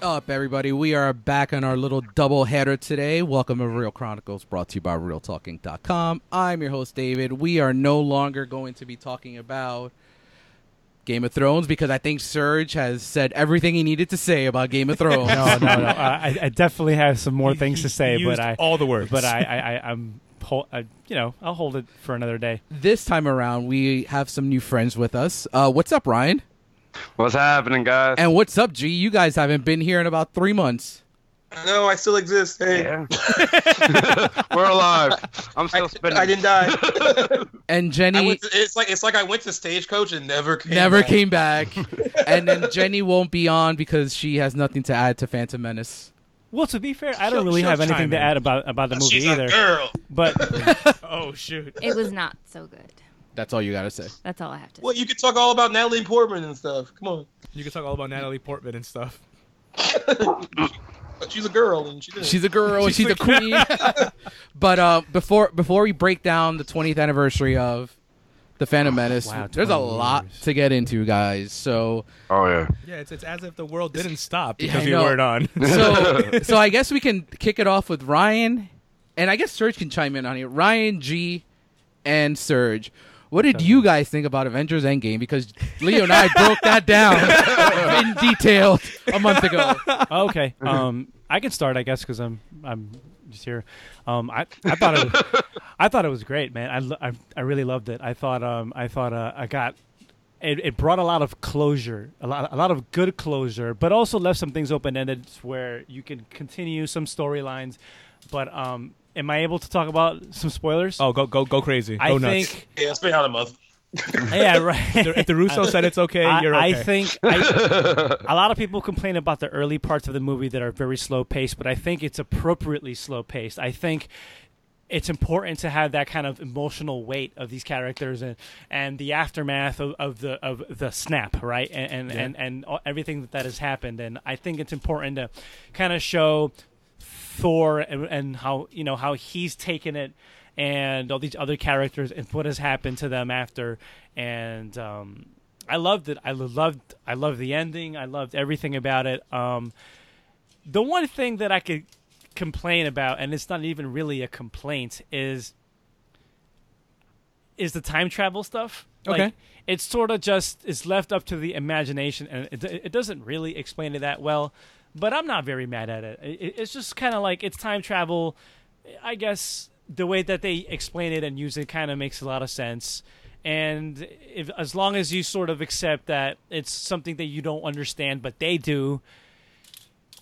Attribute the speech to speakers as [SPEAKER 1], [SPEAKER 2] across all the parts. [SPEAKER 1] up, everybody? We are back on our little double header today. Welcome to Real Chronicles, brought to you by RealTalking.com. I'm your host, David. We are no longer going to be talking about Game of Thrones because I think Serge has said everything he needed to say about Game of Thrones.
[SPEAKER 2] no, no, no. I, I definitely have some more things to say,
[SPEAKER 3] He
[SPEAKER 2] but
[SPEAKER 3] used
[SPEAKER 2] I,
[SPEAKER 3] all the words.
[SPEAKER 2] but I, I, I I'm, hol- I, you know, I'll hold it for another day.
[SPEAKER 1] This time around, we have some new friends with us. Uh, what's up, Ryan?
[SPEAKER 4] What's happening, guys?
[SPEAKER 1] And what's up, G? You guys haven't been here in about three months.
[SPEAKER 5] No, I still exist. Hey,
[SPEAKER 4] Yeah. We're alive. I'm
[SPEAKER 5] I,
[SPEAKER 4] still spinning.
[SPEAKER 5] I didn't die.
[SPEAKER 1] And
[SPEAKER 5] I
[SPEAKER 1] Jenny.
[SPEAKER 5] went to- it's like it's like I went to stagecoach and never came.
[SPEAKER 1] never
[SPEAKER 5] back.
[SPEAKER 1] came back. and then Jenny won't be on because she has nothing to add to Phantom Menace.
[SPEAKER 2] Well, to be fair, I don't
[SPEAKER 3] She'll-
[SPEAKER 2] really
[SPEAKER 3] she'll
[SPEAKER 2] have anything
[SPEAKER 3] chime
[SPEAKER 2] to
[SPEAKER 3] in.
[SPEAKER 2] add about about the movie
[SPEAKER 5] She's a
[SPEAKER 2] either.
[SPEAKER 5] girl.
[SPEAKER 2] But
[SPEAKER 3] oh shoot.
[SPEAKER 6] It was not so good.
[SPEAKER 1] That's all you gotta say.
[SPEAKER 6] That's all I have to
[SPEAKER 5] Well,
[SPEAKER 6] say.
[SPEAKER 5] you could talk all about Natalie Portman and stuff. Come on,
[SPEAKER 3] You can talk all about Natalie Portman and stuff.
[SPEAKER 5] but she's a girl and she didn't.
[SPEAKER 1] She's a girl. she's a queen. but uh, before before we break down the 20th anniversary of the
[SPEAKER 3] Ah,
[SPEAKER 1] Phantom Menace,
[SPEAKER 2] wow,
[SPEAKER 1] there's a
[SPEAKER 2] 20
[SPEAKER 1] lot
[SPEAKER 2] years.
[SPEAKER 1] to get into, guys. So
[SPEAKER 4] Oh yeah.
[SPEAKER 3] Yeah, it's, it's as if the world didn't stop
[SPEAKER 1] Yeah,
[SPEAKER 3] because
[SPEAKER 1] I
[SPEAKER 3] you
[SPEAKER 1] know.
[SPEAKER 3] weren't on.
[SPEAKER 1] so so I guess we can kick it off with Ryan, and I guess Serge can chime in on it. Ryan G, and Serge. What did you guys think about Avengers Endgame? Because Leo and I broke that down in detail a month ago.
[SPEAKER 2] okay, um, I can start, I guess, because I'm I'm just here. Um, I I thought it was, I thought it was great, man. I, lo- I I really loved it. I thought um I thought uh, I got. It, it brought a lot of closure, a lot, a lot of good closure, but also left some things open ended where you can continue some storylines. But um, am I able to talk about some spoilers?
[SPEAKER 3] Oh, go go go crazy.
[SPEAKER 2] I
[SPEAKER 3] go nuts.
[SPEAKER 2] think,
[SPEAKER 5] yeah, it's been out a month.
[SPEAKER 2] yeah, right.
[SPEAKER 3] if the Russo said it's okay,
[SPEAKER 2] I,
[SPEAKER 3] you're
[SPEAKER 2] I
[SPEAKER 3] okay.
[SPEAKER 2] think I, a lot of people complain about the early parts of the movie that are very slow paced, but I think it's appropriately slow paced. I think it's important to have that kind of emotional weight of these characters and, and the aftermath of, of the of the snap, right? And and, and and all- everything that, that has happened. And I think it's important to kind of show Thor and, and how you know how he's taken it and all these other characters and what has happened to them after and um I loved it. I loved I loved the ending. I loved everything about it. Um the one thing that I could complain about and it's not even really a complaint is is the time travel stuff. Like,
[SPEAKER 1] Okay.
[SPEAKER 2] It's sort of just it's left up to the imagination, and it, it doesn't really explain it that well. But I'm not very mad at it. it it's just kind of like it's time travel. I guess the way that they explain it and use it kind of makes a lot of sense. And if, as long as you sort of accept that it's something that you don't understand, but they do,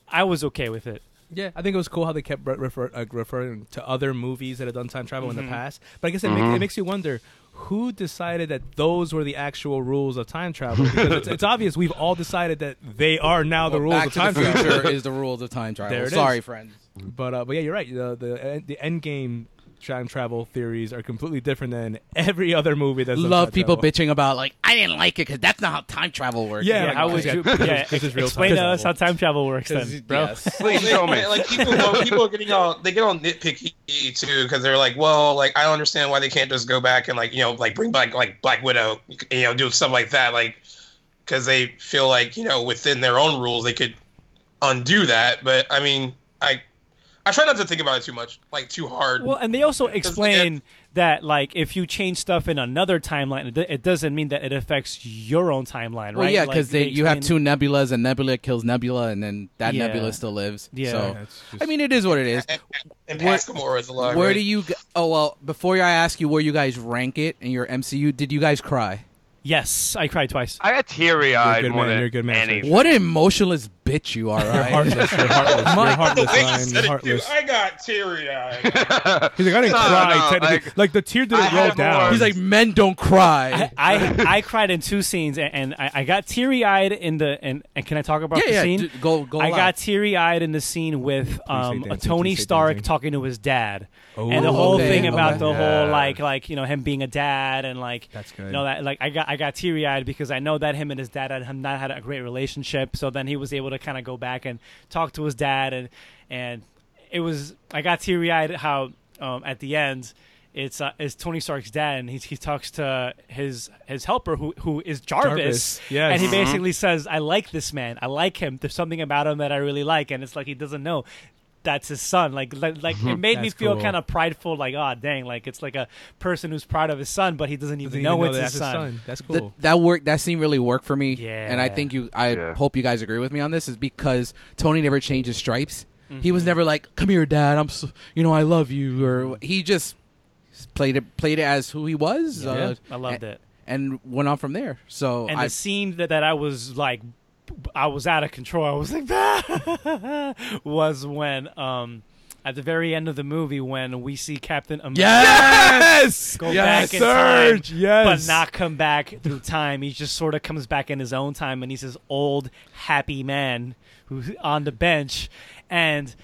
[SPEAKER 2] I was okay with it.
[SPEAKER 3] Yeah, I think it was cool how they kept re- refer- uh, referring to other movies that had done time travel in the past. But I guess it, makes, it makes you wonder who decided that those were the actual rules of time travel? Because it's, it's obvious we've all decided that they are now the rules
[SPEAKER 1] Back
[SPEAKER 3] of
[SPEAKER 1] to
[SPEAKER 3] time
[SPEAKER 1] the
[SPEAKER 3] travel.
[SPEAKER 1] Future is the rules of time travel.
[SPEAKER 3] There it is.
[SPEAKER 1] Sorry, friends.
[SPEAKER 3] But uh, but yeah, you're right. The the en- the end game time travel theories are completely different than every other movie that's done
[SPEAKER 1] Love
[SPEAKER 3] time
[SPEAKER 1] people
[SPEAKER 3] travel.
[SPEAKER 1] bitching about like I didn't like it because that's not how time travel works.
[SPEAKER 3] Yeah,
[SPEAKER 2] Yeah,
[SPEAKER 3] like,
[SPEAKER 2] how
[SPEAKER 3] oh,
[SPEAKER 2] would
[SPEAKER 3] yeah,
[SPEAKER 2] you?
[SPEAKER 3] this is-
[SPEAKER 2] Yeah,
[SPEAKER 3] this is real
[SPEAKER 2] explain
[SPEAKER 3] time
[SPEAKER 2] to us how
[SPEAKER 3] travel.
[SPEAKER 2] time travel works, then, bro.
[SPEAKER 1] Yes.
[SPEAKER 4] Please show me.
[SPEAKER 5] Like people, well, people are getting all they get all nitpicky too because they're like, well, like I don't understand why they can't just go back and like you know like bring back like Black Widow, you know, do something like that, like because they feel like you know within their own rules they could undo that. But I mean, I I try not to think about it too much, like too hard.
[SPEAKER 2] Well, and they also
[SPEAKER 5] like,
[SPEAKER 2] explain that like if you change stuff in another timeline, it, do- it doesn't mean that it affects your own timeline, right?
[SPEAKER 1] Well, yeah,
[SPEAKER 2] Like,
[SPEAKER 1] because
[SPEAKER 2] they
[SPEAKER 1] you have two
[SPEAKER 2] explain-
[SPEAKER 1] nebulas, and Nebula kills Nebula, and then that
[SPEAKER 2] Yeah.
[SPEAKER 1] Nebula still lives.
[SPEAKER 2] Yeah.
[SPEAKER 1] So,
[SPEAKER 3] Yeah, it's just-
[SPEAKER 1] I mean, it is what it is.
[SPEAKER 5] and
[SPEAKER 1] where-
[SPEAKER 5] Pascamore is a lot.
[SPEAKER 1] Where
[SPEAKER 5] right?
[SPEAKER 1] do you? g- Oh well, before I ask you where you guys rank it in your MCU, did you guys cry?
[SPEAKER 2] Yes, I cried twice.
[SPEAKER 4] I got teary
[SPEAKER 3] You're
[SPEAKER 4] eyed
[SPEAKER 3] a good
[SPEAKER 4] more
[SPEAKER 3] man,
[SPEAKER 4] than
[SPEAKER 3] you're a good man,
[SPEAKER 4] any.
[SPEAKER 1] What an emotionless bitch you are!
[SPEAKER 3] You're
[SPEAKER 1] Ryan.
[SPEAKER 3] heartless. You're heartless. You're heartless.
[SPEAKER 5] Wait, you
[SPEAKER 3] Ryan,
[SPEAKER 5] said
[SPEAKER 3] You're
[SPEAKER 5] it,
[SPEAKER 3] heartless.
[SPEAKER 5] dude. I got teary eyed.
[SPEAKER 3] He's like, I didn't
[SPEAKER 4] No,
[SPEAKER 3] cry.
[SPEAKER 4] no,
[SPEAKER 3] technically, like,
[SPEAKER 4] like-
[SPEAKER 3] the tear
[SPEAKER 4] I
[SPEAKER 3] didn't
[SPEAKER 4] had
[SPEAKER 3] roll down.
[SPEAKER 4] more-
[SPEAKER 1] He's like, men don't
[SPEAKER 2] I,
[SPEAKER 1] cry.
[SPEAKER 2] I, I cried in two scenes, and, and I, I got teary eyed in the and, and can I talk about
[SPEAKER 1] Yeah,
[SPEAKER 2] the
[SPEAKER 1] yeah,
[SPEAKER 2] scene?
[SPEAKER 1] d- go- go
[SPEAKER 2] I
[SPEAKER 1] loud.
[SPEAKER 2] got teary eyed in the scene with um,
[SPEAKER 3] dancing,
[SPEAKER 2] Tony
[SPEAKER 3] please say
[SPEAKER 2] Stark
[SPEAKER 3] dancing.
[SPEAKER 2] talking to his dad,
[SPEAKER 3] Oh,
[SPEAKER 2] and the whole
[SPEAKER 1] okay,
[SPEAKER 2] thing about
[SPEAKER 1] okay.
[SPEAKER 2] the
[SPEAKER 4] Yeah.
[SPEAKER 2] whole like like you know him being a dad and like
[SPEAKER 3] That's
[SPEAKER 2] you
[SPEAKER 3] good.
[SPEAKER 2] know that like I got I got teary eyed because I know that him and his dad had had not had a great relationship, so then he was able to kind of go back and talk to his dad and and it was I got teary eyed how um, at the end it's uh, it's Tony Stark's dad, and he, he talks to his his helper who who is Jarvis,
[SPEAKER 3] Jarvis, yes.
[SPEAKER 2] and he
[SPEAKER 3] Mhm.
[SPEAKER 2] basically says, "I like this man. I like him. There's something about him that I really like," and it's like he doesn't know. That's his son. Like, like, like it made me
[SPEAKER 3] That's
[SPEAKER 2] feel
[SPEAKER 3] cool.
[SPEAKER 2] kind of prideful. Like, oh, dang! Like, it's like a person who's proud of his son, but he doesn't even
[SPEAKER 3] Doesn't even
[SPEAKER 2] know it's
[SPEAKER 3] that
[SPEAKER 2] his son.
[SPEAKER 3] That's
[SPEAKER 1] Th-
[SPEAKER 3] cool.
[SPEAKER 1] that work that scene really worked for me. And I
[SPEAKER 2] Yeah.
[SPEAKER 1] think you I
[SPEAKER 4] Yeah.
[SPEAKER 1] hope you guys agree with me on this is because Tony never changed his stripes. He
[SPEAKER 2] Mm-hmm.
[SPEAKER 1] was never like, "Come here, dad. I'm so, you know, I love you." Or he just played it played it as who he was. uh,
[SPEAKER 2] Yeah. I loved
[SPEAKER 1] a-
[SPEAKER 2] it.
[SPEAKER 1] And went on from there. So
[SPEAKER 2] and
[SPEAKER 1] I
[SPEAKER 2] the scene that, that I was like, b- I was out of control. I was like, was when um, at the very end of the movie when we see Captain America
[SPEAKER 1] Yes.
[SPEAKER 2] go
[SPEAKER 1] Yes,
[SPEAKER 2] back in
[SPEAKER 1] Serge!
[SPEAKER 2] time,
[SPEAKER 1] Yes.
[SPEAKER 2] but not come back through time. He just sort of comes back in his own time, and he's this old happy man who's on the bench, and.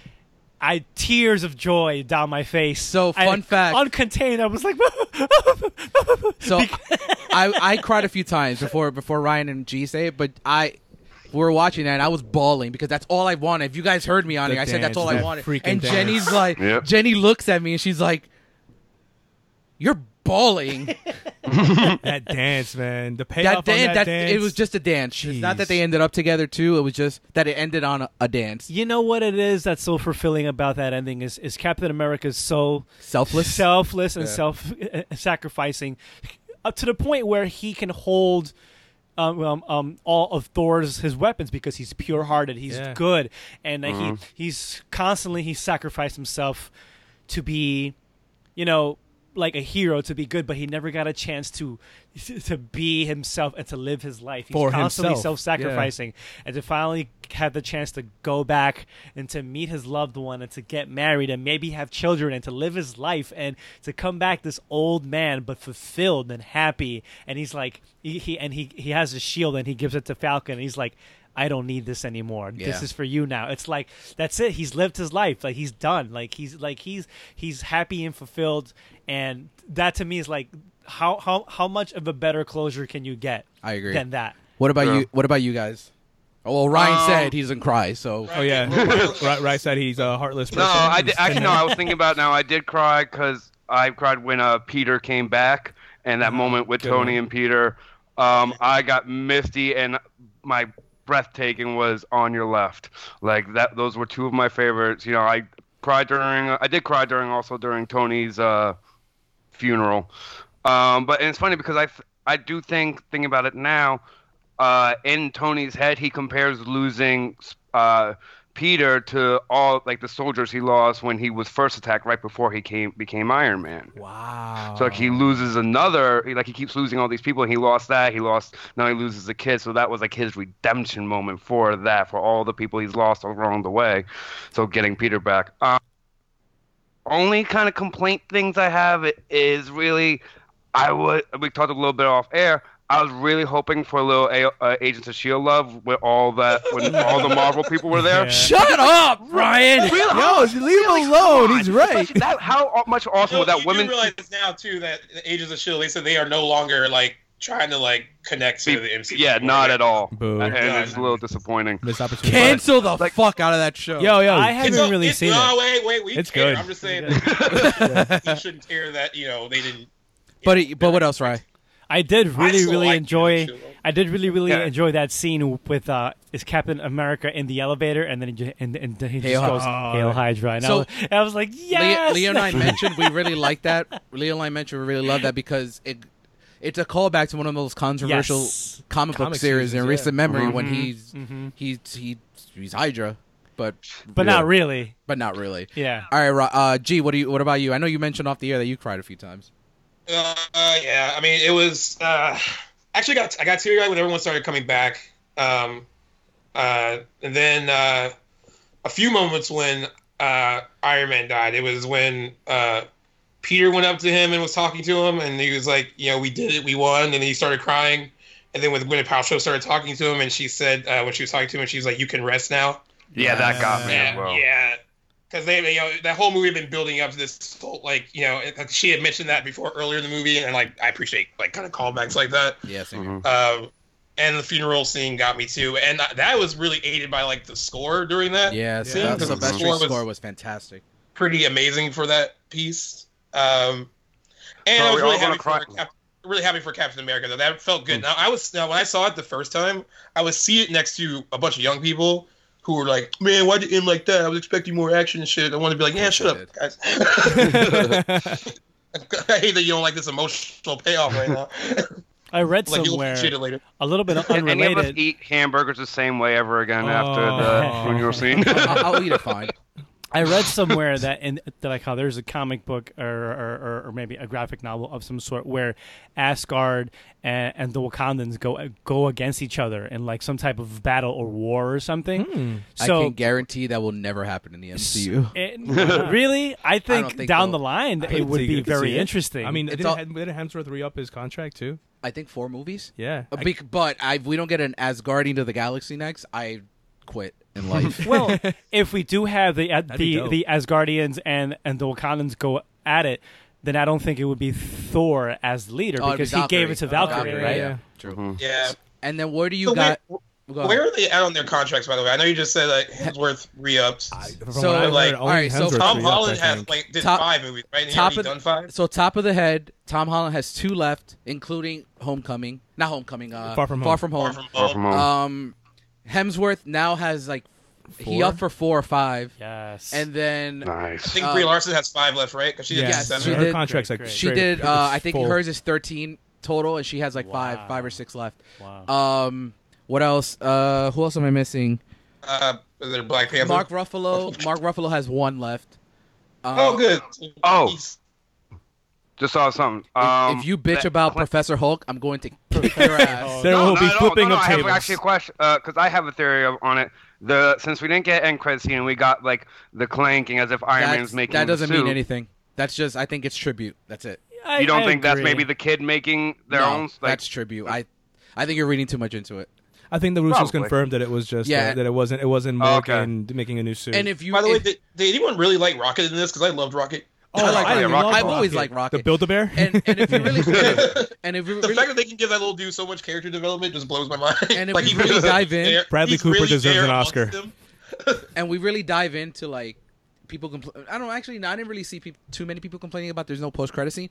[SPEAKER 2] I tears of joy down my face.
[SPEAKER 1] So,
[SPEAKER 2] I-
[SPEAKER 1] fun fact-
[SPEAKER 2] uncontained. I was like,
[SPEAKER 1] So I, I cried a few times before before Ryan and G say it, but I we were watching that and I was bawling because that's all I wanted. If you guys heard me on
[SPEAKER 3] The
[SPEAKER 1] it, I said that's
[SPEAKER 3] dance,
[SPEAKER 1] all I
[SPEAKER 3] that
[SPEAKER 1] wanted.
[SPEAKER 3] freaking
[SPEAKER 1] And
[SPEAKER 3] dance.
[SPEAKER 1] Jenny's like
[SPEAKER 4] Yep.
[SPEAKER 1] Jenny looks at me and she's like You're bawling.
[SPEAKER 3] that dance, man. The payoff
[SPEAKER 1] that
[SPEAKER 3] on
[SPEAKER 1] dance,
[SPEAKER 3] that
[SPEAKER 1] that,
[SPEAKER 3] dance.
[SPEAKER 1] it was just a dance. It's Not that
[SPEAKER 3] Jeez.
[SPEAKER 1] they ended up together too, it was just that it ended on a, a dance.
[SPEAKER 2] You know what it is that's so fulfilling about that ending is, is Captain America is so
[SPEAKER 1] Selfless.
[SPEAKER 2] selfless and self eh, sacrificing up to the point where he can hold um, um, um, all of Thor's his weapons because he's pure hearted, he's
[SPEAKER 3] Yeah.
[SPEAKER 2] good, and uh,
[SPEAKER 3] Mm-hmm.
[SPEAKER 2] he he's constantly he sacrificed himself to be, you know. Like a hero to be good, but he never got a chance to to be himself and to live his life. He's
[SPEAKER 3] For
[SPEAKER 2] constantly
[SPEAKER 3] himself.
[SPEAKER 2] self-sacrificing thing. and to finally have the chance to go back and to meet his loved one and to get married and maybe have children and to live his life and to come back this old man but fulfilled and happy and he's like he, he and he he has his shield and he gives it to falcon and he's like I don't need this anymore. This
[SPEAKER 1] Yeah.
[SPEAKER 2] is for you now. It's like that's it. He's lived his life. Like he's done. Like he's like he's he's happy and fulfilled. And that to me is like how how how much of a better closure can you get?
[SPEAKER 1] I agree.
[SPEAKER 2] Than that.
[SPEAKER 1] What about
[SPEAKER 4] Yeah.
[SPEAKER 1] you what about you guys? Oh, well Ryan
[SPEAKER 4] Um,
[SPEAKER 1] said he doesn't cry, so
[SPEAKER 3] Oh yeah, right, right side. He's a heartless person.
[SPEAKER 4] No, I did,
[SPEAKER 3] He's-
[SPEAKER 4] actually no. I was thinking about it now. I did cry because I cried when uh, Peter came back, and that moment with
[SPEAKER 3] Ah, Good
[SPEAKER 4] Tony
[SPEAKER 3] one.
[SPEAKER 4] and Peter, um, I got misty, and my breathtaking was on your left. Like that. Those were two of my favorites. You know, I cried during. I did cry during also during Tony's uh, funeral. Um, but and it's funny because I f- I do think thinking about it now, uh, in Tony's head he compares losing uh, Peter to all like the soldiers he lost when he was first attacked right before he came became Iron Man.
[SPEAKER 3] Wow.
[SPEAKER 4] So like he loses another, he- like he keeps losing all these people. And he lost that. He lost now. He loses a kid. So that was like his redemption moment for that, for all the people he's lost along the way. So getting Peter back. Um, only kind of complaint things I have is really, I would we talked a little bit off air. I was really hoping for a little a- uh, Agents of Shield love with all that when all the Marvel people were there.
[SPEAKER 3] Yeah.
[SPEAKER 1] Shut up, Ryan.
[SPEAKER 4] Really?
[SPEAKER 3] Yo, leave him alone. Oh, He's right.
[SPEAKER 4] That, how much awesome
[SPEAKER 5] You,
[SPEAKER 4] would that
[SPEAKER 5] you
[SPEAKER 4] women
[SPEAKER 5] do realize now too that the Ages of Shield, E they said they are no longer like trying to like connect to the MCU.
[SPEAKER 4] Yeah, not at all.
[SPEAKER 3] Boo.
[SPEAKER 4] And it's a little disappointing.
[SPEAKER 3] Missed opportunity.
[SPEAKER 1] Cancel the fuck out of that show.
[SPEAKER 3] Yo, yo.
[SPEAKER 2] Oh, I haven't
[SPEAKER 5] It's not-
[SPEAKER 2] really
[SPEAKER 5] it's,
[SPEAKER 2] seen
[SPEAKER 5] no,
[SPEAKER 2] it.
[SPEAKER 5] wait, wait, we
[SPEAKER 3] It's
[SPEAKER 5] care.
[SPEAKER 3] good.
[SPEAKER 5] I'm just saying
[SPEAKER 2] It's
[SPEAKER 5] that you shouldn't care that you know they didn't.
[SPEAKER 1] but
[SPEAKER 5] you know,
[SPEAKER 1] it, but what else, Ryan?
[SPEAKER 2] I did really,
[SPEAKER 5] still
[SPEAKER 2] really
[SPEAKER 5] like
[SPEAKER 2] enjoy.
[SPEAKER 5] Pikachu.
[SPEAKER 2] I did really, really
[SPEAKER 4] Yeah.
[SPEAKER 2] enjoy that scene with uh, is Captain America in the elevator, and then he just, and, and then he just
[SPEAKER 1] Hail
[SPEAKER 2] goes
[SPEAKER 3] Hydra.
[SPEAKER 2] "Hail Hydra," and I,
[SPEAKER 1] So-
[SPEAKER 2] was, I was like,
[SPEAKER 1] Leo,
[SPEAKER 2] "Yes!"
[SPEAKER 1] Leo and I mentioned we really like that. Leo and I mentioned we really love that because it it's a callback to one of those controversial
[SPEAKER 2] Yes.
[SPEAKER 1] comic, book
[SPEAKER 3] Comic
[SPEAKER 1] series in
[SPEAKER 3] series,
[SPEAKER 1] recent memory when
[SPEAKER 4] Mhm.
[SPEAKER 1] he's
[SPEAKER 2] Mm-hmm.
[SPEAKER 1] he's he he's Hydra, but
[SPEAKER 2] but
[SPEAKER 4] Yeah.
[SPEAKER 2] not really.
[SPEAKER 1] but not really.
[SPEAKER 2] Yeah,
[SPEAKER 1] All right, Ro- uh, G, what do you what about you? I know you mentioned off the air that you cried a few times.
[SPEAKER 5] Uh, yeah, I mean, it was uh, actually got I got teary eyed when everyone started coming back, um, uh, and then uh, a few moments when uh, Iron Man died. It was when uh, Peter went up to him and was talking to him, and he was like, "You know, we did it, we won," and he started crying. And then when Gwyneth Paltrow started talking to him, and she said uh, when she was talking to him, she was like, "You can rest now."
[SPEAKER 4] Yeah, that got me
[SPEAKER 5] Yeah,
[SPEAKER 4] as Oh, well.
[SPEAKER 5] yeah. Because they, you know, that whole movie had been building up to this whole, like, you know, it- she had mentioned that before earlier in the movie, and like, I appreciate like kind of callbacks like that.
[SPEAKER 1] Yeah, same here.
[SPEAKER 4] Mhm.
[SPEAKER 5] Um, and the funeral scene got me too, and that- that was really aided by like the score during that.
[SPEAKER 1] yeah. So
[SPEAKER 3] Yeah.
[SPEAKER 1] that
[SPEAKER 5] Mm-hmm. The
[SPEAKER 1] Sylvester's
[SPEAKER 5] score was-
[SPEAKER 1] score was fantastic.
[SPEAKER 5] Pretty amazing for that piece. Um,
[SPEAKER 4] Bro,
[SPEAKER 5] And I was
[SPEAKER 4] we're all
[SPEAKER 5] really
[SPEAKER 4] gonna
[SPEAKER 5] happy,
[SPEAKER 4] cry. Hmm.
[SPEAKER 5] for Cap- really happy for Captain America though. That felt good. Now I was now when I saw it the first time, I was see it next to a bunch of young people who were like, "Man, why'd you end like that? I was expecting more action and shit." I want to be like, "Yeah, shut up, guys." I hate that you don't like this emotional payoff right now.
[SPEAKER 2] I read
[SPEAKER 5] like you'll
[SPEAKER 2] somewhere
[SPEAKER 5] appreciate it later.
[SPEAKER 2] a little bit
[SPEAKER 4] Did any of us
[SPEAKER 2] unrelated.
[SPEAKER 4] eat hamburgers the same way ever again after
[SPEAKER 3] Oh.
[SPEAKER 4] the funeral scene?
[SPEAKER 1] I'll, I'll eat it fine.
[SPEAKER 2] I read somewhere that in that like how there's a comic book or or, or or maybe a graphic novel of some sort where Asgard and, and the Wakandans go go against each other in like some type of battle or war or something.
[SPEAKER 1] I
[SPEAKER 2] So
[SPEAKER 1] can guarantee that will never happen in the MCU.
[SPEAKER 2] it- really, I think,
[SPEAKER 1] think
[SPEAKER 2] down
[SPEAKER 1] so.
[SPEAKER 2] the line
[SPEAKER 3] I
[SPEAKER 2] it
[SPEAKER 3] could
[SPEAKER 2] would
[SPEAKER 3] see- I
[SPEAKER 2] be
[SPEAKER 3] could see
[SPEAKER 2] very
[SPEAKER 3] it.
[SPEAKER 2] interesting.
[SPEAKER 3] I mean,
[SPEAKER 1] It's
[SPEAKER 3] didn't,
[SPEAKER 1] all-
[SPEAKER 3] Hem- didn't Hemsworth re up his contract too?
[SPEAKER 1] I think four movies.
[SPEAKER 3] Yeah.
[SPEAKER 1] Uh, bec- but I, if we don't get an As Guardian of the Galaxy next, I quit in life.
[SPEAKER 2] well, if we do have the uh, the
[SPEAKER 3] be dope.
[SPEAKER 2] the Asgardians and and the Wakandans go at it, then I don't think it would be Thor as leader
[SPEAKER 1] Oh, it'd be
[SPEAKER 2] because he gave
[SPEAKER 1] Valkyrie.
[SPEAKER 2] it to
[SPEAKER 1] Oh,
[SPEAKER 2] Valkyrie, Mm-hmm. right?
[SPEAKER 1] Yeah, true.
[SPEAKER 5] Yeah.
[SPEAKER 1] And then where do you
[SPEAKER 5] So
[SPEAKER 1] got?
[SPEAKER 5] where,
[SPEAKER 1] go ahead.
[SPEAKER 5] where are they at on their contracts, by the way? I know you just said like Hemsworth re-ups.
[SPEAKER 3] From
[SPEAKER 1] So,
[SPEAKER 3] what I've
[SPEAKER 5] like,
[SPEAKER 3] heard,
[SPEAKER 1] all
[SPEAKER 3] only
[SPEAKER 1] right, so
[SPEAKER 3] Hemsworth
[SPEAKER 5] Tom
[SPEAKER 3] re-upped,
[SPEAKER 5] Holland
[SPEAKER 3] I
[SPEAKER 5] has
[SPEAKER 3] think.
[SPEAKER 5] like did
[SPEAKER 1] Top-
[SPEAKER 5] five movies, right? And he
[SPEAKER 1] top
[SPEAKER 5] already
[SPEAKER 1] of the-
[SPEAKER 5] done five.
[SPEAKER 1] So top of the head, Tom Holland has two left, including Homecoming. Not Homecoming. Uh,
[SPEAKER 3] Far From
[SPEAKER 1] Far
[SPEAKER 3] Home.
[SPEAKER 1] from
[SPEAKER 5] Far
[SPEAKER 1] Home.
[SPEAKER 5] from
[SPEAKER 4] Far from
[SPEAKER 5] home.
[SPEAKER 4] home.
[SPEAKER 1] Um, Hemsworth now has like he
[SPEAKER 3] Four?
[SPEAKER 1] up for four or five,
[SPEAKER 2] Yes.
[SPEAKER 1] and then
[SPEAKER 5] I
[SPEAKER 4] nice.
[SPEAKER 5] think
[SPEAKER 1] Uh,
[SPEAKER 5] Brie Larson has five left, right? Because she did
[SPEAKER 1] Yes,
[SPEAKER 5] seven.
[SPEAKER 1] she
[SPEAKER 3] her
[SPEAKER 1] did-
[SPEAKER 3] contract's like
[SPEAKER 2] Great, great.
[SPEAKER 1] she
[SPEAKER 3] straight
[SPEAKER 1] did.
[SPEAKER 3] up-
[SPEAKER 1] Uh, I think
[SPEAKER 3] full.
[SPEAKER 1] hers is thirteen total, and she has like five,
[SPEAKER 2] Wow.
[SPEAKER 1] five or six left.
[SPEAKER 2] wow.
[SPEAKER 1] Um, what else? Uh, who else am I missing?
[SPEAKER 5] Uh, is there Black Panther?
[SPEAKER 1] Mark Ruffalo. Mark Ruffalo has one left. Um,
[SPEAKER 5] oh, good.
[SPEAKER 4] Oh.
[SPEAKER 5] He's-
[SPEAKER 4] Just saw something.
[SPEAKER 1] If,
[SPEAKER 4] Um,
[SPEAKER 1] if you bitch
[SPEAKER 4] that-
[SPEAKER 1] about Professor Hulk, I'm going to kick your ass.
[SPEAKER 3] There will
[SPEAKER 4] no,
[SPEAKER 3] be
[SPEAKER 4] no,
[SPEAKER 3] flipping
[SPEAKER 4] no, no,
[SPEAKER 3] of
[SPEAKER 4] I
[SPEAKER 3] tables.
[SPEAKER 4] have actually a question because I have a theory of, on it. The since we didn't get end credit scene, we got like the clanking as if Iron
[SPEAKER 1] That's-
[SPEAKER 4] Man's making.
[SPEAKER 1] that
[SPEAKER 4] the
[SPEAKER 1] doesn't
[SPEAKER 4] suit.
[SPEAKER 1] mean anything. That's just I think it's tribute. That's it.
[SPEAKER 2] I-
[SPEAKER 4] You don't
[SPEAKER 2] I
[SPEAKER 4] think that's
[SPEAKER 2] agree.
[SPEAKER 4] maybe the kid making their
[SPEAKER 1] No,
[SPEAKER 4] own? Like,
[SPEAKER 1] that's tribute. I I think you're reading too much into it.
[SPEAKER 3] I think the Russos
[SPEAKER 4] Probably.
[SPEAKER 3] confirmed that it was just
[SPEAKER 1] Yeah.
[SPEAKER 3] uh, that it wasn't it wasn't
[SPEAKER 4] Oh, okay.
[SPEAKER 3] Morgan making a new suit.
[SPEAKER 1] And if you
[SPEAKER 5] By the way,
[SPEAKER 1] if-
[SPEAKER 5] did, did anyone really like Rocket in this? Because I loved Rocket.
[SPEAKER 3] oh,
[SPEAKER 1] I like
[SPEAKER 3] I
[SPEAKER 4] Rocket.
[SPEAKER 3] love
[SPEAKER 4] I've
[SPEAKER 1] always
[SPEAKER 3] Rocket.
[SPEAKER 1] liked Rocket.
[SPEAKER 3] The Build a Bear.
[SPEAKER 1] and, and if you really and if you
[SPEAKER 5] The
[SPEAKER 1] really,
[SPEAKER 5] fact that they can give that little dude so much character development just blows my mind.
[SPEAKER 1] And if
[SPEAKER 5] like
[SPEAKER 1] we
[SPEAKER 5] he
[SPEAKER 1] really
[SPEAKER 5] was
[SPEAKER 1] dive in,
[SPEAKER 5] there-
[SPEAKER 3] Bradley
[SPEAKER 5] he's
[SPEAKER 3] Cooper
[SPEAKER 5] really
[SPEAKER 3] deserves
[SPEAKER 5] there
[SPEAKER 3] an
[SPEAKER 5] amongst
[SPEAKER 3] Oscar.
[SPEAKER 5] them.
[SPEAKER 1] and we really dive into like people compl- I don't actually no, I didn't really see peop too many people complaining about there's no post credit scene.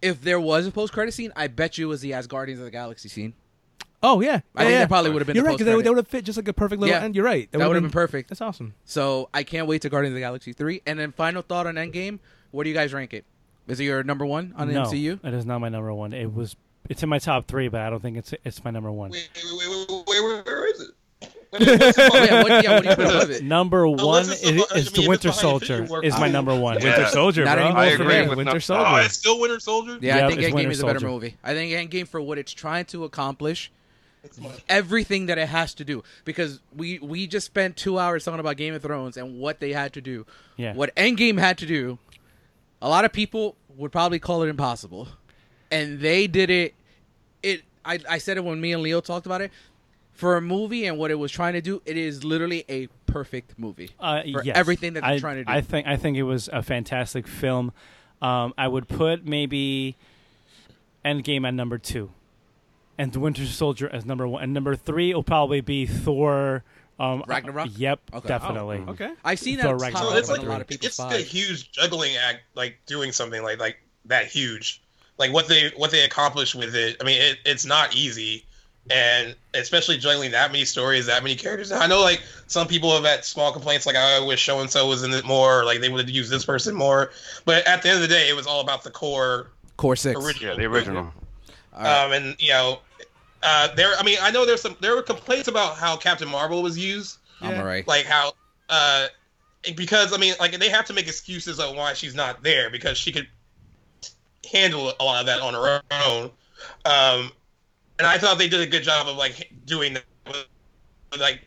[SPEAKER 1] If there was a post credit scene, I bet you it was the Asgardians of the Galaxy scene.
[SPEAKER 3] oh yeah,
[SPEAKER 1] I think
[SPEAKER 3] yeah, yeah.
[SPEAKER 1] that probably would have been
[SPEAKER 3] You're
[SPEAKER 1] the
[SPEAKER 3] right. 'cause
[SPEAKER 1] post-credit.
[SPEAKER 3] That, would have fit just like a perfect little
[SPEAKER 1] Yeah.
[SPEAKER 3] end. You're right.
[SPEAKER 1] That
[SPEAKER 3] would've
[SPEAKER 1] would've been perfect.
[SPEAKER 3] That's awesome.
[SPEAKER 1] So I can't wait to Guardians of the Galaxy three. And then final thought on Endgame. Where do you guys rank it? Is it your number one on the
[SPEAKER 2] no,
[SPEAKER 1] MCU?
[SPEAKER 2] It is not my number one. It was. It's in my top three, but I don't think it's it's my number one.
[SPEAKER 5] Wait, wait, wait, wait, wait, wait, where is it? What's the-
[SPEAKER 1] Oh, yeah, what, yeah, what do you put above it?
[SPEAKER 2] Number one is,
[SPEAKER 5] it's the- I mean,
[SPEAKER 2] is
[SPEAKER 5] if
[SPEAKER 2] the
[SPEAKER 5] it's
[SPEAKER 2] Winter
[SPEAKER 5] behind Infinity
[SPEAKER 2] Soldier
[SPEAKER 5] War,
[SPEAKER 2] is my
[SPEAKER 5] cool.
[SPEAKER 2] number one.
[SPEAKER 4] Yeah.
[SPEAKER 3] Winter Soldier,
[SPEAKER 1] Not
[SPEAKER 3] bro.
[SPEAKER 1] anymore
[SPEAKER 4] I
[SPEAKER 1] for
[SPEAKER 4] agree
[SPEAKER 1] me.
[SPEAKER 4] with
[SPEAKER 3] Winter
[SPEAKER 4] no-
[SPEAKER 3] Soldier.
[SPEAKER 5] Oh, it's still Winter Soldier.
[SPEAKER 1] Yeah,
[SPEAKER 2] Yeah,
[SPEAKER 1] I think
[SPEAKER 2] it's
[SPEAKER 1] Endgame
[SPEAKER 2] Winter
[SPEAKER 1] is a better
[SPEAKER 2] Soldier.
[SPEAKER 1] movie. I think Endgame for what it's trying to accomplish, everything that it has to do. Because we we just spent two hours talking about Game of Thrones and what they had to do.
[SPEAKER 2] Yeah.
[SPEAKER 1] What Endgame had to do, a lot of people would probably call it impossible, and they did it. It I I said it when me and Leo talked about it. For a movie and what it was trying to do, it is literally a perfect movie
[SPEAKER 2] Uh,
[SPEAKER 1] for
[SPEAKER 2] yes.
[SPEAKER 1] everything that they're
[SPEAKER 2] I,
[SPEAKER 1] trying to do.
[SPEAKER 2] I think I think it was a fantastic film. Um, I would put maybe Endgame at number two, and The Winter Soldier as number one, and number three will probably be Thor. Um,
[SPEAKER 1] Ragnarok?
[SPEAKER 2] Yep,
[SPEAKER 1] Okay.
[SPEAKER 2] definitely.
[SPEAKER 3] Okay.
[SPEAKER 1] I've seen that
[SPEAKER 2] Thor
[SPEAKER 1] top
[SPEAKER 2] Ragnarok.
[SPEAKER 5] So
[SPEAKER 1] up
[SPEAKER 5] it's
[SPEAKER 1] on
[SPEAKER 5] like
[SPEAKER 1] a lot of people's
[SPEAKER 5] it's just a
[SPEAKER 1] files.
[SPEAKER 5] huge juggling act, like doing something like like that huge, like what they what they accomplished with it. I mean, it, it's not easy, and especially juggling that many stories, that many characters. I know like some people have had small complaints, like "Oh, I wish so and so was in it more, or, like they would have used this person more. But at the end of the day, it was all about the core
[SPEAKER 1] Core six.
[SPEAKER 5] original.
[SPEAKER 4] yeah, the original.
[SPEAKER 1] All right.
[SPEAKER 5] Um, and you know, uh, there. I mean, I know there's some there were complaints about how Captain Marvel was used,
[SPEAKER 1] I'm alright.
[SPEAKER 5] like how uh, because I mean, like they have to make excuses on why she's not there because she could handle a lot of that on her own. Um, and I thought they did a good job of like doing that, like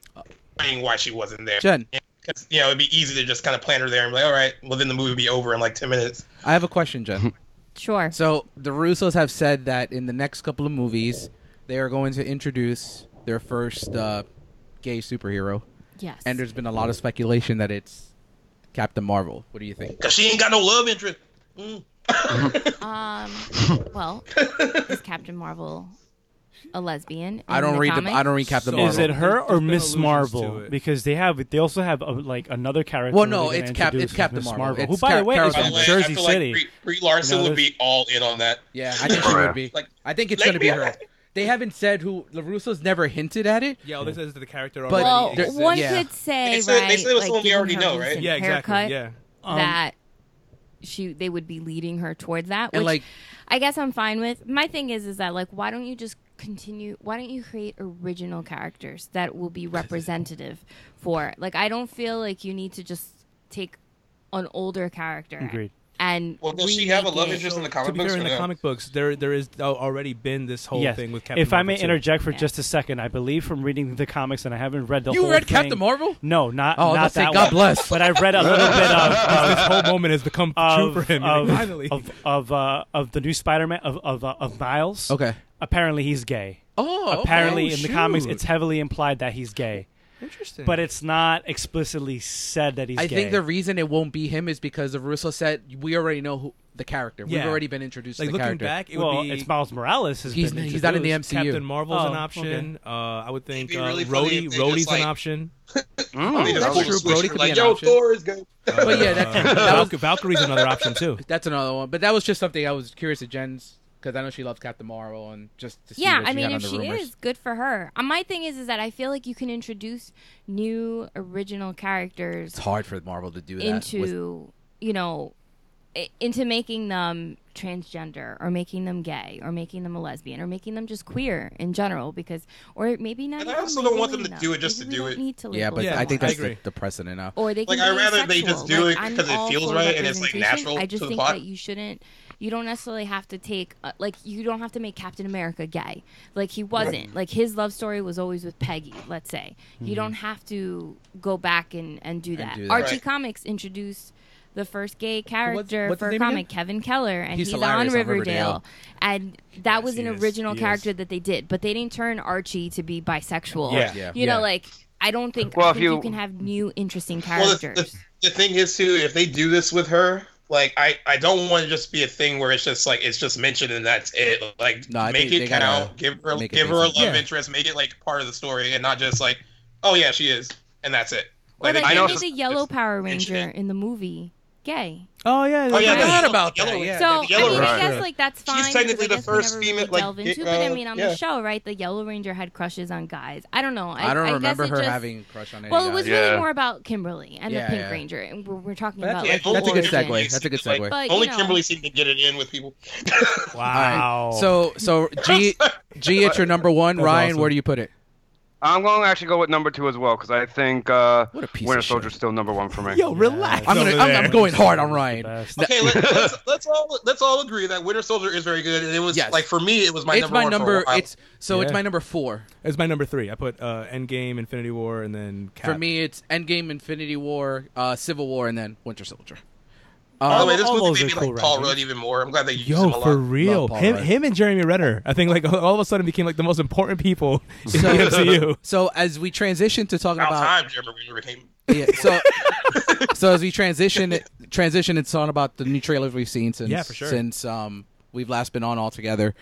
[SPEAKER 5] explaining why she wasn't there.
[SPEAKER 1] Jen,
[SPEAKER 5] Because you know it'd be easy to just kind of plant her there and be like, all right, well then the movie would be over in like ten minutes.
[SPEAKER 1] I have a question, Jen.
[SPEAKER 6] Sure.
[SPEAKER 1] So the Russos have said that in the next couple of movies, they are going to introduce their first uh, gay superhero,
[SPEAKER 6] Yes.
[SPEAKER 1] and there's been a lot of speculation that it's Captain Marvel. What do you think?
[SPEAKER 5] Cause she ain't got no love interest.
[SPEAKER 6] Um, well, is Captain Marvel a lesbian.
[SPEAKER 1] I don't
[SPEAKER 6] in the
[SPEAKER 1] read the.
[SPEAKER 6] comic.
[SPEAKER 1] I don't read Captain
[SPEAKER 3] So-
[SPEAKER 1] Marvel.
[SPEAKER 2] Is it her
[SPEAKER 3] There's- there's
[SPEAKER 2] or
[SPEAKER 3] been allusions
[SPEAKER 2] Miss
[SPEAKER 3] to
[SPEAKER 2] Marvel?
[SPEAKER 3] it.
[SPEAKER 2] Because they have they also have a, like another character.
[SPEAKER 1] Well, no,
[SPEAKER 2] they're gonna
[SPEAKER 1] it's Cap-
[SPEAKER 2] introduce
[SPEAKER 1] it's Captain
[SPEAKER 2] Miss
[SPEAKER 1] Marvel.
[SPEAKER 2] Marvel.
[SPEAKER 1] It's
[SPEAKER 2] Who, by
[SPEAKER 1] Ca-
[SPEAKER 2] the way, is
[SPEAKER 1] Carol
[SPEAKER 2] from
[SPEAKER 1] Danvers.
[SPEAKER 2] Jersey
[SPEAKER 5] I feel
[SPEAKER 2] City.
[SPEAKER 5] like Brie, Brie Larson
[SPEAKER 2] You know,
[SPEAKER 5] would be all in on that.
[SPEAKER 1] Yeah, I think she would be.
[SPEAKER 5] Like-
[SPEAKER 1] I think it's
[SPEAKER 5] like-
[SPEAKER 1] going to be her. They haven't said who. Larusso's never hinted at it.
[SPEAKER 3] Yeah, all this is the character
[SPEAKER 1] But
[SPEAKER 3] already.
[SPEAKER 6] well,
[SPEAKER 1] there's-
[SPEAKER 3] exists.
[SPEAKER 1] what-
[SPEAKER 6] one
[SPEAKER 1] yeah.
[SPEAKER 6] could say,
[SPEAKER 5] They said-
[SPEAKER 6] right?
[SPEAKER 5] they said it was
[SPEAKER 6] like,
[SPEAKER 5] someone we
[SPEAKER 6] given
[SPEAKER 5] already
[SPEAKER 6] her
[SPEAKER 5] know, right?
[SPEAKER 6] recent
[SPEAKER 3] yeah, exactly.
[SPEAKER 6] Haircut,
[SPEAKER 3] Yeah.
[SPEAKER 2] Um,
[SPEAKER 6] that she they would be leading her toward that. Which
[SPEAKER 1] And, like-
[SPEAKER 6] I guess I'm fine with. My thing is is that like why don't you just continue why don't you create original characters that will be representative for like I don't feel like you need to just take an older character
[SPEAKER 2] Agreed.
[SPEAKER 6] and
[SPEAKER 5] Well, does she have a
[SPEAKER 6] remake
[SPEAKER 5] love
[SPEAKER 6] it.
[SPEAKER 5] interest in the
[SPEAKER 3] To
[SPEAKER 5] comic
[SPEAKER 3] be
[SPEAKER 5] books?
[SPEAKER 3] fair, in
[SPEAKER 5] or
[SPEAKER 3] the
[SPEAKER 5] no?
[SPEAKER 3] comic books, there there is al- already been this whole
[SPEAKER 2] yes.
[SPEAKER 3] thing with Captain.
[SPEAKER 2] if I may
[SPEAKER 3] Marvel, too.
[SPEAKER 2] interject for
[SPEAKER 6] Yeah.
[SPEAKER 2] just a second, I believe from reading the comics, and I haven't read the
[SPEAKER 1] You
[SPEAKER 2] whole
[SPEAKER 1] read
[SPEAKER 2] thing.
[SPEAKER 1] Captain Marvel?
[SPEAKER 2] No, not
[SPEAKER 1] Oh,
[SPEAKER 2] not
[SPEAKER 1] let's say
[SPEAKER 2] that
[SPEAKER 1] God
[SPEAKER 2] one.
[SPEAKER 1] bless.
[SPEAKER 2] But I've read a little bit of.
[SPEAKER 3] this whole moment has become
[SPEAKER 2] Of,
[SPEAKER 3] true for him.
[SPEAKER 2] of,
[SPEAKER 3] finally,
[SPEAKER 2] of of uh, of the new Spider-Man of of, uh, of Miles.
[SPEAKER 1] Okay.
[SPEAKER 2] Apparently he's gay.
[SPEAKER 1] Oh, okay.
[SPEAKER 2] Apparently
[SPEAKER 3] Oh,
[SPEAKER 2] in the comics,
[SPEAKER 3] shoot.
[SPEAKER 2] it's heavily implied that he's gay,
[SPEAKER 3] interesting.
[SPEAKER 2] but it's not explicitly said that he's
[SPEAKER 1] I
[SPEAKER 2] gay.
[SPEAKER 1] think the reason it won't be him is because of Russo said we already know who the character. We've
[SPEAKER 3] Yeah.
[SPEAKER 1] already been introduced
[SPEAKER 3] like
[SPEAKER 1] to the
[SPEAKER 3] looking
[SPEAKER 1] character.
[SPEAKER 3] back, it
[SPEAKER 2] well,
[SPEAKER 3] would be
[SPEAKER 2] it's Miles Morales. Has
[SPEAKER 1] He's-
[SPEAKER 2] been
[SPEAKER 1] he's not in the
[SPEAKER 2] introduced.
[SPEAKER 1] MCU.
[SPEAKER 3] Captain Marvel's
[SPEAKER 2] Oh,
[SPEAKER 3] an option. Uh, I would think
[SPEAKER 5] be
[SPEAKER 3] uh,
[SPEAKER 5] really funny
[SPEAKER 3] Rhodey.
[SPEAKER 5] if they just,
[SPEAKER 3] Rhodey's an
[SPEAKER 5] like-
[SPEAKER 3] option.
[SPEAKER 4] Mm,
[SPEAKER 5] They just
[SPEAKER 1] that's
[SPEAKER 5] pull the
[SPEAKER 1] true.
[SPEAKER 5] switch
[SPEAKER 1] Brody
[SPEAKER 5] and
[SPEAKER 1] could be
[SPEAKER 5] like,
[SPEAKER 1] an
[SPEAKER 5] yo,
[SPEAKER 1] option."
[SPEAKER 5] Thor is good.
[SPEAKER 1] But yeah, that's, that
[SPEAKER 3] Valk-
[SPEAKER 1] was
[SPEAKER 3] Valkyrie's another option too.
[SPEAKER 1] that's another one. But that was just something I was curious to Jen's because I know she loves Captain Marvel and just to see
[SPEAKER 6] Yeah,
[SPEAKER 1] what
[SPEAKER 6] I
[SPEAKER 1] she
[SPEAKER 6] mean,
[SPEAKER 1] had
[SPEAKER 6] if
[SPEAKER 1] on
[SPEAKER 6] she
[SPEAKER 1] the rumors.
[SPEAKER 6] is, good for her. Uh, my thing is, is that I feel like you can introduce new original characters
[SPEAKER 1] it's hard for Marvel to do that. with-
[SPEAKER 6] into you know i- into making them transgender or making them gay or making them a lesbian or making them just queer in general because or maybe not.
[SPEAKER 5] And I
[SPEAKER 6] even
[SPEAKER 5] also don't want them
[SPEAKER 6] labeling
[SPEAKER 5] to do it just
[SPEAKER 6] Maybe
[SPEAKER 5] to do
[SPEAKER 6] we don't
[SPEAKER 5] it.
[SPEAKER 6] Need to
[SPEAKER 1] yeah,
[SPEAKER 6] label
[SPEAKER 1] but
[SPEAKER 3] Yeah,
[SPEAKER 1] I
[SPEAKER 6] someone.
[SPEAKER 1] think
[SPEAKER 3] I
[SPEAKER 1] that's
[SPEAKER 3] agree.
[SPEAKER 1] the, the precedent now.
[SPEAKER 6] or they can
[SPEAKER 5] Like,
[SPEAKER 6] be
[SPEAKER 5] I'd rather they
[SPEAKER 6] asexual.
[SPEAKER 5] just do
[SPEAKER 6] Like,
[SPEAKER 5] it
[SPEAKER 6] I'm
[SPEAKER 5] 'cause it
[SPEAKER 6] all
[SPEAKER 5] feels
[SPEAKER 6] for
[SPEAKER 5] right and it's, like,
[SPEAKER 6] representation.
[SPEAKER 5] natural
[SPEAKER 6] I just
[SPEAKER 5] to the
[SPEAKER 6] think
[SPEAKER 5] plot.
[SPEAKER 6] that you shouldn't. You don't necessarily have to take uh, like you don't have to make Captain America gay. Like he wasn't. Like his love story was always with Peggy. Let's say you don't have to go back and and do that.
[SPEAKER 1] do that.
[SPEAKER 6] Archie
[SPEAKER 5] Right.
[SPEAKER 6] Comics introduced the first gay character
[SPEAKER 1] what's
[SPEAKER 6] for
[SPEAKER 1] his
[SPEAKER 6] a
[SPEAKER 1] name
[SPEAKER 6] comic, Kevin Keller, and
[SPEAKER 1] He's
[SPEAKER 6] he's,
[SPEAKER 1] hilarious
[SPEAKER 6] on
[SPEAKER 1] on
[SPEAKER 6] Riverdale.
[SPEAKER 1] Riverdale.
[SPEAKER 6] And that was
[SPEAKER 3] he
[SPEAKER 6] an
[SPEAKER 3] is.
[SPEAKER 6] original
[SPEAKER 3] He is.
[SPEAKER 6] character that they did, but they didn't turn Archie to be bisexual.
[SPEAKER 2] Yeah.
[SPEAKER 1] Yeah.
[SPEAKER 6] You
[SPEAKER 3] Yeah.
[SPEAKER 6] know, like I don't think,
[SPEAKER 4] Well,
[SPEAKER 6] I
[SPEAKER 4] if
[SPEAKER 6] think you,
[SPEAKER 4] you-
[SPEAKER 6] can have new interesting
[SPEAKER 5] Well, the,
[SPEAKER 6] characters.
[SPEAKER 5] the, the thing is too, if they do this with her, like I, I don't want to just be a thing where it's just like it's just mentioned and that's it. Like
[SPEAKER 1] No, I think
[SPEAKER 5] make
[SPEAKER 1] they
[SPEAKER 5] it
[SPEAKER 1] gotta
[SPEAKER 5] count, give her
[SPEAKER 1] make it
[SPEAKER 5] give her a love
[SPEAKER 1] decent.
[SPEAKER 3] Yeah.
[SPEAKER 5] interest, make it like part of the story, and not just like, oh yeah, she is, and that's it.
[SPEAKER 6] Or
[SPEAKER 5] they
[SPEAKER 6] like
[SPEAKER 4] I
[SPEAKER 6] they
[SPEAKER 4] know
[SPEAKER 5] can't
[SPEAKER 6] made
[SPEAKER 5] just-
[SPEAKER 6] the Yellow Power
[SPEAKER 5] mention
[SPEAKER 6] Ranger
[SPEAKER 5] it.
[SPEAKER 6] in the movie gay.
[SPEAKER 3] Oh yeah.
[SPEAKER 5] Oh, yeah,
[SPEAKER 1] I
[SPEAKER 5] the
[SPEAKER 1] forgot
[SPEAKER 5] yellow-
[SPEAKER 1] about that.
[SPEAKER 5] yellow-
[SPEAKER 1] Yeah,
[SPEAKER 6] so I
[SPEAKER 1] that'd
[SPEAKER 5] the
[SPEAKER 1] be
[SPEAKER 5] Yellow
[SPEAKER 6] mean,
[SPEAKER 1] great.
[SPEAKER 6] I
[SPEAKER 4] Ranger.
[SPEAKER 6] guess like that's fine. because
[SPEAKER 5] technically
[SPEAKER 6] I
[SPEAKER 5] the
[SPEAKER 6] guess we
[SPEAKER 5] first
[SPEAKER 6] never really
[SPEAKER 5] female, like,
[SPEAKER 6] delve into,
[SPEAKER 5] it,
[SPEAKER 6] but I
[SPEAKER 5] uh,
[SPEAKER 6] mean on the
[SPEAKER 5] yeah.
[SPEAKER 6] show, right? The Yellow Ranger had crushes on guys. I don't know. I,
[SPEAKER 1] I don't
[SPEAKER 6] guess
[SPEAKER 1] remember
[SPEAKER 6] it
[SPEAKER 1] her
[SPEAKER 6] just-
[SPEAKER 1] having a crush on any
[SPEAKER 6] Well, it
[SPEAKER 1] guy.
[SPEAKER 6] was
[SPEAKER 4] Yeah.
[SPEAKER 6] really more about Kimberly and
[SPEAKER 1] Yeah,
[SPEAKER 6] the Pink
[SPEAKER 1] yeah.
[SPEAKER 6] Ranger, and we're, we're talking
[SPEAKER 3] But that's-
[SPEAKER 6] about
[SPEAKER 5] Yeah,
[SPEAKER 6] like
[SPEAKER 1] that's a
[SPEAKER 5] only
[SPEAKER 1] good
[SPEAKER 6] origin.
[SPEAKER 1] segue. That's a good
[SPEAKER 5] Like,
[SPEAKER 1] segue.
[SPEAKER 6] But, you
[SPEAKER 5] only
[SPEAKER 6] know.
[SPEAKER 5] Kimberly seemed to get it in with people.
[SPEAKER 2] Wow.
[SPEAKER 1] So, so G, G, it's your number one.
[SPEAKER 3] That's
[SPEAKER 1] Ryan,
[SPEAKER 3] awesome.
[SPEAKER 1] where do you put it?
[SPEAKER 4] I'm going to actually go with number two as well because I think uh,
[SPEAKER 1] What a piece
[SPEAKER 4] Winter
[SPEAKER 1] of
[SPEAKER 4] Soldier's
[SPEAKER 1] shit.
[SPEAKER 4] still number one for me.
[SPEAKER 3] Yo, relax.
[SPEAKER 1] I'm, gonna,
[SPEAKER 3] over
[SPEAKER 1] I'm,
[SPEAKER 3] there.
[SPEAKER 1] I'm going hard on Ryan.
[SPEAKER 2] Best.
[SPEAKER 1] No,
[SPEAKER 5] okay, let, let's, let's all let's all agree that Winter Soldier is very good, and it was
[SPEAKER 1] Yes.
[SPEAKER 5] like for me, it was my
[SPEAKER 1] it's
[SPEAKER 5] number
[SPEAKER 1] my
[SPEAKER 5] one for
[SPEAKER 1] number.
[SPEAKER 5] a while.
[SPEAKER 1] It's so it's
[SPEAKER 3] Yeah.
[SPEAKER 1] my number four.
[SPEAKER 3] It's my number three. I put uh, Endgame, Infinity War, and then Cap.
[SPEAKER 1] For me, it's Endgame, Infinity War, uh, Civil War, and then Winter Soldier.
[SPEAKER 5] By the
[SPEAKER 1] Um,
[SPEAKER 5] way, this
[SPEAKER 2] all those
[SPEAKER 5] movie
[SPEAKER 2] are
[SPEAKER 5] made me
[SPEAKER 2] cool
[SPEAKER 5] like Paul
[SPEAKER 2] rankings.
[SPEAKER 5] Rudd even more. I'm glad they used him a
[SPEAKER 3] Yo,
[SPEAKER 5] lot.
[SPEAKER 3] for real,
[SPEAKER 1] Love Paul
[SPEAKER 3] him,
[SPEAKER 1] Rudd.
[SPEAKER 3] him and Jeremy Renner. I think like all of a sudden became like the most important people in the MCU.
[SPEAKER 1] so as we transition to talking
[SPEAKER 5] About
[SPEAKER 1] about
[SPEAKER 5] time, Jeremy Renner became.
[SPEAKER 1] yeah, so so as we transition transition it's on about the new trailers we've seen since
[SPEAKER 3] Yeah, for sure.
[SPEAKER 1] since um we've last been on all together.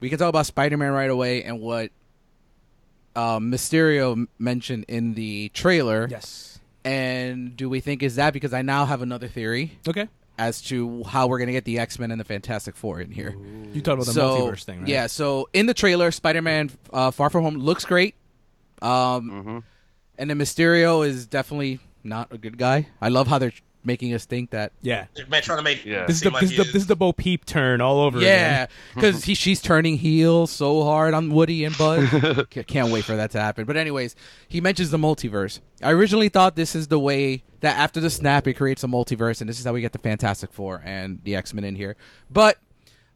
[SPEAKER 1] We can talk about Spider Man right away and what um, Mysterio mentioned in the trailer.
[SPEAKER 3] Yes.
[SPEAKER 1] And do we think is that because I now have another theory
[SPEAKER 3] Okay.
[SPEAKER 1] as to how we're gonna get the X Men and the Fantastic Four in here.
[SPEAKER 3] You talked about the
[SPEAKER 1] so
[SPEAKER 3] multiverse thing, right?
[SPEAKER 1] yeah, so in the trailer, Spider-Man uh, Far From Home looks great, um, and then Mysterio is definitely not a good guy. I love how they're making us think that.
[SPEAKER 3] Yeah.
[SPEAKER 5] Man, trying to make
[SPEAKER 4] Yeah.
[SPEAKER 5] it
[SPEAKER 3] This is the
[SPEAKER 5] seem
[SPEAKER 3] this is the,
[SPEAKER 5] he
[SPEAKER 3] this is the Bo Peep turn all over
[SPEAKER 1] Yeah,
[SPEAKER 3] again.
[SPEAKER 1] because she's turning heel so hard on Woody and Bud. C- Can't wait for that to happen. But anyways, he mentions the multiverse. I originally thought this is the way that after the snap it creates a multiverse, and this is how we get the Fantastic Four and the X Men in here. But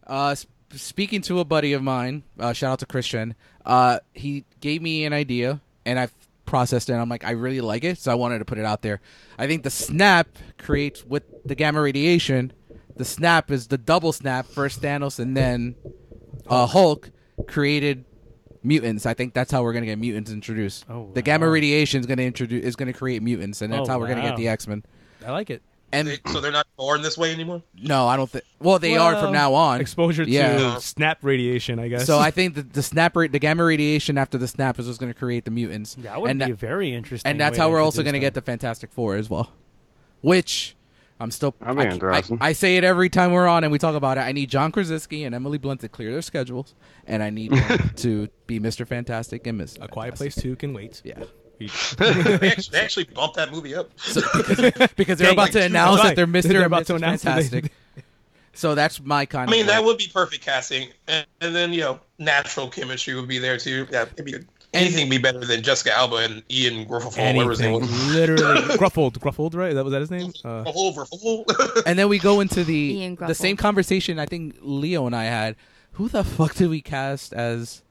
[SPEAKER 1] Uh, sp- speaking to a buddy of mine, uh, shout out to Christian. Uh, he gave me an idea, and I've processed it. And I'm like, I really like it, so I wanted to put it out there. I think the snap creates with the gamma radiation. The snap is the double snap, first Thanos, and then
[SPEAKER 2] Oh.
[SPEAKER 1] uh, Hulk created mutants. I think that's how we're gonna get mutants introduced.
[SPEAKER 2] Oh,
[SPEAKER 1] The gamma
[SPEAKER 2] wow.
[SPEAKER 1] radiation is gonna introduce is gonna create mutants, and that's
[SPEAKER 2] Oh,
[SPEAKER 1] how we're gonna get
[SPEAKER 2] wow.
[SPEAKER 1] the X Men.
[SPEAKER 3] I like it.
[SPEAKER 1] and
[SPEAKER 5] They, so they're not born this way anymore.
[SPEAKER 1] no, I don't think. Well, they are
[SPEAKER 3] Well,
[SPEAKER 1] from now on.
[SPEAKER 3] Exposure
[SPEAKER 1] Yeah.
[SPEAKER 5] Yeah.
[SPEAKER 3] to snap radiation, I guess.
[SPEAKER 1] So I think that the snap, ra- the gamma radiation after the snap is just going to create the mutants.
[SPEAKER 2] That would
[SPEAKER 1] and
[SPEAKER 2] be
[SPEAKER 1] tha-
[SPEAKER 2] very interesting.
[SPEAKER 1] and that's
[SPEAKER 2] way
[SPEAKER 1] how
[SPEAKER 2] to
[SPEAKER 1] we're also
[SPEAKER 2] introduce
[SPEAKER 1] going to
[SPEAKER 2] them.
[SPEAKER 1] get the Fantastic Four as well, which I'm still.
[SPEAKER 4] That'd be
[SPEAKER 1] I, I-
[SPEAKER 4] interesting.
[SPEAKER 1] I say it every time we're on and we talk about it. I need John Krasinski and Emily Blunt to clear their schedules, and I need them to be Mr. Fantastic and Miss
[SPEAKER 3] a Quiet Place Two can wait.
[SPEAKER 1] Yeah,
[SPEAKER 5] they, actually, they actually bumped that movie up.
[SPEAKER 1] because they're
[SPEAKER 3] Dang,
[SPEAKER 1] about to
[SPEAKER 3] that's
[SPEAKER 1] announce that
[SPEAKER 3] right.
[SPEAKER 1] they're Mr.
[SPEAKER 3] They're
[SPEAKER 1] and
[SPEAKER 3] about to
[SPEAKER 1] Mrs.
[SPEAKER 3] announce that they-
[SPEAKER 1] Fantastic. So that's my kind.
[SPEAKER 5] I mean,
[SPEAKER 1] of
[SPEAKER 5] that would be perfect casting, and, and then you know, natural chemistry would be there too. Yeah, it'd be good. Anything be better than Jessica Alba and Ian Griffithall, whatever his name
[SPEAKER 3] Anything.
[SPEAKER 5] was.
[SPEAKER 3] Literally, Gruffled, Gruffled, right? That was that his name? Uh,
[SPEAKER 5] Griffithall.
[SPEAKER 1] and then we go into the
[SPEAKER 6] Ian
[SPEAKER 1] the
[SPEAKER 6] Gruffle.
[SPEAKER 1] same conversation I think Leo and I had. Who the fuck did we cast as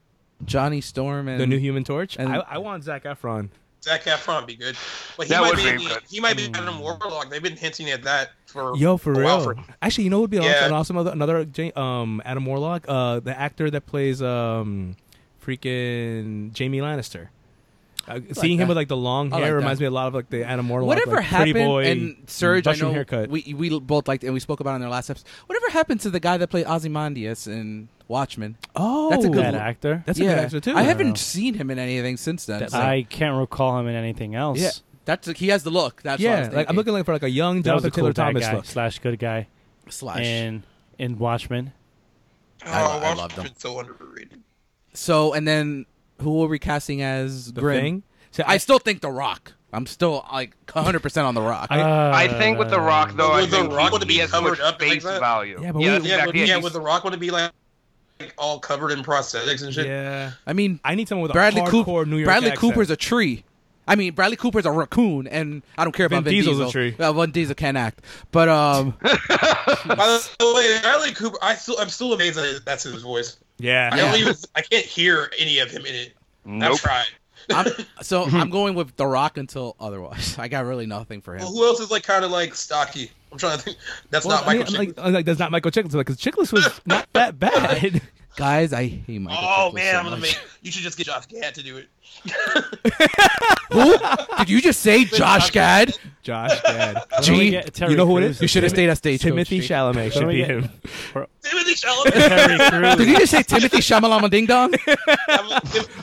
[SPEAKER 1] Johnny Storm and
[SPEAKER 3] the new Human Torch.
[SPEAKER 1] and-
[SPEAKER 3] I, I want Zach Efron.
[SPEAKER 5] Zach Efron would be good. But he
[SPEAKER 4] That
[SPEAKER 5] might
[SPEAKER 4] would
[SPEAKER 5] be,
[SPEAKER 4] be good.
[SPEAKER 5] he might be Adam Warlock. They've been hinting at that for
[SPEAKER 3] Hmm. Yo, for
[SPEAKER 5] a while
[SPEAKER 3] real. Actually, you know what would be awesome-
[SPEAKER 5] Yeah.
[SPEAKER 3] an awesome other, another Ja- um Adam Warlock, uh, the actor that plays um freaking Jamie Lannister. Uh, seeing him
[SPEAKER 1] that.
[SPEAKER 3] with like the long
[SPEAKER 1] I
[SPEAKER 3] hair
[SPEAKER 1] like that.
[SPEAKER 3] reminds me a lot of like the Adam Warlock.
[SPEAKER 1] Whatever
[SPEAKER 3] like,
[SPEAKER 1] happened
[SPEAKER 3] pretty boy,
[SPEAKER 1] and Serge, I
[SPEAKER 3] mushroom
[SPEAKER 1] know
[SPEAKER 3] haircut.
[SPEAKER 1] we we both liked and we spoke about it in their last episode. Whatever happened to the guy that played Ozymandias in Watchmen?
[SPEAKER 3] oh,
[SPEAKER 1] That's a good
[SPEAKER 2] that
[SPEAKER 1] look.
[SPEAKER 2] actor.
[SPEAKER 3] That's a
[SPEAKER 1] Yeah.
[SPEAKER 3] good actor too.
[SPEAKER 1] I
[SPEAKER 2] know.
[SPEAKER 1] haven't seen him in anything since then. so-
[SPEAKER 2] I can't recall him in anything else.
[SPEAKER 1] yeah, that's he has the look. That's what I
[SPEAKER 3] yeah,
[SPEAKER 1] was
[SPEAKER 3] like I'm
[SPEAKER 1] thinking.
[SPEAKER 3] looking like for like a young
[SPEAKER 2] that was
[SPEAKER 3] Jonathan
[SPEAKER 2] a cool
[SPEAKER 3] Taylor
[SPEAKER 2] bad
[SPEAKER 3] Thomas
[SPEAKER 2] guy
[SPEAKER 3] look.
[SPEAKER 2] slash good guy
[SPEAKER 1] slash.
[SPEAKER 2] in in Watchmen.
[SPEAKER 5] Oh,
[SPEAKER 1] I- I loved
[SPEAKER 5] Watchmen's
[SPEAKER 1] him.
[SPEAKER 5] So underrated.
[SPEAKER 1] so and then who are we casting as
[SPEAKER 3] The
[SPEAKER 1] Grim?
[SPEAKER 3] thing. So
[SPEAKER 1] I still think The Rock. I'm still like 100 percent on The Rock.
[SPEAKER 4] I
[SPEAKER 1] uh,
[SPEAKER 4] think with The Rock, though, I
[SPEAKER 5] Would The
[SPEAKER 4] think
[SPEAKER 5] Rock
[SPEAKER 4] he,
[SPEAKER 5] want to be
[SPEAKER 4] he has so
[SPEAKER 5] covered
[SPEAKER 4] much
[SPEAKER 5] up like
[SPEAKER 4] face
[SPEAKER 5] that?
[SPEAKER 4] value.
[SPEAKER 3] Yeah, but we-
[SPEAKER 4] that's
[SPEAKER 5] Yeah,
[SPEAKER 4] exactly
[SPEAKER 5] would,
[SPEAKER 4] it.
[SPEAKER 5] yeah,
[SPEAKER 4] He's-
[SPEAKER 5] would The Rock want to be like, like all covered in prosthetics and shit?
[SPEAKER 3] yeah.
[SPEAKER 1] I mean,
[SPEAKER 3] I need someone with
[SPEAKER 1] Bradley
[SPEAKER 3] a hardcore
[SPEAKER 1] Cooper.
[SPEAKER 3] New York
[SPEAKER 1] Bradley
[SPEAKER 3] accent.
[SPEAKER 1] Cooper's a tree. I mean, Bradley Cooper's a raccoon, and I don't care about
[SPEAKER 3] Vin
[SPEAKER 1] Vin
[SPEAKER 3] Diesel's a
[SPEAKER 1] Diesel.
[SPEAKER 3] tree.
[SPEAKER 1] Uh, Vin Diesel can't act, but um,
[SPEAKER 5] By the way, Bradley Cooper, I still, I'm still amazed that that's his voice. I
[SPEAKER 3] yeah.
[SPEAKER 5] don't even, I can't hear any of him in it.
[SPEAKER 4] Nope.
[SPEAKER 5] I've tried.
[SPEAKER 1] I'm, so I'm going with The Rock until otherwise. I got really nothing for him.
[SPEAKER 5] Well, who else is like kind of like stocky? I'm trying to think. That's
[SPEAKER 3] Well,
[SPEAKER 5] not
[SPEAKER 3] I mean,
[SPEAKER 5] Michael.
[SPEAKER 3] like,
[SPEAKER 5] Chiklis.
[SPEAKER 3] like, that's not Michael Chiklis because Chiklis was not that bad.
[SPEAKER 1] Guys, I hate Michael.
[SPEAKER 5] oh
[SPEAKER 1] Chiklis
[SPEAKER 5] man,
[SPEAKER 1] so
[SPEAKER 5] I'm gonna
[SPEAKER 1] much.
[SPEAKER 5] make. You should just get Josh Gad to do it.
[SPEAKER 1] Who did you just say, Josh Gad?
[SPEAKER 3] Josh Gad.
[SPEAKER 1] Gee,
[SPEAKER 3] you know who it is?
[SPEAKER 1] You should have stayed at stage.
[SPEAKER 3] Timothy
[SPEAKER 1] coach, Jake.
[SPEAKER 3] Chalamet should
[SPEAKER 2] Don't
[SPEAKER 3] be
[SPEAKER 2] we
[SPEAKER 3] him.
[SPEAKER 5] Timothy Chalamet.
[SPEAKER 2] Terry
[SPEAKER 1] Did
[SPEAKER 2] Crews.
[SPEAKER 1] you just say Timothy Shamalama Ding Dong?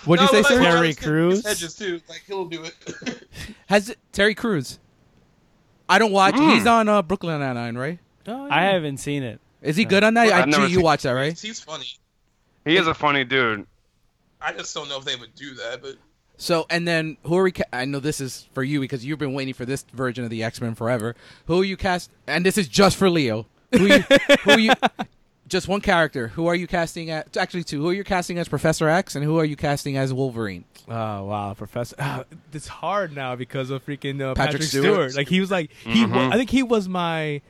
[SPEAKER 1] What'd you say, sir?
[SPEAKER 2] Terry Crews?
[SPEAKER 5] Hedges too. Like he'll do it.
[SPEAKER 1] Has it- Terry Crews? I don't watch. He's on uh, Brooklyn Nine Nine, right?
[SPEAKER 3] Oh,
[SPEAKER 2] I haven't seen it.
[SPEAKER 1] Is he good on that?
[SPEAKER 4] I've
[SPEAKER 1] I,
[SPEAKER 4] never
[SPEAKER 1] G, you
[SPEAKER 4] seen-
[SPEAKER 1] watch that, right?
[SPEAKER 5] He's funny.
[SPEAKER 4] He is a funny dude.
[SPEAKER 5] I just don't know if they would do that, but
[SPEAKER 1] So, and then who are we? Ca- I know this is for you because you've been waiting for this version of the X Men forever. Who are you cast? And this is just for Leo. Who you? who you? Just one character. Who are you casting at? Actually, two. Who are you casting as Professor X, and who are you casting as Wolverine?
[SPEAKER 3] Oh wow, Professor! ah, it's hard now because of freaking uh, Patrick,
[SPEAKER 1] Patrick
[SPEAKER 3] Stewart.
[SPEAKER 1] Stewart. Mm-hmm.
[SPEAKER 3] Like he was like he. wa- I think he was my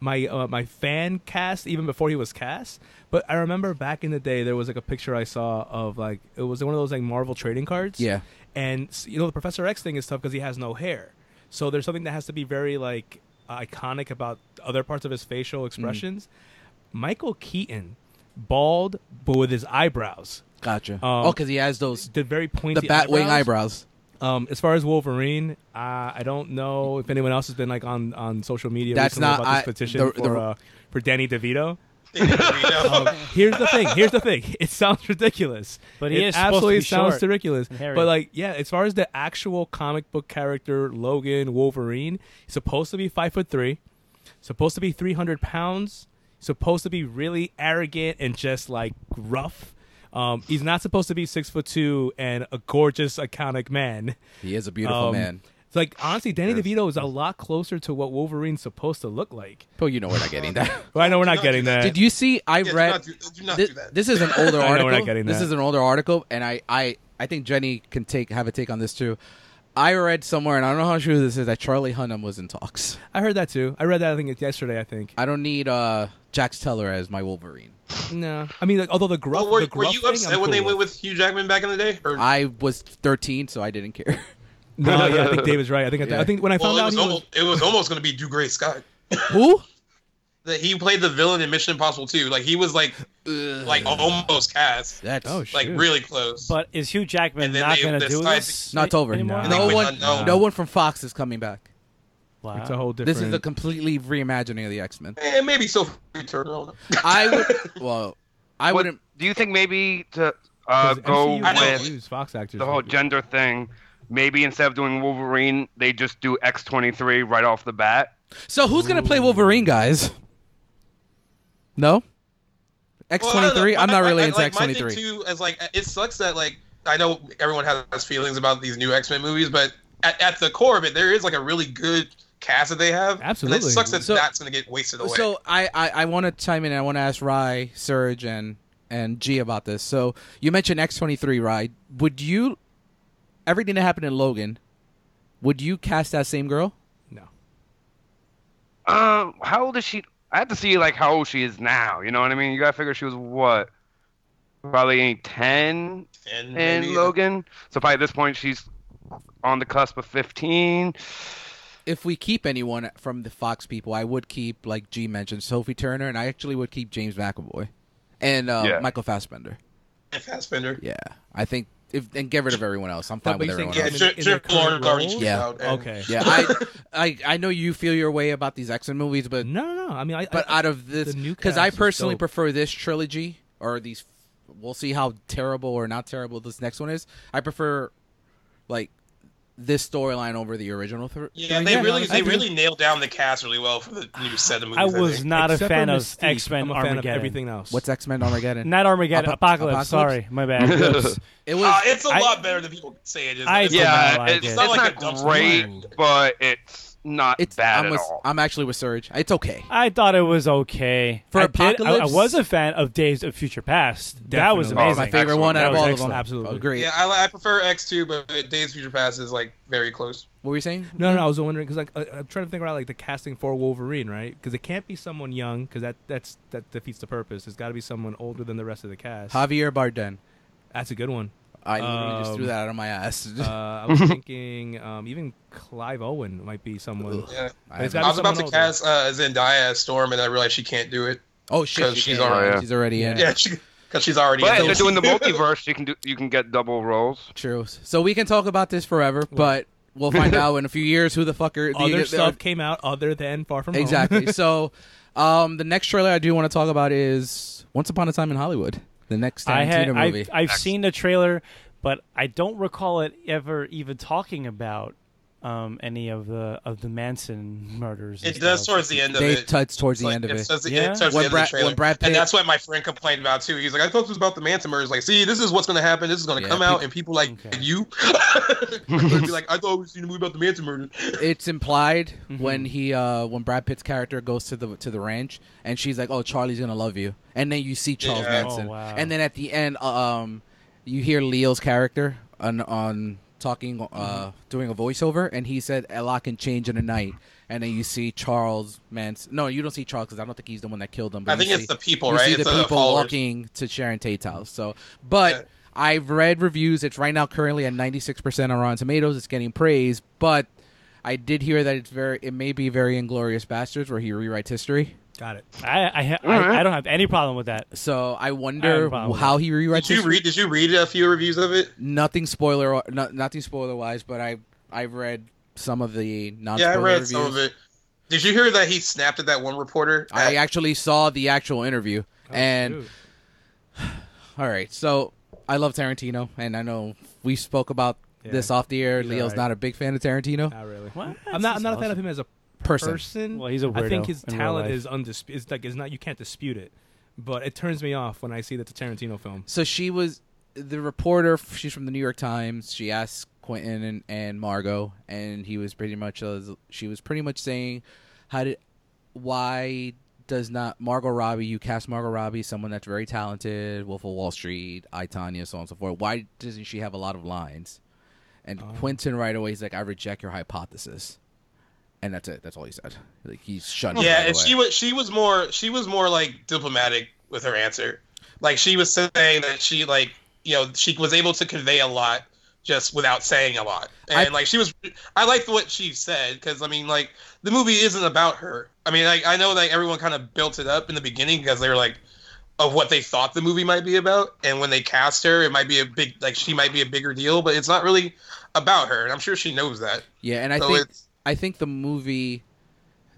[SPEAKER 3] my uh, my fan cast even before he was cast. But I remember back in the day there was like a picture I saw of like it was one of those like Marvel trading cards.
[SPEAKER 1] Yeah.
[SPEAKER 3] and s- you know the Professor X thing is tough because he has no hair. So there's something that has to be very like iconic about other parts of his
[SPEAKER 1] Mm.
[SPEAKER 3] facial expressions. Michael Keaton, bald but with his eyebrows,
[SPEAKER 1] Gotcha.
[SPEAKER 3] Um,
[SPEAKER 1] oh, because he has those
[SPEAKER 3] the very pointy
[SPEAKER 1] the Batwing eyebrows.
[SPEAKER 3] um, as far as Wolverine, uh, I don't know if anyone else has been like on, on social media
[SPEAKER 1] That's
[SPEAKER 3] recently
[SPEAKER 1] not-
[SPEAKER 3] about this
[SPEAKER 1] I-
[SPEAKER 3] petition
[SPEAKER 1] the-
[SPEAKER 3] for
[SPEAKER 1] the-
[SPEAKER 3] uh, for Danny DeVito. Um,
[SPEAKER 5] they didn't really know.
[SPEAKER 3] Here's the thing. Here's the thing. It sounds ridiculous,
[SPEAKER 2] But he
[SPEAKER 3] it
[SPEAKER 2] is supposed to
[SPEAKER 3] absolutely
[SPEAKER 2] be
[SPEAKER 3] sounds
[SPEAKER 2] short
[SPEAKER 3] ridiculous.
[SPEAKER 2] and hairy.
[SPEAKER 3] But like, yeah, as far as the actual comic book character Logan Wolverine, he's supposed to be five foot three, supposed to be three hundred pounds, supposed to be really arrogant and just like rough. Um, he's not supposed to be six foot two and a gorgeous, iconic man.
[SPEAKER 1] He is a beautiful
[SPEAKER 3] Um,
[SPEAKER 1] man.
[SPEAKER 3] It's like honestly, Danny DeVito is a lot closer to what Wolverine's supposed to look like.
[SPEAKER 1] Oh, you know we're not getting
[SPEAKER 5] um,
[SPEAKER 1] that.
[SPEAKER 3] Well, I know we're not
[SPEAKER 5] not
[SPEAKER 3] getting
[SPEAKER 5] do
[SPEAKER 3] that.
[SPEAKER 1] Did you see? I
[SPEAKER 5] Yeah, do
[SPEAKER 1] read.
[SPEAKER 5] not do- do not
[SPEAKER 1] thi-
[SPEAKER 5] do
[SPEAKER 1] this,
[SPEAKER 5] that.
[SPEAKER 1] is an older
[SPEAKER 3] I know
[SPEAKER 1] article.
[SPEAKER 3] we're not getting
[SPEAKER 1] This
[SPEAKER 3] that.
[SPEAKER 1] is an older article, and I, I, I think Jenny can take have a take on this too. I read somewhere, and I don't know how true this is, that Charlie Hunnam was in talks.
[SPEAKER 3] I heard that too. I read that I think it's yesterday. I think
[SPEAKER 1] I don't need uh, Jax Teller as my Wolverine.
[SPEAKER 3] no. I mean, like, although the gruff,
[SPEAKER 5] Well, were,
[SPEAKER 3] the
[SPEAKER 5] were
[SPEAKER 3] gruff
[SPEAKER 5] you
[SPEAKER 3] thing, I'm
[SPEAKER 5] upset when
[SPEAKER 3] cool
[SPEAKER 5] they went with Hugh Jackman back in the day? Or
[SPEAKER 1] I was 13, so I didn't care.
[SPEAKER 3] No, yeah, I think David's right. I think
[SPEAKER 1] Yeah.
[SPEAKER 3] I think when I
[SPEAKER 5] well,
[SPEAKER 3] found
[SPEAKER 5] it
[SPEAKER 3] out
[SPEAKER 5] was,
[SPEAKER 3] he was,
[SPEAKER 5] almost, it was almost going to be Do Great Scott.
[SPEAKER 1] Who?
[SPEAKER 5] That he played the villain in Mission Impossible 2. Like he was like like almost cast,
[SPEAKER 1] That's
[SPEAKER 3] Oh,
[SPEAKER 1] oh,
[SPEAKER 3] sh-
[SPEAKER 5] like
[SPEAKER 3] shoot.
[SPEAKER 5] really close.
[SPEAKER 2] But is Hugh Jackman
[SPEAKER 5] And then
[SPEAKER 2] not
[SPEAKER 5] they-
[SPEAKER 2] going to
[SPEAKER 5] they
[SPEAKER 2] do
[SPEAKER 5] decide-
[SPEAKER 2] this?
[SPEAKER 1] not over.
[SPEAKER 2] anymore?
[SPEAKER 5] I
[SPEAKER 1] No
[SPEAKER 5] think we
[SPEAKER 1] one,
[SPEAKER 5] don't know.
[SPEAKER 1] no one from Fox is coming back.
[SPEAKER 2] Wow.
[SPEAKER 3] It's a whole different.
[SPEAKER 1] This is a completely reimagining of the X Men.
[SPEAKER 5] Eh, maybe Sophie Turner.
[SPEAKER 1] I would. Well, I
[SPEAKER 4] What,
[SPEAKER 1] wouldn't.
[SPEAKER 4] do you think maybe to uh,
[SPEAKER 3] 'cause
[SPEAKER 4] go
[SPEAKER 3] MCU doesn't
[SPEAKER 4] with
[SPEAKER 3] use Fox actors.
[SPEAKER 4] the whole gender thing? Maybe instead of doing Wolverine, they just do X twenty three right off the bat.
[SPEAKER 1] So who's gonna play Wolverine, guys? No. X
[SPEAKER 5] Well, I
[SPEAKER 1] twenty
[SPEAKER 5] don't know.
[SPEAKER 1] three. I'm
[SPEAKER 5] My-
[SPEAKER 1] not
[SPEAKER 5] my-
[SPEAKER 1] really
[SPEAKER 5] I-
[SPEAKER 1] into
[SPEAKER 5] like,
[SPEAKER 1] X twenty three.
[SPEAKER 5] My thing too is like it sucks that like I know everyone has feelings about these new X Men movies, but at, at the core of it, there is like a really good cast that they have. and
[SPEAKER 3] Absolutely.
[SPEAKER 5] it sucks that
[SPEAKER 1] So-
[SPEAKER 5] that's going to get wasted away.
[SPEAKER 1] So I, I, I want to chime in. and I want to ask Rye, Serge, and and G about this. So you mentioned X twenty three, Rye. Would you everything that happened in Logan? Would you cast that same girl?
[SPEAKER 3] No.
[SPEAKER 4] Uh, how old is she? I have to see like how old she is now. You know what I mean? You gotta figure she was what, probably ten
[SPEAKER 5] and
[SPEAKER 4] in
[SPEAKER 5] maybe-
[SPEAKER 4] Logan. So probably at this point she's on the cusp of fifteen.
[SPEAKER 1] If we keep anyone from the Fox people, I would keep like G mentioned Sophie Turner, and I actually would keep James McAvoy and uh,
[SPEAKER 4] Yeah.
[SPEAKER 1] Michael Fassbender.
[SPEAKER 5] Fassbender.
[SPEAKER 1] Yeah, I think if and get rid of everyone else. I'm fine
[SPEAKER 3] but
[SPEAKER 1] with
[SPEAKER 3] you think-
[SPEAKER 1] everyone
[SPEAKER 5] Yeah,
[SPEAKER 1] else.
[SPEAKER 3] in
[SPEAKER 5] Jer-
[SPEAKER 3] the- in
[SPEAKER 5] Jer-
[SPEAKER 3] their current
[SPEAKER 5] Lawrence already
[SPEAKER 3] roles?
[SPEAKER 5] cheated
[SPEAKER 1] Yeah.
[SPEAKER 5] out, and-
[SPEAKER 3] Okay.
[SPEAKER 1] Yeah, I, I I know you feel your way about these X Men movies, but
[SPEAKER 3] No, no, no. I mean, I,
[SPEAKER 1] but
[SPEAKER 3] I,
[SPEAKER 1] out of this
[SPEAKER 3] the new
[SPEAKER 1] because
[SPEAKER 3] cast
[SPEAKER 1] I
[SPEAKER 3] is
[SPEAKER 1] personally
[SPEAKER 3] dope.
[SPEAKER 1] prefer this trilogy or these we'll see how terrible or not terrible this next one is I prefer like this storyline over the original thr-
[SPEAKER 5] Yeah,
[SPEAKER 1] three.
[SPEAKER 5] they
[SPEAKER 3] Yeah, no,
[SPEAKER 5] really
[SPEAKER 3] I
[SPEAKER 5] they
[SPEAKER 3] do.
[SPEAKER 5] really nailed down the cast really well for the new set of
[SPEAKER 2] I
[SPEAKER 5] movies.
[SPEAKER 2] was
[SPEAKER 5] think.
[SPEAKER 2] not a
[SPEAKER 3] Except for
[SPEAKER 2] fan of
[SPEAKER 3] Mystique,
[SPEAKER 2] X Men
[SPEAKER 3] I'm a fan
[SPEAKER 2] Armageddon.
[SPEAKER 3] of everything else.
[SPEAKER 1] what's X-Men Armageddon
[SPEAKER 2] Not Armageddon.
[SPEAKER 1] Apo-
[SPEAKER 2] Apocalypse,
[SPEAKER 1] Apocalypse?
[SPEAKER 2] Sorry, my bad.
[SPEAKER 1] it
[SPEAKER 5] Uh,
[SPEAKER 1] was
[SPEAKER 5] it's a
[SPEAKER 2] I-
[SPEAKER 5] lot better than people say it is.
[SPEAKER 2] I-
[SPEAKER 5] It's-
[SPEAKER 2] Yeah,
[SPEAKER 4] Yeah,
[SPEAKER 2] like
[SPEAKER 4] it's,
[SPEAKER 2] it.
[SPEAKER 4] it's
[SPEAKER 5] Not
[SPEAKER 4] not,
[SPEAKER 5] like a dumpster
[SPEAKER 4] great,
[SPEAKER 5] fire.
[SPEAKER 4] but it's not
[SPEAKER 1] it's
[SPEAKER 4] bad
[SPEAKER 1] I'm,
[SPEAKER 4] at
[SPEAKER 1] with-
[SPEAKER 4] all.
[SPEAKER 1] I'm actually with Surge it's okay
[SPEAKER 2] I thought it was okay.
[SPEAKER 1] For
[SPEAKER 2] I did- I- I,
[SPEAKER 1] Apocalypse?
[SPEAKER 2] was a fan of Days of Future Past. That was
[SPEAKER 3] Definitely.
[SPEAKER 2] amazing.
[SPEAKER 1] it's my favorite one
[SPEAKER 2] That
[SPEAKER 1] out of
[SPEAKER 2] was
[SPEAKER 1] all of
[SPEAKER 2] excellent.
[SPEAKER 1] them Oh,
[SPEAKER 3] Absolutely.
[SPEAKER 1] agree
[SPEAKER 5] yeah, I, li- I prefer X two, but Days of Future Past is like very close.
[SPEAKER 1] what were you saying
[SPEAKER 3] No, no, I was wondering because like, I, I'm trying to think about like the casting for Wolverine, right? Because it can't be someone young because that that's that defeats the purpose. It's got to be someone older than the rest of the cast.
[SPEAKER 1] Javier Bardem
[SPEAKER 3] That's a good one.
[SPEAKER 1] I literally just threw
[SPEAKER 3] Um,
[SPEAKER 1] that out of my ass
[SPEAKER 3] Uh, I was thinking um, even Clive Owen might be someone.
[SPEAKER 5] Yeah.
[SPEAKER 1] I
[SPEAKER 3] it's
[SPEAKER 1] haven't-
[SPEAKER 5] I was
[SPEAKER 3] someone
[SPEAKER 5] about to
[SPEAKER 3] older.
[SPEAKER 5] cast uh, Zendaya as Storm, and I realized she can't do it.
[SPEAKER 1] oh shit
[SPEAKER 5] 'cause
[SPEAKER 1] she
[SPEAKER 5] she's
[SPEAKER 1] can't.
[SPEAKER 4] already-
[SPEAKER 1] she's already in
[SPEAKER 5] Yeah, because she's already.
[SPEAKER 4] But
[SPEAKER 5] in
[SPEAKER 4] if they're
[SPEAKER 5] it.
[SPEAKER 4] doing the multiverse, you can do you can get double roles.
[SPEAKER 1] true so we can talk about this forever but we'll find out in a few years who the fuck are
[SPEAKER 3] Other
[SPEAKER 1] the,
[SPEAKER 3] stuff came out other than Far From Home.
[SPEAKER 1] Exactly. so, um, the next trailer I do want to talk about is Once Upon a Time in Hollywood, the next Tarantino
[SPEAKER 2] I had,
[SPEAKER 1] movie.
[SPEAKER 2] I've, I've seen the trailer, but I don't recall it ever even talking about um, any of the of the Manson murders. and
[SPEAKER 5] It does
[SPEAKER 2] stuff.
[SPEAKER 5] towards the end of
[SPEAKER 1] they
[SPEAKER 5] it.
[SPEAKER 1] touched towards the
[SPEAKER 5] Like,
[SPEAKER 1] end of
[SPEAKER 5] it's
[SPEAKER 1] it.
[SPEAKER 5] towards the-
[SPEAKER 2] Yeah.
[SPEAKER 5] it's towards the
[SPEAKER 1] When
[SPEAKER 5] end of
[SPEAKER 1] Brad-
[SPEAKER 5] the trailer.
[SPEAKER 1] when Brad Pitt-
[SPEAKER 5] and that's what my friend complained about too. He's like, I thought this was about the Manson murders. Like, see, this is what's going to happen. This is going to
[SPEAKER 1] Yeah,
[SPEAKER 5] come out, and people like
[SPEAKER 2] Okay.
[SPEAKER 5] you would be like, I thought we seen a movie about the Manson murders.
[SPEAKER 1] It's implied
[SPEAKER 2] Mm-hmm.
[SPEAKER 1] when he, uh, when Brad Pitt's character goes to the to the ranch, and she's like, "Oh, Charlie's gonna love you," and then you see Charles
[SPEAKER 5] Yeah.
[SPEAKER 1] Manson,
[SPEAKER 2] Oh, wow.
[SPEAKER 1] and then at the end, uh, um, you hear Leo's character on on talking,
[SPEAKER 2] Mm-hmm.
[SPEAKER 1] uh, doing a voiceover, and he said, "A lot can change in a night." And then you see Charles Manson. No, you don't see Charles because I don't think he's the one that killed him. But
[SPEAKER 5] I think
[SPEAKER 1] you
[SPEAKER 5] it's
[SPEAKER 1] see-
[SPEAKER 5] the people,
[SPEAKER 1] you
[SPEAKER 5] right?
[SPEAKER 1] see
[SPEAKER 5] it's
[SPEAKER 1] the people
[SPEAKER 5] followers.
[SPEAKER 1] walking to Sharon Tate's house. So, but
[SPEAKER 5] Yeah.
[SPEAKER 1] I've read reviews. It's right now currently at ninety six percent on Rotten Tomatoes. It's getting praise, but I did hear that it's very. It may be very Inglorious Bastards where he rewrites history.
[SPEAKER 3] Got it.
[SPEAKER 2] I I, ha- I I don't have any problem with that.
[SPEAKER 1] So I
[SPEAKER 2] I have
[SPEAKER 1] wonder
[SPEAKER 2] a problem with
[SPEAKER 1] how he
[SPEAKER 5] Did
[SPEAKER 1] rewrites.
[SPEAKER 5] you
[SPEAKER 1] history.
[SPEAKER 5] read? Did you read a few reviews of it?
[SPEAKER 1] nothing spoiler, no, nothing spoiler wise, but I I've read some of the non.
[SPEAKER 5] Yeah, I read
[SPEAKER 1] reviews.
[SPEAKER 5] some of it. Did you hear that he snapped at that one reporter?
[SPEAKER 1] I
[SPEAKER 5] Uh,
[SPEAKER 1] actually saw the actual interview, and
[SPEAKER 3] Shoot.
[SPEAKER 1] All right, so I love Tarantino, and I know we spoke about
[SPEAKER 3] Yeah.
[SPEAKER 1] this off the air.
[SPEAKER 3] He's
[SPEAKER 1] Leo's
[SPEAKER 3] alright.
[SPEAKER 1] not a big fan of Tarantino.
[SPEAKER 3] not really.
[SPEAKER 2] What?
[SPEAKER 3] I'm not. I'm not a fan of him as a
[SPEAKER 1] Person.
[SPEAKER 2] Well, he's a
[SPEAKER 3] I think
[SPEAKER 2] weirdo
[SPEAKER 3] his
[SPEAKER 2] in real
[SPEAKER 3] talent
[SPEAKER 2] life.
[SPEAKER 3] is undisputed. Like, it's not. You can't dispute it. But it turns me off when I see that it's a Tarantino film.
[SPEAKER 1] So she was the reporter. She's from the New York Times. She asked Quentin and, and Margot, and he was pretty much uh, she was pretty much saying, "How did? Why does not Margot Robbie? You cast Margot Robbie, someone that's very talented, Wolf of Wall Street, I Tanya, so on and so forth. Why doesn't she have a lot of lines?" And Quentin right away, he's like, "I reject your hypothesis." And that's it. That's all he said. Like he's shunned. her
[SPEAKER 5] yeah,
[SPEAKER 1] right
[SPEAKER 5] and
[SPEAKER 1] away.
[SPEAKER 5] she was she was more she was more like diplomatic with her answer. Like she was saying that she like you know she was able to convey a lot just without saying a lot, and
[SPEAKER 1] I-
[SPEAKER 5] like she was. I liked what she said because I mean like the movie isn't about her. I mean like I know like everyone kind of built it up in the beginning because they were like of what they thought the movie might be about, and when they cast her, it might be a big like she might be a bigger deal, but it's not really about her, and I'm sure she knows that.
[SPEAKER 1] Yeah, and I
[SPEAKER 5] So
[SPEAKER 1] think
[SPEAKER 5] it's-
[SPEAKER 1] I think the movie,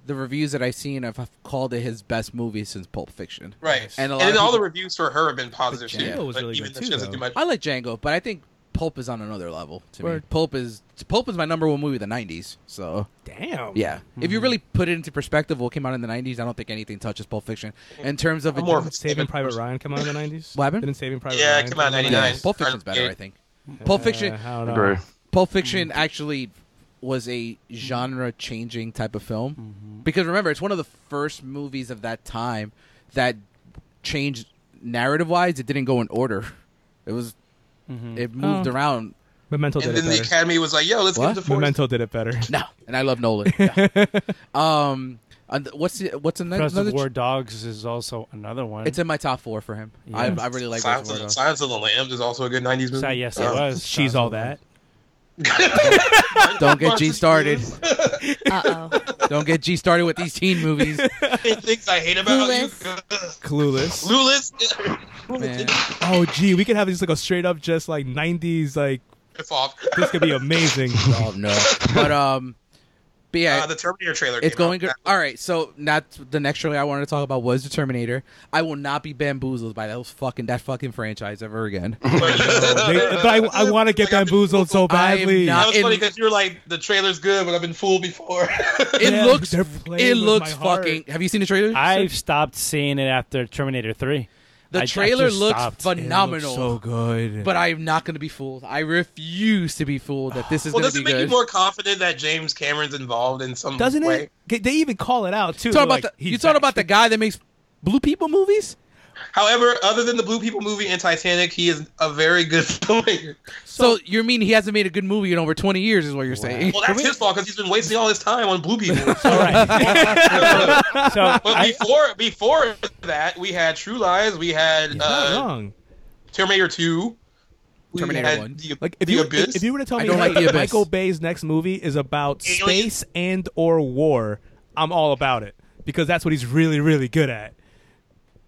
[SPEAKER 1] the reviews that I've seen have have called it his best movie since Pulp Fiction.
[SPEAKER 5] Right.
[SPEAKER 1] And
[SPEAKER 5] And,
[SPEAKER 1] a lot
[SPEAKER 5] then
[SPEAKER 1] of
[SPEAKER 5] all the
[SPEAKER 1] people-
[SPEAKER 5] reviews for her have been positive too.
[SPEAKER 1] Django
[SPEAKER 3] was
[SPEAKER 5] but
[SPEAKER 3] really
[SPEAKER 5] even
[SPEAKER 3] good
[SPEAKER 5] if
[SPEAKER 3] too,
[SPEAKER 5] she doesn't
[SPEAKER 3] though.
[SPEAKER 5] do much.
[SPEAKER 1] I like Django, but I think Pulp is on another level to me.
[SPEAKER 3] Word.
[SPEAKER 1] Pulp is Pulp is my number one movie of the '90s. So
[SPEAKER 3] Damn.
[SPEAKER 1] yeah, if you really put it into perspective, what came out in the '90s, I don't think anything touches Pulp Fiction in terms of
[SPEAKER 5] I'm more of a
[SPEAKER 3] Saving Private Ryan come out in the nineties.
[SPEAKER 1] What happened?
[SPEAKER 3] Didn't Saving Private
[SPEAKER 5] Yeah,
[SPEAKER 3] Ryan
[SPEAKER 5] it came out in
[SPEAKER 1] Yeah,
[SPEAKER 5] 99.
[SPEAKER 1] Pulp Fiction's better, I think. Pulp Fiction,
[SPEAKER 3] Uh, I don't know.
[SPEAKER 4] Agree.
[SPEAKER 1] Pulp Fiction actually was a genre-changing type of film because remember, it's one of the first movies of that time that changed narrative-wise. It didn't go in order; it was it moved
[SPEAKER 3] Oh.
[SPEAKER 1] around.
[SPEAKER 3] Memento
[SPEAKER 5] And
[SPEAKER 3] did
[SPEAKER 5] then
[SPEAKER 3] it
[SPEAKER 5] the
[SPEAKER 3] better.
[SPEAKER 5] Academy was like, "Yo, let's
[SPEAKER 1] What?
[SPEAKER 5] give the force."
[SPEAKER 3] Memento did it better.
[SPEAKER 1] No, and I love Nolan. Yeah. um, and what's the, what's the next?
[SPEAKER 2] Because
[SPEAKER 1] Another
[SPEAKER 2] of War Dogs is also another one.
[SPEAKER 1] It's in my top four for him. I, I really like
[SPEAKER 5] Silence,
[SPEAKER 1] Reservoir
[SPEAKER 5] of the,
[SPEAKER 1] Dogs.
[SPEAKER 5] Silence of the Lambs is also a good '90s movie.
[SPEAKER 2] So, yes, it
[SPEAKER 5] Uh,
[SPEAKER 2] was.
[SPEAKER 3] She's all that.
[SPEAKER 1] Don't get G started.
[SPEAKER 6] Uh oh.
[SPEAKER 1] Don't get G started with these teen movies.
[SPEAKER 5] Things I hate about you.
[SPEAKER 3] Clueless.
[SPEAKER 5] Lulus.
[SPEAKER 1] Man.
[SPEAKER 3] Oh, gee, we could have just like a straight up just like '90s like
[SPEAKER 5] Piss off.
[SPEAKER 3] this could be amazing.
[SPEAKER 1] Oh no. But um, but yeah,
[SPEAKER 5] Uh, the Terminator trailer.
[SPEAKER 1] it's
[SPEAKER 5] came
[SPEAKER 1] going
[SPEAKER 5] out.
[SPEAKER 1] good. All right, so not the next trailer I wanted to talk about was the Terminator. I will not be bamboozled by those fucking that fucking franchise ever again.
[SPEAKER 3] They- but I, I want to get
[SPEAKER 5] Like, I've been
[SPEAKER 3] bamboozled so
[SPEAKER 1] I am
[SPEAKER 3] badly.
[SPEAKER 1] not-
[SPEAKER 5] That was
[SPEAKER 1] in-
[SPEAKER 5] funny because you were like, "The trailer's good, but I've been fooled before."
[SPEAKER 1] It
[SPEAKER 3] Yeah,
[SPEAKER 1] looks
[SPEAKER 3] they're playing
[SPEAKER 1] it
[SPEAKER 3] with
[SPEAKER 1] looks
[SPEAKER 3] my heart.
[SPEAKER 1] fucking. Have you seen the trailer?
[SPEAKER 2] I've stopped seeing it after Terminator 3. I-
[SPEAKER 1] the
[SPEAKER 2] I
[SPEAKER 1] trailer
[SPEAKER 2] just
[SPEAKER 1] looks
[SPEAKER 2] stopped.
[SPEAKER 3] It looks
[SPEAKER 1] phenomenal.
[SPEAKER 3] so good.
[SPEAKER 1] but I'm not going to be fooled. I refuse to be fooled that this is
[SPEAKER 5] well,
[SPEAKER 1] going to
[SPEAKER 5] doesn't
[SPEAKER 1] be
[SPEAKER 5] it make you
[SPEAKER 1] good.
[SPEAKER 5] more confident that James Cameron's involved in some
[SPEAKER 3] doesn't
[SPEAKER 5] way?
[SPEAKER 3] it? G- They even call it out too.
[SPEAKER 1] You talking
[SPEAKER 3] like,
[SPEAKER 1] about the,
[SPEAKER 3] he's
[SPEAKER 1] you talking about
[SPEAKER 3] back.
[SPEAKER 1] the guy that makes Blue People movies?
[SPEAKER 5] However, other than the Blue People movie and Titanic, he is a very good filmmaker.
[SPEAKER 1] So, you mean he hasn't made a good movie in over 20 years? Is what you're saying?
[SPEAKER 5] Well, that's his fault because he's been wasting all his time on Blue People.
[SPEAKER 2] All right. so,
[SPEAKER 5] But
[SPEAKER 2] I,
[SPEAKER 5] before before that, we had True Lies, we had
[SPEAKER 3] He's not
[SPEAKER 5] uh,
[SPEAKER 3] wrong.
[SPEAKER 5] Terminator Two, we
[SPEAKER 1] Terminator
[SPEAKER 5] had
[SPEAKER 1] one.
[SPEAKER 5] The,
[SPEAKER 3] Like if
[SPEAKER 5] The
[SPEAKER 3] you
[SPEAKER 5] Abyss.
[SPEAKER 3] if you were to tell
[SPEAKER 1] I
[SPEAKER 3] me
[SPEAKER 1] don't like
[SPEAKER 3] hey,
[SPEAKER 1] The Abyss.
[SPEAKER 3] Michael Bay's next movie is about
[SPEAKER 5] Aliens.
[SPEAKER 3] space and or war, I'm all about it because that's what he's really really good at.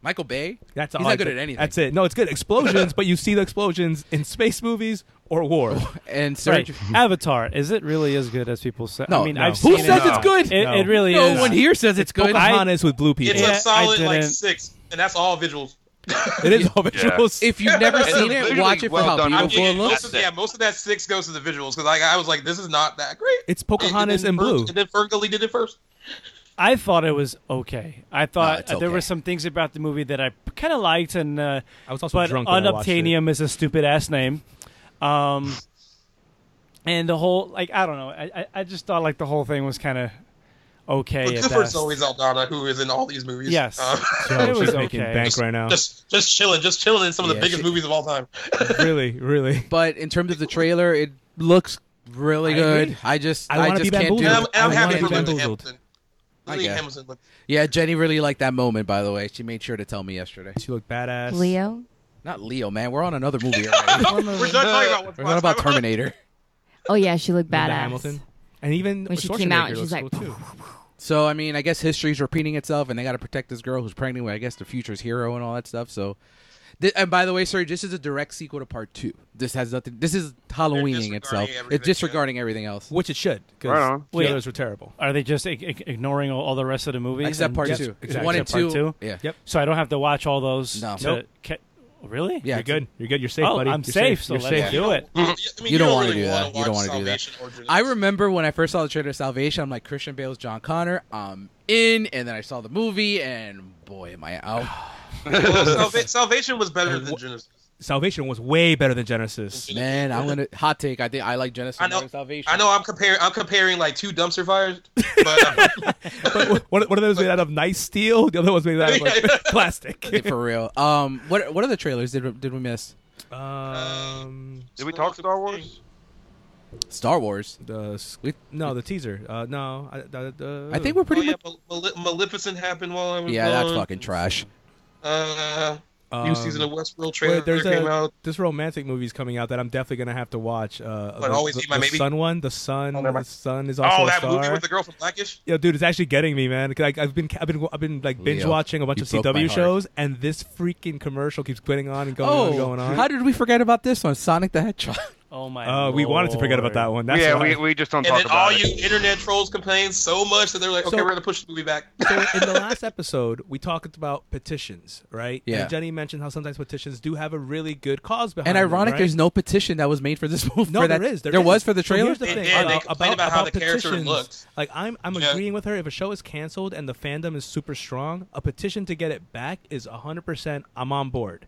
[SPEAKER 1] Michael Bay?
[SPEAKER 3] That's
[SPEAKER 1] he's
[SPEAKER 3] all
[SPEAKER 1] not
[SPEAKER 3] I
[SPEAKER 1] good
[SPEAKER 3] could-
[SPEAKER 1] at anything.
[SPEAKER 3] That's it. No, it's good explosions, but you see the explosions in space movies or war.
[SPEAKER 1] and Sarah,
[SPEAKER 2] right, Avatar, is it really as good as people say?
[SPEAKER 1] No,
[SPEAKER 2] I mean,
[SPEAKER 1] no.
[SPEAKER 2] I've
[SPEAKER 1] Who
[SPEAKER 2] seen
[SPEAKER 1] says
[SPEAKER 2] it.
[SPEAKER 1] it's good?
[SPEAKER 2] It, it really
[SPEAKER 1] no
[SPEAKER 2] is.
[SPEAKER 1] one here says it's good.
[SPEAKER 2] I-
[SPEAKER 3] Pocahontas with blue people.
[SPEAKER 5] it's
[SPEAKER 2] Yeah,
[SPEAKER 5] a
[SPEAKER 2] I
[SPEAKER 5] solid like
[SPEAKER 2] didn't-
[SPEAKER 5] six, and that's all visuals.
[SPEAKER 3] it is all visuals.
[SPEAKER 1] if you've never
[SPEAKER 4] It's
[SPEAKER 1] seen it,
[SPEAKER 4] visually
[SPEAKER 1] watch it for
[SPEAKER 4] well
[SPEAKER 1] how
[SPEAKER 4] done
[SPEAKER 5] I'm
[SPEAKER 1] beautiful
[SPEAKER 4] movie.
[SPEAKER 1] it
[SPEAKER 5] getting,
[SPEAKER 4] Well,
[SPEAKER 1] looks.
[SPEAKER 5] most of, yeah, most of that six goes to the visuals because like, I was like, this is not that great.
[SPEAKER 3] It's Pocahontas in
[SPEAKER 5] and, and then Fer-
[SPEAKER 3] blue.
[SPEAKER 5] And then Ferngully did it first.
[SPEAKER 2] I thought it was okay. I thought
[SPEAKER 1] it's
[SPEAKER 2] there
[SPEAKER 1] okay.
[SPEAKER 2] were some things about the movie that I kind of liked, and uh,
[SPEAKER 3] I was also
[SPEAKER 2] but
[SPEAKER 3] drunk when I watched it.
[SPEAKER 2] Unobtainium is a stupid ass name. Um, and the whole like I don't know. I I, I just thought like the whole thing was kind of okay.
[SPEAKER 5] But
[SPEAKER 2] at
[SPEAKER 5] good for
[SPEAKER 2] best.
[SPEAKER 5] Zoe Saldana, who is in all these movies.
[SPEAKER 2] Yes.
[SPEAKER 5] Uh,
[SPEAKER 3] Yo,
[SPEAKER 2] it was
[SPEAKER 3] she's making
[SPEAKER 2] okay.
[SPEAKER 3] bank right now.
[SPEAKER 5] just just chilling, just chilling in some of the
[SPEAKER 1] Yeah,
[SPEAKER 5] biggest
[SPEAKER 1] she-
[SPEAKER 5] movies of all time.
[SPEAKER 3] really, really.
[SPEAKER 1] But in terms of the trailer, it looks really
[SPEAKER 3] I
[SPEAKER 1] good.
[SPEAKER 3] agree.
[SPEAKER 1] I just
[SPEAKER 3] I
[SPEAKER 1] I,
[SPEAKER 3] wanna
[SPEAKER 1] just
[SPEAKER 3] be
[SPEAKER 1] can't do
[SPEAKER 3] bamboozled.
[SPEAKER 5] and I'm,
[SPEAKER 1] it.
[SPEAKER 5] and I'm
[SPEAKER 3] I
[SPEAKER 5] happy
[SPEAKER 3] wanna
[SPEAKER 5] for
[SPEAKER 3] be
[SPEAKER 5] Lily
[SPEAKER 3] bamboozled.
[SPEAKER 5] Hamilton.
[SPEAKER 1] I
[SPEAKER 5] Lily
[SPEAKER 1] guess.
[SPEAKER 5] Hamilton looked
[SPEAKER 1] Yeah, Jenny really liked that moment by the way. She made sure to tell me yesterday.
[SPEAKER 3] She looked badass.
[SPEAKER 6] Leo.
[SPEAKER 1] Not Leo, man. We're on another movie already.
[SPEAKER 6] What movie?
[SPEAKER 5] We're not talking about what's
[SPEAKER 1] We're on about Terminator.
[SPEAKER 6] Oh yeah, she looked
[SPEAKER 3] Linda
[SPEAKER 6] badass.
[SPEAKER 3] Hamilton. And even
[SPEAKER 6] When she came
[SPEAKER 3] Schwarzenegger
[SPEAKER 6] out,
[SPEAKER 3] looks
[SPEAKER 6] she's like,
[SPEAKER 3] cool, too.
[SPEAKER 1] So I mean, I guess history's repeating itself, and they got to protect this girl who's pregnant with, I guess, the future's hero and all that stuff. So, Th- and by the way, sir, this is a direct sequel to part two. This has nothing. This is Halloweening
[SPEAKER 5] disregarding
[SPEAKER 1] itself.
[SPEAKER 5] everything,
[SPEAKER 1] It's disregarding everything else
[SPEAKER 3] which it should because
[SPEAKER 4] Right on.
[SPEAKER 3] the
[SPEAKER 2] Wait.
[SPEAKER 3] others were terrible.
[SPEAKER 2] Are they just ig- ig- ignoring all, all the rest of the movies?
[SPEAKER 1] except
[SPEAKER 2] and
[SPEAKER 1] part
[SPEAKER 2] just-
[SPEAKER 1] two.
[SPEAKER 3] exactly.
[SPEAKER 1] One and
[SPEAKER 2] Except
[SPEAKER 1] two.
[SPEAKER 2] part two?
[SPEAKER 1] Yeah.
[SPEAKER 3] Yep.
[SPEAKER 2] So I don't have to watch all those.
[SPEAKER 1] No.
[SPEAKER 2] to
[SPEAKER 1] Nope.
[SPEAKER 2] ca- oh, really?
[SPEAKER 1] Yeah.
[SPEAKER 3] You're good. You're good. You're safe,
[SPEAKER 2] oh,
[SPEAKER 3] buddy.
[SPEAKER 2] I'm
[SPEAKER 3] You're
[SPEAKER 2] safe, so
[SPEAKER 3] You're
[SPEAKER 2] let's
[SPEAKER 3] safe.
[SPEAKER 2] do it.
[SPEAKER 5] Mm-hmm. I mean,
[SPEAKER 1] You don't wanna
[SPEAKER 5] really
[SPEAKER 1] do
[SPEAKER 5] wanna
[SPEAKER 1] that. You don't
[SPEAKER 5] watch
[SPEAKER 1] wanna do that.
[SPEAKER 5] Salvation or Judas.
[SPEAKER 1] I remember when I first saw the trailer to Salvation, I'm like Christian Bale's John Connor. I'm in, and then I saw the movie, and boy, am I out.
[SPEAKER 5] Well, Salva- Salvation was better than
[SPEAKER 3] What-
[SPEAKER 5] Genesis.
[SPEAKER 3] Salvation was way better than Genesis.
[SPEAKER 1] Man, I'm gonna hot take. I think I like Genesis
[SPEAKER 5] I know-
[SPEAKER 1] more than Salvation.
[SPEAKER 5] I know I'm comparing. I'm comparing like two dumpster fires, but uh,
[SPEAKER 3] one, one of those made out of nice steel. The other one's made out of like, plastic.
[SPEAKER 1] for real. Um, what what other trailers did did we miss?
[SPEAKER 3] um,
[SPEAKER 4] Did we talk Star Wars?
[SPEAKER 1] Star Wars.
[SPEAKER 3] the s-
[SPEAKER 1] We-
[SPEAKER 3] no, the teaser. Uh, no, I, the, the,
[SPEAKER 1] I think we're
[SPEAKER 5] oh,
[SPEAKER 1] pretty
[SPEAKER 5] yeah,
[SPEAKER 1] much.
[SPEAKER 5] Mal- Mal- Maleficent happened while I was
[SPEAKER 1] Yeah, that's
[SPEAKER 5] gone.
[SPEAKER 1] fucking trash.
[SPEAKER 5] Uh, new
[SPEAKER 3] Um,
[SPEAKER 5] season of Westworld
[SPEAKER 3] wait,
[SPEAKER 5] trailer
[SPEAKER 3] there's
[SPEAKER 5] came
[SPEAKER 3] a,
[SPEAKER 5] out.
[SPEAKER 3] this romantic movie's coming out that I'm definitely gonna have to watch. Uh,
[SPEAKER 5] What,
[SPEAKER 3] the,
[SPEAKER 5] Always
[SPEAKER 3] the,
[SPEAKER 5] Be My
[SPEAKER 3] the
[SPEAKER 5] Maybe?
[SPEAKER 3] Sun one. The sun.
[SPEAKER 5] Oh, never
[SPEAKER 3] the
[SPEAKER 5] mind.
[SPEAKER 3] sun is also
[SPEAKER 5] Oh,
[SPEAKER 3] a
[SPEAKER 5] that
[SPEAKER 3] star.
[SPEAKER 5] movie with the girl from Blackish.
[SPEAKER 3] Yo, dude, it's actually getting me, man. 'Cause I, I've been, I've been, I've been like binge watching a bunch
[SPEAKER 1] you
[SPEAKER 3] of
[SPEAKER 1] broke my
[SPEAKER 3] CW
[SPEAKER 1] heart.
[SPEAKER 3] shows, and
[SPEAKER 4] Oh,
[SPEAKER 1] Oh,
[SPEAKER 3] this freaking commercial keeps going on and going on and going on.
[SPEAKER 1] how did we forget about this one? Sonic the Hedgehog.
[SPEAKER 2] Oh my.
[SPEAKER 3] Uh, we wanted to forget about that
[SPEAKER 2] lord.
[SPEAKER 3] one. That's
[SPEAKER 4] yeah,
[SPEAKER 3] what
[SPEAKER 4] we,
[SPEAKER 3] I-
[SPEAKER 4] we just don't
[SPEAKER 5] And
[SPEAKER 4] talk
[SPEAKER 5] then all
[SPEAKER 4] about it.
[SPEAKER 5] you internet trolls complained so much that they're like, okay,
[SPEAKER 3] So-
[SPEAKER 5] we're gonna push the movie back.
[SPEAKER 3] so in the last episode, we talked about petitions, right?
[SPEAKER 1] Yeah.
[SPEAKER 3] And Jenny mentioned how sometimes petitions do have a really good cause
[SPEAKER 1] And
[SPEAKER 3] behind them,
[SPEAKER 1] ironic,
[SPEAKER 3] right?
[SPEAKER 1] there's no petition that was made for this movie.
[SPEAKER 3] No,
[SPEAKER 1] for
[SPEAKER 3] there
[SPEAKER 1] that.
[SPEAKER 3] is.
[SPEAKER 1] there
[SPEAKER 3] is.
[SPEAKER 1] was for the
[SPEAKER 3] So
[SPEAKER 1] trailer.
[SPEAKER 3] here's the
[SPEAKER 5] It
[SPEAKER 3] thing
[SPEAKER 5] did. They
[SPEAKER 3] about,
[SPEAKER 5] complained about how the character
[SPEAKER 3] petitions.
[SPEAKER 5] looked.
[SPEAKER 3] Like I'm, I'm
[SPEAKER 5] Yeah.
[SPEAKER 3] agreeing with her. If a show is canceled and the fandom is super strong, a petition to get it back is 100. percent I'm on board.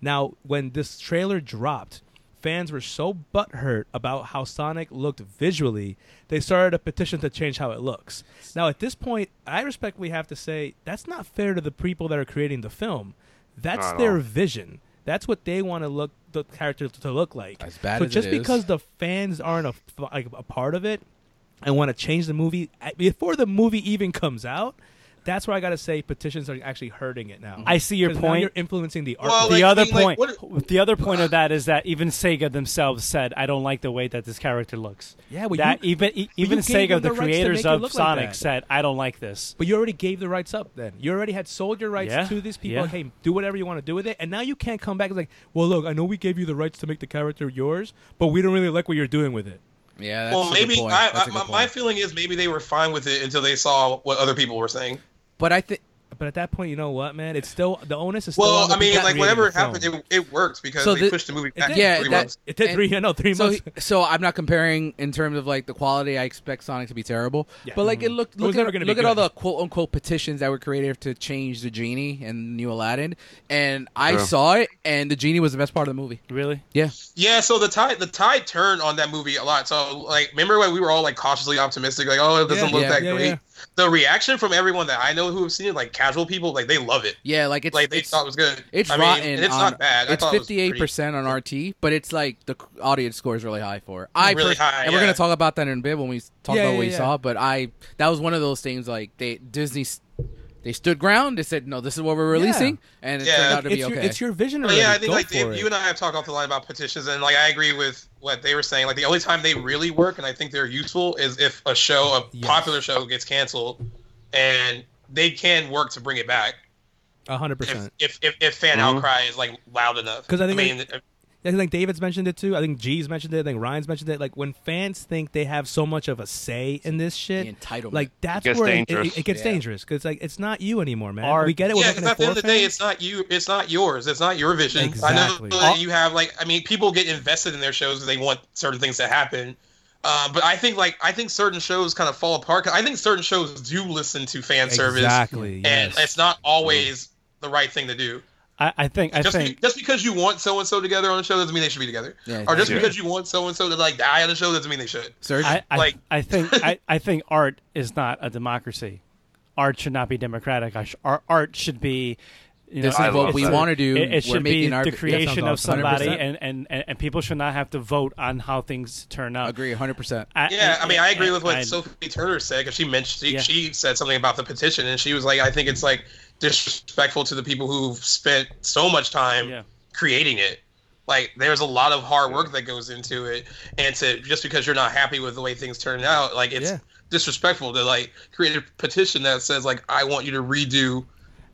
[SPEAKER 3] Now, when this trailer dropped, fans were so butthurt about how Sonic looked visually, they started a petition to change how it looks. Now, at this point, I respectfully have to say that's not fair to the people that are creating the film. That's
[SPEAKER 4] Not at
[SPEAKER 3] their
[SPEAKER 4] all.
[SPEAKER 3] vision. That's what they want to look the character to look like.
[SPEAKER 1] As bad
[SPEAKER 3] so
[SPEAKER 1] as it
[SPEAKER 3] just
[SPEAKER 1] is.
[SPEAKER 3] because the fans aren't a, like a part of it and want to change the movie I- before the movie even comes out, that's where I gotta say petitions are actually hurting it now.
[SPEAKER 2] Mm-hmm. I see your
[SPEAKER 3] 'Cause now
[SPEAKER 2] point.
[SPEAKER 3] you're influencing the art.
[SPEAKER 5] Well,
[SPEAKER 2] the
[SPEAKER 5] like,
[SPEAKER 2] other
[SPEAKER 5] I mean, like,
[SPEAKER 2] point, the other point of that is that even Sega themselves said, "I don't like the way that this character looks."
[SPEAKER 3] Yeah, well,
[SPEAKER 2] that
[SPEAKER 3] you-
[SPEAKER 2] even e-
[SPEAKER 3] you
[SPEAKER 2] even Sega,
[SPEAKER 3] gave them
[SPEAKER 2] the
[SPEAKER 3] the rights to
[SPEAKER 2] creators
[SPEAKER 3] make it
[SPEAKER 2] of
[SPEAKER 3] look like
[SPEAKER 2] Sonic,
[SPEAKER 3] that.
[SPEAKER 2] said, "I don't like this."
[SPEAKER 3] But you already gave the rights up then. You already had sold your rights
[SPEAKER 2] Yeah,
[SPEAKER 3] to these people.
[SPEAKER 2] yeah.
[SPEAKER 3] Hey, do whatever you want to do with it. And now you can't come back and like, well, look, I know we gave you the rights to make the character yours, but we don't really like what you're doing with it.
[SPEAKER 1] yeah, that's
[SPEAKER 5] well,
[SPEAKER 1] a good
[SPEAKER 5] maybe
[SPEAKER 1] point.
[SPEAKER 5] I,
[SPEAKER 1] That's a
[SPEAKER 5] I,
[SPEAKER 1] good
[SPEAKER 5] my,
[SPEAKER 1] point.
[SPEAKER 5] my feeling is maybe they were fine with it until they saw what other people were saying.
[SPEAKER 1] but I think
[SPEAKER 3] But at that point, you know what, man? It's still the onus is still. on
[SPEAKER 5] Well,
[SPEAKER 3] the
[SPEAKER 5] I mean,
[SPEAKER 3] people
[SPEAKER 5] like
[SPEAKER 3] creating
[SPEAKER 5] whatever
[SPEAKER 3] the film.
[SPEAKER 5] happened, it, it worked because
[SPEAKER 1] So
[SPEAKER 5] they
[SPEAKER 1] the-
[SPEAKER 5] pushed the movie
[SPEAKER 3] it
[SPEAKER 5] back
[SPEAKER 3] did.
[SPEAKER 1] Yeah,
[SPEAKER 5] three
[SPEAKER 1] that-
[SPEAKER 5] months.
[SPEAKER 3] It did
[SPEAKER 1] And-
[SPEAKER 3] three. Yeah, no, three
[SPEAKER 1] so.
[SPEAKER 3] months.
[SPEAKER 1] he- so I'm not comparing in terms of like the quality. I expect Sonic to be terrible, but like it looked.
[SPEAKER 3] was
[SPEAKER 1] Look
[SPEAKER 3] Mm-hmm. never
[SPEAKER 1] at
[SPEAKER 3] gonna be
[SPEAKER 1] look at all
[SPEAKER 3] good.
[SPEAKER 1] the quote unquote petitions that were created to change the genie and New Aladdin, and I
[SPEAKER 4] True.
[SPEAKER 1] saw it, and the genie was the best part of the movie.
[SPEAKER 2] Really?
[SPEAKER 1] Yeah,
[SPEAKER 5] Yeah, so the tide the tide turned on that movie a lot. So like, remember when we were all like cautiously optimistic, like, oh, it doesn't
[SPEAKER 3] Yeah,
[SPEAKER 5] look
[SPEAKER 1] yeah,
[SPEAKER 5] that
[SPEAKER 3] yeah,
[SPEAKER 5] great.
[SPEAKER 3] yeah.
[SPEAKER 5] The reaction from everyone that I know who have seen it, like casual people, like they love it.
[SPEAKER 1] yeah, like it's
[SPEAKER 5] Like they
[SPEAKER 1] it's,
[SPEAKER 5] thought it was good.
[SPEAKER 1] it's
[SPEAKER 5] I mean,
[SPEAKER 1] rotten.
[SPEAKER 5] and it's
[SPEAKER 1] on-
[SPEAKER 5] not bad. I
[SPEAKER 1] It's
[SPEAKER 5] thought it was pretty-
[SPEAKER 1] fifty-eight percent on RT, but it's like the c- audience score is really high for it. I
[SPEAKER 5] Really high,
[SPEAKER 1] and we're gonna
[SPEAKER 5] yeah.
[SPEAKER 1] talk about that in a bit when we s- talk
[SPEAKER 3] Yeah,
[SPEAKER 1] about
[SPEAKER 3] yeah,
[SPEAKER 1] what we
[SPEAKER 3] yeah.
[SPEAKER 1] saw. But I that was one of those things like they Disney s- they stood ground. They said no, this is what we're releasing, and it
[SPEAKER 5] Yeah.
[SPEAKER 1] turned out to
[SPEAKER 3] it's,
[SPEAKER 1] be
[SPEAKER 3] your,
[SPEAKER 1] okay.
[SPEAKER 3] it's your vision.
[SPEAKER 5] But
[SPEAKER 3] Already.
[SPEAKER 5] Oh, yeah, I think
[SPEAKER 3] Go
[SPEAKER 5] like
[SPEAKER 3] for
[SPEAKER 5] Dave,
[SPEAKER 3] it.
[SPEAKER 5] you and I have talked off the line about petitions, and like I agree with what they were saying. Like the only time they really work, and I think they're useful, is if a show, a
[SPEAKER 3] Yes.
[SPEAKER 5] popular show, gets canceled, and they can work to bring it back
[SPEAKER 3] A hundred
[SPEAKER 5] if
[SPEAKER 3] percent. Uh-huh.
[SPEAKER 5] if if, if fan outcry is like loud enough.
[SPEAKER 3] 'Cause I think
[SPEAKER 5] mean,
[SPEAKER 3] I think David's mentioned it too. I think G's mentioned it. I think Ryan's mentioned it. Like when fans think they have so much of a say in this shit,
[SPEAKER 1] The entitlement.
[SPEAKER 3] Like that's
[SPEAKER 4] Gets
[SPEAKER 3] where it- it,
[SPEAKER 4] dangerous.
[SPEAKER 3] it, gets
[SPEAKER 1] Yeah.
[SPEAKER 3] dangerous because like it's not you anymore, man.
[SPEAKER 2] Art-
[SPEAKER 3] we get it. We're
[SPEAKER 5] yeah,
[SPEAKER 3] not
[SPEAKER 5] because
[SPEAKER 3] gonna
[SPEAKER 5] at the end of the
[SPEAKER 3] forfeit.
[SPEAKER 5] day, it's not you. It's not yours. It's not your vision.
[SPEAKER 3] Exactly.
[SPEAKER 5] I know that you have like. I mean, people get invested in their shows. 'cause They want certain things to happen. Uh, but I think like I think certain shows kind of fall apart. 'cause I think certain shows do listen to fan service,
[SPEAKER 3] Exactly.
[SPEAKER 5] and
[SPEAKER 3] Yes.
[SPEAKER 5] it's not always the right thing to do.
[SPEAKER 2] I, I think. I
[SPEAKER 5] Just be-
[SPEAKER 2] think.
[SPEAKER 5] just because you want so and so together on a show doesn't mean they should be together.
[SPEAKER 1] Yeah,
[SPEAKER 5] or just
[SPEAKER 4] yeah.
[SPEAKER 5] because you want so and so to like die on a show doesn't mean they should.
[SPEAKER 1] Serge?
[SPEAKER 2] I, I,
[SPEAKER 5] like-
[SPEAKER 2] I think. I, I think art is not a democracy. Art should not be democratic. I sh- our art should be. You know,
[SPEAKER 1] this
[SPEAKER 4] I
[SPEAKER 1] is what
[SPEAKER 4] love
[SPEAKER 1] we
[SPEAKER 4] that.
[SPEAKER 1] want to do.
[SPEAKER 2] It, it
[SPEAKER 1] we're
[SPEAKER 2] should
[SPEAKER 1] making
[SPEAKER 2] be
[SPEAKER 1] our
[SPEAKER 2] the creation of
[SPEAKER 3] awesome.
[SPEAKER 2] somebody,
[SPEAKER 1] 100%.
[SPEAKER 2] and, and, and, and people should not have to vote on how things turn out.
[SPEAKER 1] agree 100. percent
[SPEAKER 2] I,
[SPEAKER 5] Yeah, I mean, I agree with what
[SPEAKER 2] I-
[SPEAKER 5] Sophie Turner said because she mentioned she,
[SPEAKER 2] Yeah.
[SPEAKER 5] she said something about the petition, and she was like, "I think it's like disrespectful to the people who've spent so much time
[SPEAKER 2] Yeah.
[SPEAKER 5] creating it. Like, there's a lot of hard work that goes into it, and to just because you're not happy with the way things turned out, like it's
[SPEAKER 3] Yeah.
[SPEAKER 5] disrespectful to like create a petition that says like I want you to redo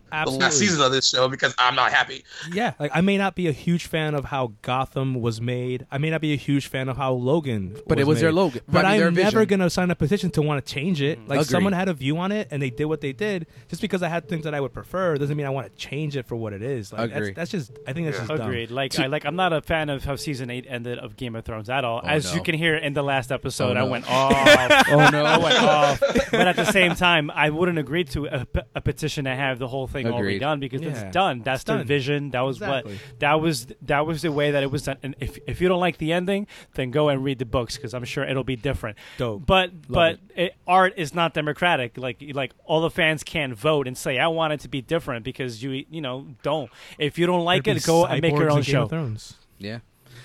[SPEAKER 5] the
[SPEAKER 3] Absolutely.
[SPEAKER 5] last season of this show because I'm not happy.
[SPEAKER 3] Yeah, like I may not be a huge fan of how Gotham was made. I may not be a huge fan of how Logan,
[SPEAKER 1] But
[SPEAKER 3] was
[SPEAKER 1] it was their
[SPEAKER 3] made.
[SPEAKER 1] logo-
[SPEAKER 3] But
[SPEAKER 1] I mean, their
[SPEAKER 3] I'm never
[SPEAKER 1] vision.
[SPEAKER 3] gonna sign a petition to want to change it. Like
[SPEAKER 1] Agreed.
[SPEAKER 3] someone had a view on it and they did what they did. Just because I had things that I would prefer doesn't mean I want to change it for what it is. Like
[SPEAKER 1] Agree.
[SPEAKER 3] That's, that's just I think that's just dumb.
[SPEAKER 2] Agreed. Like, I, like I'm not a fan of how season eight ended of Game of Thrones at all. As you
[SPEAKER 1] Oh, no.
[SPEAKER 2] can hear in the last episode,
[SPEAKER 1] Oh,
[SPEAKER 2] I
[SPEAKER 1] no.
[SPEAKER 2] went off.
[SPEAKER 1] Oh no!
[SPEAKER 2] I went off. But at the same time, I wouldn't agree to a, p- a petition to have the whole thing
[SPEAKER 1] Agreed.
[SPEAKER 2] already done because
[SPEAKER 3] Yeah.
[SPEAKER 2] it's done. That's the
[SPEAKER 3] done.
[SPEAKER 2] vision. That was
[SPEAKER 3] Exactly.
[SPEAKER 2] what. That was that was the way that it was done. And if if you don't like the ending, then go and read the books because I'm sure it'll be different.
[SPEAKER 3] Dope.
[SPEAKER 2] But
[SPEAKER 3] Love
[SPEAKER 2] but it, art is not democratic. Like like all the fans can't vote and say I want it to be different because you you know don't. If you don't like
[SPEAKER 3] There'd
[SPEAKER 2] it,
[SPEAKER 3] be
[SPEAKER 2] go and make
[SPEAKER 3] cyborgs in
[SPEAKER 2] your own
[SPEAKER 3] Game
[SPEAKER 2] show.
[SPEAKER 3] of Thrones.
[SPEAKER 1] Yeah.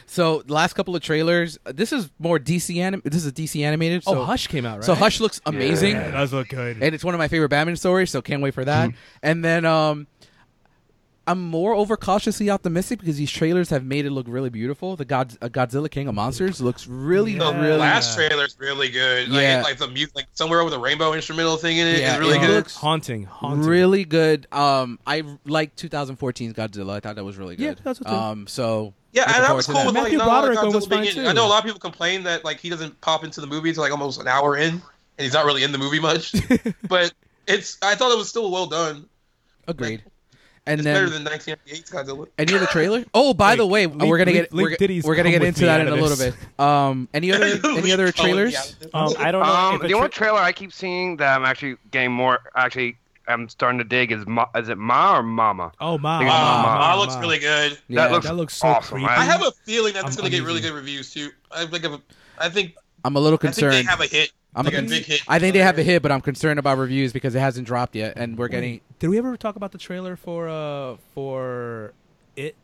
[SPEAKER 1] So last couple of trailers. uh, This is more DC anim. This is DC animated. So
[SPEAKER 3] oh, Hush came out right.
[SPEAKER 1] So Hush looks amazing,
[SPEAKER 3] Yeah, that's what good.
[SPEAKER 1] and it's one of my favorite Batman stories. So can't wait for that. and then um, I'm more overcautiously optimistic because these trailers have made it look really beautiful. The God, uh, Godzilla King of Monsters looks really,
[SPEAKER 5] The
[SPEAKER 1] Oh, really.
[SPEAKER 5] last trailer's really good. Like,
[SPEAKER 1] Yeah.
[SPEAKER 5] like the music, like somewhere with a rainbow instrumental thing in it is
[SPEAKER 1] Yeah,
[SPEAKER 5] really
[SPEAKER 1] it
[SPEAKER 5] good.
[SPEAKER 1] looks
[SPEAKER 3] haunting, haunting.
[SPEAKER 1] Really good. Um, I like 2014's Godzilla. I thought that was really good.
[SPEAKER 3] Yeah, that's what's good.
[SPEAKER 1] Um, so
[SPEAKER 5] Yeah,
[SPEAKER 1] looking
[SPEAKER 5] and I
[SPEAKER 1] forward
[SPEAKER 5] was
[SPEAKER 1] to
[SPEAKER 5] cool
[SPEAKER 1] that.
[SPEAKER 5] with like
[SPEAKER 3] Matthew
[SPEAKER 5] not a lot of
[SPEAKER 3] Broderick one was
[SPEAKER 5] Godzilla
[SPEAKER 3] fine,
[SPEAKER 5] being in-
[SPEAKER 3] too.
[SPEAKER 5] I know a lot of people complain that like he doesn't pop into the movie until like almost an hour in, and he's not really in the movie much. but it's I thought it was still well done.
[SPEAKER 1] Agreed. And
[SPEAKER 5] It's
[SPEAKER 1] then
[SPEAKER 5] better than 1998's Godzilla.
[SPEAKER 1] any other trailer? Oh, by the way,
[SPEAKER 3] Link-
[SPEAKER 1] we're gonna get
[SPEAKER 3] Link- Link
[SPEAKER 1] we're,
[SPEAKER 3] Diddy's
[SPEAKER 1] we're gonna
[SPEAKER 3] come
[SPEAKER 1] get
[SPEAKER 3] with
[SPEAKER 1] into
[SPEAKER 3] me
[SPEAKER 1] that in
[SPEAKER 3] out
[SPEAKER 1] a
[SPEAKER 3] of
[SPEAKER 1] little
[SPEAKER 3] this.
[SPEAKER 1] bit. Um, any other any other
[SPEAKER 5] Leave Colin
[SPEAKER 1] trailers?
[SPEAKER 5] out
[SPEAKER 2] Um,
[SPEAKER 5] of this.
[SPEAKER 2] I don't know.
[SPEAKER 4] Um,
[SPEAKER 2] if a
[SPEAKER 4] the only
[SPEAKER 2] tra-
[SPEAKER 4] trailer I keep seeing that I'm actually getting more actually I'm starting to dig is Ma, is it Ma or Mama?
[SPEAKER 3] Oh my!
[SPEAKER 4] Wow,
[SPEAKER 5] Wow,
[SPEAKER 4] Mama.
[SPEAKER 5] Ma uh, looks really good.
[SPEAKER 1] Yeah.
[SPEAKER 4] that looks
[SPEAKER 3] That looks so
[SPEAKER 4] awesome.
[SPEAKER 3] creepy.
[SPEAKER 5] I have a feeling that's
[SPEAKER 3] I'm
[SPEAKER 5] going to get really
[SPEAKER 3] uneasy.
[SPEAKER 5] good reviews too. I think of a, I think
[SPEAKER 1] I'm a little
[SPEAKER 5] I think they
[SPEAKER 1] concerned.
[SPEAKER 5] have a hit.
[SPEAKER 1] I'm
[SPEAKER 5] like a
[SPEAKER 1] con-
[SPEAKER 5] big hit.
[SPEAKER 1] I think they have a hit, but I'm concerned about reviews because it hasn't dropped yet, and we're getting.
[SPEAKER 3] Did we ever talk about the trailer for uh for it?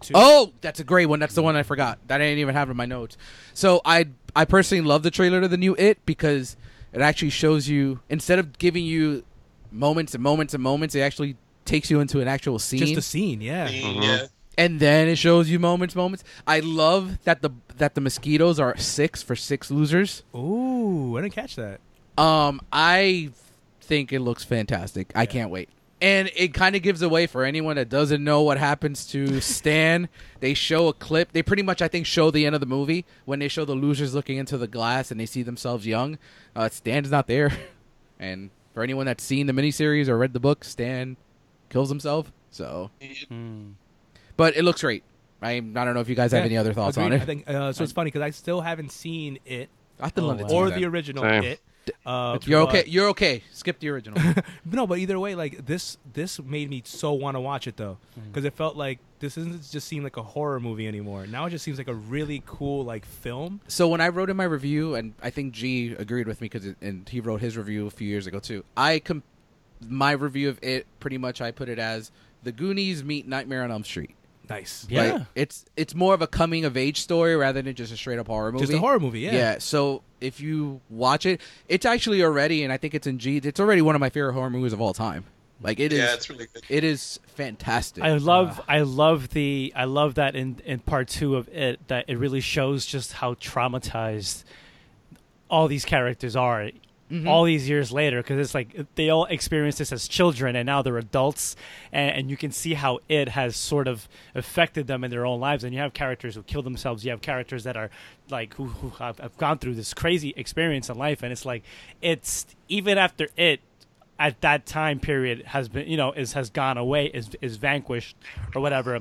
[SPEAKER 3] Two?
[SPEAKER 1] Oh, that's a great one. That's the one I forgot. That I didn't even have in my notes. So I I personally love the trailer to the new It because it actually shows you instead of giving you moments and moments and moments, it actually takes you into an actual scene.
[SPEAKER 3] just a scene, yeah.
[SPEAKER 1] Mm-hmm.
[SPEAKER 5] Yeah.
[SPEAKER 1] and then it shows you moments, moments. I love that the that the mosquitoes are six for six losers.
[SPEAKER 3] Ooh, I didn't catch that.
[SPEAKER 1] Um, I think it looks fantastic. I can't wait. And it kind of gives away for anyone that doesn't know what happens to Stan. they show a clip. They pretty much, I think, show the end of the movie when they show the losers looking into the glass and they see themselves young. Uh, Stan's not there. And for anyone that's seen the miniseries or read the book, Stan kills himself. So, but it looks great. I, I don't know if you guys have
[SPEAKER 3] Hmm. Yeah,
[SPEAKER 1] any other thoughts
[SPEAKER 3] agreed.
[SPEAKER 1] on it.
[SPEAKER 3] I think uh, so. It's funny because I still haven't seen it
[SPEAKER 1] I think
[SPEAKER 2] Oh,
[SPEAKER 1] London's
[SPEAKER 3] or
[SPEAKER 1] too
[SPEAKER 3] the
[SPEAKER 1] bad.
[SPEAKER 3] original
[SPEAKER 4] Same.
[SPEAKER 3] it. Uh,
[SPEAKER 1] You're
[SPEAKER 3] but-
[SPEAKER 1] okay. You're okay. Skip the original.
[SPEAKER 3] No, but either way, like this, this made me so want to watch it though,
[SPEAKER 1] Mm.
[SPEAKER 3] because it felt like this doesn't just seem like a horror movie anymore. Now it just seems like a really cool like film.
[SPEAKER 1] So when I wrote in my review, and I think G agreed with me because and he wrote his review a few years ago too. I com- my review of it pretty much I put it as the Goonies meet Nightmare on Elm Street.
[SPEAKER 3] Nice.
[SPEAKER 2] Yeah.
[SPEAKER 1] Like, it's it's more of a coming of age story rather than just a straight up horror movie.
[SPEAKER 3] Just a horror movie, yeah.
[SPEAKER 1] So if you watch it, it's actually already, and I think it's in G. It's already one of my favorite horror movies of all time. Like it is.
[SPEAKER 5] Yeah, it's really good.
[SPEAKER 1] it is fantastic.
[SPEAKER 2] I love I love the I love that in in part 2 of it that it really shows just how traumatized all these characters are all these years later because it's like they all experienced this as children and now they're adults and, and you can see how it has sort of affected them in their own lives and you have characters who kill themselves you have characters that are like who, who have, have gone through this crazy experience in life and it's like it's even after it at that time period has been you know is has gone away is is vanquished or whatever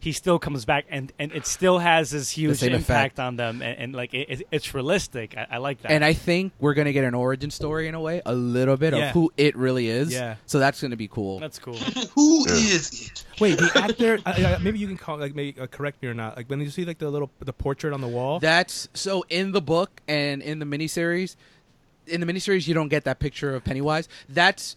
[SPEAKER 2] he still comes back and and it still has this huge
[SPEAKER 1] same
[SPEAKER 2] impact
[SPEAKER 1] effect.
[SPEAKER 2] on them and, and like it, it, it's realistic I, I like that
[SPEAKER 1] And I think we're gonna get an origin story in a way, a little bit
[SPEAKER 3] Yeah.
[SPEAKER 1] of who it really is.
[SPEAKER 3] Yeah.
[SPEAKER 1] So that's gonna be cool.
[SPEAKER 2] that's cool
[SPEAKER 5] Who is it?
[SPEAKER 3] Wait, the actor. I, I, maybe you can call like maybe uh, correct me or not. Like when you see like the little the portrait on the wall.
[SPEAKER 1] That's so in the book and in the miniseries. In the miniseries, you don't get that picture of Pennywise. That's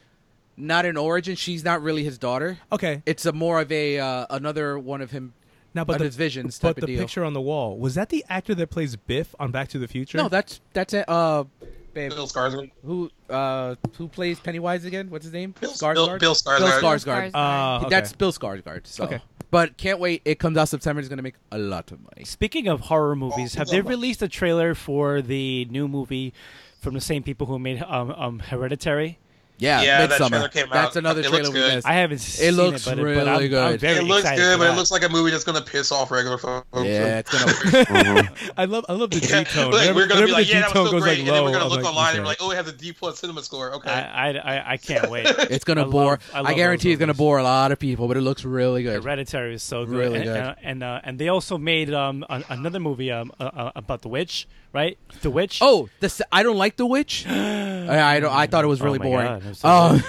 [SPEAKER 1] not an origin. She's not really his daughter.
[SPEAKER 3] okay.
[SPEAKER 1] It's a more of a uh, another one of him.
[SPEAKER 3] now, but
[SPEAKER 1] of
[SPEAKER 3] the
[SPEAKER 1] his visions
[SPEAKER 3] But
[SPEAKER 1] type of
[SPEAKER 3] the
[SPEAKER 1] deal.
[SPEAKER 3] picture on the wall was that the actor that plays Biff on Back to the Future?
[SPEAKER 1] No, that's that's it. Uh, babe,
[SPEAKER 5] Bill Skarsgård.
[SPEAKER 1] who uh who plays Pennywise again? What's his name?
[SPEAKER 5] Bill-
[SPEAKER 1] Skarsgård.
[SPEAKER 5] Bill- Bill Skarsgård.
[SPEAKER 1] Skarsgård.
[SPEAKER 3] Uh, okay.
[SPEAKER 1] That's Bill Skarsgård. So.
[SPEAKER 3] Okay.
[SPEAKER 1] But can't wait. It comes out September. It's gonna make a lot of money.
[SPEAKER 2] speaking of horror movies have they released a trailer for the new movie from the same people who made um, um hereditary
[SPEAKER 1] Yeah,
[SPEAKER 5] Yeah, that
[SPEAKER 1] Midsummer.
[SPEAKER 5] trailer came out.
[SPEAKER 1] That's another
[SPEAKER 5] It looks
[SPEAKER 1] trailer we
[SPEAKER 5] good.
[SPEAKER 1] missed.
[SPEAKER 2] I haven't seen it
[SPEAKER 1] looks
[SPEAKER 2] but, it,
[SPEAKER 1] really
[SPEAKER 2] but I'm, I'm
[SPEAKER 1] good.
[SPEAKER 2] very
[SPEAKER 5] it looks
[SPEAKER 2] excited
[SPEAKER 5] good,
[SPEAKER 2] for
[SPEAKER 5] but it
[SPEAKER 2] that.
[SPEAKER 5] looks like a movie that's gonna piss off regular folks.
[SPEAKER 1] yeah, it's gonna.
[SPEAKER 3] I love I love the G
[SPEAKER 5] Yeah,
[SPEAKER 3] tone.
[SPEAKER 5] like,
[SPEAKER 3] Whenever-
[SPEAKER 5] we're gonna
[SPEAKER 3] whenever
[SPEAKER 5] be like,
[SPEAKER 3] the
[SPEAKER 5] yeah, that
[SPEAKER 3] G-tone
[SPEAKER 5] was so
[SPEAKER 3] goes,
[SPEAKER 5] great,
[SPEAKER 3] like,
[SPEAKER 5] and then
[SPEAKER 3] low,
[SPEAKER 5] we're gonna
[SPEAKER 3] I'm
[SPEAKER 5] look
[SPEAKER 3] like,
[SPEAKER 5] online and
[SPEAKER 3] okay.
[SPEAKER 5] be like, oh, it has a D plus cinema score. Okay,
[SPEAKER 2] I, I, I, I can't wait
[SPEAKER 1] It's gonna
[SPEAKER 2] I love-
[SPEAKER 1] bore.
[SPEAKER 2] I
[SPEAKER 1] I,
[SPEAKER 2] love those
[SPEAKER 1] guarantee it's gonna
[SPEAKER 2] movies.
[SPEAKER 1] bore a lot of people, but it looks really good.
[SPEAKER 2] Hereditary is so good,
[SPEAKER 1] Really
[SPEAKER 2] and
[SPEAKER 1] good.
[SPEAKER 2] and and, uh, and they also made um, a, another movie um, uh, uh, about the witch, right? The witch.
[SPEAKER 1] Oh, the s- I don't like the witch. I I don't. I thought it was
[SPEAKER 2] Oh
[SPEAKER 1] really
[SPEAKER 2] my
[SPEAKER 1] boring.
[SPEAKER 2] God, I'm so
[SPEAKER 1] Um,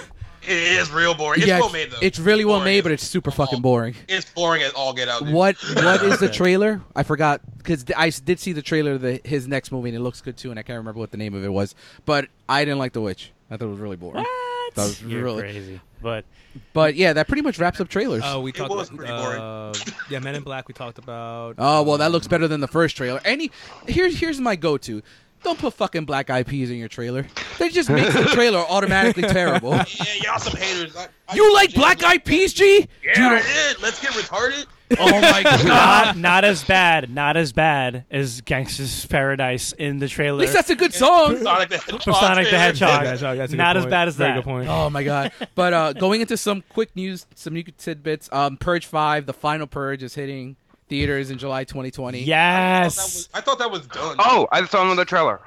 [SPEAKER 5] it is real boring. It's
[SPEAKER 1] yeah,
[SPEAKER 5] well made though.
[SPEAKER 1] it's really well made, but
[SPEAKER 5] boring.
[SPEAKER 1] it's super fucking boring.
[SPEAKER 5] it's boring as all get out. dude.
[SPEAKER 1] What What is the trailer? I forgot because I s- did see the trailer of the, his next movie, and it looks good too. And I can't remember what the name of it was, but I didn't like the witch. I thought it was really boring.
[SPEAKER 2] What?
[SPEAKER 1] That was
[SPEAKER 2] You're
[SPEAKER 1] really-
[SPEAKER 2] crazy. But
[SPEAKER 1] But yeah, that pretty much wraps up trailers.
[SPEAKER 3] Oh,
[SPEAKER 1] Oh.
[SPEAKER 3] we
[SPEAKER 5] It
[SPEAKER 3] talked
[SPEAKER 5] was
[SPEAKER 3] about
[SPEAKER 5] pretty boring.
[SPEAKER 3] uh, yeah, Men in Black. We talked about.
[SPEAKER 1] Oh, well, that looks better than the first trailer. Any here's here's my go-to. Don't put fucking black eyed peas in your trailer. They just makes the trailer automatically terrible.
[SPEAKER 5] Yeah, y'all some haters. I, I-
[SPEAKER 1] You like black eyed peas, G?
[SPEAKER 5] Yeah, I did. Let's get retarded.
[SPEAKER 1] Oh my god.
[SPEAKER 2] Not, not as bad, not as bad as Gangsta's Paradise in the
[SPEAKER 1] At
[SPEAKER 2] trailer.
[SPEAKER 1] least that's a good song.
[SPEAKER 5] Sonic the Hedgehog.
[SPEAKER 2] For Sonic the
[SPEAKER 5] trailer.
[SPEAKER 2] Hedgehog.
[SPEAKER 3] That's a Oh, good
[SPEAKER 2] Not as
[SPEAKER 3] point.
[SPEAKER 2] bad as
[SPEAKER 3] Very
[SPEAKER 2] that.
[SPEAKER 3] Good point.
[SPEAKER 1] Oh my god! But uh, going into some quick news, some new tidbits. Um, Purge Five, the final Purge, is hitting theaters in July 2020.
[SPEAKER 2] yes.
[SPEAKER 5] I thought Oh, that was done.
[SPEAKER 4] Oh, I saw another trailer.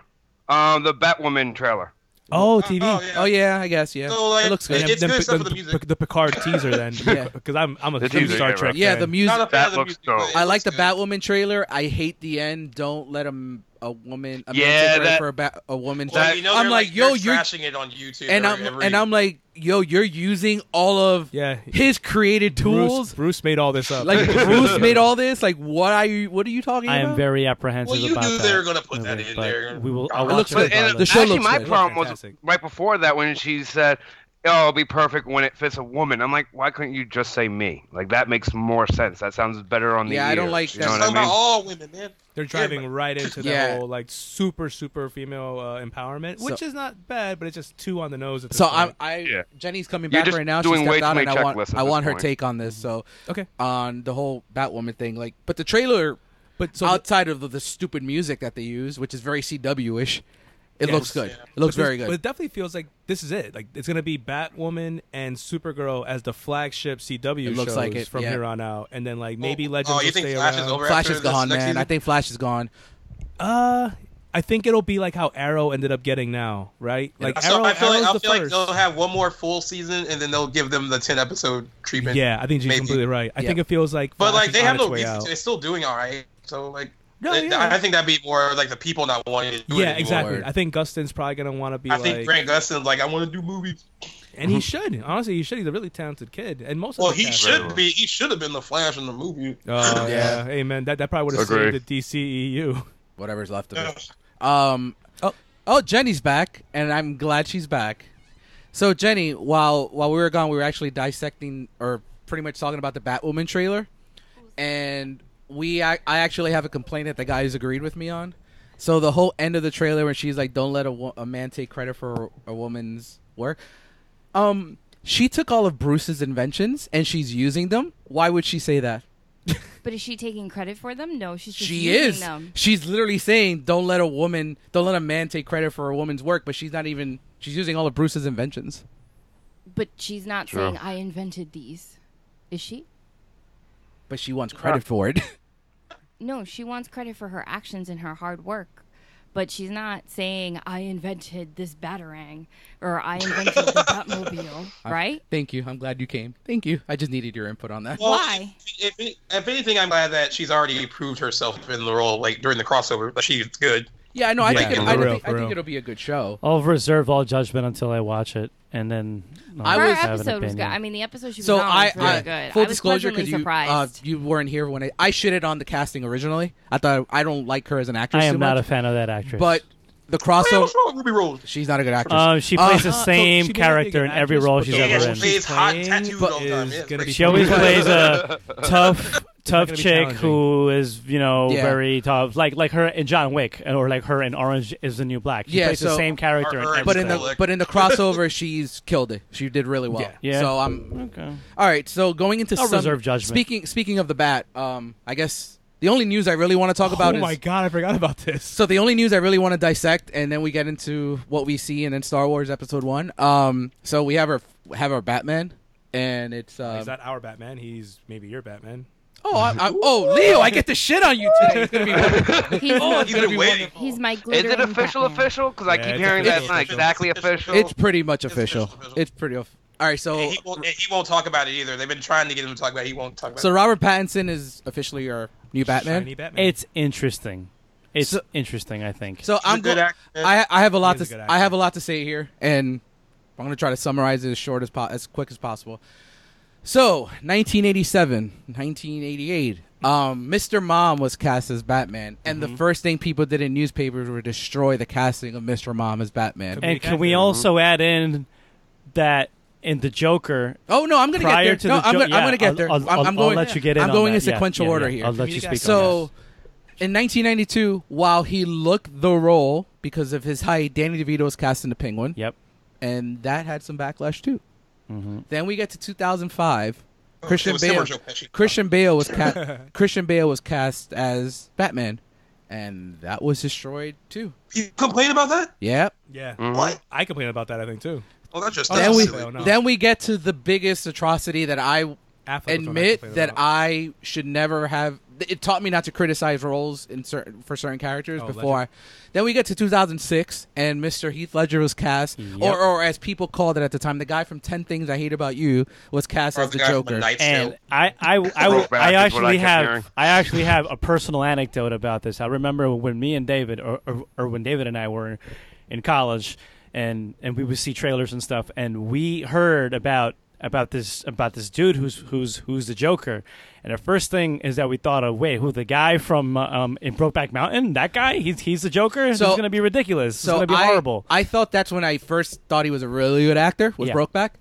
[SPEAKER 4] Um, the Batwoman trailer.
[SPEAKER 3] Oh, TV.
[SPEAKER 5] Oh, yeah.
[SPEAKER 1] Oh yeah, I guess yeah.
[SPEAKER 5] So, like,
[SPEAKER 1] it looks good.
[SPEAKER 5] it- it's
[SPEAKER 3] Then
[SPEAKER 5] good
[SPEAKER 3] P-
[SPEAKER 5] except
[SPEAKER 3] the,
[SPEAKER 5] for the music.
[SPEAKER 3] P- the Picard teaser then,
[SPEAKER 1] Yeah.
[SPEAKER 3] because I'm I'm a
[SPEAKER 4] The
[SPEAKER 3] huge
[SPEAKER 4] teaser,
[SPEAKER 3] Star
[SPEAKER 4] yeah,
[SPEAKER 3] Trek.
[SPEAKER 4] right.
[SPEAKER 1] yeah,
[SPEAKER 3] fan.
[SPEAKER 1] the music.
[SPEAKER 5] Not a fan
[SPEAKER 4] That
[SPEAKER 5] of the
[SPEAKER 4] looks
[SPEAKER 5] music, but
[SPEAKER 4] dope.
[SPEAKER 5] it
[SPEAKER 1] I
[SPEAKER 5] looks
[SPEAKER 1] like the
[SPEAKER 5] good.
[SPEAKER 1] Batwoman trailer. I hate the end. Don't let him a woman a man
[SPEAKER 4] Yeah,
[SPEAKER 1] take credit
[SPEAKER 4] that-
[SPEAKER 1] for a, ba- a woman.
[SPEAKER 5] Well,
[SPEAKER 1] trailer.
[SPEAKER 5] you know,
[SPEAKER 1] I'm
[SPEAKER 5] they're,
[SPEAKER 1] like, yo,
[SPEAKER 5] they're
[SPEAKER 1] you're
[SPEAKER 5] trashing it on YouTube.
[SPEAKER 1] and I'm
[SPEAKER 5] every- every-
[SPEAKER 1] and I'm like, yo, you're using all of
[SPEAKER 3] Yeah.
[SPEAKER 1] his created
[SPEAKER 3] Bruce,
[SPEAKER 1] tools.
[SPEAKER 3] Bruce made all this up.
[SPEAKER 1] Like Bruce made all this. Like, what are you? What are you talking
[SPEAKER 2] I
[SPEAKER 1] about?
[SPEAKER 2] am very apprehensive
[SPEAKER 5] Well, you
[SPEAKER 2] about
[SPEAKER 5] knew
[SPEAKER 2] that.
[SPEAKER 5] they were gonna put that
[SPEAKER 2] movie,
[SPEAKER 5] in
[SPEAKER 2] but
[SPEAKER 5] there.
[SPEAKER 2] We will.
[SPEAKER 5] It
[SPEAKER 2] I'll
[SPEAKER 1] looks good.
[SPEAKER 2] watch it
[SPEAKER 4] But and,
[SPEAKER 1] The
[SPEAKER 2] regardless.
[SPEAKER 1] show
[SPEAKER 4] actually,
[SPEAKER 1] looks
[SPEAKER 4] my
[SPEAKER 1] good. It looks
[SPEAKER 4] problem was
[SPEAKER 3] fantastic.
[SPEAKER 4] right before that when she said, "Oh, it'll be perfect when it fits a woman." I'm like, why couldn't you just say me? Like that makes more sense. That sounds better on the.
[SPEAKER 1] Yeah, I don't
[SPEAKER 4] ear.
[SPEAKER 1] like
[SPEAKER 4] You
[SPEAKER 1] that.
[SPEAKER 4] know
[SPEAKER 5] It's
[SPEAKER 4] what
[SPEAKER 5] talking
[SPEAKER 4] I
[SPEAKER 5] about
[SPEAKER 4] mean?
[SPEAKER 5] all women, man.
[SPEAKER 3] They're driving right into the
[SPEAKER 1] Yeah.
[SPEAKER 3] whole like super super female uh, empowerment, which
[SPEAKER 1] So-
[SPEAKER 3] is not bad, but it's just too on the nose. At this
[SPEAKER 1] So
[SPEAKER 3] point.
[SPEAKER 1] I'm, I
[SPEAKER 4] Yeah.
[SPEAKER 1] Jenny's coming
[SPEAKER 4] You're
[SPEAKER 1] back
[SPEAKER 4] just
[SPEAKER 1] right now.
[SPEAKER 4] doing
[SPEAKER 1] she
[SPEAKER 4] way
[SPEAKER 1] stepped
[SPEAKER 4] too
[SPEAKER 1] out,
[SPEAKER 4] many
[SPEAKER 1] and I want,
[SPEAKER 4] checklists at
[SPEAKER 1] I
[SPEAKER 4] this
[SPEAKER 1] want her
[SPEAKER 4] point.
[SPEAKER 1] take on this. So
[SPEAKER 3] okay,
[SPEAKER 1] on the whole Batwoman thing, like, but the trailer,
[SPEAKER 3] but so
[SPEAKER 1] outside of the, the stupid music that they use, which is very CW ish, it
[SPEAKER 3] Yes.
[SPEAKER 1] looks good.
[SPEAKER 5] Yeah.
[SPEAKER 1] It looks
[SPEAKER 3] but this-
[SPEAKER 1] very good.
[SPEAKER 3] But it definitely feels like this is it. Like it's gonna be Batwoman and Supergirl as the flagship CW
[SPEAKER 1] It looks
[SPEAKER 3] shows
[SPEAKER 1] like it,
[SPEAKER 3] from
[SPEAKER 1] yeah.
[SPEAKER 3] here on out, and then like maybe
[SPEAKER 5] Oh,
[SPEAKER 3] Legends
[SPEAKER 5] oh, you
[SPEAKER 3] will
[SPEAKER 5] think
[SPEAKER 3] stay
[SPEAKER 5] Flash is
[SPEAKER 3] around.
[SPEAKER 5] over?
[SPEAKER 1] Flash
[SPEAKER 5] after
[SPEAKER 1] is
[SPEAKER 5] this
[SPEAKER 1] gone,
[SPEAKER 5] next
[SPEAKER 1] man.
[SPEAKER 5] season?
[SPEAKER 1] I think Flash is gone.
[SPEAKER 3] Uh, I think it'll be like how Arrow ended up getting now, right? Like
[SPEAKER 5] so
[SPEAKER 3] Arrow,
[SPEAKER 5] I feel, like,
[SPEAKER 3] Arrow's
[SPEAKER 5] I
[SPEAKER 3] the
[SPEAKER 5] feel like
[SPEAKER 3] first.
[SPEAKER 5] they'll have one more full season, and then they'll give them the ten episode treatment.
[SPEAKER 3] yeah, I think she's
[SPEAKER 5] Maybe.
[SPEAKER 3] completely right. I
[SPEAKER 1] Yeah.
[SPEAKER 3] think it feels like,
[SPEAKER 5] but
[SPEAKER 3] Flash
[SPEAKER 5] like
[SPEAKER 3] is
[SPEAKER 5] they
[SPEAKER 3] on
[SPEAKER 5] have
[SPEAKER 3] its
[SPEAKER 5] no
[SPEAKER 3] way
[SPEAKER 5] reason.
[SPEAKER 3] out.
[SPEAKER 5] to. It's still doing all right. So like,
[SPEAKER 3] No,
[SPEAKER 5] th-
[SPEAKER 3] yeah.
[SPEAKER 5] I think that'd be more like the people not wanting to do it.
[SPEAKER 3] Yeah,
[SPEAKER 5] anymore.
[SPEAKER 3] exactly.
[SPEAKER 1] Word.
[SPEAKER 3] I think Gustin's probably gonna want to be
[SPEAKER 5] I
[SPEAKER 3] like,
[SPEAKER 5] think Grant Gustin's like, I want to do movies.
[SPEAKER 3] and he should. Honestly, he should. He's a really talented kid, and most
[SPEAKER 5] Well,
[SPEAKER 3] of the
[SPEAKER 5] he
[SPEAKER 3] cast-
[SPEAKER 5] should be. He should have been the Flash in the movie.
[SPEAKER 3] Oh
[SPEAKER 1] Yeah.
[SPEAKER 3] yeah, hey man, that that probably would have
[SPEAKER 4] Agree.
[SPEAKER 3] saved the E DCEU.
[SPEAKER 1] Whatever's left of
[SPEAKER 5] Ugh.
[SPEAKER 1] it. Um, oh, oh, Jenny's back, and I'm glad she's back. So Jenny, while while we were gone, we were actually dissecting or pretty much talking about the Batwoman trailer, and we I, I actually have a complaint that the guys agreed with me on. So the whole end of the trailer when she's like, "Don't let a, wo- a man take credit for a woman's work," um, she took all of Bruce's inventions and she's using them. Why would she say that?
[SPEAKER 6] But is she taking credit for them? No, she's just
[SPEAKER 1] she
[SPEAKER 6] using
[SPEAKER 1] is.
[SPEAKER 6] them.
[SPEAKER 1] She's literally saying, "Don't let a woman, don't let a man take credit for a woman's work." But she's not even. She's using all of Bruce's inventions.
[SPEAKER 6] But she's not
[SPEAKER 4] True.
[SPEAKER 6] saying I invented these. Is she?
[SPEAKER 1] But she wants credit for it.
[SPEAKER 6] No, she wants credit for her actions and her hard work. But she's not saying I invented this batarang or I invented the Batmobile, right?
[SPEAKER 1] Thank you. I'm glad you came. Thank you. I just needed your input on that.
[SPEAKER 5] Well,
[SPEAKER 6] Why?
[SPEAKER 5] If, if, if anything, I'm glad that she's already proved herself in the role. Like during the crossover, like, she's good.
[SPEAKER 1] Yeah, no, I
[SPEAKER 3] Yeah,
[SPEAKER 1] think it,
[SPEAKER 5] for
[SPEAKER 1] I,
[SPEAKER 5] real,
[SPEAKER 1] think,
[SPEAKER 3] for
[SPEAKER 1] I think
[SPEAKER 3] real.
[SPEAKER 1] it'll be a good show.
[SPEAKER 2] I'll reserve all judgment until I watch it, and then
[SPEAKER 1] I
[SPEAKER 2] I'll
[SPEAKER 6] her
[SPEAKER 1] was-
[SPEAKER 2] have an
[SPEAKER 6] episode was good.
[SPEAKER 2] opinion.
[SPEAKER 6] I mean, the episode she was
[SPEAKER 1] So
[SPEAKER 6] on
[SPEAKER 1] I,
[SPEAKER 6] was really
[SPEAKER 1] I-
[SPEAKER 6] good.
[SPEAKER 1] full
[SPEAKER 6] I was
[SPEAKER 1] disclosure,
[SPEAKER 6] pleasantly
[SPEAKER 1] you uh,
[SPEAKER 6] surprised.
[SPEAKER 1] you weren't here when I, I shitted on the casting originally. I thought I don't like her as an actress.
[SPEAKER 2] I am
[SPEAKER 1] too
[SPEAKER 2] not a
[SPEAKER 1] much,
[SPEAKER 2] fan of that actress.
[SPEAKER 1] But the
[SPEAKER 5] Man,
[SPEAKER 1] crossover,
[SPEAKER 5] what's wrong with Ruby Rose?
[SPEAKER 1] she's not a good actress.
[SPEAKER 2] um, she
[SPEAKER 1] Uh,
[SPEAKER 2] plays the
[SPEAKER 1] uh,
[SPEAKER 3] so
[SPEAKER 2] same
[SPEAKER 3] she may not be a
[SPEAKER 2] character
[SPEAKER 3] good
[SPEAKER 2] in every
[SPEAKER 3] actress,
[SPEAKER 2] role
[SPEAKER 3] but
[SPEAKER 2] she's
[SPEAKER 3] the
[SPEAKER 5] Yeah,
[SPEAKER 2] ever
[SPEAKER 5] she
[SPEAKER 2] in.
[SPEAKER 5] plays hot tattoos all the time.
[SPEAKER 3] is
[SPEAKER 5] Yeah,
[SPEAKER 3] gonna
[SPEAKER 5] like-
[SPEAKER 3] be
[SPEAKER 2] She always
[SPEAKER 3] fun.
[SPEAKER 2] plays a tough, tough
[SPEAKER 3] gonna be
[SPEAKER 2] chick
[SPEAKER 3] challenging.
[SPEAKER 2] who is, you know,
[SPEAKER 1] Yeah.
[SPEAKER 2] very tough. Like like her in John Wick, uh, or like her in Orange is the New Black. She
[SPEAKER 1] Yeah,
[SPEAKER 2] plays
[SPEAKER 1] so-
[SPEAKER 2] the same character
[SPEAKER 5] Or- or-
[SPEAKER 2] in
[SPEAKER 1] but
[SPEAKER 2] everything.
[SPEAKER 1] in the
[SPEAKER 5] Bullock.
[SPEAKER 1] but in the crossover, she's killed it. She did really well.
[SPEAKER 3] Yeah.
[SPEAKER 2] Yeah.
[SPEAKER 1] So I'm
[SPEAKER 2] okay.
[SPEAKER 1] All right, so going into
[SPEAKER 2] I'll
[SPEAKER 1] some
[SPEAKER 2] reserve judgment.
[SPEAKER 1] Speaking speaking of the bat, um, I guess the only news I really want to talk about
[SPEAKER 3] oh
[SPEAKER 1] is
[SPEAKER 3] my god, I forgot about this.
[SPEAKER 1] so the only news I really want to dissect, and then we get into what we see, and then Star Wars Episode One. Um, so we have our have our Batman, and it's um,
[SPEAKER 3] He's not our Batman. He's maybe your Batman.
[SPEAKER 1] oh I, I, oh Leo, I get to shit on you today. It's gonna be wonderful.
[SPEAKER 6] he's,
[SPEAKER 1] Oh,
[SPEAKER 5] He's been waiting.
[SPEAKER 6] he's my
[SPEAKER 4] Is
[SPEAKER 6] glittering
[SPEAKER 4] it official?
[SPEAKER 6] Batman.
[SPEAKER 4] Official? Because I
[SPEAKER 3] Yeah,
[SPEAKER 4] keep
[SPEAKER 3] it's
[SPEAKER 4] hearing that's
[SPEAKER 5] official,
[SPEAKER 4] not
[SPEAKER 5] official.
[SPEAKER 4] exactly
[SPEAKER 5] It's
[SPEAKER 4] official.
[SPEAKER 5] official.
[SPEAKER 1] it's pretty much official. It's,
[SPEAKER 5] official, official.
[SPEAKER 1] pretty. Off- All right, so
[SPEAKER 5] And he, won't, and he won't talk about it either. They've been trying to get him to talk about it. He won't talk about
[SPEAKER 1] so
[SPEAKER 5] it.
[SPEAKER 1] Robert Pattinson is officially our new Batman.
[SPEAKER 3] Shiny Batman.
[SPEAKER 2] It's interesting. It's
[SPEAKER 1] So-
[SPEAKER 2] interesting. I think.
[SPEAKER 1] So
[SPEAKER 5] a
[SPEAKER 1] I'm
[SPEAKER 5] good
[SPEAKER 1] go-
[SPEAKER 5] actor.
[SPEAKER 1] I I have a lot
[SPEAKER 3] He is
[SPEAKER 1] to
[SPEAKER 3] a good
[SPEAKER 1] I have
[SPEAKER 3] actor.
[SPEAKER 1] a lot to say here, and I'm gonna try to summarize it as short as po- as quick as possible. So 1987, 1988, um, Mr. Mom was cast as Batman, and
[SPEAKER 2] Mm-hmm.
[SPEAKER 1] the first thing people did in newspapers were destroy the casting of Mr. Mom as Batman.
[SPEAKER 3] Comedic
[SPEAKER 2] and can we
[SPEAKER 3] actor.
[SPEAKER 2] also add in that in the Joker?
[SPEAKER 1] oh no, I'm gonna
[SPEAKER 2] prior
[SPEAKER 1] get
[SPEAKER 2] to
[SPEAKER 1] there. No,
[SPEAKER 2] the
[SPEAKER 1] I'm
[SPEAKER 2] Jo-
[SPEAKER 1] gonna,
[SPEAKER 2] yeah,
[SPEAKER 1] I'm gonna get
[SPEAKER 2] I'll-
[SPEAKER 1] there.
[SPEAKER 2] I'll,
[SPEAKER 1] I'm- I'm
[SPEAKER 2] I'll
[SPEAKER 1] going.
[SPEAKER 2] let you get in.
[SPEAKER 1] I'm
[SPEAKER 2] on
[SPEAKER 1] going
[SPEAKER 2] that.
[SPEAKER 1] in
[SPEAKER 2] Yeah,
[SPEAKER 1] sequential
[SPEAKER 2] yeah,
[SPEAKER 1] order
[SPEAKER 2] yeah.
[SPEAKER 1] here.
[SPEAKER 2] I'll let you
[SPEAKER 3] Comedic
[SPEAKER 2] speak. on
[SPEAKER 1] So, In 1992, while he looked the role because of his height, Danny DeVito was cast in The Penguin,
[SPEAKER 2] Yep.
[SPEAKER 1] and that had some backlash too. Then we get to 2005.
[SPEAKER 5] Oh, it
[SPEAKER 1] Christian
[SPEAKER 5] was
[SPEAKER 1] Bale.
[SPEAKER 5] similar to Pesci.
[SPEAKER 1] Christian Bale was ca- Christian Bale was cast as Batman, and that was destroyed too.
[SPEAKER 5] You complain about that?
[SPEAKER 1] Yep.
[SPEAKER 3] Yeah.
[SPEAKER 4] Mm.
[SPEAKER 5] What?
[SPEAKER 3] I complain about that. I think too.
[SPEAKER 5] Well, that's just
[SPEAKER 3] Oh,
[SPEAKER 5] that's
[SPEAKER 1] Hmm? then we
[SPEAKER 5] silly.
[SPEAKER 3] no.
[SPEAKER 1] then we get to the biggest atrocity that I
[SPEAKER 3] Affleck was one I
[SPEAKER 1] admit
[SPEAKER 3] complained
[SPEAKER 1] that
[SPEAKER 3] about.
[SPEAKER 1] I should never have. It taught me not to criticize roles in certain for certain characters
[SPEAKER 3] Oh,
[SPEAKER 1] before. I, then we get to 2006, and Mr. Heath Ledger was cast, or, or as people called it at the time, the guy from Ten Things I Hate About You was cast
[SPEAKER 5] Or
[SPEAKER 1] as the,
[SPEAKER 5] guy from
[SPEAKER 1] Joker.
[SPEAKER 5] Knight's
[SPEAKER 2] And
[SPEAKER 5] Tale.
[SPEAKER 2] I, I, I, I,
[SPEAKER 4] Throwback is what I
[SPEAKER 2] actually
[SPEAKER 4] kept
[SPEAKER 2] have,
[SPEAKER 4] hearing.
[SPEAKER 2] I actually have a personal anecdote about this. I remember when me and David, or, or, or when David and I were in college, and and we would see trailers and stuff, and we heard about about this about this dude who's who's who's the Joker, and the first thing is that we thought of, wait, who the guy from uh, um in Brokeback Mountain? That guy? He's he's the Joker.
[SPEAKER 1] So-
[SPEAKER 2] it's gonna be ridiculous.
[SPEAKER 1] so
[SPEAKER 2] it's gonna be
[SPEAKER 1] I,
[SPEAKER 2] horrible.
[SPEAKER 1] I thought that's when I first thought he was a really good actor was
[SPEAKER 2] Yeah.
[SPEAKER 1] Brokeback,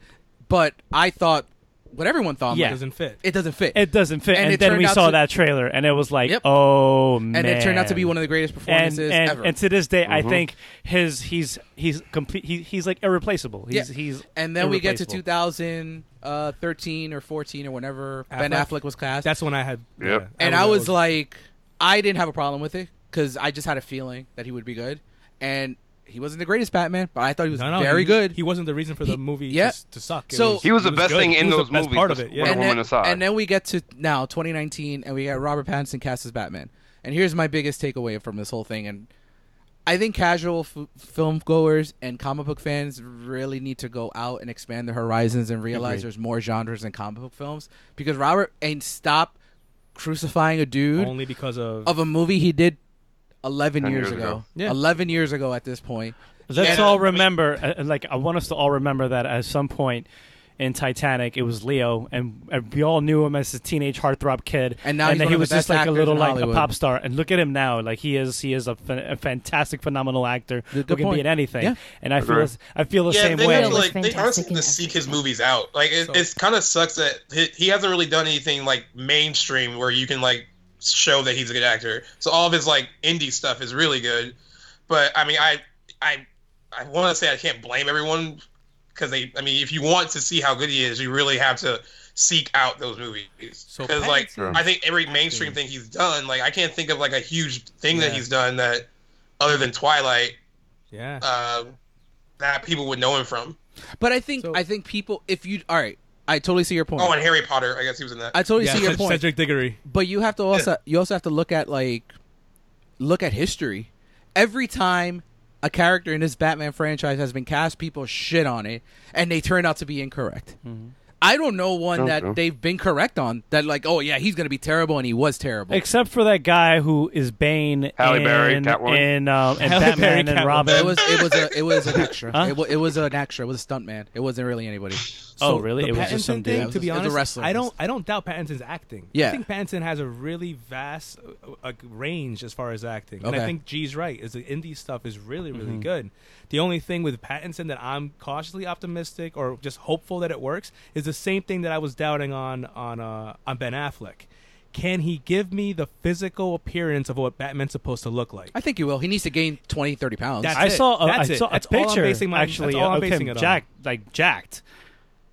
[SPEAKER 1] but I thought what everyone thought. I'm
[SPEAKER 2] Yeah.
[SPEAKER 1] like,
[SPEAKER 3] doesn't fit.
[SPEAKER 1] it doesn't fit.
[SPEAKER 2] It doesn't fit.
[SPEAKER 1] And
[SPEAKER 2] And,
[SPEAKER 1] it
[SPEAKER 2] then we
[SPEAKER 1] turned out
[SPEAKER 2] saw
[SPEAKER 1] to-
[SPEAKER 2] that trailer, and it was like,
[SPEAKER 1] Yep.
[SPEAKER 2] oh
[SPEAKER 1] and
[SPEAKER 2] man.
[SPEAKER 1] it turned out to be one of the greatest
[SPEAKER 2] and
[SPEAKER 1] performances
[SPEAKER 2] and,
[SPEAKER 1] ever.
[SPEAKER 2] and to this day, I think his he's he's complete. He, he's like irreplaceable. He's
[SPEAKER 1] Yeah.
[SPEAKER 2] he's
[SPEAKER 1] and then we get to
[SPEAKER 2] irreplaceable.
[SPEAKER 1] 2013 or 14 or whenever Ben
[SPEAKER 3] Affleck?
[SPEAKER 1] Affleck was cast.
[SPEAKER 3] That's when I had.
[SPEAKER 4] Yep.
[SPEAKER 3] yeah,
[SPEAKER 1] and I
[SPEAKER 3] that
[SPEAKER 1] was like, I didn't have a problem with it because I just had a feeling that he would be good. And he wasn't the greatest Batman, but I thought he was
[SPEAKER 3] No, no,
[SPEAKER 1] very
[SPEAKER 3] he-
[SPEAKER 1] good.
[SPEAKER 3] He wasn't the reason for
[SPEAKER 1] He-
[SPEAKER 3] the movie
[SPEAKER 1] yeah.
[SPEAKER 3] to, to suck. It
[SPEAKER 1] So-
[SPEAKER 3] was-
[SPEAKER 1] He
[SPEAKER 4] was the
[SPEAKER 3] it
[SPEAKER 4] best
[SPEAKER 3] good.
[SPEAKER 4] thing in
[SPEAKER 3] He was
[SPEAKER 4] those
[SPEAKER 3] the best
[SPEAKER 4] movies,
[SPEAKER 3] Part of
[SPEAKER 4] just
[SPEAKER 3] it.
[SPEAKER 4] Wonder
[SPEAKER 3] Yeah.
[SPEAKER 1] and
[SPEAKER 4] Woman
[SPEAKER 1] then,
[SPEAKER 4] aside.
[SPEAKER 1] And then we get to now 2019, and we got Robert Pattinson cast as Batman. And here's my biggest takeaway from this whole thing, and I think casual f- film goers and comic book fans really need to go out and expand their horizons and realize there's more genres than comic book films because Robert and stop crucifying a dude
[SPEAKER 3] Only because of.
[SPEAKER 1] of a movie he did 11
[SPEAKER 4] 10
[SPEAKER 1] years,
[SPEAKER 4] years
[SPEAKER 1] ago.
[SPEAKER 4] ago.
[SPEAKER 3] Yeah.
[SPEAKER 1] 11 years ago at this point.
[SPEAKER 2] Let's
[SPEAKER 5] Yeah.
[SPEAKER 2] all remember, uh, like I want us to all remember that at some point in Titanic, it was Leo, and, and we all knew him as a teenage heartthrob kid,
[SPEAKER 1] And now he's
[SPEAKER 2] then
[SPEAKER 1] one
[SPEAKER 2] he
[SPEAKER 1] of the
[SPEAKER 2] was
[SPEAKER 1] best
[SPEAKER 2] just like a
[SPEAKER 1] actors
[SPEAKER 2] little
[SPEAKER 1] in
[SPEAKER 2] like
[SPEAKER 1] Hollywood.
[SPEAKER 2] a pop star. And look at him now, like he is, he is a, ph- a fantastic, phenomenal accer
[SPEAKER 1] Good-
[SPEAKER 2] who
[SPEAKER 1] good
[SPEAKER 2] can
[SPEAKER 1] point.
[SPEAKER 2] be in anything.
[SPEAKER 1] Yeah.
[SPEAKER 2] And I feel,
[SPEAKER 4] Agree.
[SPEAKER 2] this- I feel the
[SPEAKER 5] yeah,
[SPEAKER 2] same
[SPEAKER 5] they
[SPEAKER 2] way.
[SPEAKER 5] have to, like they
[SPEAKER 6] Fantastic
[SPEAKER 5] honestly have
[SPEAKER 6] in
[SPEAKER 5] to
[SPEAKER 6] essence.
[SPEAKER 5] seek his movies out. Like it,
[SPEAKER 3] So-
[SPEAKER 5] it's kind of sucks that he, he hasn't really done anything like mainstream where you can like show that he's a good actor. So all of his like indie stuff is really good. But I mean, I I I want to say I can't blame everyone because they. I mean, if you want to see how good he is, you really have to seek out those movies
[SPEAKER 3] So
[SPEAKER 5] because like
[SPEAKER 4] Pattinson-
[SPEAKER 5] I think every mainstream thing he's done, like I can't think of like a huge thing that
[SPEAKER 3] Yeah.
[SPEAKER 5] he's done that other than Twilight
[SPEAKER 3] yeah.
[SPEAKER 5] uh, that people would know him from.
[SPEAKER 1] But I think
[SPEAKER 3] So-
[SPEAKER 1] I think people if you all right, I totally see your point.
[SPEAKER 5] Oh, and Harry Potter. I guess he was in that.
[SPEAKER 1] I totally
[SPEAKER 3] yeah,
[SPEAKER 1] see your
[SPEAKER 3] Ced-
[SPEAKER 1] point.
[SPEAKER 3] Cedric Diggory.
[SPEAKER 1] But you have to also you also have to look at like look at history. Every time a character in this Batman franchise has been cast, people shit on it, and they turn out to be incorrect. I don't know one that
[SPEAKER 4] Okay.
[SPEAKER 1] they've been correct on that like, oh yeah, he's gonna be terrible, and he was terrible.
[SPEAKER 2] Except for that guy who is Bane
[SPEAKER 4] Halle
[SPEAKER 2] in,
[SPEAKER 4] Berry, Catwoman.
[SPEAKER 2] in, um, in
[SPEAKER 3] Halle
[SPEAKER 2] Batman
[SPEAKER 3] Berry,
[SPEAKER 2] and
[SPEAKER 3] Catwoman.
[SPEAKER 2] Robin.
[SPEAKER 1] it was it was a, it was an extra. It, wa- it was an extra. It was a stuntman. It wasn't really anybody.
[SPEAKER 2] oh,
[SPEAKER 3] So
[SPEAKER 2] really?
[SPEAKER 3] The
[SPEAKER 2] It was just
[SPEAKER 3] Pattinson
[SPEAKER 2] some
[SPEAKER 3] thing,
[SPEAKER 2] dude.
[SPEAKER 1] Yeah, it was
[SPEAKER 3] to be
[SPEAKER 1] a- it was a
[SPEAKER 3] honest,
[SPEAKER 1] wrestler.
[SPEAKER 3] I don't. I don't doubt Pattinson's acting.
[SPEAKER 1] Yeah.
[SPEAKER 3] I think Pattinson has a really vast uh, uh, range as far as acting, and
[SPEAKER 1] Okay. Mm-hmm.
[SPEAKER 3] I think G's right. Is the indie stuff is really really good. The only thing with Pattinson that I'm cautiously optimistic or just hopeful that it works is the same thing that I was doubting on on uh, on Ben Affleck. Can he give me the physical appearance of what Batman's supposed to look like?
[SPEAKER 1] I think he will. He needs to gain 20, 30 pounds.
[SPEAKER 3] That's
[SPEAKER 2] I
[SPEAKER 3] it.
[SPEAKER 2] saw a,
[SPEAKER 3] That's
[SPEAKER 2] I
[SPEAKER 3] it.
[SPEAKER 2] saw a
[SPEAKER 3] That's all I'm
[SPEAKER 2] picture
[SPEAKER 3] basing my-
[SPEAKER 2] actually
[SPEAKER 3] that's all I'm
[SPEAKER 2] of
[SPEAKER 3] basing
[SPEAKER 2] him
[SPEAKER 3] it on.
[SPEAKER 2] jacked, like jacked.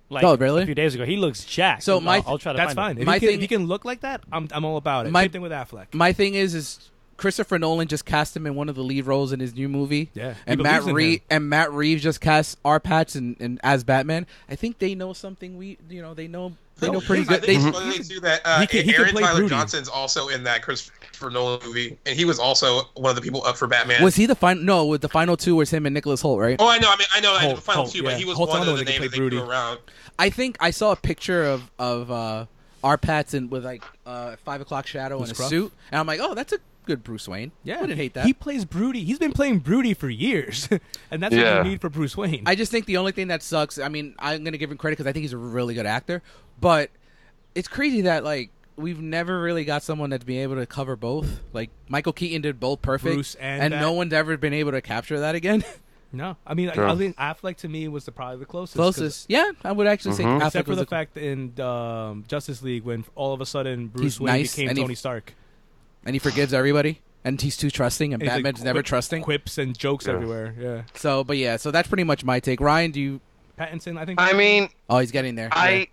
[SPEAKER 2] Like
[SPEAKER 1] Oh, really?
[SPEAKER 2] A few days ago, he looks jacked.
[SPEAKER 1] So my
[SPEAKER 2] I'll, I'll try to
[SPEAKER 3] That's
[SPEAKER 2] find
[SPEAKER 3] fine.
[SPEAKER 2] It.
[SPEAKER 3] If,
[SPEAKER 1] My
[SPEAKER 3] he can,
[SPEAKER 1] thing-
[SPEAKER 3] if he can look like that, I'm, I'm all about it.
[SPEAKER 1] My-
[SPEAKER 3] same thing with Affleck.
[SPEAKER 1] my thing is is Christopher Nolan just cast him in one of the lead roles in his new movie.
[SPEAKER 3] Yeah, he
[SPEAKER 1] and Matt
[SPEAKER 3] believes in
[SPEAKER 1] Reeves
[SPEAKER 3] him.
[SPEAKER 1] and Matt Reeves just cast R. Patch and, and as Batman. I think they know something. We you know they know they know pretty
[SPEAKER 5] I
[SPEAKER 1] good. They,
[SPEAKER 5] think it's funny too that uh,
[SPEAKER 3] he can- he can
[SPEAKER 5] Aaron
[SPEAKER 3] play
[SPEAKER 5] Tyler
[SPEAKER 3] Broody.
[SPEAKER 5] Johnson's also in that Christopher Nolan movie, and he was also one of the people up for Batman.
[SPEAKER 1] was he the final? No, with the final two was him and Nicholas Holt, right?
[SPEAKER 5] Oh, I know. I mean, I know. I know the
[SPEAKER 3] Holt,
[SPEAKER 5] final
[SPEAKER 3] Holt,
[SPEAKER 5] two, but
[SPEAKER 3] yeah.
[SPEAKER 5] he was
[SPEAKER 3] Holt's
[SPEAKER 5] one
[SPEAKER 3] another
[SPEAKER 5] of the
[SPEAKER 3] one that can
[SPEAKER 5] names
[SPEAKER 3] play
[SPEAKER 5] they threw
[SPEAKER 3] Broody.
[SPEAKER 5] around.
[SPEAKER 1] I think I saw a picture of of uh, R. Patson with like uh, five o'clock shadow in a
[SPEAKER 3] Scruff?
[SPEAKER 1] suit, and I'm like, oh, that's a good Bruce Wayne. I wouldn't hate that.
[SPEAKER 3] He plays Broody. He's been playing Broody for years, and that's
[SPEAKER 4] Yeah.
[SPEAKER 3] what you need for Bruce Wayne.
[SPEAKER 1] I just think the only thing that sucks. I mean, I'm gonna give him credit because I think he's a really good actor, but it's crazy that like we've never really got someone that's been able to cover both. Like Michael Keaton did both perfect,
[SPEAKER 3] Bruce and Bat-
[SPEAKER 1] no one's ever been able to capture that again.
[SPEAKER 3] no, I mean,
[SPEAKER 4] Sure.
[SPEAKER 3] I, I think Affleck to me was the, probably the closest. 'cause-
[SPEAKER 1] Closest, yeah, I would actually say. Affleck
[SPEAKER 3] Except for
[SPEAKER 1] was
[SPEAKER 3] the
[SPEAKER 1] a-
[SPEAKER 3] fact in um, Justice League when all of a sudden Bruce
[SPEAKER 1] He's
[SPEAKER 3] Wayne
[SPEAKER 1] nice
[SPEAKER 3] became
[SPEAKER 1] and he-
[SPEAKER 3] Tony Stark.
[SPEAKER 1] and he forgives everybody, and he's too trusting, and
[SPEAKER 3] He's, like,
[SPEAKER 1] Batman's never
[SPEAKER 3] quip-
[SPEAKER 1] trusting.
[SPEAKER 3] Quips and jokes
[SPEAKER 4] Yeah.
[SPEAKER 3] everywhere. Yeah.
[SPEAKER 1] So, but yeah, so that's pretty much my take. Ryan, do you?
[SPEAKER 3] Pattinson, I think.
[SPEAKER 4] I mean,
[SPEAKER 1] Oh, he's getting there.
[SPEAKER 4] I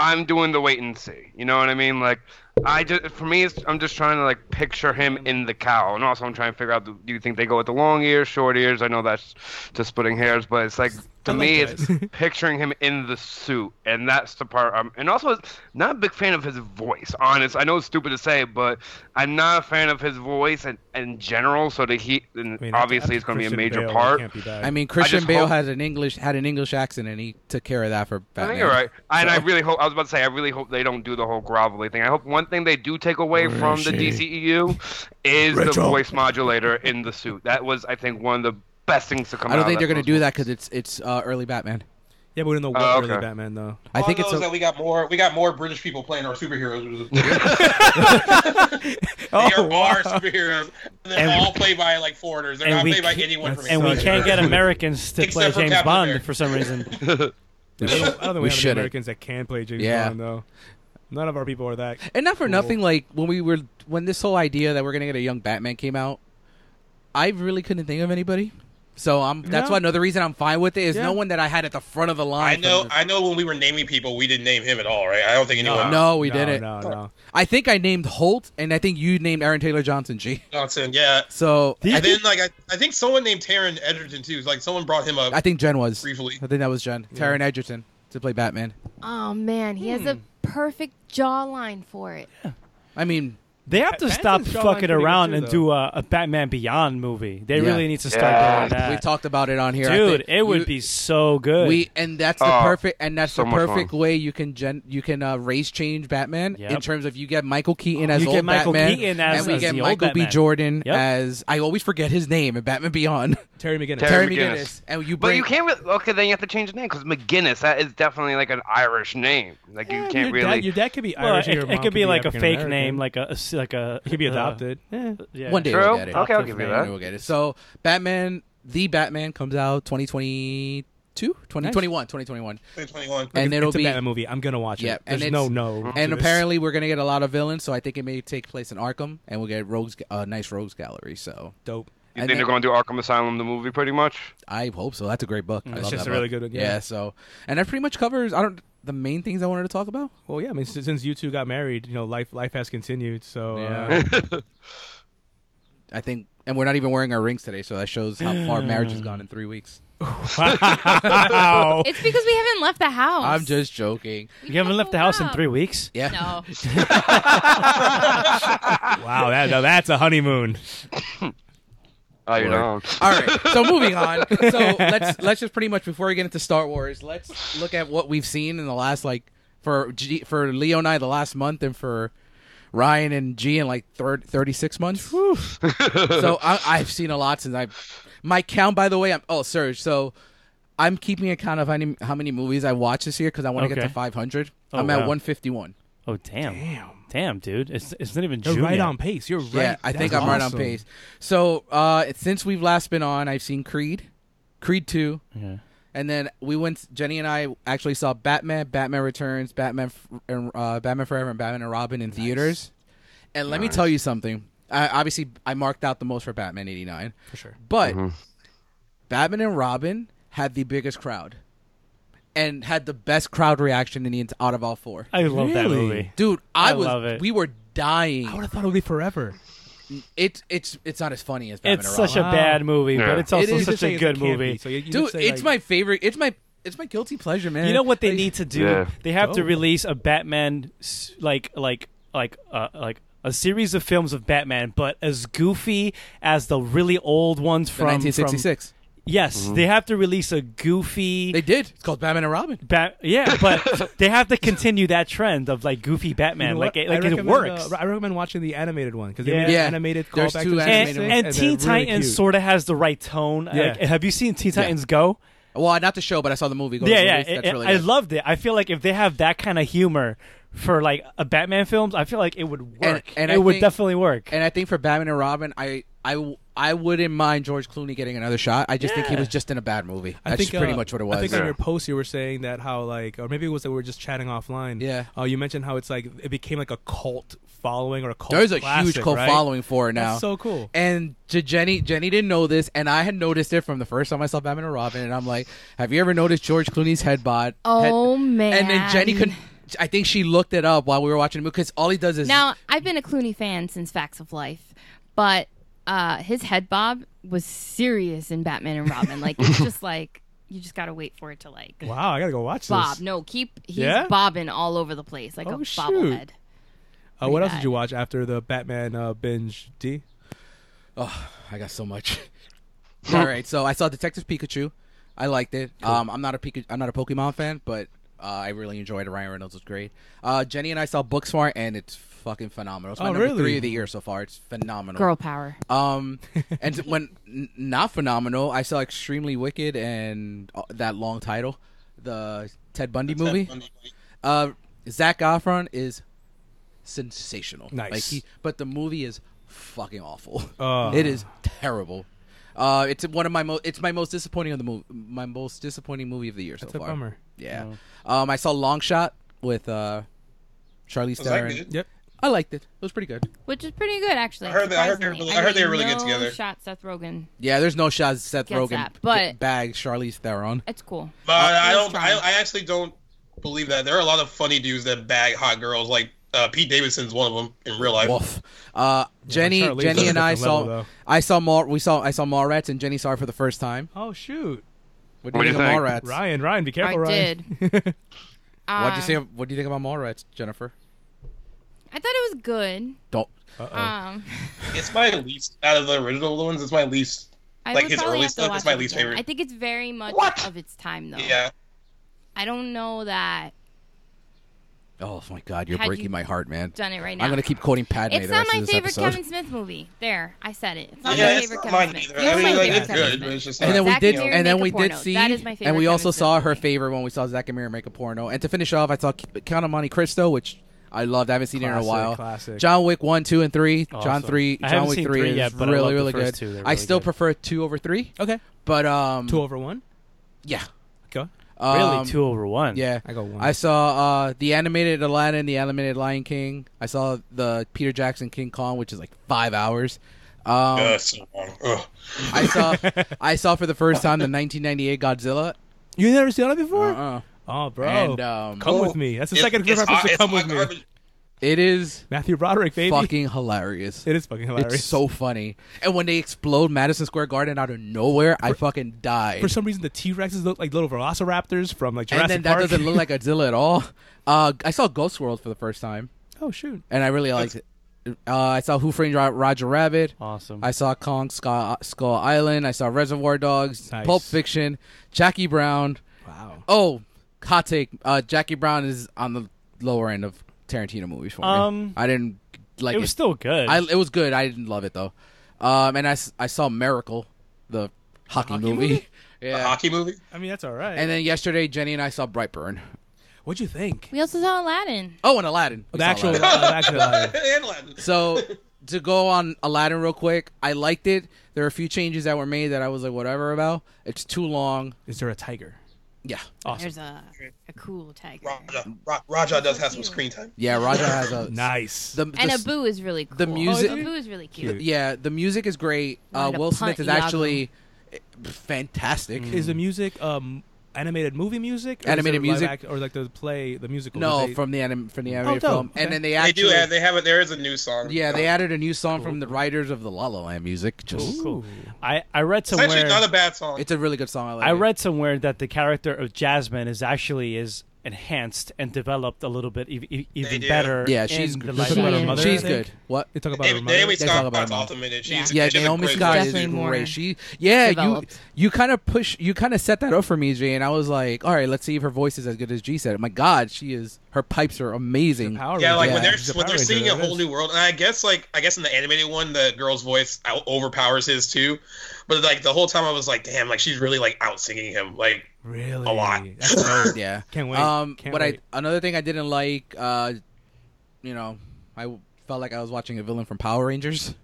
[SPEAKER 4] I'm doing the wait and see. You know what I mean? Like I just for me, it's, I'm just trying to like picture him in the cow, and also I'm trying to figure out: do you think they go with the long ears, short ears? I know that's just splitting hairs, but it's like to me,
[SPEAKER 3] that.
[SPEAKER 4] it's picturing him in the suit, and that's the part. I'm, and also, not a big fan of his voice. Honest, I know it's stupid to say, but I'm not a fan of his voice in, in general. So the he,
[SPEAKER 3] I
[SPEAKER 4] and
[SPEAKER 3] mean,
[SPEAKER 4] obviously,
[SPEAKER 3] after
[SPEAKER 4] it's going to be a
[SPEAKER 3] Christian
[SPEAKER 4] major
[SPEAKER 3] Bale, it
[SPEAKER 4] part.
[SPEAKER 3] can't be bad.
[SPEAKER 1] I mean, Christian
[SPEAKER 4] just
[SPEAKER 1] Bale
[SPEAKER 4] hope-
[SPEAKER 1] had an English had an English accent, and he took care of that for
[SPEAKER 4] I
[SPEAKER 1] Batman.
[SPEAKER 4] think you're right. And I really hope, I was about to say, I really hope they don't do the whole grovelly thing. I hope one thing they do take away
[SPEAKER 1] Mm,
[SPEAKER 4] from the DCEU is the voice modulator in the suit. That was, I think, one of the best things to come
[SPEAKER 1] I
[SPEAKER 4] out
[SPEAKER 1] don't
[SPEAKER 4] of
[SPEAKER 1] think they're
[SPEAKER 4] that
[SPEAKER 1] gonna
[SPEAKER 4] first
[SPEAKER 1] do
[SPEAKER 4] one.
[SPEAKER 1] that because it's it's uh, early Batman.
[SPEAKER 3] yeah, but we don't know what
[SPEAKER 4] Oh,
[SPEAKER 3] really
[SPEAKER 4] okay.
[SPEAKER 3] Batman though.
[SPEAKER 1] I think
[SPEAKER 5] All
[SPEAKER 1] it's
[SPEAKER 5] knows
[SPEAKER 1] a-
[SPEAKER 5] that we got more. We got more British people playing our superheroes. they
[SPEAKER 3] Oh,
[SPEAKER 5] are our superheroes. And they're
[SPEAKER 2] And-
[SPEAKER 5] all played by like foreigners. They're
[SPEAKER 2] and
[SPEAKER 5] not
[SPEAKER 2] we
[SPEAKER 5] played by
[SPEAKER 2] can't-
[SPEAKER 5] anyone from
[SPEAKER 3] that's
[SPEAKER 2] and
[SPEAKER 5] England.
[SPEAKER 2] we
[SPEAKER 3] Sorry.
[SPEAKER 2] can't get Americans to
[SPEAKER 5] Except
[SPEAKER 2] play
[SPEAKER 5] for
[SPEAKER 2] James
[SPEAKER 5] Captain
[SPEAKER 2] Bond
[SPEAKER 5] America.
[SPEAKER 2] for some reason.
[SPEAKER 3] I don't, I don't think
[SPEAKER 1] We
[SPEAKER 3] we, have any
[SPEAKER 1] shouldn't.
[SPEAKER 3] Americans that can play James
[SPEAKER 1] Yeah.
[SPEAKER 3] Bond though. None of our people are that.
[SPEAKER 1] And not for
[SPEAKER 3] Cool.
[SPEAKER 1] nothing, like when we were when this whole idea that we're gonna get a young Batman came out, I really couldn't think of anybody. So I'm that's
[SPEAKER 3] No.
[SPEAKER 1] why another reason I'm fine with it is
[SPEAKER 3] Yeah.
[SPEAKER 1] no one that I had at the front of the
[SPEAKER 5] I
[SPEAKER 1] line. from
[SPEAKER 5] know.
[SPEAKER 1] the-
[SPEAKER 5] I know. When we were naming people, we didn't name him at all, right? I don't think anyone.
[SPEAKER 1] no, we
[SPEAKER 3] no,
[SPEAKER 1] didn't.
[SPEAKER 3] No, no.
[SPEAKER 1] I think I named Holt, and I think you named Aaron Taylor Johnson. G.
[SPEAKER 5] Johnson. Yeah.
[SPEAKER 1] So
[SPEAKER 5] And then like I, I think someone named Taron Edgerton too. Like someone brought him up
[SPEAKER 1] I think Jen was.
[SPEAKER 5] briefly.
[SPEAKER 1] I think that was Jen. Taron Egerton to play Batman.
[SPEAKER 6] Oh man, he has
[SPEAKER 1] Hmm.
[SPEAKER 6] a perfect jawline for it.
[SPEAKER 1] I mean,
[SPEAKER 2] They have to
[SPEAKER 3] Pattinson's
[SPEAKER 2] stop
[SPEAKER 3] jawline's
[SPEAKER 2] fucking
[SPEAKER 3] pretty good,
[SPEAKER 2] around
[SPEAKER 3] too,
[SPEAKER 2] and
[SPEAKER 3] though.
[SPEAKER 2] do a, a Batman Beyond movie. They
[SPEAKER 1] Yeah.
[SPEAKER 2] really need to start
[SPEAKER 4] Yeah.
[SPEAKER 2] doing that.
[SPEAKER 1] we talked about it on here. I
[SPEAKER 2] Dude,
[SPEAKER 1] think
[SPEAKER 2] it would
[SPEAKER 1] you-
[SPEAKER 2] be so good.
[SPEAKER 1] We and that's the
[SPEAKER 4] Oh,
[SPEAKER 1] perfect and that's
[SPEAKER 4] so
[SPEAKER 1] the
[SPEAKER 4] much
[SPEAKER 1] perfect way you can gen you can uh, race change Batman in
[SPEAKER 2] Yep.
[SPEAKER 1] terms of you get Michael Keaton as
[SPEAKER 2] You
[SPEAKER 1] old
[SPEAKER 2] get Michael
[SPEAKER 1] Batman
[SPEAKER 2] Keaton as-
[SPEAKER 1] and we
[SPEAKER 2] as
[SPEAKER 1] get
[SPEAKER 2] the old
[SPEAKER 1] Michael B.
[SPEAKER 2] Batman.
[SPEAKER 1] Jordan
[SPEAKER 2] Yep.
[SPEAKER 1] as I always forget his name in Batman Beyond
[SPEAKER 3] Terry McGinnis.
[SPEAKER 4] Terry-
[SPEAKER 1] Terry
[SPEAKER 4] McGinnis.
[SPEAKER 1] McGinnis and you
[SPEAKER 4] But
[SPEAKER 1] bring
[SPEAKER 4] you can't really, okay, then you have to change the name because McGinnis, that is definitely like an Irish name. Like, you
[SPEAKER 3] Yeah,
[SPEAKER 4] can't
[SPEAKER 3] Ah, your
[SPEAKER 4] really.
[SPEAKER 3] Dad, your dad could be
[SPEAKER 2] well,
[SPEAKER 3] Irish.
[SPEAKER 2] it,
[SPEAKER 3] or your
[SPEAKER 2] it
[SPEAKER 3] mom
[SPEAKER 2] could be like a fake
[SPEAKER 3] African-American.
[SPEAKER 2] name, like a a- like a
[SPEAKER 3] He could be
[SPEAKER 2] uh,
[SPEAKER 3] adopted. Yeah.
[SPEAKER 2] yeah.
[SPEAKER 1] one day
[SPEAKER 4] True.
[SPEAKER 1] we'll get it.
[SPEAKER 4] Okay, I'll give you
[SPEAKER 1] One
[SPEAKER 4] that.
[SPEAKER 1] day we'll get it. So Batman, the Batman comes out 2022, 2021, 2021,
[SPEAKER 5] 2021.
[SPEAKER 1] and it'll
[SPEAKER 3] it's
[SPEAKER 1] be
[SPEAKER 3] a Batman movie. I'm gonna watch
[SPEAKER 1] Yeah,
[SPEAKER 3] it.
[SPEAKER 1] and
[SPEAKER 3] There's no
[SPEAKER 1] it's-
[SPEAKER 3] no.
[SPEAKER 1] and
[SPEAKER 3] to this.
[SPEAKER 1] apparently we're gonna get a lot of villains. So I think it may take place in Arkham, and we'll get rogues a nice rogues gallery. So
[SPEAKER 3] dope.
[SPEAKER 4] you
[SPEAKER 1] and
[SPEAKER 4] think
[SPEAKER 1] then-
[SPEAKER 4] they're going to do Arkham Asylum, the movie, pretty much?
[SPEAKER 1] I hope so. That's a great book. I
[SPEAKER 3] Mm. It's
[SPEAKER 1] love
[SPEAKER 3] just
[SPEAKER 1] that
[SPEAKER 3] a really
[SPEAKER 1] book.
[SPEAKER 3] good one, yeah.
[SPEAKER 1] So, and that pretty much covers. I don't the main things I wanted to talk about.
[SPEAKER 3] Well, yeah. I mean, since, since you two got married, you know, life life has continued. So
[SPEAKER 1] Yeah.
[SPEAKER 3] uh,
[SPEAKER 1] I think, and we're not even wearing our rings today, so that shows how far marriage has gone in three weeks.
[SPEAKER 2] Wow.
[SPEAKER 6] It's because we haven't left the house.
[SPEAKER 1] I'm just joking.
[SPEAKER 6] We
[SPEAKER 2] You haven't left the house in
[SPEAKER 6] up.
[SPEAKER 2] three weeks.
[SPEAKER 1] Yeah.
[SPEAKER 6] No.
[SPEAKER 3] wow, that, now that's a honeymoon.
[SPEAKER 4] I know.
[SPEAKER 1] All right. So moving on. So let's let's just pretty much before we get into Star Wars, let's look at what we've seen in the last like for G, for Leo and I the last month, and for Ryan and G in like thir- thirty six months. so I, I've seen a lot since I. My count, by the way, I'm oh Serge. So I'm keeping account of how many, how many movies I watched this year because I want to get
[SPEAKER 2] Okay.
[SPEAKER 1] to five hundred.
[SPEAKER 2] Oh,
[SPEAKER 1] I'm at
[SPEAKER 2] wow.
[SPEAKER 1] one fifty one.
[SPEAKER 2] Oh damn. Damn. dude. It's it's not even
[SPEAKER 3] You're
[SPEAKER 2] June.
[SPEAKER 3] right
[SPEAKER 2] yet.
[SPEAKER 3] on pace. You're right.
[SPEAKER 1] Yeah, I think I'm
[SPEAKER 3] That's
[SPEAKER 1] right on
[SPEAKER 3] awesome.
[SPEAKER 1] pace. So uh, it's- since we've last been on, I've seen Creed, Creed Two, and then we went. Jenny and I actually saw Batman, Batman Returns, Batman, F- and, uh, Batman Forever, and Batman and Robin in theaters. And let me tell you something. I, obviously, I marked out the most for Batman '89 for
[SPEAKER 3] sure.
[SPEAKER 1] but Batman and Robin had the biggest crowd and had the best crowd reaction in the ent- out of all four.
[SPEAKER 2] I love that
[SPEAKER 3] Really?
[SPEAKER 2] movie.
[SPEAKER 1] Dude, I,
[SPEAKER 2] I
[SPEAKER 1] was
[SPEAKER 2] love it.
[SPEAKER 1] we were dying
[SPEAKER 3] I would have thought it would be forever.
[SPEAKER 1] it's it's it's not as funny as Batman
[SPEAKER 2] It's
[SPEAKER 1] and
[SPEAKER 2] such
[SPEAKER 1] Robin.
[SPEAKER 2] a
[SPEAKER 3] Wow.
[SPEAKER 2] bad movie, but
[SPEAKER 4] Yeah.
[SPEAKER 2] it's also
[SPEAKER 1] is.
[SPEAKER 2] such a good movie.
[SPEAKER 1] dude. It's my favorite. It's my it's my guilty pleasure, man.
[SPEAKER 2] You know what they
[SPEAKER 1] Like,
[SPEAKER 2] need to do?
[SPEAKER 4] Yeah.
[SPEAKER 2] They have to
[SPEAKER 3] Dope.
[SPEAKER 2] release a Batman s- like like like uh, like a series of films of Batman, but as goofy as the really old ones
[SPEAKER 1] The
[SPEAKER 2] from
[SPEAKER 1] 1966.
[SPEAKER 2] from- yes,
[SPEAKER 4] Mm-hmm.
[SPEAKER 2] they have to release a goofy.
[SPEAKER 1] they did. It's called Batman and Robin.
[SPEAKER 2] Bat, yeah, but they have to continue that trend of like goofy Batman, like it, like it works.
[SPEAKER 3] I recommend uh, watching the animated one because they
[SPEAKER 2] Yeah.
[SPEAKER 3] made an
[SPEAKER 1] Yeah.
[SPEAKER 3] animated
[SPEAKER 1] There's
[SPEAKER 3] callback
[SPEAKER 1] two
[SPEAKER 3] to the
[SPEAKER 2] and,
[SPEAKER 1] animated
[SPEAKER 3] classic,
[SPEAKER 1] ones.
[SPEAKER 2] and
[SPEAKER 3] they're
[SPEAKER 2] Teen
[SPEAKER 3] really
[SPEAKER 2] Titans
[SPEAKER 3] cute.
[SPEAKER 2] sort of has the right tone.
[SPEAKER 3] Yeah.
[SPEAKER 2] Like, have you seen Teen Titans Go?
[SPEAKER 1] Well, not the show, but I saw the movie. Go
[SPEAKER 2] yeah,
[SPEAKER 1] to
[SPEAKER 2] yeah.
[SPEAKER 1] movies.
[SPEAKER 2] it-
[SPEAKER 1] That's
[SPEAKER 2] it-
[SPEAKER 1] really
[SPEAKER 2] I
[SPEAKER 1] good.
[SPEAKER 2] loved it. I feel like if they have that kind of humor for like a Batman films, I feel like it would work.
[SPEAKER 1] and
[SPEAKER 2] it
[SPEAKER 1] I
[SPEAKER 2] would
[SPEAKER 1] think-
[SPEAKER 2] definitely work.
[SPEAKER 1] And I think for Batman and Robin, I I w- I wouldn't mind George Clooney getting another shot. I just think he
[SPEAKER 2] Yeah.
[SPEAKER 1] was just in a bad movie.
[SPEAKER 3] I
[SPEAKER 1] That's
[SPEAKER 3] think,
[SPEAKER 1] pretty
[SPEAKER 3] uh,
[SPEAKER 1] much what it
[SPEAKER 3] I
[SPEAKER 1] was.
[SPEAKER 3] think
[SPEAKER 4] Yeah.
[SPEAKER 3] on your post you were saying that how like, or maybe it was that we were just chatting offline.
[SPEAKER 1] Yeah.
[SPEAKER 3] Uh, you mentioned how it's like it became like a cult following or a cult.
[SPEAKER 1] There's a
[SPEAKER 3] classic,
[SPEAKER 1] huge cult
[SPEAKER 3] right?
[SPEAKER 1] following for it now.
[SPEAKER 3] That's so cool.
[SPEAKER 1] And J- Jenny, Jenny didn't know this, and I had noticed it from the first time I saw Batman and Robin. And I'm like, "Have you ever noticed George Clooney's headbutt?"
[SPEAKER 6] Oh,
[SPEAKER 1] Head-
[SPEAKER 6] man.
[SPEAKER 1] And then Jenny could, I think she looked it up while we were watching the movie because all he does is
[SPEAKER 6] Now, I've been a Clooney fan since Facts of Life, but uh, his head bob was serious in Batman and Robin. Like, it's just like, you just got to wait for it to, like,
[SPEAKER 3] Wow, I gotta go watch
[SPEAKER 6] bob.
[SPEAKER 3] this.
[SPEAKER 6] No, keep, he's
[SPEAKER 3] Yeah?
[SPEAKER 6] bobbing all over the place, like a
[SPEAKER 3] Oh, shoot.
[SPEAKER 6] bobblehead.
[SPEAKER 3] Uh, what else
[SPEAKER 6] bad.
[SPEAKER 3] did you watch after the Batman uh, binge? D.
[SPEAKER 1] I got so much. All right, so I saw Detective Pikachu. I liked it. Um, I'm not a Pikachu, I'm not a Pokemon fan, but uh, I really enjoyed it. Ryan Reynolds was great. Uh, Jenny and I saw Booksmart, and it's fucking phenomenal. It's my
[SPEAKER 3] Oh,
[SPEAKER 1] number
[SPEAKER 3] really?
[SPEAKER 1] three of the year so far. It's phenomenal.
[SPEAKER 6] Girl power.
[SPEAKER 1] Um, and when n- not phenomenal, I saw Extremely Wicked and uh, that long title, the Ted Bundy movie. Uh, Zach Efron is sensational.
[SPEAKER 3] Nice.
[SPEAKER 1] Like he, but the movie is fucking awful.
[SPEAKER 3] Oh.
[SPEAKER 1] It is terrible. Uh, it's one of my most. It's my most disappointing of the movie. My most disappointing movie of the year
[SPEAKER 3] That's
[SPEAKER 1] so
[SPEAKER 3] a
[SPEAKER 1] far.
[SPEAKER 3] bummer.
[SPEAKER 1] Yeah. Um, I saw Long Shot with uh, Charlize
[SPEAKER 5] Was that
[SPEAKER 1] Theron.
[SPEAKER 5] good?
[SPEAKER 3] Yep.
[SPEAKER 1] I liked it. It was pretty good.
[SPEAKER 6] Which is pretty good, actually.
[SPEAKER 5] I heard they- I heard they were
[SPEAKER 6] surprisingly.
[SPEAKER 5] really- I heard they were really
[SPEAKER 6] no
[SPEAKER 5] good together.
[SPEAKER 6] Shot Seth Rogen.
[SPEAKER 1] Yeah, there's no shots Seth
[SPEAKER 6] Gets
[SPEAKER 1] Rogen
[SPEAKER 6] that, but-
[SPEAKER 1] g- bags Charlize Theron.
[SPEAKER 6] It's cool.
[SPEAKER 5] But I
[SPEAKER 6] he's
[SPEAKER 5] don't. I,
[SPEAKER 6] trying.
[SPEAKER 5] I actually don't believe that. There are a lot of funny dudes that bag hot girls. Like uh, Pete Davidson's one of them in real life.
[SPEAKER 1] Woof. Uh, Jenny,
[SPEAKER 3] Charlize is
[SPEAKER 1] Jenny,
[SPEAKER 3] a
[SPEAKER 1] and I
[SPEAKER 3] different
[SPEAKER 1] saw.
[SPEAKER 3] level, though.
[SPEAKER 1] I saw Mall. We saw. I saw Mallrats, and Jenny saw it for the first time.
[SPEAKER 3] Oh shoot,
[SPEAKER 1] What do
[SPEAKER 4] What
[SPEAKER 1] you
[SPEAKER 4] do
[SPEAKER 1] think
[SPEAKER 4] you
[SPEAKER 1] of
[SPEAKER 4] think?
[SPEAKER 1] Mallrats?
[SPEAKER 3] Ryan, Ryan, be
[SPEAKER 6] I
[SPEAKER 3] careful, Ryan.
[SPEAKER 6] did. uh,
[SPEAKER 1] What do you say? What do you think about Mallrats, Jennifer?
[SPEAKER 6] I thought it was good.
[SPEAKER 1] Don't.
[SPEAKER 3] Oh.
[SPEAKER 6] Um,
[SPEAKER 5] It's my least out of the original ones. It's my least.
[SPEAKER 6] I
[SPEAKER 5] Like
[SPEAKER 6] would
[SPEAKER 5] his
[SPEAKER 6] probably
[SPEAKER 5] early
[SPEAKER 6] have to
[SPEAKER 5] stuff is
[SPEAKER 6] watch
[SPEAKER 5] my
[SPEAKER 6] it
[SPEAKER 5] least
[SPEAKER 6] again.
[SPEAKER 5] favorite.
[SPEAKER 6] I think it's very much
[SPEAKER 5] What?
[SPEAKER 6] of its time, though.
[SPEAKER 5] Yeah.
[SPEAKER 6] I don't know that
[SPEAKER 1] Oh my God, you're
[SPEAKER 6] Had
[SPEAKER 1] breaking
[SPEAKER 6] you
[SPEAKER 1] my heart, man.
[SPEAKER 6] done it right now.
[SPEAKER 1] I'm gonna keep quoting Padme
[SPEAKER 6] It's
[SPEAKER 1] the
[SPEAKER 6] not
[SPEAKER 1] rest
[SPEAKER 6] my
[SPEAKER 1] of this
[SPEAKER 6] favorite
[SPEAKER 1] episode.
[SPEAKER 6] Kevin Smith movie. There, I said it. It's not
[SPEAKER 5] Yeah,
[SPEAKER 6] my
[SPEAKER 5] it's
[SPEAKER 6] favorite
[SPEAKER 5] not
[SPEAKER 6] Kevin
[SPEAKER 5] mine
[SPEAKER 6] Smith.
[SPEAKER 5] either.
[SPEAKER 6] Here's
[SPEAKER 5] I mean,
[SPEAKER 6] my
[SPEAKER 5] like,
[SPEAKER 6] favorite
[SPEAKER 5] it's
[SPEAKER 6] Kevin
[SPEAKER 5] good,
[SPEAKER 6] Smith.
[SPEAKER 5] but it's just
[SPEAKER 1] and
[SPEAKER 5] not-
[SPEAKER 1] then we
[SPEAKER 6] Zack
[SPEAKER 1] did,
[SPEAKER 6] Mirror
[SPEAKER 1] and then
[SPEAKER 6] Make a
[SPEAKER 1] we did
[SPEAKER 6] Porno.
[SPEAKER 1] see,
[SPEAKER 6] That is my favorite
[SPEAKER 1] and we
[SPEAKER 6] Kevin
[SPEAKER 1] also
[SPEAKER 6] Smith
[SPEAKER 1] saw her
[SPEAKER 6] movie.
[SPEAKER 1] favorite one. We saw Zack and Mirror make a porno, and to finish off, I saw C- Count of Monte Cristo, which I loved. I haven't seen it in a
[SPEAKER 3] Classic,
[SPEAKER 1] while.
[SPEAKER 3] classic.
[SPEAKER 1] John Wick one, two, and three. John
[SPEAKER 2] Awesome.
[SPEAKER 1] three,
[SPEAKER 2] I
[SPEAKER 1] John
[SPEAKER 2] haven't
[SPEAKER 1] Wick
[SPEAKER 2] seen
[SPEAKER 1] three
[SPEAKER 2] three
[SPEAKER 1] is
[SPEAKER 2] yet, but I
[SPEAKER 1] really,
[SPEAKER 2] love the
[SPEAKER 1] really
[SPEAKER 2] first
[SPEAKER 1] good.
[SPEAKER 2] two. They're
[SPEAKER 1] I
[SPEAKER 2] really
[SPEAKER 1] still
[SPEAKER 2] good.
[SPEAKER 1] prefer two over three,
[SPEAKER 3] Okay,
[SPEAKER 1] but um,
[SPEAKER 3] two over one.
[SPEAKER 1] yeah,
[SPEAKER 3] Go.
[SPEAKER 1] Um,
[SPEAKER 2] really two over one.
[SPEAKER 1] Yeah,
[SPEAKER 3] I got one.
[SPEAKER 1] I saw uh, the animated Aladdin, the animated Lion King. I saw the Peter Jackson King Kong, which is like five hours. Um,
[SPEAKER 5] Ugh, so long. Ugh.
[SPEAKER 1] I saw I saw for the first time the 1998 Godzilla.
[SPEAKER 3] You never seen that before?
[SPEAKER 1] Uh-uh.
[SPEAKER 3] Oh, bro,
[SPEAKER 1] And, um,
[SPEAKER 3] come
[SPEAKER 5] Oh,
[SPEAKER 3] with me. That's the
[SPEAKER 5] it's-
[SPEAKER 3] second
[SPEAKER 5] it's
[SPEAKER 3] reference
[SPEAKER 5] hot-
[SPEAKER 3] to
[SPEAKER 5] it's
[SPEAKER 3] come
[SPEAKER 5] hot
[SPEAKER 3] with me.
[SPEAKER 5] garbage.
[SPEAKER 1] It is
[SPEAKER 3] Matthew Broderick, baby.
[SPEAKER 1] fucking hilarious.
[SPEAKER 3] it is fucking hilarious.
[SPEAKER 1] It's so funny. And when they explode Madison Square Garden out of nowhere, I fucking died.
[SPEAKER 3] For some reason, the T Rexes look like little Velociraptors from like
[SPEAKER 1] and
[SPEAKER 3] Jurassic
[SPEAKER 1] then that
[SPEAKER 3] Park.
[SPEAKER 1] doesn't look like Godzilla at all. Uh, I saw Ghost World for the first time,
[SPEAKER 3] oh shoot!
[SPEAKER 1] and I really liked it. Uh, I saw Who Framed Ro- Roger Rabbit.
[SPEAKER 2] Awesome.
[SPEAKER 1] I saw Kong Skull, Skull Island. I saw Reservoir Dogs,
[SPEAKER 3] Nice.
[SPEAKER 1] Pulp Fiction, Jackie Brown.
[SPEAKER 3] Wow.
[SPEAKER 1] Oh, hot take. Uh, Jackie Brown is on the lower end of Tarantino movies for me.
[SPEAKER 2] Um,
[SPEAKER 1] I didn't like
[SPEAKER 2] it was still good.
[SPEAKER 1] I, it was good. I didn't love it though. Um, and I, s- I saw Miracle, the hockey,
[SPEAKER 3] hockey
[SPEAKER 1] movie.
[SPEAKER 3] movie?
[SPEAKER 5] A
[SPEAKER 1] yeah.
[SPEAKER 5] hockey movie.
[SPEAKER 3] I mean, that's all right.
[SPEAKER 1] And then yesterday, Jenny and I saw Brightburn.
[SPEAKER 3] what'd you think?
[SPEAKER 6] We also saw Aladdin.
[SPEAKER 1] Oh, and Aladdin. We
[SPEAKER 3] The
[SPEAKER 1] saw
[SPEAKER 3] actual,
[SPEAKER 1] Aladdin.
[SPEAKER 3] uh, actual uh,
[SPEAKER 5] And Aladdin.
[SPEAKER 1] So to go on Aladdin real quick, I liked it. There were a few changes that were made that I was like, whatever about. It's too long.
[SPEAKER 3] is there a tiger?
[SPEAKER 1] Yeah.
[SPEAKER 3] Awesome.
[SPEAKER 6] There's a a cool tiger.
[SPEAKER 5] Raja, Ra- Raja does have some screen time.
[SPEAKER 1] Yeah, Raja has a
[SPEAKER 3] Nice.
[SPEAKER 1] The, the
[SPEAKER 6] And
[SPEAKER 1] s-
[SPEAKER 6] Abu is really cool. Oh,
[SPEAKER 1] the music-
[SPEAKER 6] Abu is really cute.
[SPEAKER 3] Cute.
[SPEAKER 1] yeah, the music is great. Uh,
[SPEAKER 6] Wanted to
[SPEAKER 1] Will Smith
[SPEAKER 6] punt
[SPEAKER 1] is
[SPEAKER 6] Iago.
[SPEAKER 1] actually eh, fantastic.
[SPEAKER 3] is the music um animated movie music? Or is
[SPEAKER 1] Animated
[SPEAKER 3] it live
[SPEAKER 1] music.
[SPEAKER 3] act- or like the play, the musical?
[SPEAKER 1] Mm. No,
[SPEAKER 3] that they-
[SPEAKER 1] from the anim- from the animated
[SPEAKER 3] dope.
[SPEAKER 1] film, and
[SPEAKER 3] Okay.
[SPEAKER 1] then they
[SPEAKER 5] They
[SPEAKER 1] actually
[SPEAKER 5] do have. They have it. There is a new song.
[SPEAKER 1] yeah they added a new song from the writers of the La La Land music. Just
[SPEAKER 2] cool. I, I read
[SPEAKER 5] It's actually
[SPEAKER 2] somewhere.
[SPEAKER 5] not a bad song.
[SPEAKER 1] it's a really good song. I, like
[SPEAKER 2] I
[SPEAKER 1] it.
[SPEAKER 2] read somewhere that the character of Jasmine is actually is enhanced and developed a little bit e- e- even
[SPEAKER 5] do.
[SPEAKER 2] better.
[SPEAKER 1] Yeah,
[SPEAKER 2] in
[SPEAKER 1] she's
[SPEAKER 2] the
[SPEAKER 1] good.
[SPEAKER 2] live
[SPEAKER 3] Talk about
[SPEAKER 2] action.
[SPEAKER 3] her mother,
[SPEAKER 1] she's
[SPEAKER 3] I think.
[SPEAKER 1] good. What?
[SPEAKER 3] They talk about her
[SPEAKER 5] Naomi,
[SPEAKER 3] mother.
[SPEAKER 5] Naomi
[SPEAKER 1] They talk
[SPEAKER 5] Scott
[SPEAKER 1] about
[SPEAKER 5] Scott's
[SPEAKER 1] her mom.
[SPEAKER 5] ultimate. and She's,
[SPEAKER 1] Yeah,
[SPEAKER 5] she's a
[SPEAKER 1] Naomi
[SPEAKER 5] great
[SPEAKER 1] Scott
[SPEAKER 5] voice.
[SPEAKER 1] is
[SPEAKER 6] Definitely more
[SPEAKER 1] great. She, yeah,
[SPEAKER 6] developed.
[SPEAKER 1] you you kind of push, you kind of set that up for me, Jay, and I was like, all right, let's see if her voice is as good as G said. My God, she is. Her pipes are amazing.
[SPEAKER 3] Power
[SPEAKER 5] Yeah, like
[SPEAKER 1] Yeah,
[SPEAKER 5] when they're
[SPEAKER 3] She's a
[SPEAKER 5] when
[SPEAKER 3] Power
[SPEAKER 5] they're
[SPEAKER 3] Ranger,
[SPEAKER 5] singing a
[SPEAKER 3] that
[SPEAKER 5] whole
[SPEAKER 3] is.
[SPEAKER 5] new world, and I guess like I guess in the animated one, the girl's voice out- overpowers his too. But like the whole time, I was like, damn, like she's really like out singing him. Like
[SPEAKER 3] Really?
[SPEAKER 5] a lot.
[SPEAKER 3] That's dope.
[SPEAKER 1] Yeah,
[SPEAKER 3] Can't wait.
[SPEAKER 1] Um,
[SPEAKER 3] Can't
[SPEAKER 1] but
[SPEAKER 3] wait.
[SPEAKER 1] I another thing I didn't like, uh, you know, I felt like I was watching a villain from Power Rangers.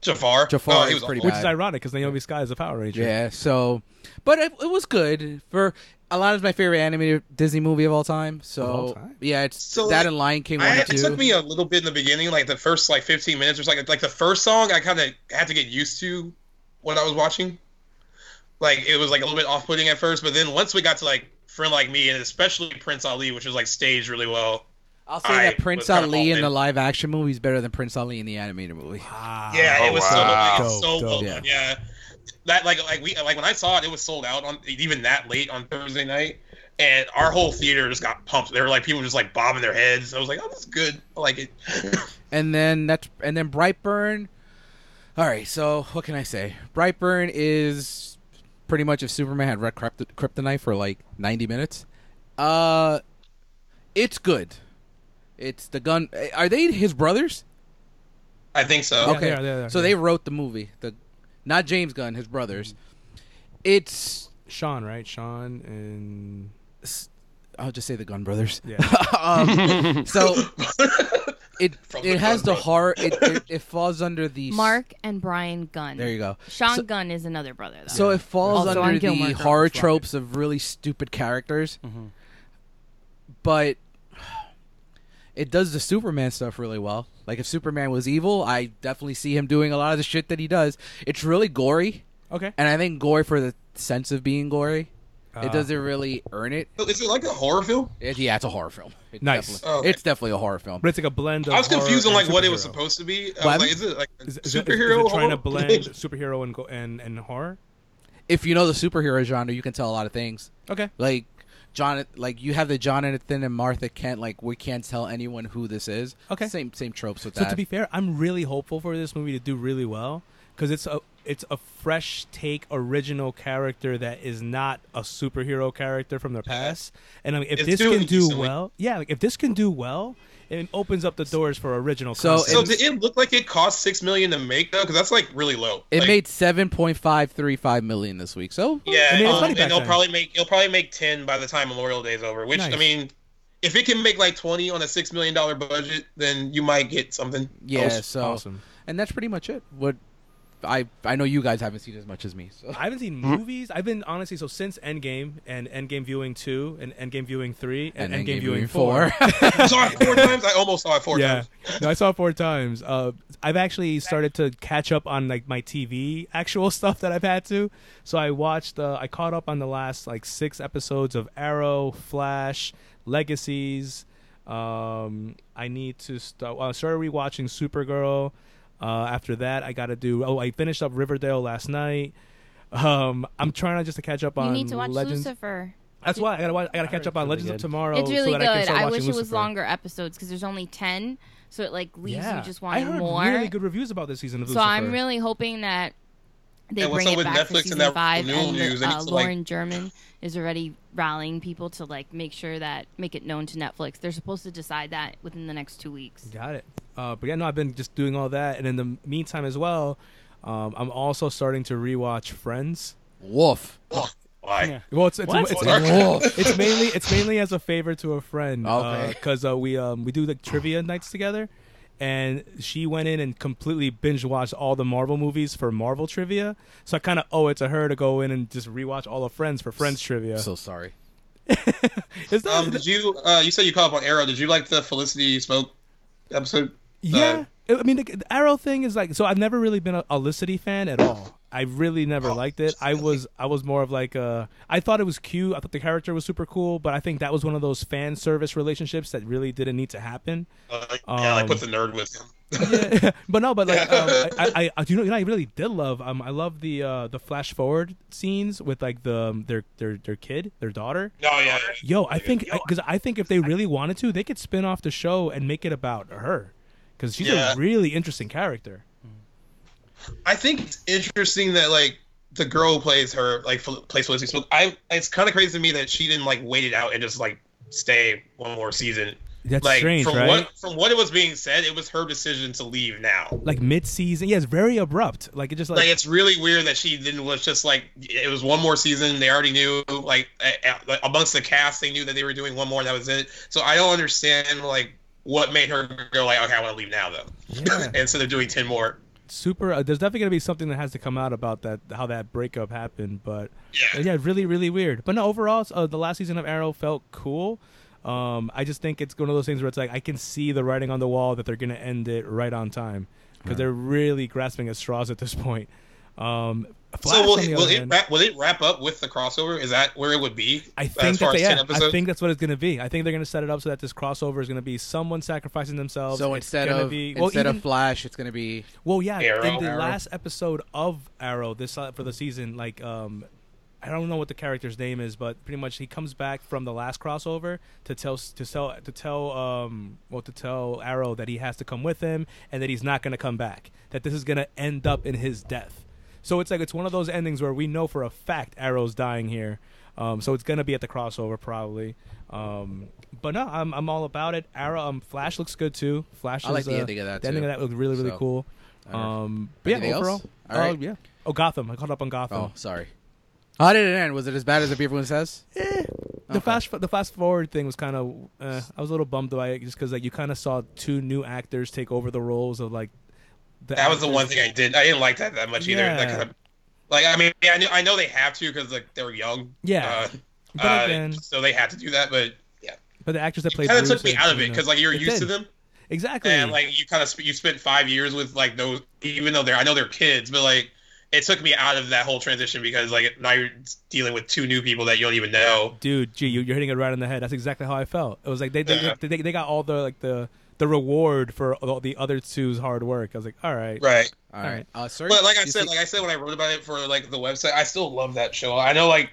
[SPEAKER 5] Jafar.
[SPEAKER 1] Jafar
[SPEAKER 5] oh, he
[SPEAKER 1] is
[SPEAKER 5] was
[SPEAKER 1] pretty
[SPEAKER 5] awful.
[SPEAKER 3] Which is
[SPEAKER 1] bad.
[SPEAKER 3] ironic because Naomi Sky is a Power Ranger.
[SPEAKER 1] Yeah, so, but it, it was good for a lot of my favorite animated Disney movie of all time. So
[SPEAKER 3] all time?
[SPEAKER 1] yeah, it's
[SPEAKER 5] So,
[SPEAKER 1] that
[SPEAKER 5] like,
[SPEAKER 1] and Lion King one
[SPEAKER 5] I,
[SPEAKER 1] and
[SPEAKER 5] it
[SPEAKER 1] two.
[SPEAKER 5] took me a little bit in the beginning, like the first like 15 minutes or like like the first song, I kind of had to get used to what I was watching. Like it was like a little bit off-putting at first, but then once we got to like friend like me and especially Prince Ali, which was like staged really well.
[SPEAKER 1] I'll say
[SPEAKER 5] I
[SPEAKER 1] that Prince
[SPEAKER 5] was kinda
[SPEAKER 1] Ali in
[SPEAKER 5] all
[SPEAKER 1] the
[SPEAKER 5] in.
[SPEAKER 1] live action movie is better than Prince Ali in the animated movie.
[SPEAKER 3] Ah,
[SPEAKER 5] Yeah,
[SPEAKER 4] Oh,
[SPEAKER 5] it was
[SPEAKER 4] wow.
[SPEAKER 5] so it's so
[SPEAKER 3] Dope, dope.
[SPEAKER 5] well done, Yeah. That like like we like when I saw it, it was sold out on even that late on Thursday night, and our whole theater just got pumped. There were like people just like bobbing their heads. I was like, oh, this is good. I like it.
[SPEAKER 1] And then that's and then Brightburn. All right, so what can I say? Brightburn is pretty much if Superman had red krypt- kryptonite for like 90 minutes. Uh, it's good. It's the gun. Are they his brothers?
[SPEAKER 5] I think so.
[SPEAKER 1] Okay.
[SPEAKER 3] they are, they are, they are.
[SPEAKER 1] so they wrote the movie. The not James Gunn, his brothers. It's
[SPEAKER 3] Sean, right? Sean and
[SPEAKER 1] I'll just say the Gunn brothers.
[SPEAKER 3] yeah,
[SPEAKER 1] um, so it
[SPEAKER 5] From the
[SPEAKER 1] it has
[SPEAKER 5] Gunn
[SPEAKER 1] the
[SPEAKER 5] brothers.
[SPEAKER 1] horror. It, it it falls under the s-
[SPEAKER 6] Mark and Brian Gunn.
[SPEAKER 1] There you go.
[SPEAKER 6] Sean
[SPEAKER 1] So-
[SPEAKER 6] Gunn is another brother though.
[SPEAKER 1] So it falls
[SPEAKER 6] Also on
[SPEAKER 1] under the
[SPEAKER 6] Gilmore Girls,
[SPEAKER 1] horror
[SPEAKER 6] like-
[SPEAKER 1] tropes of really stupid characters,
[SPEAKER 3] Mm-hmm.
[SPEAKER 1] but it does the Superman stuff really well. Like if Superman was evil, I definitely see him doing a lot of the shit that he does. It's really gory,
[SPEAKER 3] okay.
[SPEAKER 1] and I think gory for the sense of being gory.
[SPEAKER 3] Ah.
[SPEAKER 1] it doesn't really earn it.
[SPEAKER 5] Is it like a horror film?
[SPEAKER 1] It- yeah, it's a horror film. It's
[SPEAKER 3] Nice.
[SPEAKER 1] Definitely,
[SPEAKER 5] Oh, okay.
[SPEAKER 1] It's definitely a horror film.
[SPEAKER 3] But it's like a blend. Of
[SPEAKER 5] I was confused on
[SPEAKER 3] horror
[SPEAKER 5] like
[SPEAKER 3] and
[SPEAKER 5] what it was
[SPEAKER 3] superhero.
[SPEAKER 5] supposed to be. I
[SPEAKER 1] What?
[SPEAKER 5] was like, is it like a
[SPEAKER 3] Is, is, it- is
[SPEAKER 5] superhero?
[SPEAKER 3] it trying to
[SPEAKER 5] horror?
[SPEAKER 3] blend superhero and go, and and horror?
[SPEAKER 1] If you know the superhero genre, you can tell a lot of things.
[SPEAKER 3] Okay.
[SPEAKER 1] Like John, like you have the Jonathan and Martha Kent. Like we can't tell anyone who this is.
[SPEAKER 3] Okay.
[SPEAKER 1] Same same tropes with
[SPEAKER 3] So
[SPEAKER 1] that.
[SPEAKER 3] to be fair, I'm really hopeful for this movie to do really well because it's a it's a fresh take, original character that is not a superhero character from the past. And I mean, if
[SPEAKER 5] It's
[SPEAKER 3] this
[SPEAKER 5] doing
[SPEAKER 3] can do
[SPEAKER 5] decently.
[SPEAKER 3] well, yeah, like, if this can do well, it opens up the doors for original.
[SPEAKER 1] So
[SPEAKER 3] concepts.
[SPEAKER 5] So
[SPEAKER 1] It's-
[SPEAKER 5] did it look like it cost six million to make though? Because that's like really low.
[SPEAKER 1] it
[SPEAKER 5] Like,
[SPEAKER 1] made seven point five three five million this week. So
[SPEAKER 5] yeah,
[SPEAKER 3] it made
[SPEAKER 5] um,
[SPEAKER 3] money
[SPEAKER 5] and
[SPEAKER 3] back
[SPEAKER 5] it'll
[SPEAKER 3] then.
[SPEAKER 5] probably make it'll probably make ten by the time Memorial Day is over. Which
[SPEAKER 3] Nice.
[SPEAKER 5] I mean, if it can make like twenty on a six million dollar budget, then you might get something.
[SPEAKER 1] yeah,
[SPEAKER 5] else.
[SPEAKER 1] so
[SPEAKER 3] awesome.
[SPEAKER 1] and that's pretty much it. What I I know you guys haven't seen as much as me. So.
[SPEAKER 3] I haven't seen movies. I've been honestly so since Endgame and Endgame viewing two and Endgame viewing three and,
[SPEAKER 1] then
[SPEAKER 3] Endgame,
[SPEAKER 1] Game
[SPEAKER 3] viewing
[SPEAKER 1] Viewing
[SPEAKER 3] four.
[SPEAKER 5] I saw it four times. I almost saw it four
[SPEAKER 3] yeah,
[SPEAKER 5] times.
[SPEAKER 3] no, I saw it four times. Uh, I've actually started to catch up on like my TV actual stuff that I've had to. So I watched. Uh, I caught up on the last like six episodes of Arrow, Flash, Legacies. Um, I need to start. Well, I started rewatching Supergirl. Uh, after that, I got to do. Oh, I finished up Riverdale last night. Um, I'm trying to just to catch up
[SPEAKER 6] you
[SPEAKER 3] on.
[SPEAKER 6] need to watch
[SPEAKER 3] Legends.
[SPEAKER 6] Lucifer.
[SPEAKER 3] That's why I gotta watch, I gotta catch up on
[SPEAKER 2] really
[SPEAKER 3] Legends of
[SPEAKER 2] good.
[SPEAKER 3] Tomorrow.
[SPEAKER 6] It's really
[SPEAKER 3] so that I, can
[SPEAKER 6] good.
[SPEAKER 3] start
[SPEAKER 6] I,
[SPEAKER 3] watching
[SPEAKER 6] wish it was
[SPEAKER 3] Lucifer.
[SPEAKER 6] longer episodes because there's only ten, so it like leaves
[SPEAKER 3] Yeah,
[SPEAKER 6] you just wanting
[SPEAKER 3] I heard
[SPEAKER 6] more.
[SPEAKER 3] really good reviews about this season of
[SPEAKER 6] so
[SPEAKER 3] Lucifer.
[SPEAKER 6] I'm really hoping that they
[SPEAKER 5] Yeah, what's
[SPEAKER 6] bring
[SPEAKER 5] up
[SPEAKER 6] it
[SPEAKER 5] with
[SPEAKER 6] back
[SPEAKER 5] Netflix
[SPEAKER 6] for
[SPEAKER 5] and
[SPEAKER 6] season
[SPEAKER 5] that
[SPEAKER 6] five,
[SPEAKER 5] renewal
[SPEAKER 6] and
[SPEAKER 5] news? They need
[SPEAKER 6] uh,
[SPEAKER 5] to, like-
[SPEAKER 6] Lauren German is already rallying people to like make sure that make it known to Netflix. They're supposed to decide that within the next two weeks.
[SPEAKER 3] Got it. Uh, but yeah, no, I've been just doing all that, and in the meantime as well, um, I'm also starting to rewatch Friends.
[SPEAKER 1] Woof.
[SPEAKER 5] Oh, why?
[SPEAKER 2] Yeah.
[SPEAKER 3] Well, it's it's,
[SPEAKER 2] What?
[SPEAKER 3] it's,
[SPEAKER 5] What?
[SPEAKER 1] Woof.
[SPEAKER 3] it's mainly it's mainly as a favor to a friend
[SPEAKER 1] Okay.
[SPEAKER 3] because uh, we um, we do like trivia nights together, and she went in and completely binge watched all the Marvel movies for Marvel trivia. So I kind of owe it to her to go in and just rewatch all of Friends for Friends trivia.
[SPEAKER 1] so sorry.
[SPEAKER 3] Is that-
[SPEAKER 5] Um, did you? Uh, you said you caught up on Arrow. Did you like the Felicity Smoke episode?
[SPEAKER 3] Yeah, I I mean, the, the Arrow thing is like so. I've never really been a, a Felicity fan at all. I really never
[SPEAKER 5] Oh,
[SPEAKER 3] liked it. I was I was more of like uh, I thought it was cute. I thought the character was super cool, but I think that was one of those fan service relationships that really didn't need to happen.
[SPEAKER 5] Uh, yeah,
[SPEAKER 3] Um,
[SPEAKER 5] like with the nerd with him.
[SPEAKER 3] Yeah, but no, but like um, I, I, I, you know, you know, I really did love. Um, I love the uh, the flash forward scenes with like the um, their their their kid, their daughter.
[SPEAKER 5] No, Oh, yeah.
[SPEAKER 3] Yo, I think because I think if they really wanted to, they could spin off the show and make it about her, because she's
[SPEAKER 5] Yeah.
[SPEAKER 3] a really interesting character.
[SPEAKER 5] I think it's interesting that like the girl who plays her like Fel- plays Felicity Smoke. I it's kind of crazy to me that she didn't like wait it out and just like stay one more season.
[SPEAKER 3] That's
[SPEAKER 5] like
[SPEAKER 3] strange,
[SPEAKER 5] from
[SPEAKER 3] right?
[SPEAKER 5] what from what it was being said, it was her decision to leave now.
[SPEAKER 3] like mid season. Yeah, it's very abrupt. Like it just like,
[SPEAKER 5] Like it's really weird that she didn't was just like it was one more season. They already knew like a- a- like, amongst the cast they knew that they were doing one more and that was it. So I don't understand like what made her go like okay I want to leave now though
[SPEAKER 3] yeah.
[SPEAKER 5] instead of doing ten more.
[SPEAKER 3] super. Uh, there's definitely gonna be something that has to come out about that how that breakup happened. But
[SPEAKER 5] Yeah.
[SPEAKER 3] uh, yeah, really, really weird. But no, overall, s- uh, the last season of Arrow felt cool. Um, I just think it's one of those things where it's like I can see the writing on the wall that they're gonna end it right on time because they're really grasping at straws at this point. Um, Flash,
[SPEAKER 5] So will
[SPEAKER 3] on the
[SPEAKER 5] it, will
[SPEAKER 3] other
[SPEAKER 5] it
[SPEAKER 3] hand-
[SPEAKER 5] wrap, will it wrap up with the crossover? Is that where it would be?
[SPEAKER 3] I
[SPEAKER 5] as
[SPEAKER 3] think
[SPEAKER 5] far
[SPEAKER 3] that
[SPEAKER 5] as
[SPEAKER 3] they,
[SPEAKER 5] ten
[SPEAKER 3] yeah, I
[SPEAKER 5] episodes.
[SPEAKER 3] think that's what it's going to be. I think they're going to set it up so that this crossover is going to be someone sacrificing themselves.
[SPEAKER 1] So
[SPEAKER 3] It's
[SPEAKER 1] instead
[SPEAKER 3] gonna
[SPEAKER 1] of
[SPEAKER 3] be, well,
[SPEAKER 1] instead
[SPEAKER 3] even,
[SPEAKER 1] of Flash, it's gonna be
[SPEAKER 3] well, yeah, in
[SPEAKER 5] Arrow.
[SPEAKER 3] the
[SPEAKER 5] Arrow.
[SPEAKER 3] last episode of Arrow this uh, for the season, like um, I don't know what the character's name is, but pretty much he comes back from the last crossover to tell to tell to tell um well to tell Arrow that he has to come with him and that he's not going to come back. That this is going to end up in his death. So it's like it's one of those endings where we know for a fact Arrow's dying here. Um, so it's gonna be at the crossover probably. Um, but no, I'm, I'm all about it. Arrow, um, Flash looks good too. Flash.
[SPEAKER 1] I like
[SPEAKER 3] is,
[SPEAKER 1] the
[SPEAKER 3] uh,
[SPEAKER 1] ending of that
[SPEAKER 3] The ending
[SPEAKER 1] too.
[SPEAKER 3] of that looked really really
[SPEAKER 1] So,
[SPEAKER 3] cool.
[SPEAKER 1] alright.
[SPEAKER 3] Um, but yeah,
[SPEAKER 1] Anything else?
[SPEAKER 3] overall,
[SPEAKER 1] All right.
[SPEAKER 3] oh, yeah. Oh, Gotham. I caught up on Gotham.
[SPEAKER 1] Oh, sorry. How did it end? Was it as bad as everyone says?
[SPEAKER 3] The fast the fast forward thing was kind of uh, I was a little bummed by it just because like you kind of saw two new actors take over the roles of like. The
[SPEAKER 5] That was the
[SPEAKER 3] actors-
[SPEAKER 5] one thing I did. I didn't like that that much either. That
[SPEAKER 3] Yeah.
[SPEAKER 5] kind of, like I mean, I know, I know they have to because like they were young.
[SPEAKER 3] Yeah.
[SPEAKER 5] Uh,
[SPEAKER 3] But
[SPEAKER 5] uh,
[SPEAKER 3] again-
[SPEAKER 5] so they had to do that, but yeah,
[SPEAKER 3] But the actors that
[SPEAKER 5] it
[SPEAKER 3] played
[SPEAKER 5] kind of took
[SPEAKER 3] Bruce
[SPEAKER 5] me
[SPEAKER 3] and
[SPEAKER 5] out of it
[SPEAKER 3] Selina-
[SPEAKER 5] because like you're
[SPEAKER 3] It
[SPEAKER 5] used to
[SPEAKER 3] did.
[SPEAKER 5] them,
[SPEAKER 3] Exactly.
[SPEAKER 5] and like you kind of sp- you spent five years with like those, even though they're I know they're kids, but like it took me out of that whole transition because like now you're dealing with two new people that you don't even know.
[SPEAKER 3] dude gee you- you're hitting it right on the head that's exactly how i felt it was like they they,
[SPEAKER 5] Yeah.
[SPEAKER 3] they, they got all the like the the reward for all the other two's hard work i was like all right,
[SPEAKER 5] Right.
[SPEAKER 1] All right.
[SPEAKER 3] right.
[SPEAKER 1] Uh, sir,
[SPEAKER 5] But like I
[SPEAKER 1] you
[SPEAKER 5] said,
[SPEAKER 1] see-
[SPEAKER 5] like I said when I wrote about it for like the website, I still love that show. I know like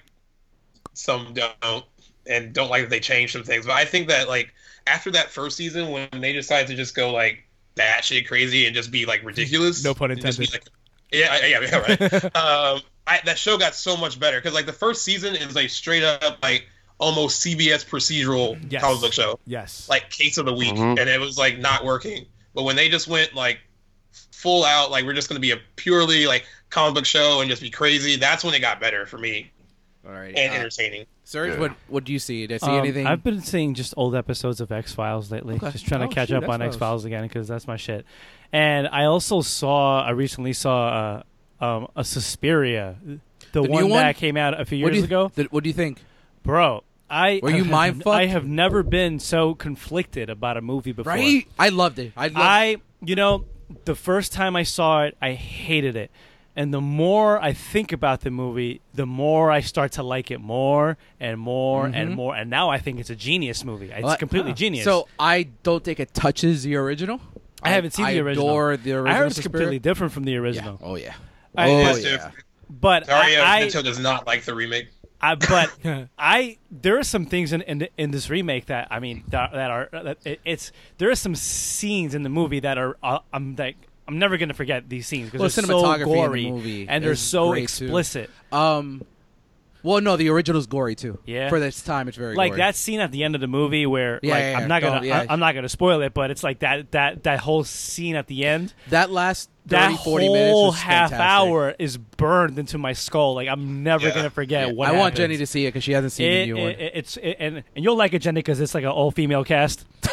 [SPEAKER 5] some don't and don't like that they changed some things, but I think that like after that first season when they decided to just go like that shit crazy and just be like ridiculous.
[SPEAKER 3] No pun
[SPEAKER 5] and just be,
[SPEAKER 3] intended.
[SPEAKER 5] like- yeah, I- yeah, yeah, right. um, I, that show got so much better because like the first season is a straight up like almost CBS procedural
[SPEAKER 3] Yes.
[SPEAKER 5] comic book show
[SPEAKER 3] yes
[SPEAKER 5] like case of the week
[SPEAKER 4] Mhm.
[SPEAKER 5] and it was like not working but when they just went like full out like we're just going to be a purely like comic book show and just be crazy that's when it got better for me
[SPEAKER 1] All right.
[SPEAKER 5] and
[SPEAKER 1] Uh,
[SPEAKER 5] entertaining
[SPEAKER 1] Serge,
[SPEAKER 4] Yeah.
[SPEAKER 1] what what do you see? Did I see
[SPEAKER 2] Um,
[SPEAKER 1] anything?
[SPEAKER 2] I've been seeing just old episodes of X Files lately,
[SPEAKER 1] Okay.
[SPEAKER 2] just trying
[SPEAKER 3] Oh,
[SPEAKER 2] to catch
[SPEAKER 3] shoot,
[SPEAKER 2] up on X
[SPEAKER 3] X-Files.
[SPEAKER 2] Files again because that's my shit. And I also saw, I recently saw uh, um, a Suspiria, the,
[SPEAKER 1] new
[SPEAKER 2] one,
[SPEAKER 1] one?
[SPEAKER 2] that came out a few
[SPEAKER 1] what
[SPEAKER 2] years
[SPEAKER 1] do you,
[SPEAKER 2] ago.
[SPEAKER 1] th- what do you think?
[SPEAKER 2] Bro, I
[SPEAKER 1] Were you
[SPEAKER 2] have-
[SPEAKER 1] mind-fucked?
[SPEAKER 2] I have never been so conflicted about a movie before.
[SPEAKER 1] Right? I loved it. I loved
[SPEAKER 2] I, you know, the first time I saw it, I hated it. And the more I think about the movie, the more I start to like it more and more and more. And now I think it's a genius movie. It's
[SPEAKER 1] Mm-hmm. Well, uh,
[SPEAKER 2] completely genius.
[SPEAKER 1] Ah. So I don't think it touches the original.
[SPEAKER 2] I haven't seen the original.
[SPEAKER 1] I adore the original.
[SPEAKER 2] I heard it's
[SPEAKER 1] Suspiria.
[SPEAKER 2] completely different from the
[SPEAKER 1] Yeah.
[SPEAKER 2] original.
[SPEAKER 1] Oh yeah.
[SPEAKER 2] I-
[SPEAKER 1] oh
[SPEAKER 5] That's
[SPEAKER 1] yeah.
[SPEAKER 5] different.
[SPEAKER 2] But
[SPEAKER 5] dario
[SPEAKER 2] I, I,
[SPEAKER 5] Pinto does not like the remake
[SPEAKER 2] I, but I there are some things in, in in this remake that I mean that, that are that it, it's there are some scenes in the movie that are uh, I'm like I'm never gonna forget these scenes
[SPEAKER 1] Well,
[SPEAKER 2] because they're
[SPEAKER 1] cinematography in
[SPEAKER 2] so
[SPEAKER 1] the
[SPEAKER 2] gory
[SPEAKER 1] movie
[SPEAKER 2] and they're
[SPEAKER 1] is
[SPEAKER 2] so
[SPEAKER 1] great, too.
[SPEAKER 2] explicit.
[SPEAKER 1] Um. Well, no, the original's gory too.
[SPEAKER 2] Yeah.
[SPEAKER 1] For this time, it's very
[SPEAKER 2] Like
[SPEAKER 1] gory.
[SPEAKER 2] that scene at the end of the movie where
[SPEAKER 1] Yeah,
[SPEAKER 2] like
[SPEAKER 1] yeah, yeah.
[SPEAKER 2] I'm not
[SPEAKER 1] Don't-
[SPEAKER 2] gonna
[SPEAKER 1] yeah.
[SPEAKER 2] I, am not gonna spoil it, but it's like that that that whole scene at the end.
[SPEAKER 1] that last 30,
[SPEAKER 2] That
[SPEAKER 1] 40
[SPEAKER 2] whole
[SPEAKER 1] minutes was
[SPEAKER 2] half
[SPEAKER 1] fantastic.
[SPEAKER 2] hour is burned into my skull. Like I'm never
[SPEAKER 5] Yeah.
[SPEAKER 2] gonna forget
[SPEAKER 1] Yeah.
[SPEAKER 2] what
[SPEAKER 1] I want
[SPEAKER 2] happens.
[SPEAKER 1] Jenny to see it because she hasn't seen the
[SPEAKER 2] It-
[SPEAKER 1] new
[SPEAKER 2] it-
[SPEAKER 1] one.
[SPEAKER 2] it- it's it- and and you'll like it, Jenny, because it's like an all female cast.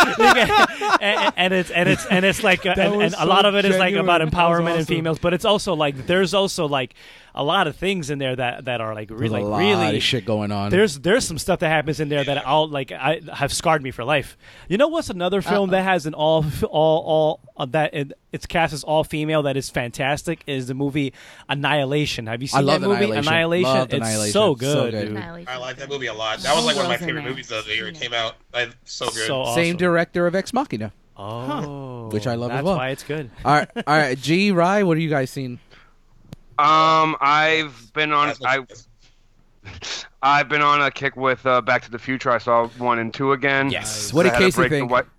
[SPEAKER 2] and, and it's and it's and it's like uh,
[SPEAKER 3] That
[SPEAKER 2] and,
[SPEAKER 3] was
[SPEAKER 2] and a lot
[SPEAKER 3] so
[SPEAKER 2] of it is like
[SPEAKER 3] genuine.
[SPEAKER 2] about
[SPEAKER 3] That was
[SPEAKER 2] empowerment and
[SPEAKER 3] awesome.
[SPEAKER 2] females, but it's also like there's also like a lot of things in there that that are like
[SPEAKER 1] There's
[SPEAKER 2] really
[SPEAKER 1] a lot
[SPEAKER 2] really
[SPEAKER 1] of shit going on.
[SPEAKER 2] there's there's some stuff that happens in there that I'll like I have scarred me for life. You know what's another film that has an all all all uh, that it, its cast is all female that is fantastic is the movie Annihilation. Have you seen
[SPEAKER 1] I love
[SPEAKER 2] that movie
[SPEAKER 1] Annihilation. Loved
[SPEAKER 2] it's
[SPEAKER 1] Annihilation.
[SPEAKER 2] so
[SPEAKER 1] So
[SPEAKER 2] good.
[SPEAKER 1] good.
[SPEAKER 2] dude.
[SPEAKER 5] i like that movie a lot that was like one of my
[SPEAKER 6] Girls in
[SPEAKER 5] favorite
[SPEAKER 6] there.
[SPEAKER 5] movies of the year it came out like, so good
[SPEAKER 2] So awesome.
[SPEAKER 1] Same director of Ex Machina.
[SPEAKER 2] Oh,
[SPEAKER 1] Which I love as
[SPEAKER 2] That's
[SPEAKER 1] well.
[SPEAKER 2] why it's good.
[SPEAKER 1] All right, all right. G, Rye, what have you guys seen?
[SPEAKER 4] Um, I've been on.
[SPEAKER 5] That's what-
[SPEAKER 4] I I've been on a kick with uh, Back to the Future. I saw one and two again.
[SPEAKER 1] Yes. What did
[SPEAKER 4] I had to
[SPEAKER 1] Casey
[SPEAKER 4] break the
[SPEAKER 1] think?
[SPEAKER 4] wi-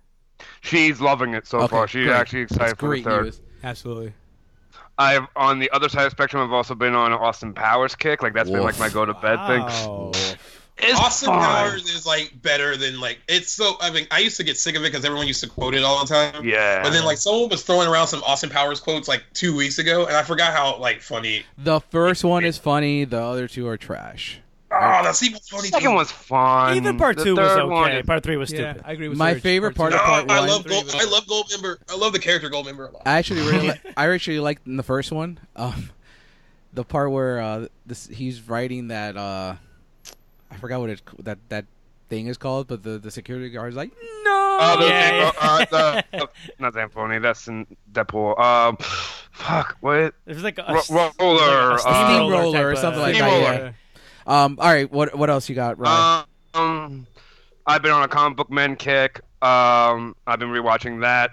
[SPEAKER 4] She's loving it so
[SPEAKER 1] Okay,
[SPEAKER 4] far. She's
[SPEAKER 1] great.
[SPEAKER 4] actually excited
[SPEAKER 1] That's
[SPEAKER 4] for
[SPEAKER 1] great
[SPEAKER 4] the third.
[SPEAKER 1] news.
[SPEAKER 3] absolutely
[SPEAKER 4] I've on the other side of the spectrum. I've also been on Austin Powers kick. Like that's been like
[SPEAKER 1] Woof.
[SPEAKER 4] my go to bed thing.
[SPEAKER 3] Wow.
[SPEAKER 4] It's
[SPEAKER 5] Austin
[SPEAKER 4] fine.
[SPEAKER 5] Powers is like better than like it's so. I mean, I used to get sick of it because everyone used to quote it all the time.
[SPEAKER 4] Yeah.
[SPEAKER 5] But then like someone was throwing around some Austin Powers quotes like two weeks ago, and I forgot how like funny.
[SPEAKER 1] The first one is funny. The other two are trash.
[SPEAKER 5] Oh, the sequel's funny.
[SPEAKER 4] Second
[SPEAKER 5] too.
[SPEAKER 4] one's fun.
[SPEAKER 2] Even part
[SPEAKER 4] The
[SPEAKER 2] two was
[SPEAKER 4] third
[SPEAKER 2] okay.
[SPEAKER 4] one is-
[SPEAKER 2] Part three was
[SPEAKER 3] yeah,
[SPEAKER 2] stupid.
[SPEAKER 3] I agree with
[SPEAKER 1] My
[SPEAKER 3] Serge.
[SPEAKER 1] favorite
[SPEAKER 3] Part
[SPEAKER 1] part of
[SPEAKER 5] Oh,
[SPEAKER 1] part
[SPEAKER 5] I
[SPEAKER 1] one.
[SPEAKER 5] love Gold. I love Gold Member. I love the character Gold Member a lot.
[SPEAKER 1] I actually really, li- I actually liked in the first one, um, the part where uh, this he's writing that uh, I forgot what it that that thing is called, but the the security guard's like, no,
[SPEAKER 4] Oh, the,
[SPEAKER 2] Yeah.
[SPEAKER 4] uh, the, uh, not Zamfoni. That's in Deadpool. Um, fuck. What?
[SPEAKER 2] It was like a,
[SPEAKER 4] Ro-
[SPEAKER 2] s-
[SPEAKER 4] roller,
[SPEAKER 2] like a
[SPEAKER 4] uh,
[SPEAKER 1] steamroller
[SPEAKER 2] type
[SPEAKER 1] or
[SPEAKER 2] of-
[SPEAKER 1] something like
[SPEAKER 4] Steamroller.
[SPEAKER 1] that. Yeah. Um, all right, what what else you got,
[SPEAKER 5] Uh,
[SPEAKER 1] Ryan?
[SPEAKER 4] Um, I've been on a comic book men kick. Um, I've been rewatching that.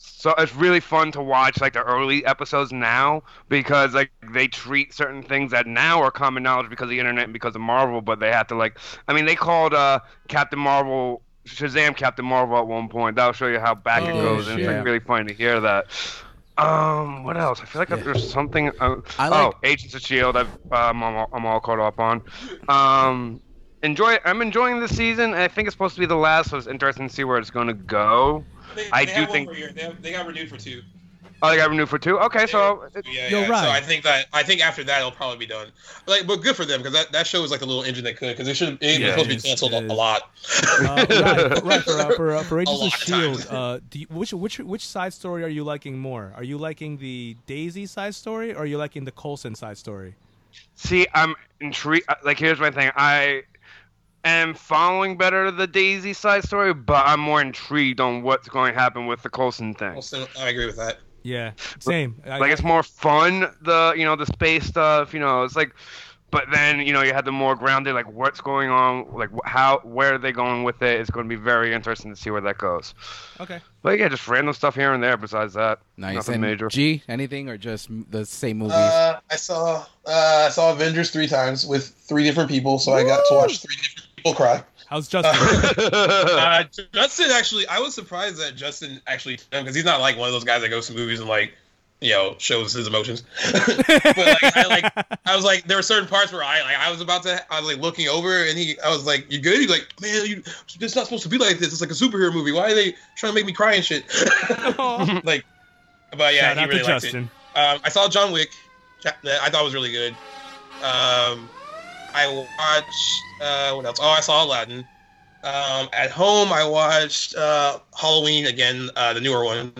[SPEAKER 4] So it's really fun to watch like the early episodes now because like they treat certain things that now are common knowledge because of the internet and because of Marvel, but they have to like I mean they called uh Captain Marvel Shazam Captain Marvel at one point. That'll show you how back it
[SPEAKER 1] Oh,
[SPEAKER 4] goes and it's
[SPEAKER 1] shit.
[SPEAKER 4] like really funny to hear that. Um, what else? I feel like there's something. Uh,
[SPEAKER 1] I like-
[SPEAKER 4] oh, Agents of Shield. I've, um, I'm, all, I'm all caught up on. Um, enjoy. I'm enjoying this season. I think it's supposed to be the last, so it's interesting to see where it's going to go.
[SPEAKER 5] They,
[SPEAKER 4] I
[SPEAKER 5] they
[SPEAKER 4] do
[SPEAKER 5] had one
[SPEAKER 4] think-
[SPEAKER 5] per year. they, have- they got renewed for two.
[SPEAKER 4] Oh, they got renewed for two. Okay, so
[SPEAKER 5] Yeah,
[SPEAKER 3] Yo,
[SPEAKER 5] yeah.
[SPEAKER 3] Ryan.
[SPEAKER 5] So I think that I think after that it'll probably be done. Like, but good for them because that, that show was like the little engine that could because it should it
[SPEAKER 4] Yeah,
[SPEAKER 5] was supposed
[SPEAKER 3] it
[SPEAKER 5] to be
[SPEAKER 3] is.
[SPEAKER 5] canceled
[SPEAKER 3] It
[SPEAKER 5] a,
[SPEAKER 3] is.
[SPEAKER 5] a lot.
[SPEAKER 3] Uh, right, right, for, uh, for, uh, for Agents
[SPEAKER 5] lot
[SPEAKER 3] of
[SPEAKER 5] of
[SPEAKER 3] Shield,
[SPEAKER 5] times.
[SPEAKER 3] uh, do you, which which which side story are you liking more? Are you liking the Daisy side story, or are you liking the Colson side story?
[SPEAKER 4] see, I'm intrigued. uh, Like, here's my thing. I am following better the Daisy side story, but I'm more intrigued on what's going to happen with the Colson thing.
[SPEAKER 5] Also, I agree with that.
[SPEAKER 3] Yeah, same. I-
[SPEAKER 4] like it's more fun the you know the space stuff you know it's like but then you know you had the more grounded like what's going on like wh- how where are they going with it it's going to be very interesting to see where that goes
[SPEAKER 3] okay.
[SPEAKER 4] but yeah just random stuff here and there besides that
[SPEAKER 1] Nice
[SPEAKER 4] nothing
[SPEAKER 1] and
[SPEAKER 4] major
[SPEAKER 1] G, anything or just m- the same movies?
[SPEAKER 5] Uh, I saw uh, I saw Avengers three times with three different people, so I got to watch three different people cry.
[SPEAKER 3] How's Justin?
[SPEAKER 5] Uh, Justin actually, I was surprised that Justin actually because he's not like one of those guys that goes to movies and like you know shows his emotions. but like I, like I was like there were certain parts where I like I was about to I was like looking over and he I was like you good he's like man you it's not supposed to be like this it's like a superhero movie why are they trying to make me cry and shit like but yeah
[SPEAKER 3] Shout
[SPEAKER 5] he
[SPEAKER 3] out
[SPEAKER 5] really
[SPEAKER 3] to
[SPEAKER 5] liked
[SPEAKER 3] Justin.
[SPEAKER 5] it. Um, I saw John Wick Ja- that I thought was really good. Um, I watched uh, what else? Oh, I saw Aladdin. Um, at home, I watched uh, Halloween again, uh, the newer one,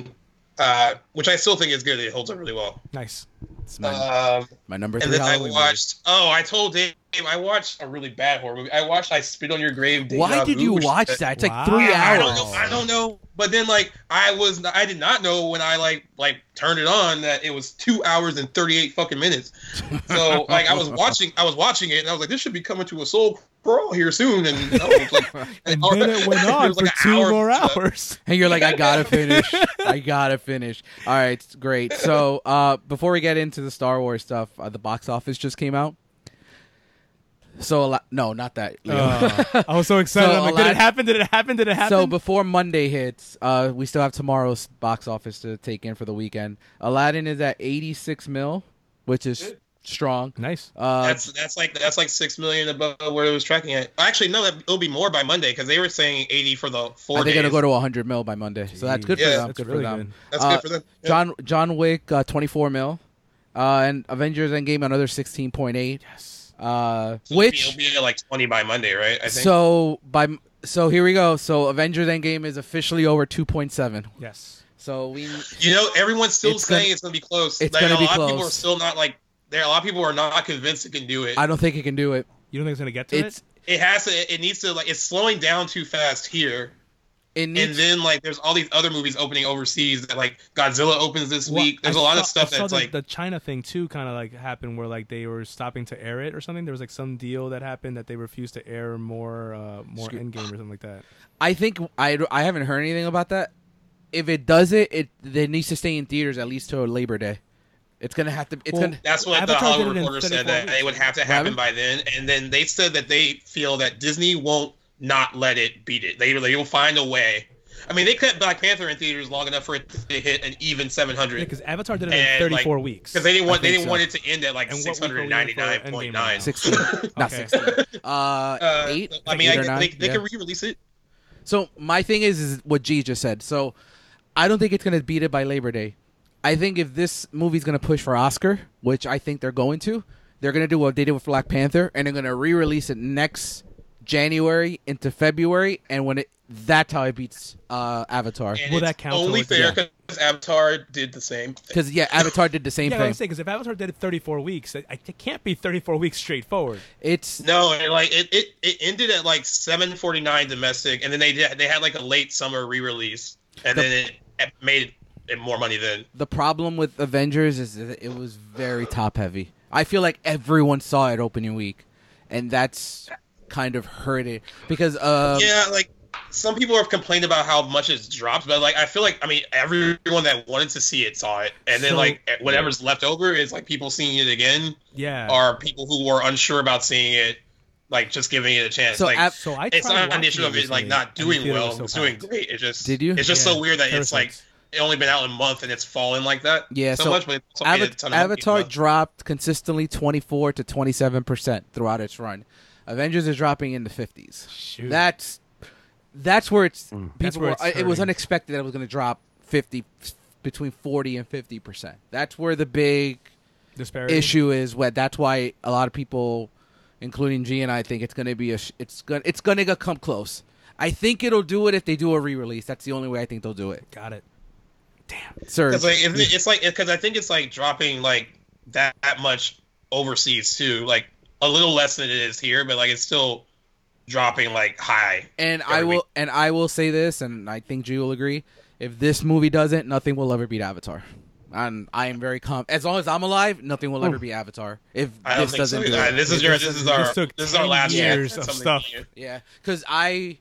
[SPEAKER 5] uh, which I still think is good. It holds up really well.
[SPEAKER 3] Nice.
[SPEAKER 1] it's my,
[SPEAKER 5] Um,
[SPEAKER 1] my number
[SPEAKER 5] and
[SPEAKER 1] three
[SPEAKER 5] then I
[SPEAKER 1] Halloween. movie.
[SPEAKER 5] watched. Oh, I told Dave I watched a really bad horror movie. I watched I Spit on Your Grave. Deja
[SPEAKER 1] Why did
[SPEAKER 5] Vu,
[SPEAKER 1] you
[SPEAKER 5] which-
[SPEAKER 1] watch that? It's
[SPEAKER 3] Wow.
[SPEAKER 1] like three
[SPEAKER 5] yeah, I
[SPEAKER 1] hours.
[SPEAKER 5] don't know. I don't know. But then, like, I was, I did not know when I like, like, turned it on that it was two hours and thirty-eight fucking minutes. So, like, I was watching, I was watching it, and I was like, this should be coming to a soul crawl here soon. And, no, it was, like, an
[SPEAKER 3] And
[SPEAKER 5] hour-
[SPEAKER 3] then it went on
[SPEAKER 5] was, like,
[SPEAKER 3] for
[SPEAKER 5] an
[SPEAKER 3] two
[SPEAKER 5] hour
[SPEAKER 3] more
[SPEAKER 5] into that.
[SPEAKER 3] hours.
[SPEAKER 1] And you're like, I gotta finish. I gotta finish. All right, it's great. So, uh, before we get into the Star Wars stuff, uh, the box office just came out. So, a lot, no, not that. Leo.
[SPEAKER 3] Uh, I was so excited.
[SPEAKER 1] So
[SPEAKER 3] I'm like, did
[SPEAKER 1] Aladdin-
[SPEAKER 3] it happen? Did it happen? Did it happen?
[SPEAKER 1] so, before Monday hits, uh, we still have tomorrow's box office to take in for the weekend. Aladdin is at 86 mil, which is strong.
[SPEAKER 3] nice.
[SPEAKER 1] Uh,
[SPEAKER 5] That's that's like that's like six million above where it was tracking at. Actually, no, that it'll be more by Monday because they were saying eighty for the four.
[SPEAKER 1] are they gonna
[SPEAKER 5] days.
[SPEAKER 1] go to 100 mil by Monday? So that's good
[SPEAKER 5] Yeah,
[SPEAKER 1] for them.
[SPEAKER 3] that's
[SPEAKER 1] good
[SPEAKER 3] really
[SPEAKER 1] for them.
[SPEAKER 3] good.
[SPEAKER 5] That's
[SPEAKER 1] uh,
[SPEAKER 5] good for them. Yeah.
[SPEAKER 1] John John Wick uh, 24 mil, uh, and Avengers Endgame another 16.8. Yes. Uh,
[SPEAKER 5] So
[SPEAKER 1] which
[SPEAKER 5] it'll be, it'll be at, like twenty by Monday, right? I think.
[SPEAKER 1] so by so here we go. So Avengers Endgame is officially over 2.7.
[SPEAKER 3] Yes.
[SPEAKER 1] So we
[SPEAKER 5] You know, everyone's still
[SPEAKER 1] It's
[SPEAKER 5] saying
[SPEAKER 1] gonna-
[SPEAKER 5] it's gonna be close.
[SPEAKER 1] it's
[SPEAKER 5] like,
[SPEAKER 1] gonna
[SPEAKER 5] a
[SPEAKER 1] be
[SPEAKER 5] lot of people
[SPEAKER 1] close.
[SPEAKER 5] are still not like there. A lot of people are not convinced it can do it.
[SPEAKER 1] I don't think it can do it.
[SPEAKER 3] You don't think it's gonna get to
[SPEAKER 1] It's
[SPEAKER 3] it?
[SPEAKER 5] It has to. It, it needs to like it's slowing down too fast here,
[SPEAKER 1] it
[SPEAKER 5] and
[SPEAKER 1] needs
[SPEAKER 5] then like there's all these other movies opening overseas that like Godzilla opens this
[SPEAKER 3] Well,
[SPEAKER 5] week. There's
[SPEAKER 3] I
[SPEAKER 5] a lot
[SPEAKER 3] saw-
[SPEAKER 5] of stuff
[SPEAKER 3] I saw
[SPEAKER 5] that's
[SPEAKER 3] the,
[SPEAKER 5] like
[SPEAKER 3] the China thing too, kind of like happened where like they were stopping to air it or something. There was like some deal that happened that they refused to air more, uh, more Endgame or something like that.
[SPEAKER 1] I think I I haven't heard anything about that. If it does it, it it needs to stay in theaters at least till Labor Day. It's gonna have to. It's
[SPEAKER 3] Well,
[SPEAKER 1] gonna.
[SPEAKER 5] that's what
[SPEAKER 3] Avatar
[SPEAKER 5] the
[SPEAKER 3] did
[SPEAKER 5] Hollywood
[SPEAKER 3] it in
[SPEAKER 5] Reporter said
[SPEAKER 3] 34
[SPEAKER 5] that
[SPEAKER 3] weeks.
[SPEAKER 5] it would have to happen by then, and then they said that they feel that Disney won't not let it beat it. They they will find a way. I mean, they kept Black Panther in theaters long enough for it to hit an even seven
[SPEAKER 3] Yeah,
[SPEAKER 5] hundred.
[SPEAKER 3] because Avatar did it
[SPEAKER 5] And,
[SPEAKER 3] in
[SPEAKER 5] like,
[SPEAKER 3] 34 weeks.
[SPEAKER 5] Because they didn't want
[SPEAKER 1] I
[SPEAKER 5] they
[SPEAKER 1] think
[SPEAKER 5] didn't
[SPEAKER 1] so.
[SPEAKER 5] want it to end at like
[SPEAKER 3] And what
[SPEAKER 5] six
[SPEAKER 3] week are we
[SPEAKER 5] hundred
[SPEAKER 3] in for
[SPEAKER 5] ninety nine point nine.
[SPEAKER 3] Endgame?
[SPEAKER 1] Sixteen, not
[SPEAKER 3] Okay.
[SPEAKER 1] sixteen. Uh,
[SPEAKER 5] Uh,
[SPEAKER 1] eight.
[SPEAKER 5] I
[SPEAKER 1] Like
[SPEAKER 5] mean,
[SPEAKER 1] eight
[SPEAKER 5] I
[SPEAKER 1] or
[SPEAKER 5] guess
[SPEAKER 1] nine?
[SPEAKER 5] they, they
[SPEAKER 1] Yeah.
[SPEAKER 5] can re-release it.
[SPEAKER 1] So my thing is, is what G just said. So I don't think it's gonna beat it by Labor Day. I think if this movie's gonna push for Oscar, which I think they're going to, They're gonna do what they did with Black Panther, and they're gonna re-release it next January into February, and when it that's how it beats uh, Avatar.
[SPEAKER 5] And
[SPEAKER 3] Will
[SPEAKER 5] it's
[SPEAKER 3] that count
[SPEAKER 5] only
[SPEAKER 3] towards the-
[SPEAKER 5] fair because Avatar did the same thing.
[SPEAKER 1] Because yeah, Avatar did the same
[SPEAKER 3] Yeah, I
[SPEAKER 1] thing.
[SPEAKER 3] was saying because if Avatar did it 34 weeks, it, it can't be 34 weeks straightforward.
[SPEAKER 1] It's
[SPEAKER 5] No, and like it, it, it ended at like 7:49 domestic, and then they did, they had like a late summer re-release, and
[SPEAKER 1] The-
[SPEAKER 5] then it, it made it more money then.
[SPEAKER 1] the problem with Avengers is that it was very top heavy. I feel like everyone saw it opening week, and that's kind of hurt it because uh,
[SPEAKER 5] yeah, like some people have complained about how much it's dropped, but like I feel like I mean everyone that wanted to see it saw it, and then
[SPEAKER 3] So-
[SPEAKER 5] like whatever's left over is like people seeing it again,
[SPEAKER 3] Yeah.
[SPEAKER 5] or people who were unsure about seeing it, like just giving it a chance.
[SPEAKER 1] So
[SPEAKER 5] like
[SPEAKER 1] Av-
[SPEAKER 3] so I
[SPEAKER 5] it's
[SPEAKER 3] tried
[SPEAKER 5] not an
[SPEAKER 3] watching
[SPEAKER 5] issue of it like
[SPEAKER 3] recently,
[SPEAKER 5] not
[SPEAKER 3] and the
[SPEAKER 5] doing
[SPEAKER 3] theater
[SPEAKER 5] well.
[SPEAKER 3] was so
[SPEAKER 5] It's doing
[SPEAKER 3] packed.
[SPEAKER 5] great. It just
[SPEAKER 1] Did you?
[SPEAKER 5] It's just
[SPEAKER 3] Yeah.
[SPEAKER 5] so weird that it's like
[SPEAKER 3] Parasites.
[SPEAKER 5] it only been out in a month and it's fallen like that.
[SPEAKER 1] Yeah,
[SPEAKER 5] so,
[SPEAKER 1] so
[SPEAKER 5] much, but it's also made a
[SPEAKER 1] Ava-
[SPEAKER 5] ton of money,
[SPEAKER 1] Avatar
[SPEAKER 5] you know?
[SPEAKER 1] dropped consistently 24 to 27 percent throughout its run. Avengers is dropping in the 50s.
[SPEAKER 3] Shoot. Mm.
[SPEAKER 1] That's that's where it's people.
[SPEAKER 3] That's where it's
[SPEAKER 1] I- it was
[SPEAKER 3] hurting.
[SPEAKER 1] unexpected that it was going to drop 50 between 40 and 50 percent. That's where the big
[SPEAKER 3] disparity.
[SPEAKER 1] issue is. What that's why a lot of people, including G and I, think it's going to be a sh- it's going it's going to come close. I think it'll do it if they do a re-release. That's the only way I think they'll do it.
[SPEAKER 3] Got it.
[SPEAKER 1] Sir,
[SPEAKER 5] Because like if it- it's like because I think it's like dropping like that, that much overseas too, like a little less than it is here, but like it's still dropping like high.
[SPEAKER 1] And I
[SPEAKER 5] every
[SPEAKER 1] will
[SPEAKER 5] week.
[SPEAKER 1] and I will say this, and I think G will agree. If this movie doesn't, nothing will ever beat Avatar. I'm I am very calm. As long as I'm alive, nothing will ever be Avatar. If
[SPEAKER 5] I don't
[SPEAKER 1] this
[SPEAKER 5] think so.
[SPEAKER 1] doesn't do
[SPEAKER 5] either.
[SPEAKER 1] it.
[SPEAKER 5] This is your this is our
[SPEAKER 3] this took
[SPEAKER 5] this is our
[SPEAKER 3] 10
[SPEAKER 5] last
[SPEAKER 3] years
[SPEAKER 5] chance at
[SPEAKER 3] of
[SPEAKER 5] something
[SPEAKER 3] stuff.
[SPEAKER 5] new.
[SPEAKER 1] Yeah, because I,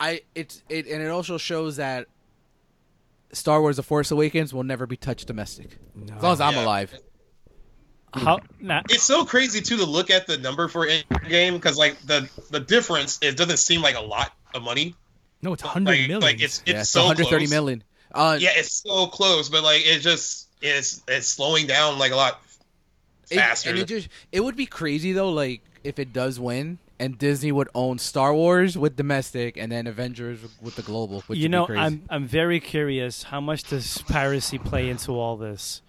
[SPEAKER 1] I it's it and it also shows that Star Wars: The Force Awakens will never be touched domestic. As long as I'm
[SPEAKER 5] Yeah.
[SPEAKER 1] alive,
[SPEAKER 2] How, nah,
[SPEAKER 5] It's so crazy too to look at the number for Endgame because like the the difference it doesn't seem like a lot of money.
[SPEAKER 3] No, it's 100
[SPEAKER 5] Like,
[SPEAKER 3] million.
[SPEAKER 5] like it's it's
[SPEAKER 1] yeah,
[SPEAKER 5] so
[SPEAKER 1] 130
[SPEAKER 5] close.
[SPEAKER 1] million. Uh,
[SPEAKER 5] Yeah, it's so close, but like it just it's it's slowing down like a lot
[SPEAKER 1] It-
[SPEAKER 5] faster.
[SPEAKER 1] and it just it would be crazy though, like if it does win and Disney would own Star Wars with domestic and then Avengers with the global. Which
[SPEAKER 2] you
[SPEAKER 1] would
[SPEAKER 2] know,
[SPEAKER 1] be crazy.
[SPEAKER 2] I'm I'm very curious. How much does piracy play into all this?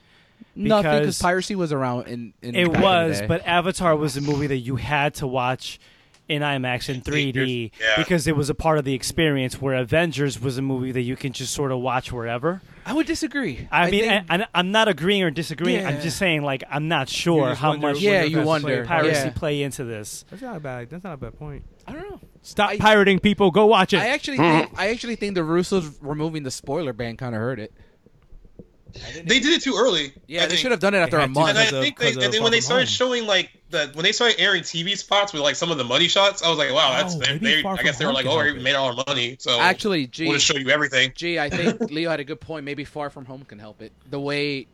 [SPEAKER 1] nothing because
[SPEAKER 2] because-
[SPEAKER 1] piracy was around in. in back
[SPEAKER 2] It
[SPEAKER 1] in the
[SPEAKER 2] was,
[SPEAKER 1] day.
[SPEAKER 2] but Avatar was a movie that you had to watch in IMAX in 3D
[SPEAKER 5] Yeah.
[SPEAKER 2] because it was a part of the experience. Where Avengers was a movie that you can just sort of watch wherever.
[SPEAKER 1] I would disagree.
[SPEAKER 2] I, mean,
[SPEAKER 1] think-
[SPEAKER 2] I, I, am not agreeing or disagreeing.
[SPEAKER 1] Yeah.
[SPEAKER 2] I'm just saying, like, I'm not sure
[SPEAKER 3] just
[SPEAKER 2] how
[SPEAKER 3] wonder-
[SPEAKER 2] much
[SPEAKER 1] yeah, you
[SPEAKER 3] does
[SPEAKER 1] wonder.
[SPEAKER 2] piracy
[SPEAKER 1] yeah.
[SPEAKER 2] play into this.
[SPEAKER 3] That's not a bad. That's not a bad point.
[SPEAKER 1] I don't know.
[SPEAKER 3] Stop
[SPEAKER 1] I-
[SPEAKER 3] pirating people. Go watch it.
[SPEAKER 1] I actually, think, I actually think the Russos removing the spoiler ban kind of hurt it.
[SPEAKER 5] they did it too early.
[SPEAKER 1] Yeah,
[SPEAKER 5] I
[SPEAKER 1] they
[SPEAKER 5] think.
[SPEAKER 1] should have done it after
[SPEAKER 3] They
[SPEAKER 1] a
[SPEAKER 3] had to.
[SPEAKER 1] month.
[SPEAKER 5] And I
[SPEAKER 3] Because of-
[SPEAKER 5] think they,
[SPEAKER 3] because of
[SPEAKER 5] and then when they
[SPEAKER 3] Far From
[SPEAKER 5] started
[SPEAKER 3] Home.
[SPEAKER 5] showing like the when they started airing TV spots with like some of the money shots, I was like, wow, that's
[SPEAKER 3] Oh,
[SPEAKER 5] they,
[SPEAKER 3] maybe
[SPEAKER 5] they-
[SPEAKER 3] Far
[SPEAKER 5] I guess
[SPEAKER 3] From
[SPEAKER 5] they were
[SPEAKER 3] Home
[SPEAKER 5] like,
[SPEAKER 3] can
[SPEAKER 5] oh,
[SPEAKER 3] help
[SPEAKER 5] we
[SPEAKER 3] it.
[SPEAKER 5] made all our money, so
[SPEAKER 1] Actually, gee,
[SPEAKER 5] we'll just show you everything.
[SPEAKER 1] Gee, I think Leo had a good point. Maybe Far From Home can help it. The way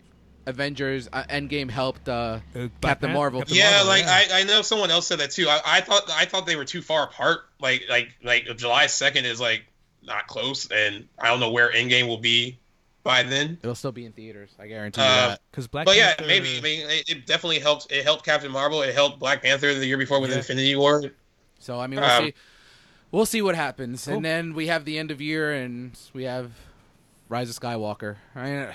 [SPEAKER 1] Avengers uh, Endgame helped uh,
[SPEAKER 3] Black
[SPEAKER 1] Captain
[SPEAKER 3] Pan-
[SPEAKER 1] Marvel.
[SPEAKER 3] Captain
[SPEAKER 5] Yeah,
[SPEAKER 3] Marvel,
[SPEAKER 5] like
[SPEAKER 3] yeah.
[SPEAKER 5] I, I know someone else said that too. I, I thought I thought they were too far apart. Like like like July second is like not close, and I don't know where Endgame will be by then.
[SPEAKER 1] It'll still be in theaters. I guarantee you
[SPEAKER 5] Uh,
[SPEAKER 1] that.
[SPEAKER 3] Because Black.
[SPEAKER 5] but yeah,
[SPEAKER 3] Panther-
[SPEAKER 5] maybe. I mean, it, it definitely helped. It helped Captain Marvel. It helped Black Panther the year before with
[SPEAKER 3] Yeah.
[SPEAKER 5] Infinity War.
[SPEAKER 1] So I mean, we'll
[SPEAKER 5] Um,
[SPEAKER 1] see. We'll see what happens,
[SPEAKER 3] Cool.
[SPEAKER 1] and then we have the end of year, and we have Rise of Skywalker. I mean,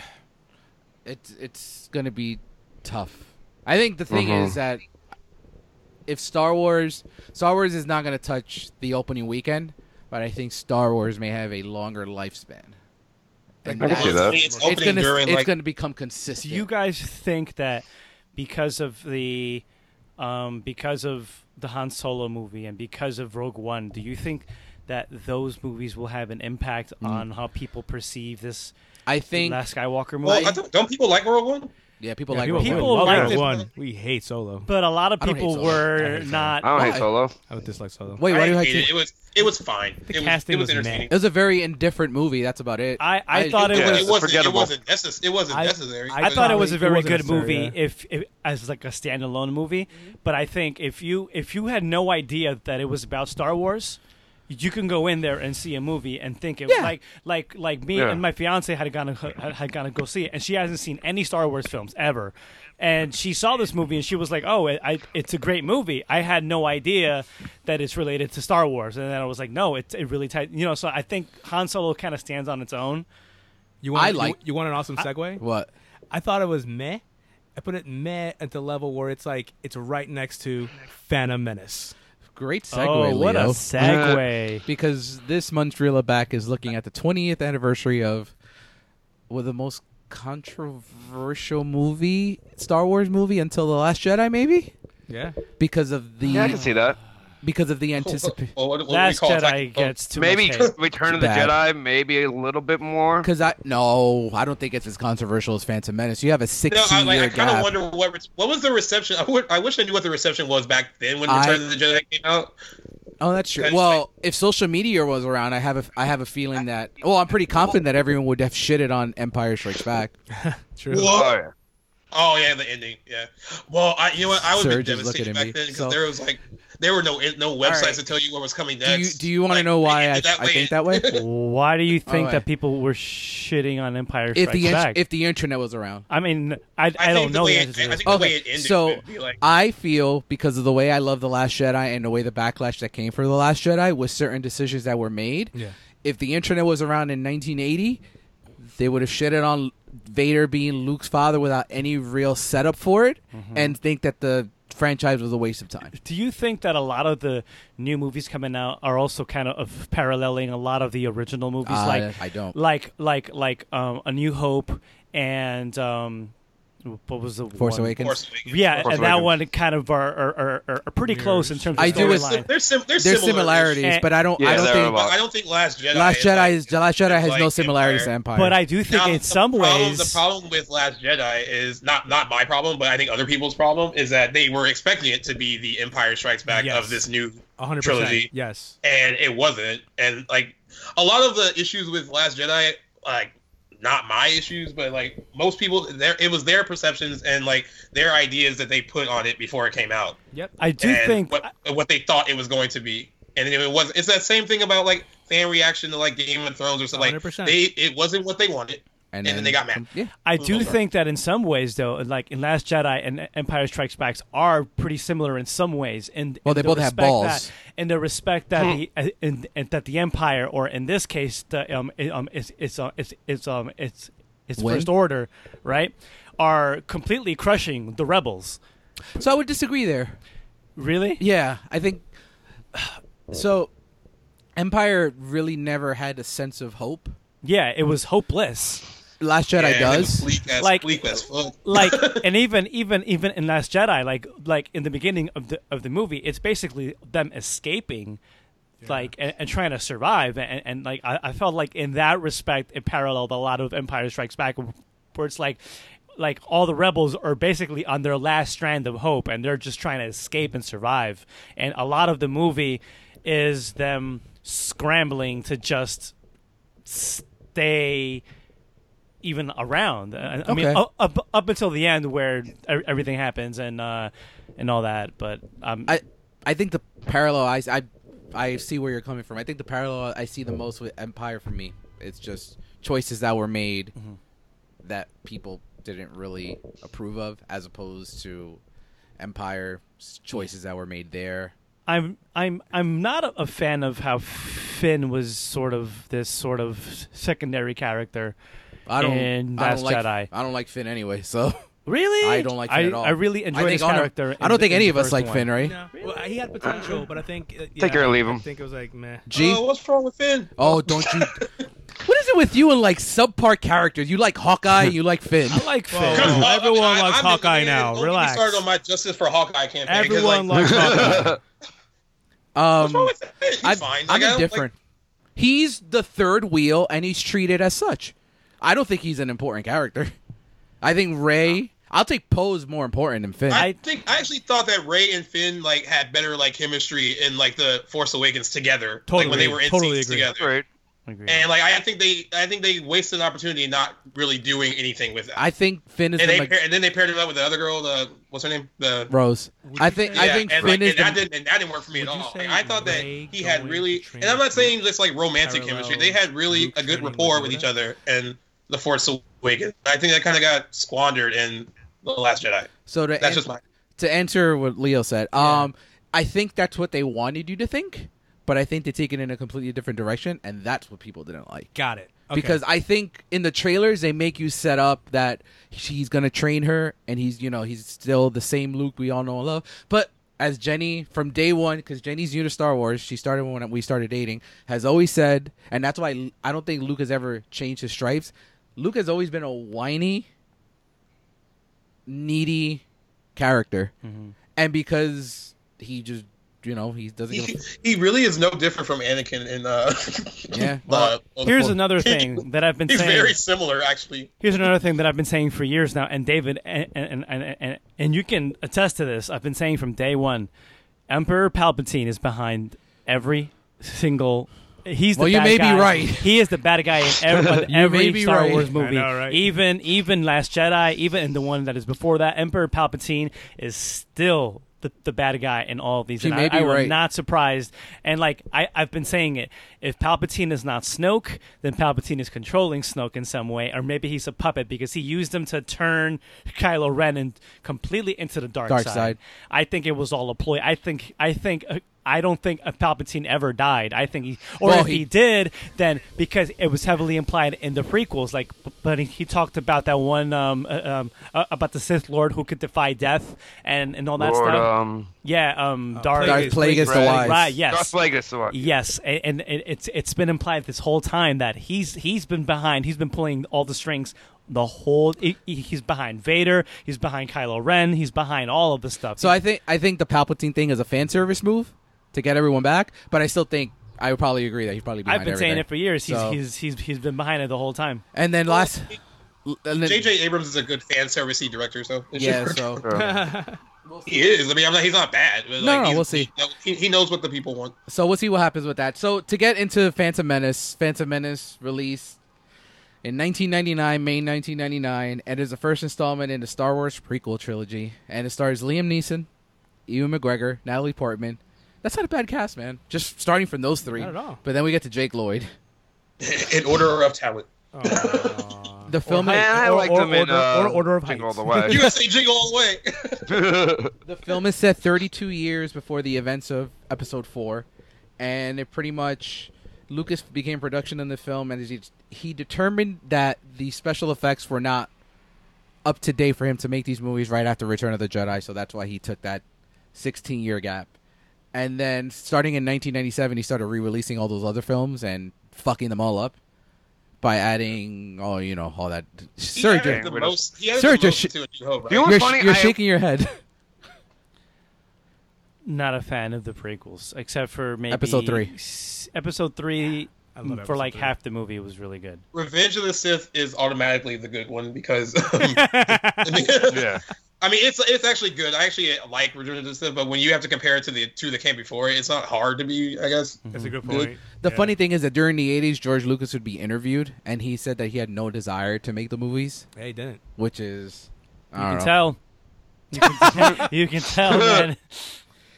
[SPEAKER 1] it's it's gonna be tough. I think the thing
[SPEAKER 5] Mm-hmm.
[SPEAKER 1] is that if Star Wars, Star Wars is not gonna touch the opening weekend, but I think Star Wars may have a longer lifespan. And
[SPEAKER 4] I can
[SPEAKER 1] that's-
[SPEAKER 4] see that.
[SPEAKER 5] It's
[SPEAKER 1] It's
[SPEAKER 5] opening
[SPEAKER 1] gonna
[SPEAKER 5] during
[SPEAKER 1] it's
[SPEAKER 5] like
[SPEAKER 1] gonna become consistent.
[SPEAKER 2] Do you guys think that because of the um, because of the Han Solo movie and because of Rogue One, do you think that those movies will have an impact
[SPEAKER 1] Mm.
[SPEAKER 2] on how people perceive this
[SPEAKER 1] I think
[SPEAKER 2] Last Skywalker movie?
[SPEAKER 5] well, I don't, don't people like World One?
[SPEAKER 1] yeah, people
[SPEAKER 3] Yeah,
[SPEAKER 1] like
[SPEAKER 3] people,
[SPEAKER 1] Rogue One.
[SPEAKER 2] People
[SPEAKER 3] love
[SPEAKER 2] like
[SPEAKER 3] Rogue
[SPEAKER 2] it.
[SPEAKER 3] one. We hate Solo.
[SPEAKER 2] but a lot of
[SPEAKER 1] I don't hate
[SPEAKER 2] people
[SPEAKER 1] Solo. I
[SPEAKER 2] were
[SPEAKER 1] hate Solo.
[SPEAKER 2] not.
[SPEAKER 4] I don't hate
[SPEAKER 1] Why?
[SPEAKER 4] Solo.
[SPEAKER 3] I would dislike Solo.
[SPEAKER 1] Wait, why do you
[SPEAKER 5] I
[SPEAKER 1] hate
[SPEAKER 5] hate
[SPEAKER 1] it?
[SPEAKER 5] it. It was it was fine.
[SPEAKER 3] The
[SPEAKER 5] it was,
[SPEAKER 3] casting
[SPEAKER 5] it was,
[SPEAKER 3] was meh.
[SPEAKER 5] entertaining.
[SPEAKER 1] It was a very indifferent movie. That's about it.
[SPEAKER 2] I- I thought it
[SPEAKER 5] Yeah,
[SPEAKER 2] was-
[SPEAKER 5] it wasn't. It
[SPEAKER 4] forgettable.
[SPEAKER 5] wasn't, necess- it wasn't
[SPEAKER 3] I-
[SPEAKER 5] necessary.
[SPEAKER 3] I
[SPEAKER 2] I
[SPEAKER 5] but-
[SPEAKER 2] thought it was a
[SPEAKER 3] Probably- it
[SPEAKER 2] very
[SPEAKER 3] wasn't
[SPEAKER 2] good
[SPEAKER 3] necessary,
[SPEAKER 2] movie
[SPEAKER 3] yeah. Mm-hmm.
[SPEAKER 2] if, if as like a standalone movie, but I think if you if you had no idea that it was about Star Wars, you can go in there and see a movie and think it
[SPEAKER 1] Yeah.
[SPEAKER 2] like like like me
[SPEAKER 4] Yeah.
[SPEAKER 2] and my fiance had gone to, had had gone to go see it, and she hasn't seen any Star Wars films ever, and she saw this movie and she was like, oh, it, I, it's a great movie. I had no idea that it's related to Star Wars, and then I was like, no, it it really tied, you know. So I think Han Solo kind of stands on its own.
[SPEAKER 3] You want,
[SPEAKER 1] I like-
[SPEAKER 3] You, you want an awesome segue?
[SPEAKER 1] what?
[SPEAKER 3] I thought it was meh. I put it meh at the level where it's like it's right next to Phantom Menace.
[SPEAKER 1] Great segue,
[SPEAKER 2] oh, what a
[SPEAKER 1] Leo.
[SPEAKER 2] segue!
[SPEAKER 1] because this Montreal back is looking at the 20th anniversary of well, the most controversial movie, Star Wars movie until the Last Jedi, maybe
[SPEAKER 3] Yeah.
[SPEAKER 1] because of the
[SPEAKER 4] Yeah, I can see that.
[SPEAKER 1] because of the anticipation.
[SPEAKER 5] Well, what- what do we
[SPEAKER 2] Last
[SPEAKER 5] call it? oh,
[SPEAKER 2] Jedi gets too
[SPEAKER 4] Maybe
[SPEAKER 2] much hate.
[SPEAKER 4] Return of the
[SPEAKER 1] Bad.
[SPEAKER 4] Jedi, maybe a little bit more.
[SPEAKER 1] Because I no, I don't think it's as controversial as Phantom Menace. You have a
[SPEAKER 5] No, I,
[SPEAKER 1] sixteen
[SPEAKER 5] like,
[SPEAKER 1] year
[SPEAKER 5] I kind of
[SPEAKER 1] gap.
[SPEAKER 5] wonder what re- what was the reception. I, w- I wish I knew what the reception was back then when
[SPEAKER 1] I-
[SPEAKER 5] Return of the Jedi came out.
[SPEAKER 1] Oh, that's true.
[SPEAKER 5] Because,
[SPEAKER 1] Well, if social media was around, I have a I have a feeling that well, I'm pretty confident that everyone would have shitted on Empire Strikes Back.
[SPEAKER 3] True.
[SPEAKER 5] Whoa.
[SPEAKER 4] Oh, yeah.
[SPEAKER 5] Oh yeah, the ending. Yeah. Well, I you know what I was
[SPEAKER 1] Surge is looking
[SPEAKER 5] devastated
[SPEAKER 1] at
[SPEAKER 5] back
[SPEAKER 1] me.
[SPEAKER 5] then because
[SPEAKER 1] So-
[SPEAKER 5] there was like there were no eh, no websites
[SPEAKER 1] right.
[SPEAKER 5] to tell you what was coming
[SPEAKER 1] Do you
[SPEAKER 5] next.
[SPEAKER 1] do you want to
[SPEAKER 5] Like,
[SPEAKER 1] know why
[SPEAKER 5] they
[SPEAKER 1] I,
[SPEAKER 5] ended
[SPEAKER 1] I think that way?
[SPEAKER 2] Why do you think
[SPEAKER 1] Alright.
[SPEAKER 2] that people were shitting on Empire
[SPEAKER 1] if
[SPEAKER 2] Strikes
[SPEAKER 1] the in-
[SPEAKER 2] Back?
[SPEAKER 1] if the internet was around.
[SPEAKER 2] I mean, I, I,
[SPEAKER 5] think
[SPEAKER 2] don't
[SPEAKER 5] the
[SPEAKER 2] know
[SPEAKER 5] way
[SPEAKER 2] the
[SPEAKER 5] it-
[SPEAKER 2] answer to
[SPEAKER 5] I
[SPEAKER 2] this.
[SPEAKER 5] think the way
[SPEAKER 1] Okay,
[SPEAKER 5] it ended
[SPEAKER 1] so
[SPEAKER 5] would be like-
[SPEAKER 1] I feel because of the way I love the Last Jedi and the way the backlash that came for the Last Jedi with certain decisions that were made.
[SPEAKER 3] Yeah.
[SPEAKER 1] If the internet was around in 1980, they would have shitted on Vader being Luke's father without any real setup for it,
[SPEAKER 2] Mm-hmm.
[SPEAKER 1] and think that the franchise was a waste of time.
[SPEAKER 2] Do you think that a lot of the new movies coming out are also kind of, of paralleling a lot of the original movies?
[SPEAKER 1] Uh,
[SPEAKER 2] like
[SPEAKER 1] I don't.
[SPEAKER 2] Like like like um, A New Hope and um, what was the
[SPEAKER 1] Force
[SPEAKER 2] one?
[SPEAKER 1] Awakens.
[SPEAKER 5] Force Awakens.
[SPEAKER 2] Yeah,
[SPEAKER 4] Force
[SPEAKER 2] and that
[SPEAKER 4] Awakens.
[SPEAKER 2] one kind of are are, are, are are pretty close in terms of
[SPEAKER 1] I do
[SPEAKER 5] There's-
[SPEAKER 1] is-
[SPEAKER 2] storyline.
[SPEAKER 5] There's sim- there's,
[SPEAKER 1] There's
[SPEAKER 5] similar-
[SPEAKER 1] similarities,
[SPEAKER 2] Eh,
[SPEAKER 1] but I don't. I
[SPEAKER 4] yeah,
[SPEAKER 1] don't
[SPEAKER 4] there
[SPEAKER 1] think
[SPEAKER 4] are a lot.
[SPEAKER 5] I don't think Last Jedi.
[SPEAKER 1] Last Jedi is Last Jedi has
[SPEAKER 5] like
[SPEAKER 1] no
[SPEAKER 5] Empire.
[SPEAKER 1] similarities to Empire.
[SPEAKER 2] But I do think
[SPEAKER 5] Now,
[SPEAKER 2] in
[SPEAKER 5] the
[SPEAKER 2] some
[SPEAKER 5] problem-
[SPEAKER 2] ways,
[SPEAKER 5] the problem with Last Jedi is not not my problem, but I think other people's problem is that they were expecting it to be the Empire Strikes Back
[SPEAKER 3] Yes.
[SPEAKER 5] of this new
[SPEAKER 3] 100%.
[SPEAKER 5] Trilogy.
[SPEAKER 3] Yes.
[SPEAKER 5] and it wasn't. And like a lot of the issues with Last Jedi, like not my issues, but like most people, there it was their perceptions and like their ideas that they put on it before it came out,
[SPEAKER 3] Yep.
[SPEAKER 2] I do
[SPEAKER 5] and
[SPEAKER 2] think
[SPEAKER 5] what, what they thought it was going to be. And it was. It's that same thing about like fan reaction to like Game of Thrones or something. Like
[SPEAKER 3] 100%.
[SPEAKER 5] they, it wasn't what they wanted. and then they got mad.
[SPEAKER 1] Yeah.
[SPEAKER 2] I do think that in some ways, though, like in Last Jedi and Empire Strikes Back are pretty similar in some ways. And
[SPEAKER 1] Well, they both have balls.
[SPEAKER 2] That, in the respect that the uh, in, and that the Empire, or in this case, the um, it, um, it's it's uh, it's it's um, it's it's
[SPEAKER 1] When?
[SPEAKER 2] First Order, right, are completely crushing the rebels.
[SPEAKER 1] So I would disagree there.
[SPEAKER 2] Really?
[SPEAKER 1] Yeah, I think so. Empire really never had a sense of hope.
[SPEAKER 2] Yeah, it was hopeless.
[SPEAKER 1] Last Jedi
[SPEAKER 5] Yeah, and
[SPEAKER 1] does.
[SPEAKER 5] Bleak as,
[SPEAKER 2] Like-
[SPEAKER 5] bleak as fuck.
[SPEAKER 2] like and even even even in last jedi like like in the beginning of the of the movie it's basically them escaping like and, and trying to survive and, and like I, I felt like in that respect it paralleled a lot of empire strikes back where it's like like all the rebels are basically on their last strand of hope and they're just trying to escape and survive and a lot of the movie is them scrambling to just stay even around. I, I mean,
[SPEAKER 1] Okay.
[SPEAKER 2] up, up up until the end where e- everything happens and uh, and all that. But um,
[SPEAKER 1] I I think the parallel I, I I see where you're coming from. I think the parallel I see the most with Empire for me, it's just choices that were made
[SPEAKER 2] Mm-hmm.
[SPEAKER 1] that people didn't really approve of, as opposed to Empire s- choices that were made there.
[SPEAKER 2] I'm I'm I'm not a, a fan of how Finn was sort of this sort of secondary character.
[SPEAKER 1] I don't.
[SPEAKER 2] In
[SPEAKER 1] I
[SPEAKER 2] Last
[SPEAKER 1] don't like.
[SPEAKER 2] Jedi.
[SPEAKER 1] I don't like Finn anyway. So
[SPEAKER 2] Really,
[SPEAKER 1] I don't like Finn
[SPEAKER 2] I,
[SPEAKER 1] at all.
[SPEAKER 2] I really enjoyed
[SPEAKER 1] think
[SPEAKER 2] his
[SPEAKER 1] all of-
[SPEAKER 2] character.
[SPEAKER 1] I
[SPEAKER 2] in
[SPEAKER 1] don't
[SPEAKER 2] the-
[SPEAKER 1] think
[SPEAKER 2] in
[SPEAKER 1] any
[SPEAKER 2] the
[SPEAKER 1] of us
[SPEAKER 2] first
[SPEAKER 1] like
[SPEAKER 2] one.
[SPEAKER 1] Finn, right?
[SPEAKER 3] No. Well, he had potential, but I think uh, yeah,
[SPEAKER 4] Take it or leave
[SPEAKER 3] I
[SPEAKER 4] him.
[SPEAKER 3] think it was like meh.
[SPEAKER 1] G.
[SPEAKER 5] Oh, what's wrong with Finn?
[SPEAKER 1] Oh, don't you? what is it with you and like subpar characters? You like Hawkeye, you like Finn.
[SPEAKER 2] I like Finn.
[SPEAKER 3] Whoa.
[SPEAKER 5] Well,
[SPEAKER 3] Everyone
[SPEAKER 5] I-
[SPEAKER 3] loves
[SPEAKER 5] I'm the
[SPEAKER 3] Hawkeye
[SPEAKER 5] man.
[SPEAKER 3] now.
[SPEAKER 5] Don't get me
[SPEAKER 3] Relax.
[SPEAKER 5] started on my Justice for Hawkeye campaign. 'cause,
[SPEAKER 3] Everyone
[SPEAKER 5] like,
[SPEAKER 3] likes Hawkeye.
[SPEAKER 5] what's
[SPEAKER 1] Um,
[SPEAKER 5] wrong with Finn? He's
[SPEAKER 1] I'm,
[SPEAKER 5] fine.
[SPEAKER 1] I'm
[SPEAKER 5] Like, I don't-
[SPEAKER 1] indifferent. he's the third wheel, and he's treated as such. I don't think he's an important character. I think Ray. I'll take Poe's more important than Finn.
[SPEAKER 5] Like, I,
[SPEAKER 2] I-
[SPEAKER 5] think I actually thought that Ray and Finn like had better like chemistry in like the Force Awakens together.
[SPEAKER 3] Totally
[SPEAKER 5] like, when they
[SPEAKER 3] agree.
[SPEAKER 5] were in
[SPEAKER 3] Totally
[SPEAKER 5] scenes
[SPEAKER 3] agree.
[SPEAKER 5] together.
[SPEAKER 4] Right.
[SPEAKER 2] Agreed.
[SPEAKER 5] And like I think they I think they wasted an opportunity not really doing anything with that.
[SPEAKER 1] I think Finn is
[SPEAKER 5] and
[SPEAKER 1] the
[SPEAKER 5] they
[SPEAKER 1] Mac-
[SPEAKER 5] pair- and then they paired him up with the other girl, the what's her name? The
[SPEAKER 1] Rose. I think. I
[SPEAKER 5] Yeah,
[SPEAKER 1] think
[SPEAKER 5] and,
[SPEAKER 1] Finn
[SPEAKER 5] like,
[SPEAKER 1] is
[SPEAKER 5] and
[SPEAKER 1] the
[SPEAKER 5] that didn't and that didn't work for me at
[SPEAKER 3] Would you
[SPEAKER 5] all.
[SPEAKER 3] say
[SPEAKER 5] Like, I thought that
[SPEAKER 3] Ray
[SPEAKER 5] he had
[SPEAKER 3] going
[SPEAKER 5] really,
[SPEAKER 3] to
[SPEAKER 5] and I'm not saying
[SPEAKER 3] transmit
[SPEAKER 5] just like romantic
[SPEAKER 3] parallels
[SPEAKER 5] chemistry. They had really
[SPEAKER 3] Luke
[SPEAKER 5] a good
[SPEAKER 3] training with
[SPEAKER 5] rapport with
[SPEAKER 3] Yoda?
[SPEAKER 5] each other and the Force Awakens. I think that kind of got squandered in the Last Jedi.
[SPEAKER 1] So to
[SPEAKER 5] That's
[SPEAKER 1] an-
[SPEAKER 5] just my-
[SPEAKER 1] to answer what Leo said, um, I think that's what they wanted you to think, but I think they take it in a completely different direction, and that's what people didn't like.
[SPEAKER 3] Got it. Okay.
[SPEAKER 1] because I think in the trailers they make you set up that she's gonna train her, and he's you know he's still the same Luke we all know and love, but. As Jenny from day one, because Jenny's new to Star Wars, she started when we started dating, has always said, and that's why I don't think Luke has ever changed his stripes. Luke has always been a whiny, needy character, and because he just, you know, he doesn't. Give a
[SPEAKER 5] He,
[SPEAKER 1] f-
[SPEAKER 5] he really is no different from Anakin in uh.
[SPEAKER 1] Yeah.
[SPEAKER 5] Well,
[SPEAKER 2] Here's another thing that I've been
[SPEAKER 5] He's
[SPEAKER 2] saying.
[SPEAKER 5] very similar, actually.
[SPEAKER 2] Here's another thing that I've been saying for years now, and David, and and, and, and and you can attest to this. I've been saying from day one, Emperor Palpatine is behind every single. He's the
[SPEAKER 1] Well, you
[SPEAKER 2] bad
[SPEAKER 1] may be
[SPEAKER 2] guy.
[SPEAKER 1] right.
[SPEAKER 2] He is the bad guy in every, in
[SPEAKER 1] may
[SPEAKER 2] every
[SPEAKER 1] be
[SPEAKER 2] Star
[SPEAKER 1] right.
[SPEAKER 2] Wars
[SPEAKER 1] I
[SPEAKER 2] movie.
[SPEAKER 3] know, right?
[SPEAKER 2] Even even Last Jedi, even in the one that is before that, Emperor Palpatine is still the, the bad guy in all of these.
[SPEAKER 1] You
[SPEAKER 2] and
[SPEAKER 1] may
[SPEAKER 2] I,
[SPEAKER 1] be
[SPEAKER 2] I will
[SPEAKER 1] right.
[SPEAKER 2] not surprised. And like I, I've been saying it, if Palpatine is not Snoke, then Palpatine is controlling Snoke in some way, or maybe he's a puppet because he used him to turn Kylo Ren and completely into the dark,
[SPEAKER 1] Dark side.
[SPEAKER 2] I think it was all a ploy. I think I think uh, I don't think a Palpatine ever died. I think he, or
[SPEAKER 1] Well,
[SPEAKER 2] if he,
[SPEAKER 1] he-
[SPEAKER 2] did, then because it was heavily implied in the prequels, like, b- but he talked about that one um, uh, um uh, about the Sith Lord who could defy death and and all that
[SPEAKER 4] Lord,
[SPEAKER 2] stuff.
[SPEAKER 4] um,
[SPEAKER 2] yeah, um, Darth,
[SPEAKER 1] Darth Plagueis the
[SPEAKER 4] Plagueis.
[SPEAKER 1] Wise.
[SPEAKER 2] Right. Yes.
[SPEAKER 4] Darth Plagueis. Lord.
[SPEAKER 2] Yes, a- and it- it's it's been implied this whole time that he's he's been behind. He's been pulling all the strings the whole. he- He's behind Vader. He's behind Kylo Ren. He's behind all of the stuff.
[SPEAKER 1] So I think I think the Palpatine thing is a fan service move to get everyone back, but I still think I would probably agree that he's probably behind
[SPEAKER 2] I've been
[SPEAKER 1] everything.
[SPEAKER 2] saying it for years. He's,
[SPEAKER 1] So-
[SPEAKER 2] he's he's he's been behind it the whole time.
[SPEAKER 1] And then last, and then-
[SPEAKER 5] J.J. Abrams is a good fan servicey director, so it should
[SPEAKER 1] yeah.
[SPEAKER 5] work.
[SPEAKER 1] So
[SPEAKER 5] he is. I mean, I'm not, he's not bad. but,
[SPEAKER 1] No,
[SPEAKER 5] like,
[SPEAKER 1] no,
[SPEAKER 5] he's-
[SPEAKER 1] we'll see.
[SPEAKER 5] He, he knows what the people want.
[SPEAKER 1] so we'll see what happens with that. So to get into Phantom Menace, Phantom Menace released in 1999, May 1999, and is the first installment in the Star Wars prequel trilogy, and it stars Liam Neeson, Ewan McGregor, Natalie Portman. That's not a bad cast, man. Just starting from those three.
[SPEAKER 3] Not at all.
[SPEAKER 1] But then we get to Jake Lloyd.
[SPEAKER 5] In order of talent.
[SPEAKER 2] Uh,
[SPEAKER 1] The film
[SPEAKER 3] Height.
[SPEAKER 4] Man, I
[SPEAKER 3] Or-
[SPEAKER 4] liked
[SPEAKER 3] or
[SPEAKER 4] him in
[SPEAKER 3] Order-
[SPEAKER 4] uh,
[SPEAKER 3] or Order of
[SPEAKER 4] Jingle
[SPEAKER 3] Heights.
[SPEAKER 4] All the way.
[SPEAKER 5] USA jingle all the way.
[SPEAKER 1] The film is set 32 years before the events of Episode Four, and it pretty much Lucas began production on the film, and he, he determined that the special effects were not up to date for him to make these movies right after Return of the Jedi, so that's why he took that 16 year gap. And then starting in 1997, he started re-releasing all those other films and fucking them all up by adding, oh, you know, all that.
[SPEAKER 5] He
[SPEAKER 1] Sir,
[SPEAKER 5] added the
[SPEAKER 4] Wait a-
[SPEAKER 5] most. He added
[SPEAKER 1] Sir,
[SPEAKER 5] the most
[SPEAKER 1] just-
[SPEAKER 5] to a New Hope,
[SPEAKER 4] You know
[SPEAKER 5] right?
[SPEAKER 1] you're,
[SPEAKER 4] what's funny?
[SPEAKER 1] you're
[SPEAKER 4] I-
[SPEAKER 1] shaking your head.
[SPEAKER 2] Not a fan of the prequels, except for maybe
[SPEAKER 1] Episode three.
[SPEAKER 2] s- Episode three mm,
[SPEAKER 3] I love
[SPEAKER 2] for
[SPEAKER 3] episode
[SPEAKER 2] like
[SPEAKER 3] three.
[SPEAKER 2] half the movie was really good.
[SPEAKER 5] Revenge of the Sith is automatically the good one because.
[SPEAKER 4] yeah.
[SPEAKER 5] I mean, it's it's actually good. I actually like Return of the Sith, but when you have to compare it to the two that came before, it, it's not hard to be. I guess.
[SPEAKER 3] That's a good point.
[SPEAKER 1] The
[SPEAKER 3] Yeah.
[SPEAKER 1] funny thing is that during the 80s, George Lucas would be interviewed, and he said that he had no desire to make the movies,
[SPEAKER 3] Yeah, he didn't.
[SPEAKER 1] which is.
[SPEAKER 2] You
[SPEAKER 1] I
[SPEAKER 2] can
[SPEAKER 1] don't know.
[SPEAKER 2] tell. You can tell. you can tell, man.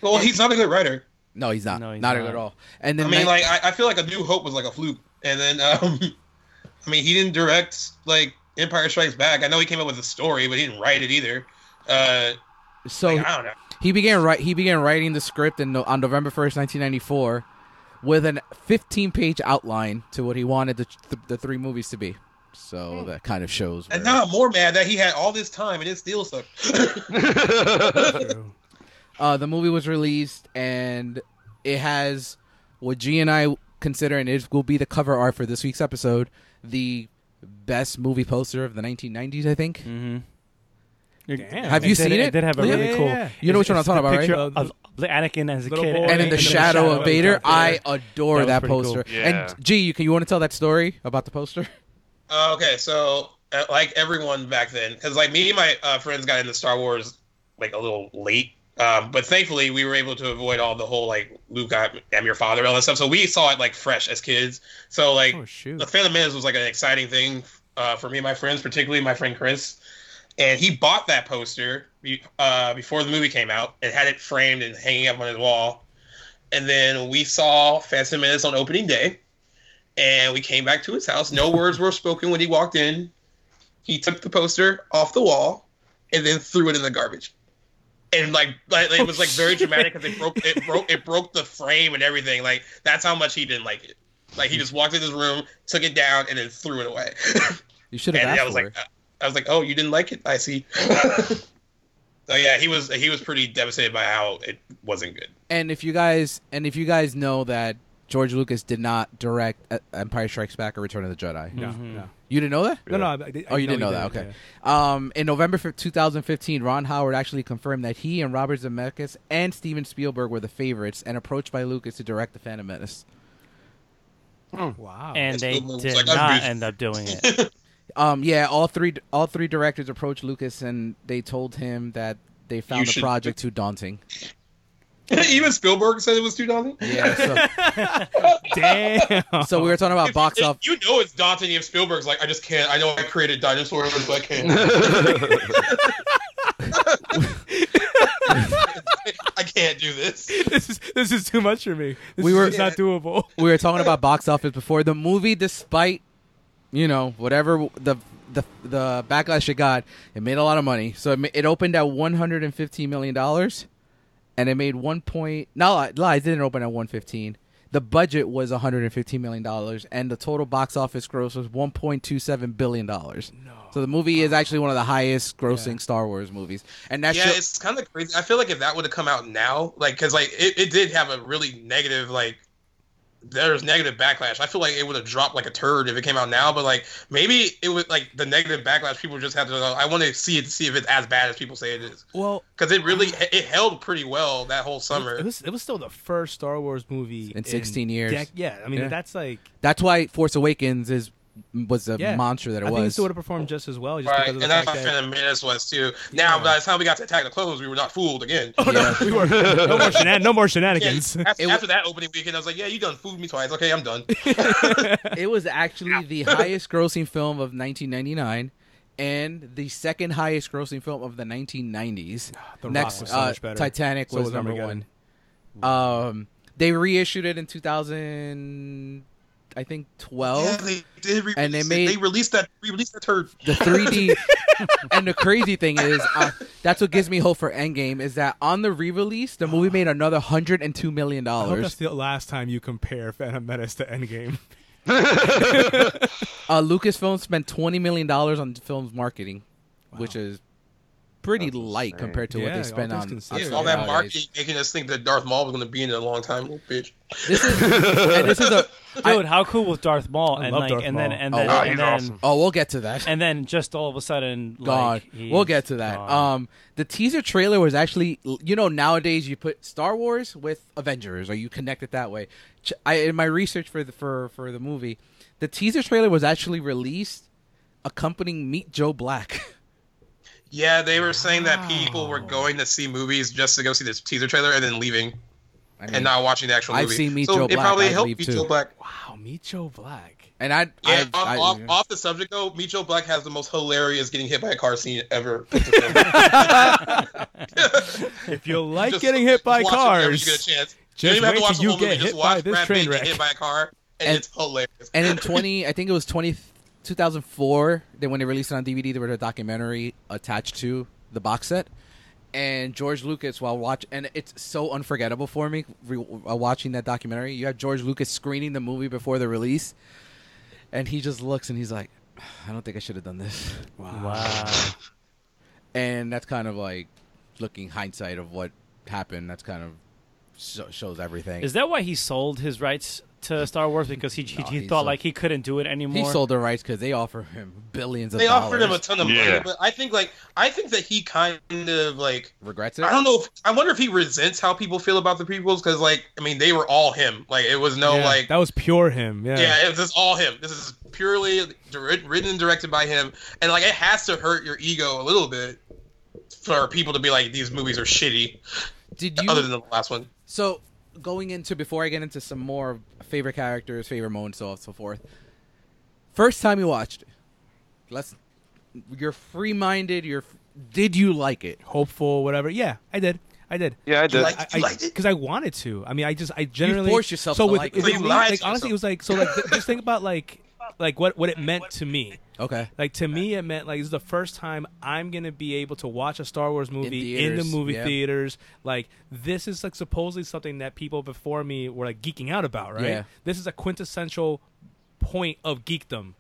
[SPEAKER 5] Well, he's not a good writer.
[SPEAKER 1] No, he's not.
[SPEAKER 2] No, he's
[SPEAKER 1] not,
[SPEAKER 2] not.
[SPEAKER 1] at all. And then
[SPEAKER 5] I mean,
[SPEAKER 1] ni-
[SPEAKER 5] like I, I feel like A New Hope was like a fluke, and then um, I mean, he didn't direct like Empire Strikes Back. I know he came up with a story, but he didn't write it either. Uh,
[SPEAKER 1] so
[SPEAKER 5] I don't know.
[SPEAKER 1] he began write he began writing the script in, no- on November 1st, 1994, with an 15 page outline to what he wanted the, th- the three movies to be. So that kind of shows.
[SPEAKER 5] Hmm. And
[SPEAKER 1] where-
[SPEAKER 5] now I'm more mad that he had all this time and it still sucked.
[SPEAKER 1] Uh, the movie was released, and it has what G and I consider, and it will be the cover art for this week's episode, the best movie poster of the 1990s, I think.
[SPEAKER 3] Damn.
[SPEAKER 1] Have you
[SPEAKER 2] Mm-hmm. did-
[SPEAKER 1] seen it?
[SPEAKER 2] did have a
[SPEAKER 1] Yeah,
[SPEAKER 2] really
[SPEAKER 3] yeah,
[SPEAKER 2] cool.
[SPEAKER 3] yeah.
[SPEAKER 1] You know which
[SPEAKER 2] it's-
[SPEAKER 1] one I'm
[SPEAKER 2] it's
[SPEAKER 1] talking
[SPEAKER 2] the
[SPEAKER 1] about,
[SPEAKER 2] picture
[SPEAKER 3] right?
[SPEAKER 2] Of the Anakin as a
[SPEAKER 3] Little
[SPEAKER 2] kid,
[SPEAKER 3] boy
[SPEAKER 1] and in
[SPEAKER 3] in
[SPEAKER 1] the
[SPEAKER 3] the
[SPEAKER 1] shadow
[SPEAKER 3] shadow
[SPEAKER 1] of
[SPEAKER 3] of
[SPEAKER 1] Vader,
[SPEAKER 3] Darth
[SPEAKER 1] I
[SPEAKER 3] Vader.
[SPEAKER 1] adore
[SPEAKER 2] That was
[SPEAKER 1] that,
[SPEAKER 2] pretty cool.
[SPEAKER 1] poster.
[SPEAKER 4] Yeah.
[SPEAKER 1] And G, you can you want to tell that story about the poster?
[SPEAKER 5] Uh, okay, so uh, like everyone back then, because like me and my uh, friends got into Star Wars like a little late, um, but thankfully we were able to avoid all the whole like Luke, I am your father, all that stuff. So we saw it like fresh as kids. So like
[SPEAKER 3] Oh shoot.
[SPEAKER 5] the Phantom Menace was like an exciting thing uh, for me and my friends, particularly my friend Chris, and he bought that poster be- uh, before the movie came out and had it framed and hanging up on his wall. And then we saw Phantom Menace on opening day, and we came back to his house. No words were spoken when he walked in. He took the poster off the wall and then threw it in the garbage. And like, like it was like very dramatic because it broke it broke it broke the frame and everything. Like that's how much he didn't like it. Like he just walked in his room, took it down, and then threw it away.
[SPEAKER 1] You should have
[SPEAKER 5] and
[SPEAKER 1] asked
[SPEAKER 5] I was
[SPEAKER 1] for
[SPEAKER 5] like,
[SPEAKER 1] it.
[SPEAKER 5] I was like, oh, you didn't like it? I see. so yeah, he was he was pretty devastated by how it wasn't good.
[SPEAKER 1] and if you guys and if you guys know that George Lucas did not direct uh, Empire Strikes Back or Return of the Jedi.
[SPEAKER 3] No,
[SPEAKER 2] Mhm.
[SPEAKER 3] no.
[SPEAKER 1] You didn't know that?
[SPEAKER 3] No, no. I- I-
[SPEAKER 1] Oh, you didn't
[SPEAKER 3] no,
[SPEAKER 1] know
[SPEAKER 3] he
[SPEAKER 1] that. Okay. Um, in November fif- 2015, Ron Howard actually confirmed that he and Robert Zemeckis and Steven Spielberg were the favorites and approached by Lucas to direct The Phantom Menace.
[SPEAKER 3] yeah. Wow.
[SPEAKER 2] and they
[SPEAKER 5] It's
[SPEAKER 2] did
[SPEAKER 5] like, I'm
[SPEAKER 2] not
[SPEAKER 5] busy.
[SPEAKER 2] end up doing it.
[SPEAKER 1] Um, yeah, all three all three directors approached Lucas and they told him that they found the
[SPEAKER 5] should-
[SPEAKER 1] project too daunting.
[SPEAKER 5] Even Spielberg said it was too daunting.
[SPEAKER 1] Yeah.
[SPEAKER 3] Damn.
[SPEAKER 1] So, so we were talking about
[SPEAKER 5] If-
[SPEAKER 1] box
[SPEAKER 5] if-
[SPEAKER 1] off.
[SPEAKER 5] You know it's daunting if Spielberg's like, I just can't. I know I created dinosaurs, but I can't. I can't do this.
[SPEAKER 3] this is this is too much for me. This
[SPEAKER 1] We
[SPEAKER 3] is
[SPEAKER 1] were-
[SPEAKER 3] just not doable.
[SPEAKER 1] We were talking about box office before the movie, despite you know whatever the the the backlash it got, it made a lot of money. So it, ma- it opened at 115 million dollars. and it made one point. No, li- lies it didn't open at one fifteen. The budget was one hundred and fifteen million dollars, and the total box office gross was one point two seven billion dollars. So the movie is actually one of the highest grossing Star Wars movies, and that's
[SPEAKER 5] yeah, it's kind of crazy. I feel like if that would have come out now, like, because like it, it did have a really negative like. There's negative backlash. I feel like it would have dropped like a turd if it came out now, but like maybe it would like the negative backlash. People just had to. go, I want to see it to see if it's as bad as people say it is,
[SPEAKER 3] Well,
[SPEAKER 5] because it really it held pretty well that whole summer.
[SPEAKER 3] it was it was still the first Star Wars movie
[SPEAKER 1] In 16 years.
[SPEAKER 3] dec- yeah, I mean
[SPEAKER 1] Yeah.
[SPEAKER 3] that's like
[SPEAKER 1] that's why Force Awakens is was a
[SPEAKER 3] yeah.
[SPEAKER 1] monster that it
[SPEAKER 3] I think it
[SPEAKER 1] was.
[SPEAKER 3] still would have performed just as well, just
[SPEAKER 5] Right,
[SPEAKER 3] because of
[SPEAKER 5] and
[SPEAKER 3] the
[SPEAKER 5] that's how
[SPEAKER 3] fact that
[SPEAKER 5] Phantom Menace was too. Now, by the time we got to Attack of the Clones, we were not fooled again.
[SPEAKER 1] Yeah.
[SPEAKER 3] we were no more, shenan- no more
[SPEAKER 5] Yeah,
[SPEAKER 3] shenanigans.
[SPEAKER 5] after,
[SPEAKER 1] It wa-
[SPEAKER 5] after that opening weekend, I was like, "Yeah, you done fooled me twice. Okay, I'm done."
[SPEAKER 1] it was actually the highest grossing film of 1999 and the second highest grossing film of the 1990s.
[SPEAKER 3] Ah, The Rock
[SPEAKER 1] Next,
[SPEAKER 3] was so
[SPEAKER 1] uh,
[SPEAKER 3] much better.
[SPEAKER 1] Titanic
[SPEAKER 3] So
[SPEAKER 1] was,
[SPEAKER 3] was
[SPEAKER 1] number
[SPEAKER 3] Armageddon.
[SPEAKER 1] one. Um, they reissued it in 2000, I think 12.
[SPEAKER 5] Yeah, they did release
[SPEAKER 1] Oh, And they
[SPEAKER 5] it.
[SPEAKER 1] made-
[SPEAKER 5] they released that released that turd.
[SPEAKER 1] The 3D. and the crazy thing is, uh, that's what gives me hope for Endgame is that on the re-release, the movie made another 102 million
[SPEAKER 3] I hope that's
[SPEAKER 1] dollars.
[SPEAKER 3] the last time you compare Phantom Menace to Endgame.
[SPEAKER 1] Uh, Lucasfilm spent 20 million dollars on the film's marketing, which is pretty
[SPEAKER 4] That's
[SPEAKER 1] light
[SPEAKER 4] insane.
[SPEAKER 1] compared to what
[SPEAKER 3] Yeah,
[SPEAKER 1] they
[SPEAKER 3] all
[SPEAKER 1] spent
[SPEAKER 3] things
[SPEAKER 1] on, on
[SPEAKER 3] considered.
[SPEAKER 1] stuff
[SPEAKER 5] all that
[SPEAKER 1] nowadays.
[SPEAKER 5] marketing making us think that Darth Maul was going to be in it a long time, little bitch.
[SPEAKER 1] This is and this is a
[SPEAKER 2] Dude, how cool was Darth Maul?
[SPEAKER 3] I
[SPEAKER 2] and
[SPEAKER 3] love
[SPEAKER 2] like,
[SPEAKER 3] Darth
[SPEAKER 2] and then
[SPEAKER 3] Maul.
[SPEAKER 2] and
[SPEAKER 1] Oh,
[SPEAKER 2] then,
[SPEAKER 1] wow,
[SPEAKER 2] and,
[SPEAKER 4] he's
[SPEAKER 2] then
[SPEAKER 4] awesome.
[SPEAKER 1] oh, we'll get to that.
[SPEAKER 2] and then just all of a sudden,
[SPEAKER 1] God,
[SPEAKER 2] like, he's
[SPEAKER 1] we'll get to that.
[SPEAKER 2] gone.
[SPEAKER 1] Um, the teaser trailer was actually, you know, nowadays you put Star Wars with Avengers, or you connect it that way. Ch- I, in my research for the for for the movie, the teaser trailer was actually released accompanying Meet Joe Black.
[SPEAKER 5] Yeah, they were saying that people were going to see movies just to go see this teaser trailer and then leaving
[SPEAKER 1] I
[SPEAKER 5] and not watching the actual
[SPEAKER 1] I've
[SPEAKER 5] movie.
[SPEAKER 1] seen Meet
[SPEAKER 5] so
[SPEAKER 1] Joe
[SPEAKER 5] it
[SPEAKER 1] Black,
[SPEAKER 5] probably
[SPEAKER 1] I'd
[SPEAKER 5] helped
[SPEAKER 1] leave
[SPEAKER 5] Meet
[SPEAKER 1] too.
[SPEAKER 5] Joe Black.
[SPEAKER 3] Wow, meet Joe Black.
[SPEAKER 1] and I,
[SPEAKER 5] Yeah,
[SPEAKER 1] I,
[SPEAKER 5] off,
[SPEAKER 1] I-
[SPEAKER 5] off, off the subject though, Meet Joe Black has the most hilarious getting hit by a car scene ever.
[SPEAKER 3] If you like
[SPEAKER 5] Just-
[SPEAKER 3] getting hit
[SPEAKER 5] just
[SPEAKER 3] by
[SPEAKER 5] watch it whenever you
[SPEAKER 3] cars,
[SPEAKER 5] get a chance.
[SPEAKER 3] just
[SPEAKER 5] you don't even have
[SPEAKER 3] wait
[SPEAKER 5] to watch
[SPEAKER 3] till
[SPEAKER 5] the
[SPEAKER 3] you
[SPEAKER 5] whole movie.
[SPEAKER 3] get
[SPEAKER 5] Just
[SPEAKER 3] hit
[SPEAKER 5] watch
[SPEAKER 3] by this
[SPEAKER 5] Brad
[SPEAKER 3] train
[SPEAKER 5] Pitt
[SPEAKER 3] wreck.
[SPEAKER 5] get hit by a car, and,
[SPEAKER 1] And-
[SPEAKER 5] it's hilarious.
[SPEAKER 1] and in 20 i think it was 2004 then when they released it on dvd there was a documentary attached to the box set and george lucas while watch and it's so unforgettable for me re- uh, watching that documentary you have george lucas screening the movie before the release and he just looks and he's like i don't think i should have done this
[SPEAKER 2] wow.
[SPEAKER 1] and that's kind of like looking hindsight of what happened that's kind of so- shows everything
[SPEAKER 2] Is that why he sold his rights to Star Wars because he he,
[SPEAKER 1] No,
[SPEAKER 2] he
[SPEAKER 1] he
[SPEAKER 2] thought
[SPEAKER 1] sold-
[SPEAKER 2] like he couldn't do it anymore?
[SPEAKER 1] he sold the rights because they offer him billions of
[SPEAKER 5] they
[SPEAKER 1] dollars
[SPEAKER 5] offered him a ton of money,
[SPEAKER 4] Yeah.
[SPEAKER 5] but I think like I think that he kind of like
[SPEAKER 1] regrets it
[SPEAKER 5] I don't know. if I wonder if he resents how people feel about the prequels because like I mean they were all him. Like it was no
[SPEAKER 3] Yeah,
[SPEAKER 5] like
[SPEAKER 3] that was pure him. Yeah.
[SPEAKER 5] yeah, it was just all him. This is purely dir- written and directed by him, and like it has to hurt your ego a little bit for people to be like these movies are shitty.
[SPEAKER 1] did you
[SPEAKER 5] other than the last one,
[SPEAKER 1] So going into before I get into some more favorite characters, favorite moments, so on and so forth. First time you watched it, let's you're free minded. You're did you like it?
[SPEAKER 3] Hopeful, whatever. Yeah, I did. I did.
[SPEAKER 4] yeah, I
[SPEAKER 5] you
[SPEAKER 4] did.
[SPEAKER 5] like you liked it.
[SPEAKER 3] because I wanted to. I mean, I just I generally
[SPEAKER 1] forced yourself
[SPEAKER 3] So
[SPEAKER 1] to
[SPEAKER 3] with
[SPEAKER 1] like it.
[SPEAKER 3] with
[SPEAKER 5] So you
[SPEAKER 3] me,
[SPEAKER 5] lied
[SPEAKER 3] like,
[SPEAKER 5] to
[SPEAKER 3] honestly, it was like so. Like th- just think about like like what what it meant to me.
[SPEAKER 1] Okay.
[SPEAKER 3] Like to me, it meant like this is the first time I'm gonna be able to watch a Star Wars movie in,
[SPEAKER 1] theaters,
[SPEAKER 3] the movie
[SPEAKER 1] yeah.
[SPEAKER 3] theaters. Like this is like supposedly something that people before me were like geeking out about, right?
[SPEAKER 1] Yeah.
[SPEAKER 3] This is a quintessential point of geekdom.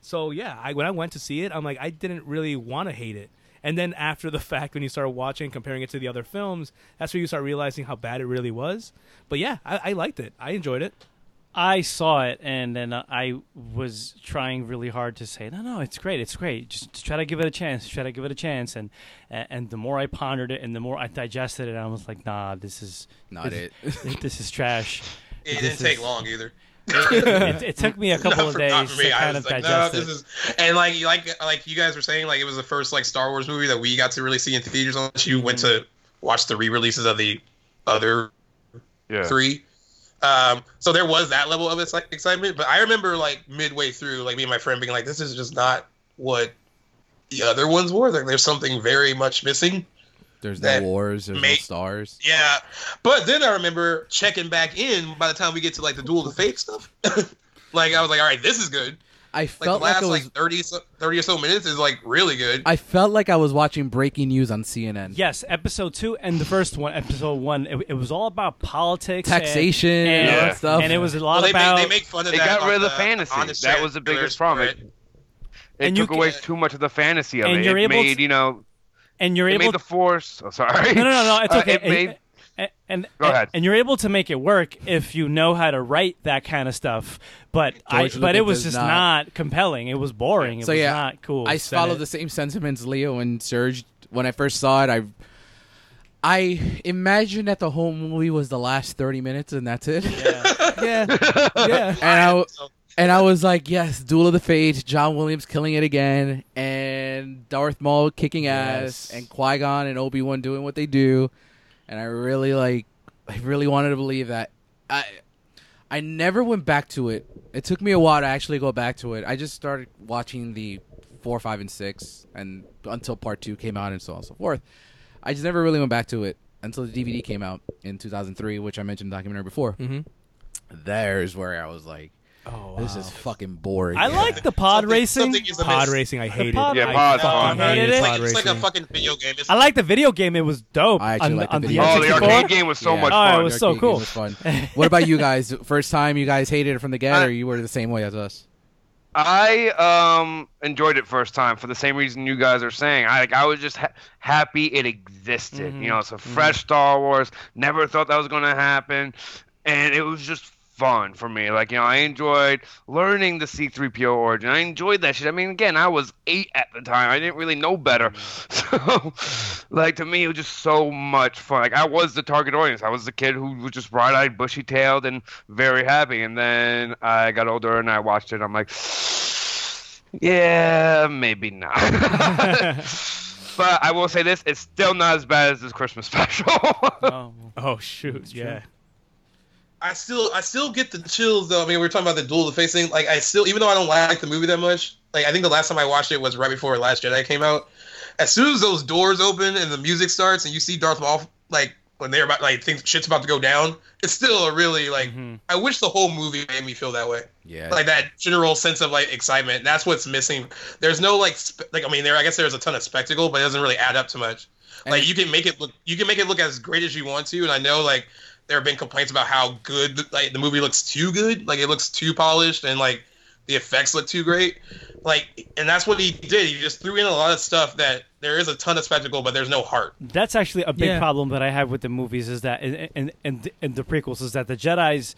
[SPEAKER 3] So yeah, I, when I went to see it, I'm like I didn't really want to hate it. And then after the fact, when you start watching, comparing it to the other films, that's where you start realizing how bad it really was. But yeah, I, I liked it. I enjoyed it.
[SPEAKER 2] I saw it and then uh, I was trying really hard to say, no, no, it's great, it's great. Just try to give it a chance. Try to give it a chance. And and, and the more I pondered it and the more I digested it, I was like, nah, this is
[SPEAKER 1] Not
[SPEAKER 2] this-
[SPEAKER 1] it.
[SPEAKER 2] this is trash. This
[SPEAKER 5] It didn't take
[SPEAKER 2] is-
[SPEAKER 5] long either.
[SPEAKER 2] It, it took me a couple
[SPEAKER 5] Not
[SPEAKER 2] of
[SPEAKER 5] for-
[SPEAKER 2] days
[SPEAKER 5] not for me.
[SPEAKER 2] to
[SPEAKER 5] I
[SPEAKER 2] kind
[SPEAKER 5] was
[SPEAKER 2] of
[SPEAKER 5] like,
[SPEAKER 2] digest
[SPEAKER 5] no,
[SPEAKER 2] it.
[SPEAKER 5] this is and like like like you guys were saying, like it was the first like Star Wars movie that we got to really see in theaters unless you went to watch the re-releases of the other
[SPEAKER 4] Yeah.
[SPEAKER 5] three. Um, so there was that level of exci- excitement, but I remember like midway through, like me and my friend being like, "This is just not what the other ones were. Like, there's something very much missing."
[SPEAKER 1] There's no
[SPEAKER 5] That
[SPEAKER 1] wars. There's no
[SPEAKER 5] make-
[SPEAKER 1] stars.
[SPEAKER 5] Yeah, but then I remember checking back in by the time we get to like the Duel of the Fate stuff. like I was like, "All right, this is good."
[SPEAKER 1] I
[SPEAKER 5] Like
[SPEAKER 1] felt
[SPEAKER 5] the
[SPEAKER 1] like,
[SPEAKER 5] last
[SPEAKER 1] I was.
[SPEAKER 5] like 30, so, 30 or so minutes is like really good.
[SPEAKER 1] I felt like I was watching breaking news on CNN.
[SPEAKER 2] Yes, episode two and the first one, episode one, it, it was all about politics, and-
[SPEAKER 1] Taxation
[SPEAKER 2] and,
[SPEAKER 1] and all
[SPEAKER 4] Yeah.
[SPEAKER 1] that stuff.
[SPEAKER 2] and it was a lot
[SPEAKER 5] Well, they,
[SPEAKER 2] about
[SPEAKER 5] make, they make fun of
[SPEAKER 4] They
[SPEAKER 5] that
[SPEAKER 4] got
[SPEAKER 5] on
[SPEAKER 4] rid of the
[SPEAKER 5] on
[SPEAKER 4] fantasy.
[SPEAKER 5] Honest
[SPEAKER 4] That
[SPEAKER 5] Trailers,
[SPEAKER 4] was the biggest problem.
[SPEAKER 5] right?
[SPEAKER 4] It
[SPEAKER 2] And you
[SPEAKER 4] took away
[SPEAKER 5] can-
[SPEAKER 4] too much of the fantasy of
[SPEAKER 2] and
[SPEAKER 4] it.
[SPEAKER 2] you're
[SPEAKER 4] it
[SPEAKER 2] able to-
[SPEAKER 4] made you know
[SPEAKER 2] and you're
[SPEAKER 4] it
[SPEAKER 2] able
[SPEAKER 4] made the force. Oh, sorry.
[SPEAKER 2] No, no, no, no. It's
[SPEAKER 4] Uh,
[SPEAKER 2] okay.
[SPEAKER 4] it made
[SPEAKER 2] and, and,
[SPEAKER 4] Go ahead.
[SPEAKER 2] and you're able to make it work if you know how to write that kind of stuff. But I,
[SPEAKER 1] George
[SPEAKER 2] but it
[SPEAKER 1] Lucas
[SPEAKER 2] was
[SPEAKER 1] does
[SPEAKER 2] just
[SPEAKER 1] not.
[SPEAKER 2] not. compelling. It was boring. It
[SPEAKER 1] so
[SPEAKER 2] was
[SPEAKER 1] yeah,
[SPEAKER 2] not cool.
[SPEAKER 1] I
[SPEAKER 2] Said
[SPEAKER 1] followed
[SPEAKER 2] it.
[SPEAKER 1] the same sentiments Leo and Serge when I first saw it. I I imagined that the whole movie was the last thirty minutes and that's it.
[SPEAKER 3] Yeah, yeah.
[SPEAKER 1] And I
[SPEAKER 5] So-
[SPEAKER 1] and I was like, yes, Duel of the Fates, John Williams killing it again, and Darth Maul kicking ass,
[SPEAKER 3] Yes.
[SPEAKER 1] and Qui Gon and Obi Wan doing what they do, and I really like, I really wanted to believe that. I I never went back to it. It took me a while to actually go back to it. I just started watching the four, five, and six, and until part two came out, and so on and so forth. I just never really went back to it until the DVD came out in 2003, which I mentioned in the documentary before.
[SPEAKER 2] Mm-hmm.
[SPEAKER 3] Mhm.
[SPEAKER 1] There's where I was like,
[SPEAKER 3] Oh,
[SPEAKER 1] this is fucking boring.
[SPEAKER 2] I like the pod
[SPEAKER 5] Something-
[SPEAKER 2] racing.
[SPEAKER 5] something is amiss.
[SPEAKER 3] pod racing. I hate it.
[SPEAKER 2] pod-
[SPEAKER 4] Yeah,
[SPEAKER 3] Oh, I
[SPEAKER 4] pod's
[SPEAKER 3] fucking
[SPEAKER 4] fun.
[SPEAKER 3] hated
[SPEAKER 2] It's
[SPEAKER 5] It's
[SPEAKER 2] like-
[SPEAKER 5] like, it's like a fucking video game. It's
[SPEAKER 2] I like the video game. It was dope.
[SPEAKER 1] I actually
[SPEAKER 2] on,
[SPEAKER 1] like the
[SPEAKER 2] on
[SPEAKER 1] video
[SPEAKER 4] oh, the
[SPEAKER 1] game.
[SPEAKER 4] arcade
[SPEAKER 2] 64.
[SPEAKER 4] game was so
[SPEAKER 1] Yeah.
[SPEAKER 4] much
[SPEAKER 2] Oh, it
[SPEAKER 4] fun.
[SPEAKER 2] was
[SPEAKER 1] The
[SPEAKER 2] so
[SPEAKER 1] arcade game
[SPEAKER 2] cool.
[SPEAKER 1] was fun. what about you guys? First time you guys hated it from the get,
[SPEAKER 4] I-
[SPEAKER 1] or you were the same way as us?
[SPEAKER 4] I um enjoyed it first time for the same reason you guys are saying. I like I was just ha- happy it existed.
[SPEAKER 2] Mm-hmm.
[SPEAKER 4] You know, it's a fresh Star Wars. Never thought that was going to happen, and it was just fun for me. Like you know, I enjoyed learning the C3PO origin. I enjoyed that shit. I mean, again, I was eight at the time. I didn't really know better, so like to me, it was just so much fun. Like I was the target audience. I was the kid who was just bright-eyed, bushy-tailed, and very happy. And then I got older and I watched it. I'm like. Yeah, maybe not. but I will say this: it's still not as bad as this Christmas special.
[SPEAKER 2] Oh,
[SPEAKER 3] Oh shoot,
[SPEAKER 2] true.
[SPEAKER 3] yeah.
[SPEAKER 5] I still, I still get the chills though. I mean, we were talking about the duel of the face thing. Like, I still, even though I don't like the movie that much, like I think the last time I watched it was right before Last Jedi came out. As soon as those doors open and the music starts and you see Darth Maul, like when they're about, like things shit's about to go down, it's still a really like. I wish the whole movie made me feel that way.
[SPEAKER 1] Yeah.
[SPEAKER 5] like that general sense of like excitement. That's what's missing. There's no like sp- like I mean there I guess there's a ton of spectacle, but it doesn't really add up to much.
[SPEAKER 1] And
[SPEAKER 5] like
[SPEAKER 1] it-
[SPEAKER 5] you can make it look you can make it look as great as you want to, and I know like there have been complaints about how good like the movie looks too good, like it looks too polished, and like the effects look too great. Like and that's what he did. He just threw in a lot of stuff that there is a ton of spectacle, but there's no heart.
[SPEAKER 2] That's actually a big
[SPEAKER 3] Yeah.
[SPEAKER 2] problem that I have with the movies is that and and and, and the prequels is that the Jedi's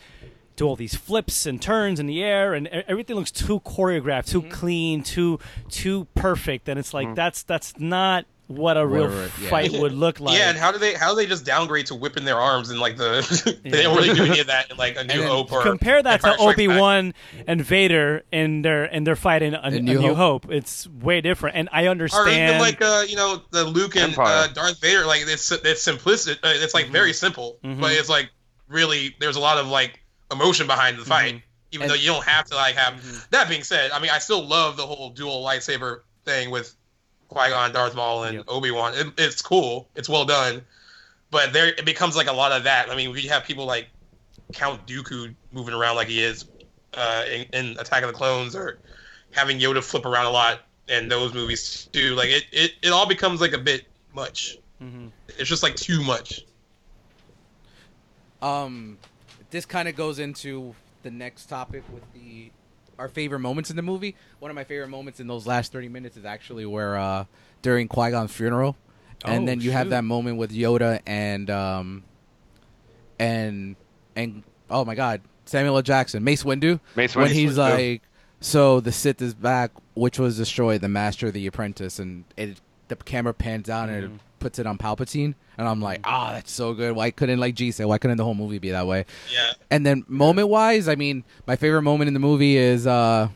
[SPEAKER 2] do all these flips and turns in the air and e- everything looks too choreographed,
[SPEAKER 3] Mm-hmm.
[SPEAKER 2] too clean, too too perfect and it's like that's that's not what a real
[SPEAKER 1] Whatever, yeah.
[SPEAKER 2] fight would look like.
[SPEAKER 5] yeah, and how do they how do they just downgrade to whipping their arms and like the they don't really do any of that in like a new
[SPEAKER 1] then
[SPEAKER 5] hope or
[SPEAKER 2] Compare that to
[SPEAKER 5] Empire Strikes
[SPEAKER 2] Obi
[SPEAKER 5] Back.
[SPEAKER 2] Wan and Vader in their in their fight in a, A
[SPEAKER 1] New
[SPEAKER 2] New
[SPEAKER 1] Hope?
[SPEAKER 2] Hope. It's way different, and I understand.
[SPEAKER 5] Or even like uh, you know the Luke and
[SPEAKER 4] Empire.
[SPEAKER 5] uh, Darth Vader, like it's it's simplistic. uh, It's like very simple, but it's like really there's a lot of like emotion behind the fight, even
[SPEAKER 1] And-
[SPEAKER 5] though you don't have to like have. That being said, I mean I still love the whole dual lightsaber thing with Qui Gon, Darth Maul, and Obi Wan. It, it's cool. It's well done, but there it becomes like a lot of that. I mean, we have people like Count Dooku moving around like he is uh, in, in Attack of the Clones or having Yoda flip around a lot in those movies too. Like it, it, it all becomes like a bit much. It's just like too much.
[SPEAKER 1] Um, this kind of goes into the next topic with the our favorite moments in the movie. One of my favorite moments in those last thirty minutes is actually where uh, during Qui Gon's funeral, and
[SPEAKER 3] Oh,
[SPEAKER 1] then you have
[SPEAKER 3] shoot.
[SPEAKER 1] that moment with Yoda and um, and and oh my God, Samuel L. Jackson, Mace Windu,
[SPEAKER 4] Mace
[SPEAKER 1] when
[SPEAKER 4] Windu.
[SPEAKER 1] he's uh,
[SPEAKER 4] Mace Windu.
[SPEAKER 1] like, so the Sith is back, which was destroyed, the Master, the Apprentice, and it the camera pans down
[SPEAKER 5] Mm-hmm.
[SPEAKER 1] and it puts it on Palpatine, and I'm like, ah, that's so good. Why couldn't like G say? Why couldn't the whole movie be that way?
[SPEAKER 5] Yeah.
[SPEAKER 1] And then moment wise, I mean, my favorite moment in the movie is uh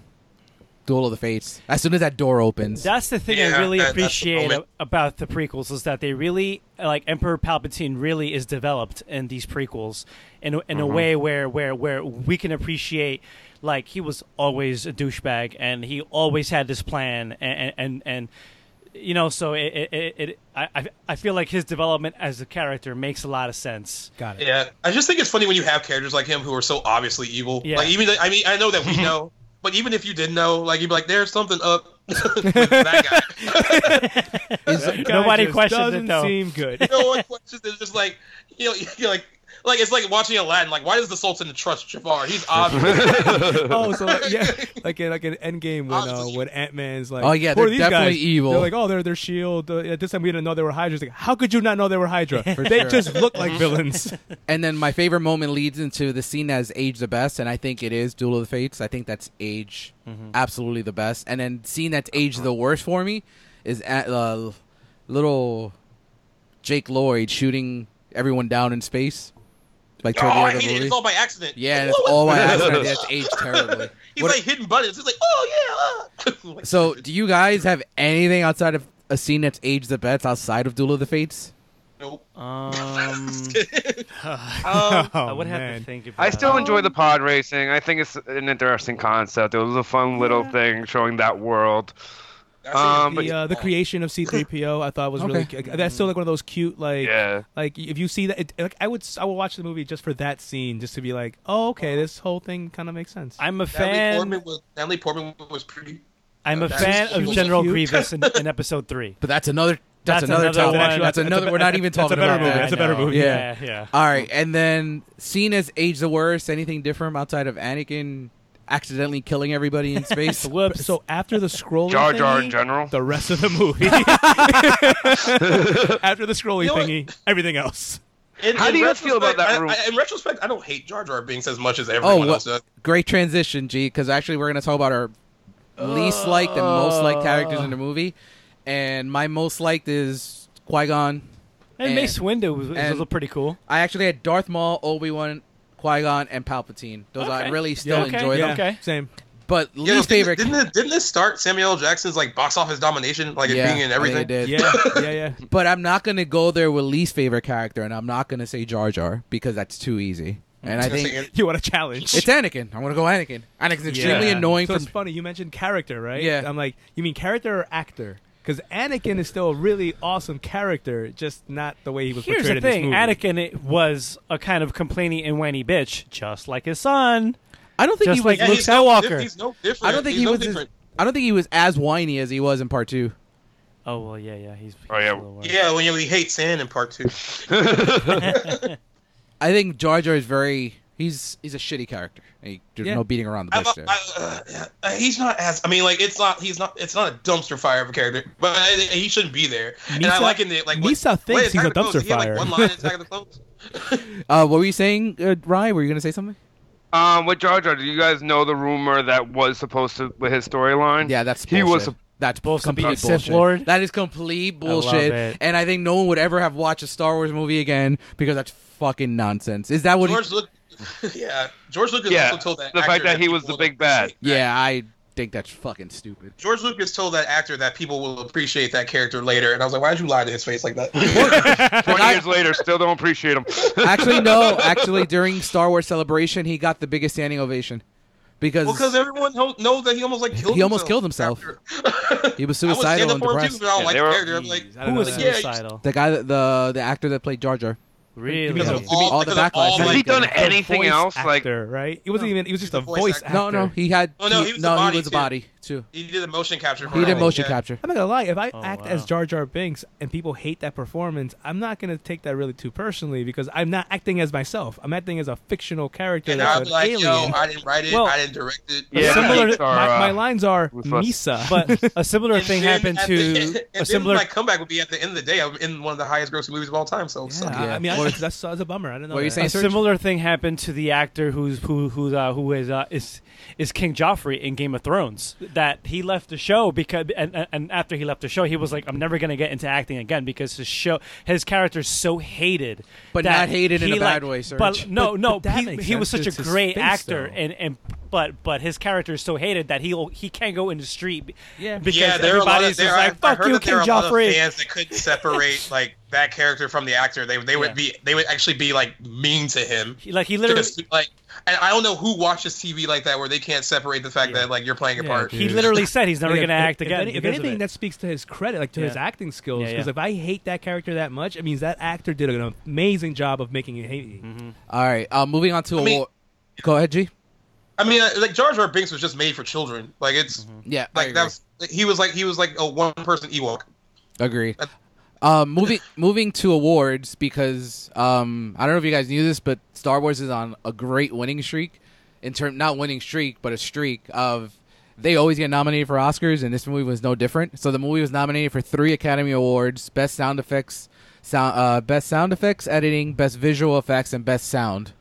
[SPEAKER 1] Duel of the Fates. As soon as that door opens,
[SPEAKER 2] That's the thing I
[SPEAKER 5] Yeah,
[SPEAKER 2] really
[SPEAKER 5] that- that's the
[SPEAKER 2] appreciate
[SPEAKER 5] moment.
[SPEAKER 2] a- about the prequels is that they really like Emperor Palpatine really is developed in these prequels in a,
[SPEAKER 5] Mm-hmm.
[SPEAKER 2] in a way where where where we can appreciate like he was always a douchebag and he always had this plan and and and you know so it it, it, it I I- I feel like his development as a character makes a lot of sense.
[SPEAKER 3] Got it.
[SPEAKER 5] Yeah, I just think it's funny when you have characters like him who are so obviously evil.
[SPEAKER 2] Yeah.
[SPEAKER 5] Like even I mean I know that we know, but even if you didn't know, like you'd be like, there's something up with that guy.
[SPEAKER 2] Nobody
[SPEAKER 3] just
[SPEAKER 2] questions it,
[SPEAKER 3] doesn't
[SPEAKER 2] though.
[SPEAKER 3] Seem good.
[SPEAKER 5] no one questions. it. It's just like you know, you're like like it's like watching Aladdin. Like why does the Sultan trust Jafar? He's obvious.
[SPEAKER 3] oh, so like, yeah, like in like an Endgame when uh,
[SPEAKER 5] Honestly.
[SPEAKER 3] when Ant Man's like,
[SPEAKER 1] Oh, yeah,
[SPEAKER 3] "Who are
[SPEAKER 1] they're
[SPEAKER 3] these
[SPEAKER 1] definitely
[SPEAKER 3] guys?"
[SPEAKER 1] evil.
[SPEAKER 3] They're like, oh, they're they're Shield. Uh, at this time we didn't know they were Hydra. It's like, how could you not know they were Hydra? they
[SPEAKER 1] sure.
[SPEAKER 3] just look like villains.
[SPEAKER 1] and then my favorite moment leads into the scene that's aged the best, and I think it is Duel of the Fates. I think that's age
[SPEAKER 5] Mm-hmm.
[SPEAKER 1] absolutely the best. And then scene that's
[SPEAKER 5] Uh-huh.
[SPEAKER 1] aged the worst for me is at, uh, little Jake Lloyd shooting everyone down in space, like
[SPEAKER 5] oh,
[SPEAKER 1] toward the
[SPEAKER 5] I
[SPEAKER 1] end of the
[SPEAKER 5] hate it.
[SPEAKER 1] movie.
[SPEAKER 5] It's all by accident.
[SPEAKER 1] yeah,
[SPEAKER 5] Like,
[SPEAKER 1] and it's
[SPEAKER 5] what was-
[SPEAKER 1] all by accident. That's aged terribly.
[SPEAKER 5] He's
[SPEAKER 1] What-
[SPEAKER 5] like hidden buttons. It's like oh yeah. ah. Like,
[SPEAKER 1] So, do you guys have anything outside of a scene that's aged the best outside of Duel of the Fates?
[SPEAKER 5] nope.
[SPEAKER 2] Um,
[SPEAKER 5] Um,
[SPEAKER 3] oh
[SPEAKER 2] I would have
[SPEAKER 3] man.
[SPEAKER 2] to think about
[SPEAKER 4] I still
[SPEAKER 2] it.
[SPEAKER 4] enjoy the pod racing. I think it's an interesting concept. It was a fun little thing showing that world.
[SPEAKER 5] that's a-
[SPEAKER 4] Um, but-
[SPEAKER 3] the, uh, the creation of C3PO I thought was really
[SPEAKER 1] Okay.
[SPEAKER 3] really that's still like one of those cute like
[SPEAKER 4] Yeah.
[SPEAKER 3] like if you see that it, like I would s- I would watch the movie just for that scene just to be like oh okay this whole thing kind of makes sense
[SPEAKER 2] I'm a
[SPEAKER 5] Natalie
[SPEAKER 2] fan.
[SPEAKER 5] Portman was Natalie Portman was pretty.
[SPEAKER 2] I'm a
[SPEAKER 5] That's
[SPEAKER 2] fan
[SPEAKER 5] cute.
[SPEAKER 2] of General
[SPEAKER 3] Cute.
[SPEAKER 2] Grievous in, in Episode three.
[SPEAKER 1] But that's another. That's,
[SPEAKER 2] That's
[SPEAKER 1] another,
[SPEAKER 2] another
[SPEAKER 1] topic.
[SPEAKER 2] one.
[SPEAKER 1] That's,
[SPEAKER 2] That's a-
[SPEAKER 1] another. we're not even
[SPEAKER 3] that's a
[SPEAKER 1] talking
[SPEAKER 3] better
[SPEAKER 1] about
[SPEAKER 3] movie.
[SPEAKER 1] that.
[SPEAKER 3] That's a better
[SPEAKER 2] I know.
[SPEAKER 3] movie.
[SPEAKER 1] Yeah.
[SPEAKER 2] yeah.
[SPEAKER 1] All right, and then seen as age the worst. Anything different outside of Anakin accidentally killing everybody in space?
[SPEAKER 2] Whoops.
[SPEAKER 3] so after the scrolling
[SPEAKER 4] Jar Jar
[SPEAKER 3] thingy,
[SPEAKER 4] in general.
[SPEAKER 3] the rest of the movie after the scrolling
[SPEAKER 5] You know what?
[SPEAKER 3] thingy everything else
[SPEAKER 5] In,
[SPEAKER 4] How
[SPEAKER 5] in
[SPEAKER 4] do you feel about that,
[SPEAKER 5] retrospect, I-
[SPEAKER 4] Rube?
[SPEAKER 5] I- in retrospect, I don't hate Jar Jar Binks as much as
[SPEAKER 1] oh,
[SPEAKER 5] everyone
[SPEAKER 1] well,
[SPEAKER 5] else does.
[SPEAKER 1] great transition, G. Because actually, we're gonna talk about our least liked and most liked characters
[SPEAKER 3] Uh.
[SPEAKER 1] in the movie. And my most liked is Qui Gon.
[SPEAKER 2] and, Mace Windu was, was
[SPEAKER 1] and-
[SPEAKER 2] also pretty cool.
[SPEAKER 1] I actually had Darth Maul, Obi Wan, Qui Gon, and Palpatine. Those I
[SPEAKER 2] Okay.
[SPEAKER 1] really still
[SPEAKER 2] okay.
[SPEAKER 1] enjoy them.
[SPEAKER 3] yeah
[SPEAKER 2] Okay.
[SPEAKER 3] same
[SPEAKER 1] But
[SPEAKER 5] Yeah,
[SPEAKER 1] least
[SPEAKER 5] didn't-
[SPEAKER 1] favorite.
[SPEAKER 5] Didn't, it- didn't this start Samuel L. Jackson's like box office domination, like it
[SPEAKER 1] yeah,
[SPEAKER 5] being in
[SPEAKER 1] I think
[SPEAKER 5] everything?
[SPEAKER 1] it did.
[SPEAKER 3] yeah yeah yeah
[SPEAKER 1] But I'm not gonna go there with least favorite character, and I'm not gonna say Jar Jar because that's too easy. And I think
[SPEAKER 5] It's-
[SPEAKER 3] you want a challenge
[SPEAKER 1] It's Anakin. I'm gonna go Anakin. Anakin's extremely
[SPEAKER 2] Yeah.
[SPEAKER 1] annoying
[SPEAKER 3] So
[SPEAKER 1] for
[SPEAKER 3] it's funny you mentioned character, right?
[SPEAKER 1] Yeah.
[SPEAKER 3] I'm like, you mean character or actor? Because Anakin is still a really awesome character, just not the way he was
[SPEAKER 2] Here's the
[SPEAKER 3] portrayed
[SPEAKER 2] thing:
[SPEAKER 3] in this movie.
[SPEAKER 2] Anakin it was a kind of complaining and whiny bitch, just like his son.
[SPEAKER 1] I don't think
[SPEAKER 2] Just
[SPEAKER 1] he was.
[SPEAKER 2] like-
[SPEAKER 5] yeah,
[SPEAKER 2] Luke
[SPEAKER 5] he's no
[SPEAKER 2] Skywalker.
[SPEAKER 5] diff- he's no different.
[SPEAKER 1] I don't think
[SPEAKER 5] he's
[SPEAKER 1] he
[SPEAKER 5] no
[SPEAKER 1] was. As,
[SPEAKER 5] different.
[SPEAKER 1] I don't think he was as whiny as he was in part two.
[SPEAKER 2] Oh well, yeah, yeah, he's.
[SPEAKER 4] Oh,
[SPEAKER 2] he's
[SPEAKER 4] yeah.
[SPEAKER 2] a little worse.
[SPEAKER 5] Yeah, when you he hates sand in part two.
[SPEAKER 1] I think Jar Jar is very. He's he's a shitty character. He, there's
[SPEAKER 3] Yeah.
[SPEAKER 1] no beating around the
[SPEAKER 5] I'm
[SPEAKER 1] bush
[SPEAKER 5] a-
[SPEAKER 1] there.
[SPEAKER 5] I- uh, uh, he's not as I mean, like it's not he's not it's not a dumpster fire of a character, but I, I- he shouldn't be there. and I
[SPEAKER 3] Misa-
[SPEAKER 5] like in the like when-
[SPEAKER 3] Misa
[SPEAKER 5] when
[SPEAKER 3] thinks he's
[SPEAKER 5] Attack
[SPEAKER 3] a
[SPEAKER 5] of the Clones,
[SPEAKER 3] dumpster
[SPEAKER 5] did he have,
[SPEAKER 3] fire.
[SPEAKER 5] Like, one line in Attack of the Clones.
[SPEAKER 1] Uh, what were you saying, uh, Ryan? Were you gonna say something?
[SPEAKER 4] Um, with Jar Jar, do you guys know the rumor that was supposed to with his storyline?
[SPEAKER 1] Yeah, that's
[SPEAKER 4] he
[SPEAKER 1] bullshit.
[SPEAKER 4] was.
[SPEAKER 1] that's
[SPEAKER 2] supposed to be
[SPEAKER 1] complete
[SPEAKER 2] a Sith
[SPEAKER 1] bullshit.
[SPEAKER 2] Lord?
[SPEAKER 1] That is complete
[SPEAKER 2] love
[SPEAKER 1] bullshit.
[SPEAKER 2] it.
[SPEAKER 1] And I think no one would ever have watched a Star Wars movie again because that's fucking nonsense. Is that what?
[SPEAKER 5] George
[SPEAKER 1] He,
[SPEAKER 5] Luke, yeah, George Lucas
[SPEAKER 4] Yeah,
[SPEAKER 5] also told that
[SPEAKER 4] the fact
[SPEAKER 5] actor
[SPEAKER 4] that he was
[SPEAKER 5] people
[SPEAKER 4] the
[SPEAKER 5] will
[SPEAKER 4] big bad.
[SPEAKER 5] appreciate that.
[SPEAKER 1] yeah, I think that's fucking stupid.
[SPEAKER 5] George Lucas told that actor that people will appreciate that character later, and I was like, why did you lie to his face like that?
[SPEAKER 4] Twenty
[SPEAKER 1] I-
[SPEAKER 4] years later, still don't appreciate him.
[SPEAKER 1] Actually, no. Actually, during Star Wars Celebration, he got the biggest standing ovation because
[SPEAKER 5] well, because everyone know- knows that he almost like killed
[SPEAKER 1] he almost killed
[SPEAKER 5] himself.
[SPEAKER 1] himself.
[SPEAKER 5] I
[SPEAKER 1] He was
[SPEAKER 5] would stand
[SPEAKER 1] suicidal and
[SPEAKER 5] up for him too,
[SPEAKER 1] depressed.
[SPEAKER 5] but
[SPEAKER 4] Yeah,
[SPEAKER 5] I don't like
[SPEAKER 4] they
[SPEAKER 5] the
[SPEAKER 4] were-
[SPEAKER 5] character. I'm like,
[SPEAKER 3] I
[SPEAKER 2] Who
[SPEAKER 3] don't
[SPEAKER 2] was
[SPEAKER 3] know.
[SPEAKER 5] Yeah, you-
[SPEAKER 2] suicidal?
[SPEAKER 1] The guy, that the the actor that played Jar Jar,
[SPEAKER 2] Really?
[SPEAKER 3] Because of
[SPEAKER 1] Yeah.
[SPEAKER 3] all-
[SPEAKER 1] All the
[SPEAKER 5] because of
[SPEAKER 1] backlash.
[SPEAKER 5] all
[SPEAKER 1] Has
[SPEAKER 5] the-
[SPEAKER 1] he
[SPEAKER 4] done
[SPEAKER 3] because of
[SPEAKER 4] anything
[SPEAKER 3] voice
[SPEAKER 4] else? Like-
[SPEAKER 3] actor, right? He wasn't even. He was just a
[SPEAKER 5] Voice
[SPEAKER 3] voice
[SPEAKER 5] actor.
[SPEAKER 3] actor.
[SPEAKER 1] No, no, he had.
[SPEAKER 5] Oh, no, he was the body,
[SPEAKER 1] a
[SPEAKER 5] too.
[SPEAKER 1] body too.
[SPEAKER 5] He did the motion capture. For
[SPEAKER 1] He did
[SPEAKER 5] it,
[SPEAKER 1] motion
[SPEAKER 5] yeah.
[SPEAKER 1] capture.
[SPEAKER 3] I'm not gonna lie. If I act
[SPEAKER 2] Oh, wow.
[SPEAKER 3] as Jar Jar Binks and people hate that performance, I'm not gonna take that really too personally because I'm not acting as myself. I'm acting as a fictional character
[SPEAKER 5] And
[SPEAKER 3] that's
[SPEAKER 5] I'll
[SPEAKER 3] an
[SPEAKER 5] be like,
[SPEAKER 3] alien.
[SPEAKER 5] yo, I didn't write it.
[SPEAKER 3] Well-
[SPEAKER 5] I didn't direct it.
[SPEAKER 3] But
[SPEAKER 4] Yeah,
[SPEAKER 3] similar to-
[SPEAKER 4] are,
[SPEAKER 3] my,
[SPEAKER 4] uh,
[SPEAKER 3] my lines are
[SPEAKER 4] ruthless.
[SPEAKER 3] Misa.
[SPEAKER 2] But a similar
[SPEAKER 5] And
[SPEAKER 2] thing
[SPEAKER 5] then
[SPEAKER 2] happened
[SPEAKER 5] at
[SPEAKER 2] to
[SPEAKER 5] the, and
[SPEAKER 2] a
[SPEAKER 5] then
[SPEAKER 2] similar.
[SPEAKER 5] my comeback would be at the end of the day. I'm in one of the highest grossing movies of all time. So, so.
[SPEAKER 3] yeah, I mean, I, that's, that's, a bummer. I don't know.
[SPEAKER 1] What are you
[SPEAKER 3] that.
[SPEAKER 1] saying?
[SPEAKER 2] a
[SPEAKER 1] Serge?
[SPEAKER 2] similar thing happened to the actor who's who who's uh, who is uh, is is King Joffrey in Game of Thrones. That he left the show because and, and- and after he left the show, he was like, "I'm never gonna get into acting again because his show his character's so hated."
[SPEAKER 1] But
[SPEAKER 2] that
[SPEAKER 1] not hated in
[SPEAKER 2] he,
[SPEAKER 1] a bad
[SPEAKER 2] like-
[SPEAKER 1] way, Serge.
[SPEAKER 2] But no,
[SPEAKER 3] But-
[SPEAKER 2] no,
[SPEAKER 3] but that
[SPEAKER 2] he,
[SPEAKER 3] makes
[SPEAKER 2] he was
[SPEAKER 3] sense.
[SPEAKER 2] such
[SPEAKER 3] It's
[SPEAKER 2] a
[SPEAKER 3] his
[SPEAKER 2] great
[SPEAKER 3] face,
[SPEAKER 2] actor,
[SPEAKER 3] though.
[SPEAKER 2] and and but but his character is so hated that he he can't go in the street.
[SPEAKER 3] Yeah.
[SPEAKER 2] because
[SPEAKER 5] yeah, there are a lot of
[SPEAKER 2] everybody's
[SPEAKER 5] there.
[SPEAKER 2] just like,
[SPEAKER 5] Like, I
[SPEAKER 2] "Fuck
[SPEAKER 5] heard
[SPEAKER 2] you,
[SPEAKER 5] that
[SPEAKER 2] King
[SPEAKER 5] there are a lot of
[SPEAKER 2] Joffrey."
[SPEAKER 5] fans that couldn't separate like that character from the actor. They they would
[SPEAKER 2] Yeah.
[SPEAKER 5] be they would actually be like mean to him.
[SPEAKER 2] He- like he literally.
[SPEAKER 5] Just, like, and I don't know who watches TV like that where they can't separate the fact
[SPEAKER 2] Yeah.
[SPEAKER 5] that like you're playing a
[SPEAKER 3] Yeah,
[SPEAKER 5] part.
[SPEAKER 3] dude.
[SPEAKER 2] He literally said he's never
[SPEAKER 3] Like,
[SPEAKER 2] going to
[SPEAKER 3] if-
[SPEAKER 2] act
[SPEAKER 3] if
[SPEAKER 2] again.
[SPEAKER 3] any- If,
[SPEAKER 2] because of
[SPEAKER 3] anything,
[SPEAKER 2] it.
[SPEAKER 3] that speaks to his credit, like to his
[SPEAKER 2] Yeah.
[SPEAKER 3] acting skills.
[SPEAKER 2] Yeah,
[SPEAKER 3] Because
[SPEAKER 2] yeah.
[SPEAKER 3] if I hate that character that much, it means that actor did an amazing job of making you hate me.
[SPEAKER 1] All right, uh, moving on to
[SPEAKER 5] I mean-
[SPEAKER 1] award. Go ahead, G.
[SPEAKER 5] I mean, uh, like Jar Jar Binks was just made for children. Like it's
[SPEAKER 1] Yeah, I
[SPEAKER 5] like
[SPEAKER 1] agree.
[SPEAKER 5] that was he was like he was like a one person Ewok.
[SPEAKER 1] Agree.
[SPEAKER 5] That-
[SPEAKER 1] Um, moving moving to awards because um, I don't know if you guys knew this, but Star Wars is on a great winning streak. In term, not winning streak, but a streak of they always get nominated for Oscars, and this movie was no different. So the movie was nominated for three Academy Awards: best sound effects, sound, uh, best sound effects editing, best visual effects, and best sound.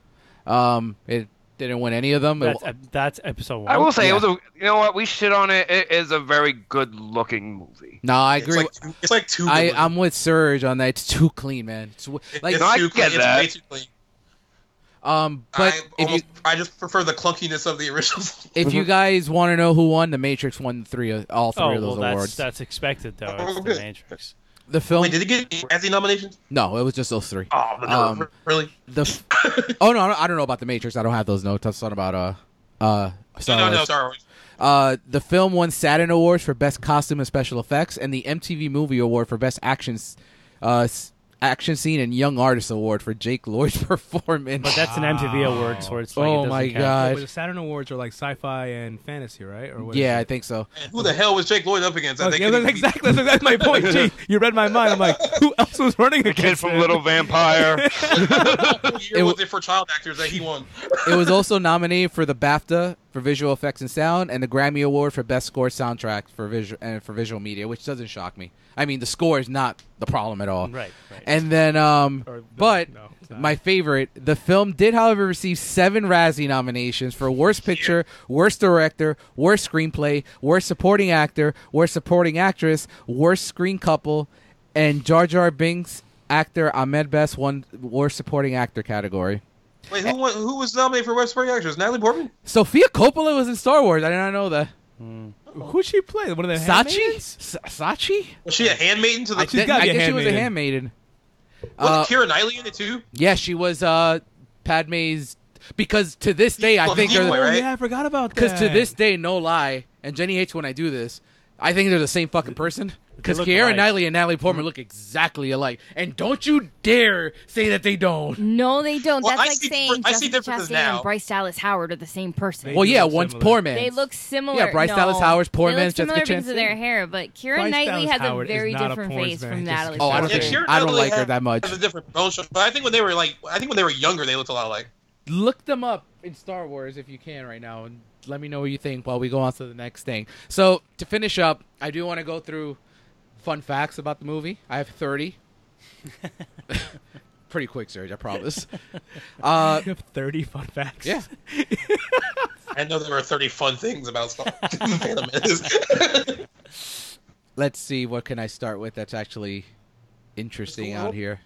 [SPEAKER 1] Um, it didn't win any of them. It
[SPEAKER 2] That's, uh,
[SPEAKER 1] w-
[SPEAKER 2] that's episode one.
[SPEAKER 4] I will say
[SPEAKER 1] Yeah.
[SPEAKER 4] it was a. You know what? We shit on it. It is a very good-looking movie.
[SPEAKER 1] no, I
[SPEAKER 5] It's
[SPEAKER 1] agree.
[SPEAKER 5] like two- it's like two.
[SPEAKER 1] I,
[SPEAKER 5] good
[SPEAKER 1] I'm with Serge on that. It's too clean, man. It's, w-
[SPEAKER 5] ones.
[SPEAKER 1] like,
[SPEAKER 5] it's
[SPEAKER 4] No, I
[SPEAKER 5] too
[SPEAKER 4] get
[SPEAKER 5] clean. It's
[SPEAKER 4] that.
[SPEAKER 5] way too clean.
[SPEAKER 1] um, but
[SPEAKER 5] I,
[SPEAKER 1] if you
[SPEAKER 5] almost, I just prefer the clunkiness of the original.
[SPEAKER 1] If
[SPEAKER 5] Mm-hmm.
[SPEAKER 1] you guys want to know who won, The Matrix won three of all three
[SPEAKER 2] Oh
[SPEAKER 1] of
[SPEAKER 2] well,
[SPEAKER 1] those
[SPEAKER 2] that's
[SPEAKER 1] awards.
[SPEAKER 2] that's expected though. It's the
[SPEAKER 5] Okay.
[SPEAKER 2] Matrix.
[SPEAKER 1] The film,
[SPEAKER 5] Wait, did it get Razzie nominations?
[SPEAKER 1] no, it was just those three.
[SPEAKER 5] Oh, the
[SPEAKER 1] Um,
[SPEAKER 5] nerve. really?
[SPEAKER 1] The, f- oh no, I don't- I don't know about The Matrix. I don't have those notes. I was talking about uh, uh, Star
[SPEAKER 5] no, no, no,
[SPEAKER 1] Wars.
[SPEAKER 5] Star Wars.
[SPEAKER 1] Uh, the film won Saturn Awards for Best Costume and Special Effects, and the MTV Movie Award for Best Action, s- uh, s- Action Scene and Young Artist Award for Jake Lloyd's performance.
[SPEAKER 2] But that's an MTV award, so it's like it
[SPEAKER 1] Oh
[SPEAKER 2] doesn't
[SPEAKER 1] my
[SPEAKER 2] count.
[SPEAKER 1] God.
[SPEAKER 3] Yeah, but the Saturn Awards are like sci-fi and fantasy, right? Or what is
[SPEAKER 1] yeah, I
[SPEAKER 3] it?
[SPEAKER 1] think so.
[SPEAKER 5] And who the hell was Jake Lloyd up against? I
[SPEAKER 3] Oh,
[SPEAKER 5] think
[SPEAKER 3] yeah, that's exactly that's, that's my point. Gee, you read my mind. I'm like, who else was running
[SPEAKER 4] The kid
[SPEAKER 3] against
[SPEAKER 4] from
[SPEAKER 3] him?
[SPEAKER 4] Little Vampire.
[SPEAKER 5] year was it for child actors that he won?
[SPEAKER 1] It was also nominated for the BAFTA for visual effects and sound, and the Grammy Award for best score soundtrack for visual and for visual media, which doesn't shock me. I mean, the score is not the problem at all.
[SPEAKER 2] Right, right.
[SPEAKER 1] And then, um,
[SPEAKER 3] Or- no,
[SPEAKER 1] but
[SPEAKER 3] no, it's not.
[SPEAKER 1] my favorite, the film did, however, receive seven Razzie nominations for worst picture, worst director, worst screenplay, worst supporting actor, worst supporting actress, worst screen couple, and Jar Jar Binks actor Ahmed Best won worst supporting actor category.
[SPEAKER 5] Wait, who won, who was nominated for West Supporting Actress? Natalie Portman.
[SPEAKER 1] Sophia Coppola was in Star Wars. I did not know that.
[SPEAKER 3] Who'd she play? One of the
[SPEAKER 1] Sachi?
[SPEAKER 3] handmaids?
[SPEAKER 1] S- Sachi?
[SPEAKER 5] Was she a handmaiden to the?
[SPEAKER 3] She's
[SPEAKER 1] Th-
[SPEAKER 3] gotta
[SPEAKER 1] I
[SPEAKER 3] be a
[SPEAKER 1] guess she was a handmaiden. Uh,
[SPEAKER 5] was Kira Knightley in it too?
[SPEAKER 1] yeah, she was uh, Padme's. Because to this day, I
[SPEAKER 5] Well,
[SPEAKER 1] think
[SPEAKER 5] he
[SPEAKER 1] they're.
[SPEAKER 5] was-
[SPEAKER 3] Oh
[SPEAKER 5] right?
[SPEAKER 3] yeah, I forgot about that.
[SPEAKER 1] Because to this day, no lie, and Jenny hates when I do this. I think they're the same fucking person. Because
[SPEAKER 2] look
[SPEAKER 1] Kiera
[SPEAKER 2] alike.
[SPEAKER 1] Knightley and Natalie Portman
[SPEAKER 3] Mm-hmm.
[SPEAKER 1] look exactly alike, and don't you dare say that they don't.
[SPEAKER 6] No, they don't.
[SPEAKER 5] Well,
[SPEAKER 6] That's
[SPEAKER 5] I
[SPEAKER 6] like
[SPEAKER 5] see
[SPEAKER 6] saying
[SPEAKER 5] differ- I see
[SPEAKER 6] Jessica
[SPEAKER 5] differences
[SPEAKER 6] Chastain
[SPEAKER 5] now.
[SPEAKER 6] and Bryce Dallas Howard are the same person.
[SPEAKER 3] They
[SPEAKER 1] Well,
[SPEAKER 3] do
[SPEAKER 1] yeah,
[SPEAKER 3] look
[SPEAKER 1] one's
[SPEAKER 3] similar.
[SPEAKER 1] poor man.
[SPEAKER 6] They look similar.
[SPEAKER 1] Yeah, Bryce
[SPEAKER 6] no.
[SPEAKER 1] Dallas Howard's poor
[SPEAKER 6] they
[SPEAKER 1] man's
[SPEAKER 6] look similar
[SPEAKER 1] Jessica
[SPEAKER 6] because of
[SPEAKER 1] Chastain.
[SPEAKER 6] their hair, but Kira
[SPEAKER 3] Bryce
[SPEAKER 6] Knightley
[SPEAKER 3] Dallas
[SPEAKER 6] has
[SPEAKER 3] Howard
[SPEAKER 6] a
[SPEAKER 3] is
[SPEAKER 6] very
[SPEAKER 3] not a
[SPEAKER 6] different
[SPEAKER 3] porn
[SPEAKER 6] face
[SPEAKER 3] fan,
[SPEAKER 6] from
[SPEAKER 3] Jessica
[SPEAKER 6] Natalie.
[SPEAKER 1] Oh, I don't
[SPEAKER 5] Yeah,
[SPEAKER 6] Portman.
[SPEAKER 1] think-
[SPEAKER 5] Keira
[SPEAKER 1] I don't
[SPEAKER 5] Knightley
[SPEAKER 1] like her
[SPEAKER 5] had-
[SPEAKER 1] that much.
[SPEAKER 5] has A different bone shape, but I think when they were like, I think when they were younger, they looked a lot alike.
[SPEAKER 1] look them up in Star Wars if you can right now, and let me know what you think while we go on to the next thing. So to finish up, I do want to go through fun facts about the movie. I have thirty. Pretty quick, Serge. I promise. Uh,
[SPEAKER 3] you have 30 fun facts.
[SPEAKER 1] yeah,
[SPEAKER 5] I know there were thirty fun things about Star Phantom Menace.
[SPEAKER 1] let's see. What can I start with that's actually interesting out here?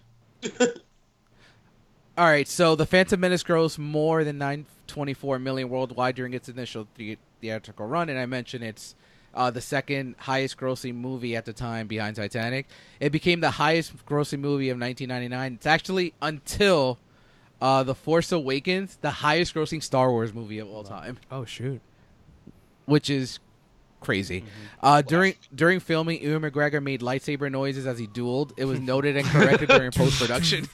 [SPEAKER 1] All right, so the Phantom Menace grossed more than 924 million worldwide during its initial the- theatrical run, and I mentioned it's uh, the second highest grossing movie at the time behind Titanic. It became the highest grossing movie of 1999. It's actually until uh, The Force Awakens, the highest grossing Star Wars movie of all time
[SPEAKER 3] Oh shoot.
[SPEAKER 1] which is
[SPEAKER 2] Mm-hmm.
[SPEAKER 1] crazy. Uh, during during filming, Ewan McGregor made lightsaber noises as he dueled. It was noted and corrected during post production.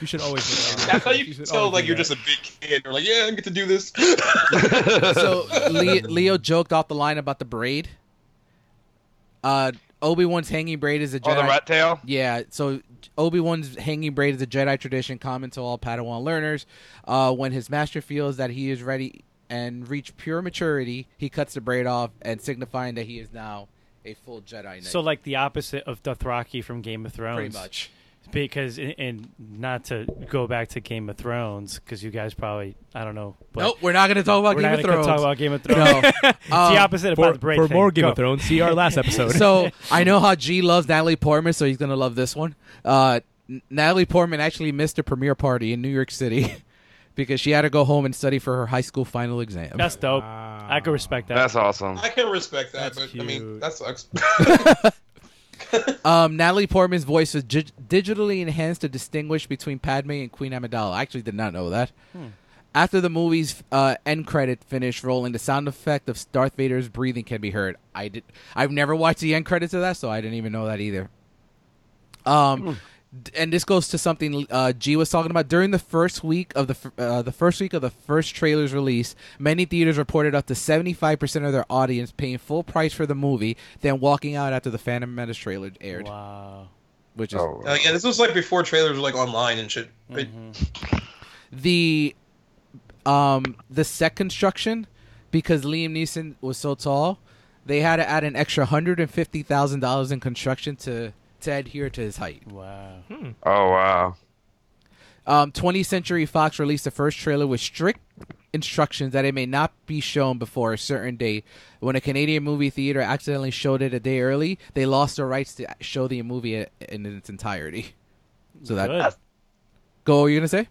[SPEAKER 3] You should always.
[SPEAKER 5] That's how you can tell like
[SPEAKER 1] Oh,
[SPEAKER 5] you're just a big kid. You're like, yeah, I get to do this.
[SPEAKER 1] So Le- Leo joked off the line about the braid. Uh, Obi Wan's hanging braid is a
[SPEAKER 4] Oh,
[SPEAKER 1] Jedi.
[SPEAKER 4] the rat tail.
[SPEAKER 1] Yeah, so Obi Wan's hanging braid is a Jedi tradition common to all Padawan learners. Uh, when his master feels that he is ready and reach pure maturity, he cuts the braid off and signifying that he is now a full Jedi Knight.
[SPEAKER 2] So like the opposite of Dothraki from Game of Thrones.
[SPEAKER 1] pretty much.
[SPEAKER 2] Because and- and not to go back to Game of Thrones because you guys probably I don't know. But
[SPEAKER 1] nope, we're not going to talk about
[SPEAKER 2] we're
[SPEAKER 1] Game
[SPEAKER 2] not
[SPEAKER 1] of
[SPEAKER 2] gonna
[SPEAKER 1] Thrones.
[SPEAKER 2] talk about Game of Thrones.
[SPEAKER 1] no.
[SPEAKER 2] it's the
[SPEAKER 1] Um,
[SPEAKER 2] opposite about
[SPEAKER 3] for,
[SPEAKER 2] the break
[SPEAKER 3] for
[SPEAKER 2] thing.
[SPEAKER 3] more Game
[SPEAKER 2] Go.
[SPEAKER 3] of Thrones. See our last episode.
[SPEAKER 1] so I know how G loves Natalie Portman, so he's gonna love this one. Uh, N- Natalie Portman actually missed a premiere party in New York City because she had to go home and study for her high school final exam.
[SPEAKER 2] That's dope.
[SPEAKER 3] Wow.
[SPEAKER 2] I could respect that.
[SPEAKER 4] That's awesome.
[SPEAKER 5] I can respect that,
[SPEAKER 3] That's
[SPEAKER 5] but I mean
[SPEAKER 3] cute.
[SPEAKER 5] that sucks. Uh,
[SPEAKER 1] um, Natalie Portman's voice was dig- digitally enhanced to distinguish between Padme and Queen Amidala. I actually did not know that.
[SPEAKER 2] Hmm.
[SPEAKER 1] After the movie's uh, end credit finish rolling, the sound effect of Darth Vader's breathing can be heard. I did. I've never watched the end credits of that, so I didn't even know that either. Um, d- and this goes to something uh, G was talking about during the first week of the f- uh, the first week of the first trailer's release. Many theaters reported up to seventy five percent of their audience paying full price for the movie, then walking out after the Phantom Menace trailer aired,
[SPEAKER 2] Wow.
[SPEAKER 1] which is
[SPEAKER 4] Oh,
[SPEAKER 5] Uh, yeah, this was like before trailers were like online and shit.
[SPEAKER 1] Mm-hmm.
[SPEAKER 5] But
[SPEAKER 1] the um the set construction because Liam Neeson was so tall. They had to add an extra hundred and fifty thousand dollars in construction to to adhere to his height.
[SPEAKER 2] Wow.
[SPEAKER 4] oh wow.
[SPEAKER 1] Um, 20th Century Fox released the first trailer with strict instructions that it may not be shown before a certain date. When a Canadian movie theater accidentally showed it a day early, they lost their rights to show the movie i- in its entirety. So that
[SPEAKER 2] Good.
[SPEAKER 1] go. What you gonna say?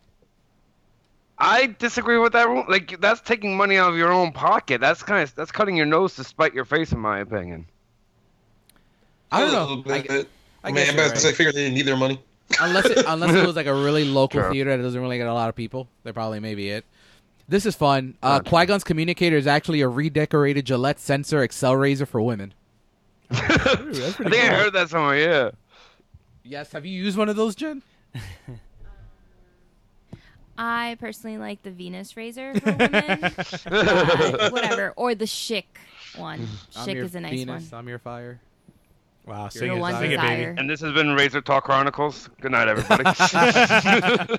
[SPEAKER 4] I disagree with that rule. Like that's taking money out of your own pocket. That's kind of that's cutting your nose to spite your face, in my opinion.
[SPEAKER 1] I
[SPEAKER 5] a little
[SPEAKER 1] don't know.
[SPEAKER 5] bit
[SPEAKER 1] I,
[SPEAKER 5] of it.
[SPEAKER 1] I
[SPEAKER 5] I
[SPEAKER 1] guess
[SPEAKER 5] mean,
[SPEAKER 1] you're
[SPEAKER 5] but I
[SPEAKER 1] right.
[SPEAKER 5] figured they didn't need their money.
[SPEAKER 1] unless it, unless it was like a really local
[SPEAKER 4] Sure.
[SPEAKER 1] theater that doesn't really get a lot of people, that probably may be it. This is fun. Uh, Qui Gon's communicator is actually a redecorated Gillette sensor Excel razor for women.
[SPEAKER 3] That's
[SPEAKER 4] I
[SPEAKER 3] pretty
[SPEAKER 4] think I
[SPEAKER 3] cool.
[SPEAKER 4] heard that somewhere. Yeah.
[SPEAKER 1] Yes, have you used one of those, Jen?
[SPEAKER 6] I personally like the Venus razor for women. But whatever. Or the chic one.
[SPEAKER 1] I'm
[SPEAKER 6] Chic
[SPEAKER 1] your
[SPEAKER 6] is a nice
[SPEAKER 1] Venus,
[SPEAKER 6] one.
[SPEAKER 1] I'm your fire.
[SPEAKER 3] Wow,
[SPEAKER 1] Sing
[SPEAKER 6] The
[SPEAKER 1] it,
[SPEAKER 6] one
[SPEAKER 1] sing it,
[SPEAKER 6] desire.
[SPEAKER 4] And this has been Razor Talk Chronicles. Good night, everybody.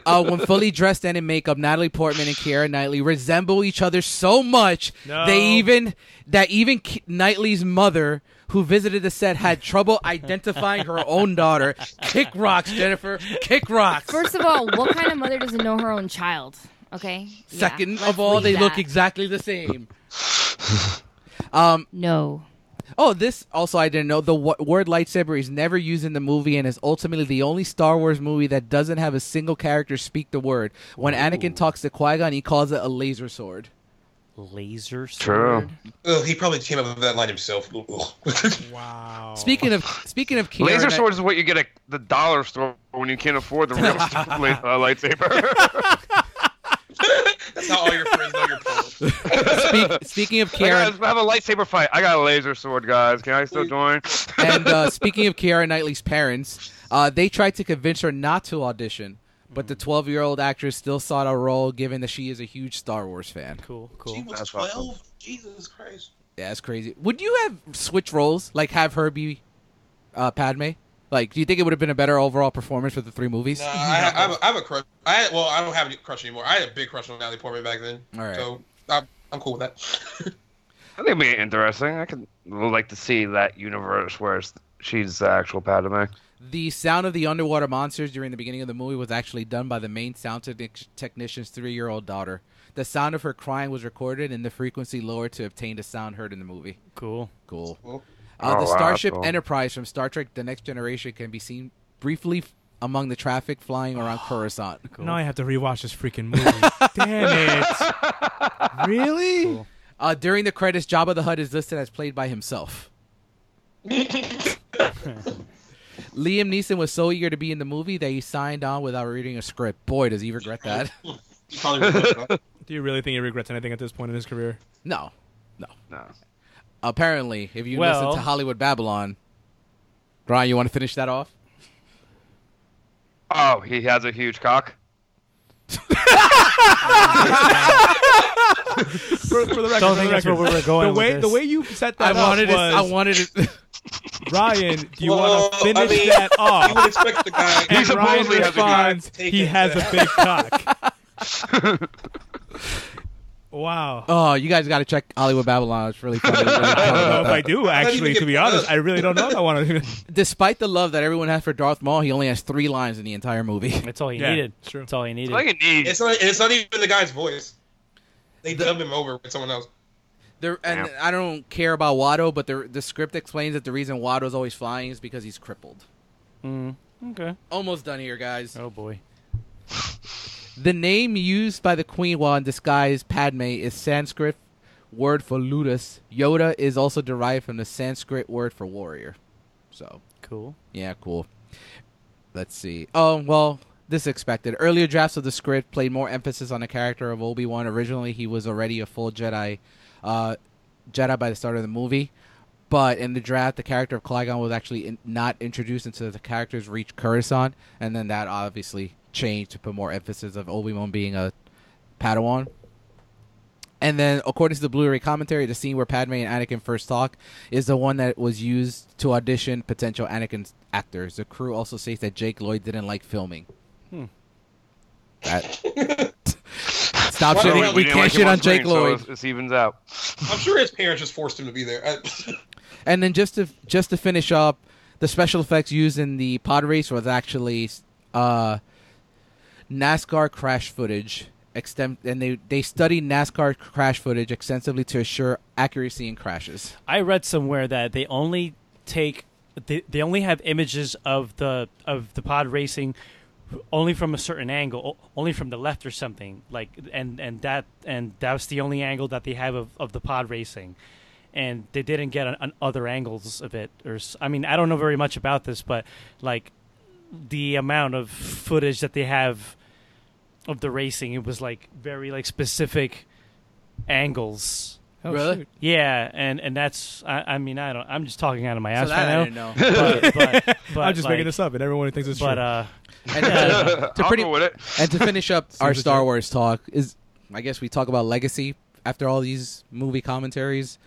[SPEAKER 1] uh, when fully dressed and in makeup, Natalie Portman and Keira Knightley resemble each other so much
[SPEAKER 3] No.
[SPEAKER 1] they even that even K- Knightley's mother, who visited the set, had trouble identifying her own daughter. Kick rocks, Jennifer. Kick rocks.
[SPEAKER 6] First of all, what kind of mother doesn't know her own child? Okay. Yeah,
[SPEAKER 1] Second
[SPEAKER 6] let's
[SPEAKER 1] of all,
[SPEAKER 6] leave
[SPEAKER 1] they look
[SPEAKER 6] that.
[SPEAKER 1] exactly the same.
[SPEAKER 6] No.
[SPEAKER 1] Oh, this also I didn't know. The w- word lightsaber is never used in the movie and is ultimately the only Star Wars movie that doesn't have a single character speak the word. When Anakin talks to Qui Gon, he calls it a laser sword.
[SPEAKER 2] Laser sword.
[SPEAKER 4] True.
[SPEAKER 5] Ugh, he probably came up with that line himself. Ugh.
[SPEAKER 3] Wow.
[SPEAKER 1] Speaking of speaking of Keira
[SPEAKER 4] Laser
[SPEAKER 1] Knight-
[SPEAKER 4] sword is what you get at the dollar store when you can't afford the real la- uh, lightsaber.
[SPEAKER 5] That's how all your friends know you're poor.
[SPEAKER 1] speak- speaking of
[SPEAKER 4] I
[SPEAKER 1] Keira
[SPEAKER 4] gotta have a lightsaber fight. I got a laser sword, guys. Can I still join?
[SPEAKER 1] and uh, speaking of Keira Knightley's parents, uh, they tried to convince her not to audition, but the 12-year-old actress still sought a role, given that she is a huge Star Wars fan.
[SPEAKER 2] Cool.
[SPEAKER 5] She
[SPEAKER 2] Cool.
[SPEAKER 5] was
[SPEAKER 4] That's awesome.
[SPEAKER 5] twelve. Jesus Christ.
[SPEAKER 1] Yeah, that's crazy. Would you have switched roles? Like have her be uh, Padme? Like, do you think it would have been a better overall performance for the three movies?
[SPEAKER 5] No, I, I, have, I have a crush. I had, well, I don't have a crush anymore. I had a big crush on Natalie Portman back then.
[SPEAKER 1] All right.
[SPEAKER 5] So I'm, I'm cool with that.
[SPEAKER 4] I think it'd be interesting. I could would like to see that universe where it's- she's the actual Padme.
[SPEAKER 1] The sound of the underwater monsters during the beginning of the movie was actually done by the main sound technic- technician's three-year-old daughter. The sound of her crying was recorded and the frequency lowered to obtain the sound heard in the movie.
[SPEAKER 2] Cool.
[SPEAKER 1] Cool.
[SPEAKER 5] Cool.
[SPEAKER 1] Uh,
[SPEAKER 4] Oh,
[SPEAKER 1] the
[SPEAKER 4] wow,
[SPEAKER 1] Starship
[SPEAKER 4] cool.
[SPEAKER 1] Enterprise from Star Trek: The Next Generation can be seen briefly f- among the traffic flying around Coruscant.
[SPEAKER 3] Now I have to rewatch this freaking movie. Damn it! Really?
[SPEAKER 1] Uh, during the credits, Jabba the Hutt is listed as played by himself. Liam Neeson was so eager to be in the movie that he signed on without reading a script. Boy, does he regret that.
[SPEAKER 5] You probably regret that.
[SPEAKER 3] Do you really think he regrets anything at this point in his career?
[SPEAKER 1] No, no.
[SPEAKER 4] No.
[SPEAKER 1] Apparently, if you
[SPEAKER 2] Well-
[SPEAKER 1] listen to Hollywood Babylon, Ryan, you want to finish that off?
[SPEAKER 4] Oh, he has a huge cock.
[SPEAKER 3] For,
[SPEAKER 2] Don't
[SPEAKER 3] for the record, for the
[SPEAKER 2] think that's where we
[SPEAKER 3] record.
[SPEAKER 2] were going
[SPEAKER 3] the
[SPEAKER 2] with
[SPEAKER 3] way
[SPEAKER 2] this.
[SPEAKER 3] the way you set
[SPEAKER 1] I
[SPEAKER 3] that up
[SPEAKER 1] wanted it.
[SPEAKER 3] was
[SPEAKER 1] I wanted it.
[SPEAKER 3] Ryan. Do you
[SPEAKER 5] Well,
[SPEAKER 3] want to finish
[SPEAKER 5] I mean-
[SPEAKER 3] that
[SPEAKER 5] You
[SPEAKER 3] off?
[SPEAKER 5] would expect the guy.
[SPEAKER 4] He
[SPEAKER 3] And Ryan
[SPEAKER 4] supposedly has a
[SPEAKER 3] responds,
[SPEAKER 5] big cock.
[SPEAKER 3] he has a big cock. wow.
[SPEAKER 1] Oh, you guys got to check Hollywood Babylon. It's really funny. Really funny
[SPEAKER 3] I don't know
[SPEAKER 1] about
[SPEAKER 3] if I
[SPEAKER 1] that.
[SPEAKER 3] do actually. To be honest, I really don't know if I want to.
[SPEAKER 1] Despite the love that everyone has for Darth Maul, he only has three lines in the entire movie.
[SPEAKER 2] That's all he
[SPEAKER 3] Yeah,
[SPEAKER 2] needed.
[SPEAKER 3] it's true.
[SPEAKER 2] That's all he needed.
[SPEAKER 4] All you need.
[SPEAKER 5] It's not. It's not even the guy's voice. They dubbed him over with someone else.
[SPEAKER 1] There, and
[SPEAKER 4] Yeah.
[SPEAKER 1] I don't care about Watto, but the the script explains that the reason Watto's always flying is because he's crippled.
[SPEAKER 2] okay.
[SPEAKER 1] Almost done here, guys.
[SPEAKER 2] Oh boy.
[SPEAKER 1] The name used by the Queen while in disguise, Padme, is Sanskrit word for lotus. Yoda is also derived from the Sanskrit word for warrior. So,
[SPEAKER 2] Cool.
[SPEAKER 1] yeah, cool. Let's see. Oh, well, this is expected. Earlier drafts of the script played more emphasis on the character of Obi Wan. Originally, he was already a full Jedi, uh, Jedi by the start of the movie. But in the draft, the character of Qui Gon was actually in, not introduced until the characters reached Coruscant, and then that obviously changed to put more emphasis of Obi Wan being a Padawan. And then, according to the Blu-ray commentary, the scene where Padme and Anakin first talk is the one that was used to audition potential Anakin actors. The crew also states that Jake Lloyd didn't like filming. That. Stop shitting.
[SPEAKER 5] Why don't
[SPEAKER 1] We,
[SPEAKER 5] we- we
[SPEAKER 1] can't shit on Jake Lloyd.
[SPEAKER 4] This evens out.
[SPEAKER 5] I'm sure his parents just forced him to be there. I-
[SPEAKER 1] And then just to just to finish up, the special effects used in the pod race was actually uh, NASCAR crash footage. Extem- and they they studied NASCAR crash footage extensively to assure accuracy in crashes.
[SPEAKER 2] I read somewhere that they only take they, they only have images of the of the pod racing only from a certain angle, o- only from the left or something. Like and and that and that was the only angle that they have of, of the pod racing. And they didn't get on, on other angles of it, or s- I mean, I don't know very much about this, but like the amount of footage that they have of the racing, it was like very like specific angles.
[SPEAKER 3] Oh,
[SPEAKER 1] Really?
[SPEAKER 3] shoot.
[SPEAKER 2] Yeah, and and that's I, I mean I don't I'm just talking out of my ass
[SPEAKER 1] So that I
[SPEAKER 2] right
[SPEAKER 1] didn't
[SPEAKER 2] now.
[SPEAKER 1] know.
[SPEAKER 2] But, but, but
[SPEAKER 3] I'm just
[SPEAKER 2] like,
[SPEAKER 3] making this up, and everyone thinks it's
[SPEAKER 2] But
[SPEAKER 3] true.
[SPEAKER 2] uh,
[SPEAKER 1] and to, to
[SPEAKER 4] I'll
[SPEAKER 1] pretty
[SPEAKER 4] go with it.
[SPEAKER 1] and to finish up our
[SPEAKER 3] as a
[SPEAKER 1] Star
[SPEAKER 3] joke.
[SPEAKER 1] Wars talk is, I guess we talk about legacy after all these movie commentaries.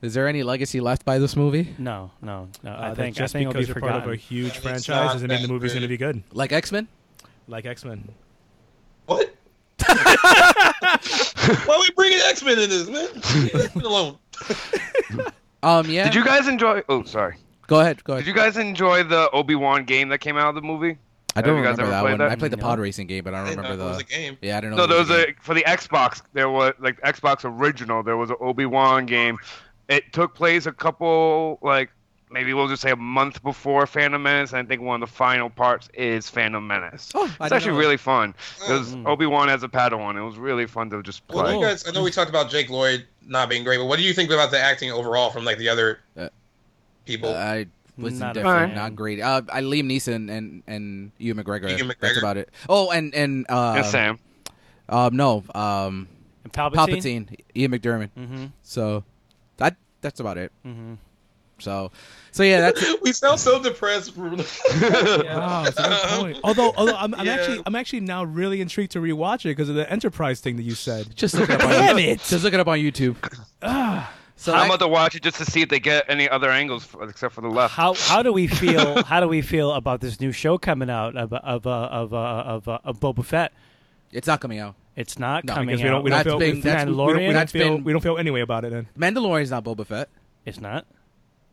[SPEAKER 1] Is there any legacy left by this movie?
[SPEAKER 2] no, no, no.
[SPEAKER 3] Uh,
[SPEAKER 2] I
[SPEAKER 3] that
[SPEAKER 2] think
[SPEAKER 3] just
[SPEAKER 2] I think it'll
[SPEAKER 3] because
[SPEAKER 2] be
[SPEAKER 3] you're
[SPEAKER 2] forgotten.
[SPEAKER 3] part of a huge
[SPEAKER 5] It's
[SPEAKER 3] franchise
[SPEAKER 5] not
[SPEAKER 3] doesn't mean the
[SPEAKER 5] that
[SPEAKER 3] movie's going to be good.
[SPEAKER 1] Like X Men?
[SPEAKER 3] Like X Men.
[SPEAKER 5] what? Why we bringing X Men in this man? Leave X-Men alone.
[SPEAKER 1] Um, yeah.
[SPEAKER 4] Did you guys enjoy? Oh, sorry.
[SPEAKER 1] go ahead? Go ahead.
[SPEAKER 4] Did you guys enjoy the Obi Wan game that came out of the movie?
[SPEAKER 1] I don't
[SPEAKER 4] Have you guys
[SPEAKER 1] remember
[SPEAKER 4] ever
[SPEAKER 1] that
[SPEAKER 4] played
[SPEAKER 1] one.
[SPEAKER 4] that?
[SPEAKER 1] I played the
[SPEAKER 2] No.
[SPEAKER 1] pod racing game, but I
[SPEAKER 5] I
[SPEAKER 1] don't
[SPEAKER 5] didn't know
[SPEAKER 1] remember
[SPEAKER 5] it
[SPEAKER 1] the.
[SPEAKER 5] was a game.
[SPEAKER 1] Yeah, I don't know.
[SPEAKER 4] No,
[SPEAKER 1] the
[SPEAKER 4] there was
[SPEAKER 1] game.
[SPEAKER 4] a for the Xbox. There was like the Xbox original. There was an Obi Wan game. It took place a couple like maybe we'll just say a month before Phantom Menace. And I think one of the final parts is Phantom Menace.
[SPEAKER 1] Oh, I
[SPEAKER 4] it's
[SPEAKER 1] didn't
[SPEAKER 4] actually
[SPEAKER 1] know. Mm.
[SPEAKER 4] really fun because Obi Wan as a Padawan. It was really fun to just
[SPEAKER 5] Well,
[SPEAKER 4] play.
[SPEAKER 5] you guys, I know we talked about Jake Lloyd not being great, but what do you think about the acting overall from like the other
[SPEAKER 1] Uh,
[SPEAKER 5] people?
[SPEAKER 1] I was
[SPEAKER 2] Not a
[SPEAKER 1] indifferent,
[SPEAKER 2] fan.
[SPEAKER 1] not great. Uh, I Liam Neeson and and Ewan McGregor.
[SPEAKER 5] Ewan
[SPEAKER 1] That's
[SPEAKER 5] McGregor.
[SPEAKER 1] about it. Oh, and and uh,
[SPEAKER 4] and Sam.
[SPEAKER 1] um, no, um,
[SPEAKER 2] And Palpatine.
[SPEAKER 1] Palpatine, Ian McDermott.
[SPEAKER 2] Mm-hmm.
[SPEAKER 1] So that that's about it.
[SPEAKER 2] Mm-hmm.
[SPEAKER 1] So so yeah, that's
[SPEAKER 5] we sound so depressed.
[SPEAKER 3] Oh, that's a good point. Although, although I'm, I'm
[SPEAKER 5] Yeah.
[SPEAKER 3] actually, I'm actually now really intrigued to rewatch it because of the Enterprise thing that you said.
[SPEAKER 1] just look it up on
[SPEAKER 3] Damn
[SPEAKER 1] YouTube.
[SPEAKER 3] it.
[SPEAKER 1] Just look it up on YouTube. so
[SPEAKER 4] I'm
[SPEAKER 1] that-
[SPEAKER 4] about to watch it just to see if they get any other angles f- except for the left.
[SPEAKER 2] How how do we feel? how do we feel about this new show coming out of of uh, of uh, of, uh, of Boba Fett?
[SPEAKER 1] it's not coming out.
[SPEAKER 2] It's not
[SPEAKER 1] No,
[SPEAKER 2] coming
[SPEAKER 3] Because
[SPEAKER 2] out.
[SPEAKER 3] we don't, we don't
[SPEAKER 1] That's
[SPEAKER 3] feel,
[SPEAKER 1] been-
[SPEAKER 3] we,
[SPEAKER 1] that's-
[SPEAKER 3] we don't, we don't
[SPEAKER 1] that's
[SPEAKER 3] feel,
[SPEAKER 1] been-
[SPEAKER 3] we don't feel anyway about it. Then
[SPEAKER 1] Mandalorian's not Boba Fett.
[SPEAKER 2] it's not.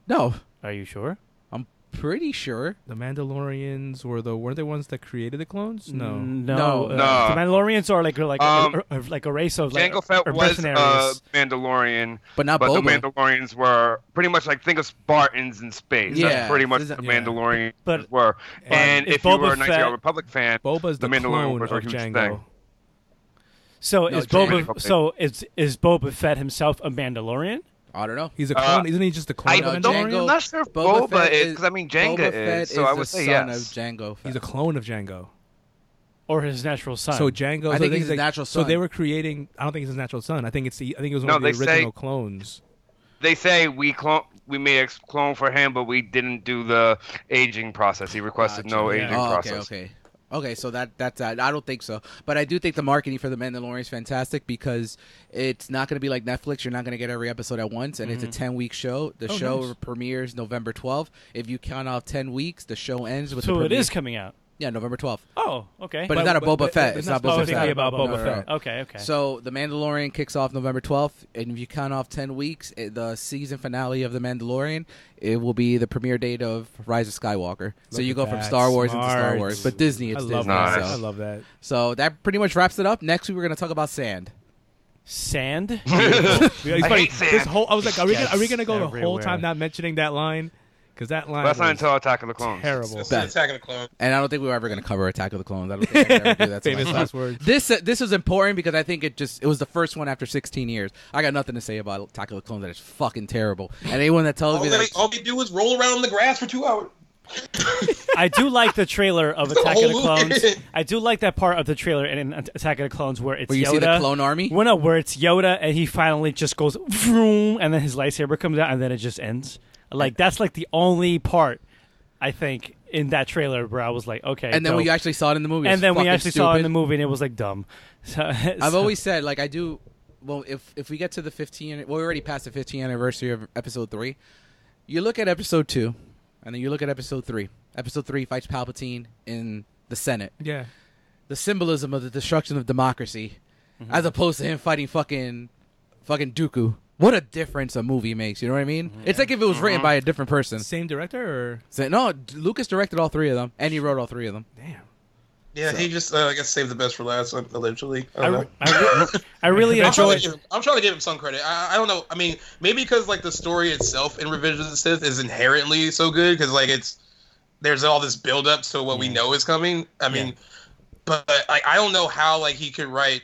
[SPEAKER 1] No,
[SPEAKER 2] Are you sure?
[SPEAKER 1] I'm pretty sure.
[SPEAKER 3] the Mandalorians were the weren't they ones that created the clones? No.
[SPEAKER 2] no.
[SPEAKER 1] No.
[SPEAKER 2] uh,
[SPEAKER 4] No.
[SPEAKER 2] The Mandalorians are like are like
[SPEAKER 4] Um,
[SPEAKER 2] are- are like a race of like
[SPEAKER 4] Jango Fett
[SPEAKER 2] or
[SPEAKER 4] was uh,
[SPEAKER 2] mercenaries.
[SPEAKER 4] a Mandalorian,
[SPEAKER 1] But not
[SPEAKER 4] but the
[SPEAKER 1] Boba.
[SPEAKER 4] Mandalorians were pretty much like think of Spartans in space.
[SPEAKER 1] Yeah,
[SPEAKER 4] That's pretty much
[SPEAKER 1] isn't-
[SPEAKER 4] the
[SPEAKER 1] yeah.
[SPEAKER 4] Mandalorians
[SPEAKER 2] But-
[SPEAKER 4] were. and
[SPEAKER 2] if
[SPEAKER 4] if you
[SPEAKER 2] Boba
[SPEAKER 4] were a 19
[SPEAKER 2] Fett-
[SPEAKER 4] Republic fan,
[SPEAKER 3] Boba's the,
[SPEAKER 4] the Mandalorian
[SPEAKER 3] clone
[SPEAKER 4] was
[SPEAKER 3] of
[SPEAKER 4] a huge
[SPEAKER 3] Jango.
[SPEAKER 4] thing.
[SPEAKER 2] So
[SPEAKER 1] No,
[SPEAKER 2] is
[SPEAKER 1] Jango
[SPEAKER 2] Boba
[SPEAKER 4] Fett.
[SPEAKER 2] so is is Boba Fett himself a Mandalorian?
[SPEAKER 1] I don't know.
[SPEAKER 3] He's a
[SPEAKER 4] Uh,
[SPEAKER 3] clone, isn't he? Just a clone
[SPEAKER 4] I
[SPEAKER 3] of a
[SPEAKER 1] don't
[SPEAKER 4] don't.
[SPEAKER 3] Mandalorian.
[SPEAKER 1] Jango-
[SPEAKER 4] I'm not sure if
[SPEAKER 1] Boba
[SPEAKER 4] Boba,
[SPEAKER 1] Fett
[SPEAKER 4] is
[SPEAKER 1] is-
[SPEAKER 4] because I mean Jango
[SPEAKER 1] Boba
[SPEAKER 4] is,
[SPEAKER 1] Fett
[SPEAKER 4] so
[SPEAKER 1] is
[SPEAKER 4] I
[SPEAKER 1] the
[SPEAKER 4] would say
[SPEAKER 1] son
[SPEAKER 4] yes.
[SPEAKER 1] of Jango. Fett.
[SPEAKER 3] He's a clone of Jango.
[SPEAKER 2] Or his natural son.
[SPEAKER 3] So Jango.
[SPEAKER 1] I
[SPEAKER 3] so
[SPEAKER 1] think
[SPEAKER 3] they-
[SPEAKER 1] he's his
[SPEAKER 3] they-
[SPEAKER 1] natural
[SPEAKER 3] So they
[SPEAKER 1] son.
[SPEAKER 3] were creating. I don't think it's his natural son. I think it's. The, I think it was one
[SPEAKER 4] No,
[SPEAKER 3] of the
[SPEAKER 4] they say-
[SPEAKER 3] original clones.
[SPEAKER 4] they say we clone, we made a clone for him, but we didn't do the aging process. He requested no
[SPEAKER 1] Gotcha.
[SPEAKER 4] aging
[SPEAKER 1] oh,
[SPEAKER 4] process.
[SPEAKER 1] Okay, okay. Okay, so that that's that. I don't think so, but I do think the marketing for the Mandalorian is fantastic because it's not going to be like Netflix. You're not going to get every episode at once, and
[SPEAKER 4] Mm-hmm.
[SPEAKER 1] it's a ten week show. The
[SPEAKER 3] Oh,
[SPEAKER 1] show
[SPEAKER 3] nice.
[SPEAKER 1] premieres November 12th. If you count out ten weeks, the show ends with
[SPEAKER 2] so
[SPEAKER 1] the
[SPEAKER 2] it
[SPEAKER 1] premiere.
[SPEAKER 2] is coming out.
[SPEAKER 1] yeah November 12th.
[SPEAKER 2] Oh, okay.
[SPEAKER 1] But it's not a Boba
[SPEAKER 3] but-
[SPEAKER 1] Fett.
[SPEAKER 3] but
[SPEAKER 1] It's
[SPEAKER 3] that's
[SPEAKER 1] not
[SPEAKER 2] oh,
[SPEAKER 1] Boba
[SPEAKER 2] it's gonna
[SPEAKER 1] Fett.
[SPEAKER 2] be about
[SPEAKER 1] No,
[SPEAKER 2] Boba
[SPEAKER 1] no, no.
[SPEAKER 2] Fett. Okay, okay.
[SPEAKER 1] So the Mandalorian kicks off November 12th, and if you count off 10 weeks, eh, the season finale of the Mandalorian, it will be the premiere date of Rise of Skywalker. so
[SPEAKER 3] Look
[SPEAKER 1] you
[SPEAKER 3] at
[SPEAKER 1] go from
[SPEAKER 3] that.
[SPEAKER 1] Star Wars into Star
[SPEAKER 3] Smart.
[SPEAKER 1] Wars, but Disney,
[SPEAKER 3] I
[SPEAKER 1] it's
[SPEAKER 3] love
[SPEAKER 1] Disney.
[SPEAKER 3] that.
[SPEAKER 4] Nice.
[SPEAKER 3] I
[SPEAKER 1] So.
[SPEAKER 3] love that.
[SPEAKER 1] so that pretty much wraps it up. Next week we're gonna talk about sand.
[SPEAKER 2] sand.
[SPEAKER 3] Yeah, it's
[SPEAKER 4] I
[SPEAKER 3] funny.
[SPEAKER 4] hate sand.
[SPEAKER 3] This whole I was like, are we
[SPEAKER 2] Yes,
[SPEAKER 3] gonna, are we gonna go the whole
[SPEAKER 2] everywhere.
[SPEAKER 3] time not mentioning that line? Because that line
[SPEAKER 4] That's not
[SPEAKER 3] was
[SPEAKER 4] until Attack of the Clones.
[SPEAKER 3] terrible.
[SPEAKER 5] It's
[SPEAKER 1] Bad.
[SPEAKER 5] Attack of the Clone.
[SPEAKER 1] And I don't think we were ever going to cover Attack of the Clones. I don't think I ever do that. to
[SPEAKER 3] Famous
[SPEAKER 1] myself.
[SPEAKER 3] last words.
[SPEAKER 1] This uh, this is important because I think it just it was the first one after 16 years. I got nothing to say about Attack of the Clones. That is fucking terrible. And anyone that tells
[SPEAKER 5] All
[SPEAKER 1] me
[SPEAKER 5] they,
[SPEAKER 1] that
[SPEAKER 5] all they do is roll around in the grass for two hours.
[SPEAKER 2] I do like the trailer of Attack of the
[SPEAKER 5] whole
[SPEAKER 2] Clones.
[SPEAKER 5] movie.
[SPEAKER 2] I do like that part of the trailer in in Attack of the Clones where it's
[SPEAKER 1] Where you
[SPEAKER 2] Yoda.
[SPEAKER 1] see the clone army?
[SPEAKER 2] Well, no, where it's Yoda and he finally just goes vroom, and then his lightsaber comes out, and then it just ends. Like that's like the only part I think in that trailer where I was like, okay.
[SPEAKER 1] and then
[SPEAKER 2] dope.
[SPEAKER 1] we actually saw it in the movie.
[SPEAKER 2] and
[SPEAKER 1] It's
[SPEAKER 2] then we
[SPEAKER 1] fucking
[SPEAKER 2] actually saw it in
[SPEAKER 1] stupid.
[SPEAKER 2] the movie, and it was like dumb. So,
[SPEAKER 1] I've always said like I do. Well, if if we get to the 15, well, we already passed the 15th anniversary of episode three. You look at episode two, and then you look at episode three. Episode three fights Palpatine in the Senate.
[SPEAKER 3] Yeah.
[SPEAKER 1] The symbolism of the destruction of democracy, as opposed to him fighting fucking, fucking Dooku. What a difference a movie makes. You know what I mean? It's like if it was written by a different person.
[SPEAKER 3] Same director or
[SPEAKER 1] So, no, Lucas directed all three of them, and he wrote all three of them.
[SPEAKER 3] damn.
[SPEAKER 5] Yeah, he just uh, I guess saved the best for last. Allegedly, I
[SPEAKER 2] I,
[SPEAKER 5] don't
[SPEAKER 2] re-
[SPEAKER 5] know.
[SPEAKER 2] I, re- I really
[SPEAKER 5] I'm trying,
[SPEAKER 2] enjoyed.
[SPEAKER 5] to give him, I'm trying to give him some credit. I, I don't know. I mean, maybe because like the story itself in Revenge of the Sith is inherently so good because like it's there's all this build up to what we know is coming. I mean, but like I don't know how like he could write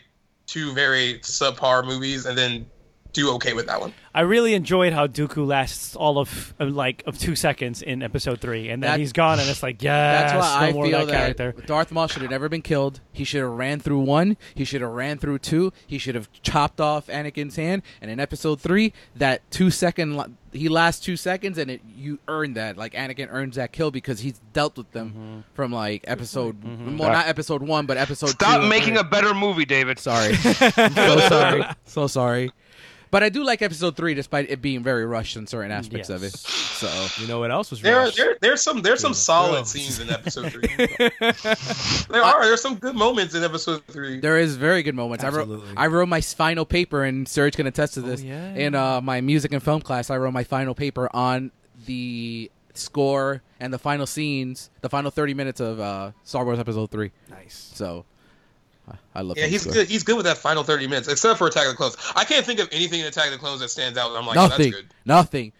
[SPEAKER 5] two very subpar movies and then do okay with that one.
[SPEAKER 2] I really enjoyed how Dooku lasts all of uh, like of two seconds in Episode Three, and then
[SPEAKER 1] That-
[SPEAKER 2] he's gone, and it's like, yeah,
[SPEAKER 1] That's why
[SPEAKER 2] no
[SPEAKER 1] I
[SPEAKER 2] more
[SPEAKER 1] feel
[SPEAKER 2] of that
[SPEAKER 1] that,
[SPEAKER 2] character.
[SPEAKER 1] Darth Maul should have never been killed. He should have ran through one. He should have ran through two. He should have chopped off Anakin's hand. And in Episode three, that two second li- he lasts two seconds, and it you earn that. Like Anakin earns that kill because he's dealt with them
[SPEAKER 2] Mm-hmm.
[SPEAKER 1] from like Episode well, not Episode one, but Episode.
[SPEAKER 4] Stop
[SPEAKER 1] two.
[SPEAKER 4] making a better movie, David.
[SPEAKER 1] Sorry, I'm so sorry, so sorry. But I do like Episode three, despite it being very rushed in certain aspects of it.
[SPEAKER 2] Yes.
[SPEAKER 1] So
[SPEAKER 3] You know what else was
[SPEAKER 5] There,
[SPEAKER 3] rushed?
[SPEAKER 5] there, there's some, there's some
[SPEAKER 1] Oh.
[SPEAKER 5] solid scenes in episode three. there are, there's some good moments in episode three.
[SPEAKER 1] There is very good moments.
[SPEAKER 3] Absolutely. Oh,
[SPEAKER 1] I wrote I wrote my final paper, and Serge can attest to this.
[SPEAKER 2] yeah.
[SPEAKER 1] In uh, my music and film class, I wrote my final paper on the score and the final scenes, the final thirty minutes of uh, Star Wars Episode Three.
[SPEAKER 3] nice.
[SPEAKER 1] So, I- I love.
[SPEAKER 5] Yeah,
[SPEAKER 1] that
[SPEAKER 5] he's
[SPEAKER 1] score.
[SPEAKER 5] good. He's good with that final thirty minutes, except for Attack of the Clones. I can't think of anything in Attack of the Clones that stands out. And I'm like, oh,
[SPEAKER 1] nothing, nothing.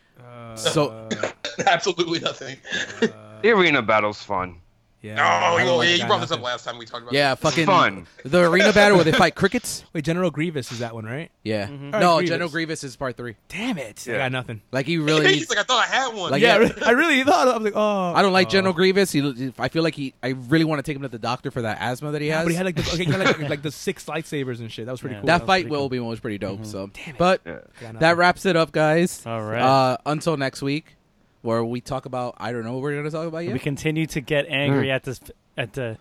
[SPEAKER 1] so
[SPEAKER 5] that's good. Absolutely nothing.
[SPEAKER 4] The arena battle's fun.
[SPEAKER 3] Yeah.
[SPEAKER 5] oh,
[SPEAKER 3] Oh, I
[SPEAKER 5] you,
[SPEAKER 3] don't like
[SPEAKER 5] yeah, you
[SPEAKER 3] that
[SPEAKER 5] brought this up
[SPEAKER 3] nothing.
[SPEAKER 5] last time we talked about.
[SPEAKER 1] yeah,
[SPEAKER 5] it.
[SPEAKER 1] fucking
[SPEAKER 4] Fun.
[SPEAKER 1] The arena battle where they fight crickets.
[SPEAKER 3] Wait, General Grievous is that one, right?
[SPEAKER 1] Yeah, no,
[SPEAKER 3] Mm-hmm. All right,
[SPEAKER 1] General
[SPEAKER 3] Grievous.
[SPEAKER 1] Grievous is part three.
[SPEAKER 3] Damn it. I
[SPEAKER 4] Yeah.
[SPEAKER 3] got nothing.
[SPEAKER 1] Like he really.
[SPEAKER 5] he's like, I thought I had one.
[SPEAKER 1] Like,
[SPEAKER 5] yeah,
[SPEAKER 3] Yeah, I
[SPEAKER 1] Yeah.
[SPEAKER 3] really- I really thought I was like, oh.
[SPEAKER 1] I don't like
[SPEAKER 3] oh.
[SPEAKER 1] General Grievous. He, I feel like he. I really want to take him to the doctor for that asthma that he has.
[SPEAKER 3] But he had like the, okay, he had like, like the six lightsabers and shit. That was pretty
[SPEAKER 2] Yeah.
[SPEAKER 3] cool.
[SPEAKER 1] that
[SPEAKER 3] was
[SPEAKER 1] fight
[SPEAKER 3] pretty
[SPEAKER 1] with
[SPEAKER 3] cool.
[SPEAKER 1] Obi Wan was pretty dope. So, but
[SPEAKER 4] Yeah.
[SPEAKER 3] Yeah,
[SPEAKER 1] that
[SPEAKER 3] nothing.
[SPEAKER 1] wraps it up, guys.
[SPEAKER 2] Mm-hmm. All right.
[SPEAKER 1] Uh, until next week, where we talk about I don't know what we're gonna talk about yet.
[SPEAKER 2] We
[SPEAKER 1] We,
[SPEAKER 2] continue to get angry at this at the.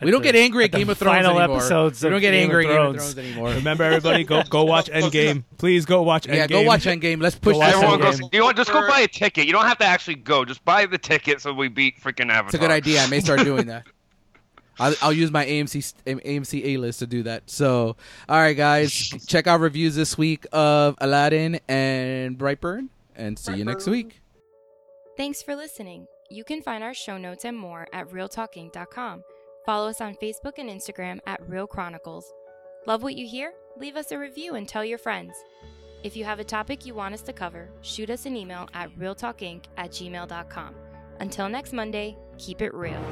[SPEAKER 2] at
[SPEAKER 1] don't
[SPEAKER 2] the-
[SPEAKER 1] get angry at
[SPEAKER 2] the
[SPEAKER 1] Game of Thrones
[SPEAKER 2] final
[SPEAKER 1] anymore.
[SPEAKER 2] episodes
[SPEAKER 1] we
[SPEAKER 2] of
[SPEAKER 1] don't get
[SPEAKER 2] Game of
[SPEAKER 1] angry at Game of
[SPEAKER 2] Thrones.
[SPEAKER 1] Thrones anymore.
[SPEAKER 3] Remember, everybody, go go watch Endgame. Please go watch Endgame.
[SPEAKER 1] yeah, go watch Endgame. Let's push
[SPEAKER 2] Go watch
[SPEAKER 1] this
[SPEAKER 4] Everyone
[SPEAKER 1] whole
[SPEAKER 4] goes.
[SPEAKER 1] game.
[SPEAKER 4] You know what? Just go buy a ticket. You don't have to actually go. Just buy the ticket so we beat freaking Avatar.
[SPEAKER 1] It's a good idea. I may start doing that. I'll, I'll use my AMC st- AMC A list to do that. So, all right, guys, check out reviews this week of Aladdin and Brightburn, and see you next week.
[SPEAKER 6] Thanks for listening. You can find our show notes and more at realtalking.com. Follow us on Facebook and Instagram at Real Chronicles. Love what you hear? Leave us a review and tell your friends. If you have a topic you want us to cover, shoot us an email at realtalkinc at gmail.com. Until next Monday, keep it real.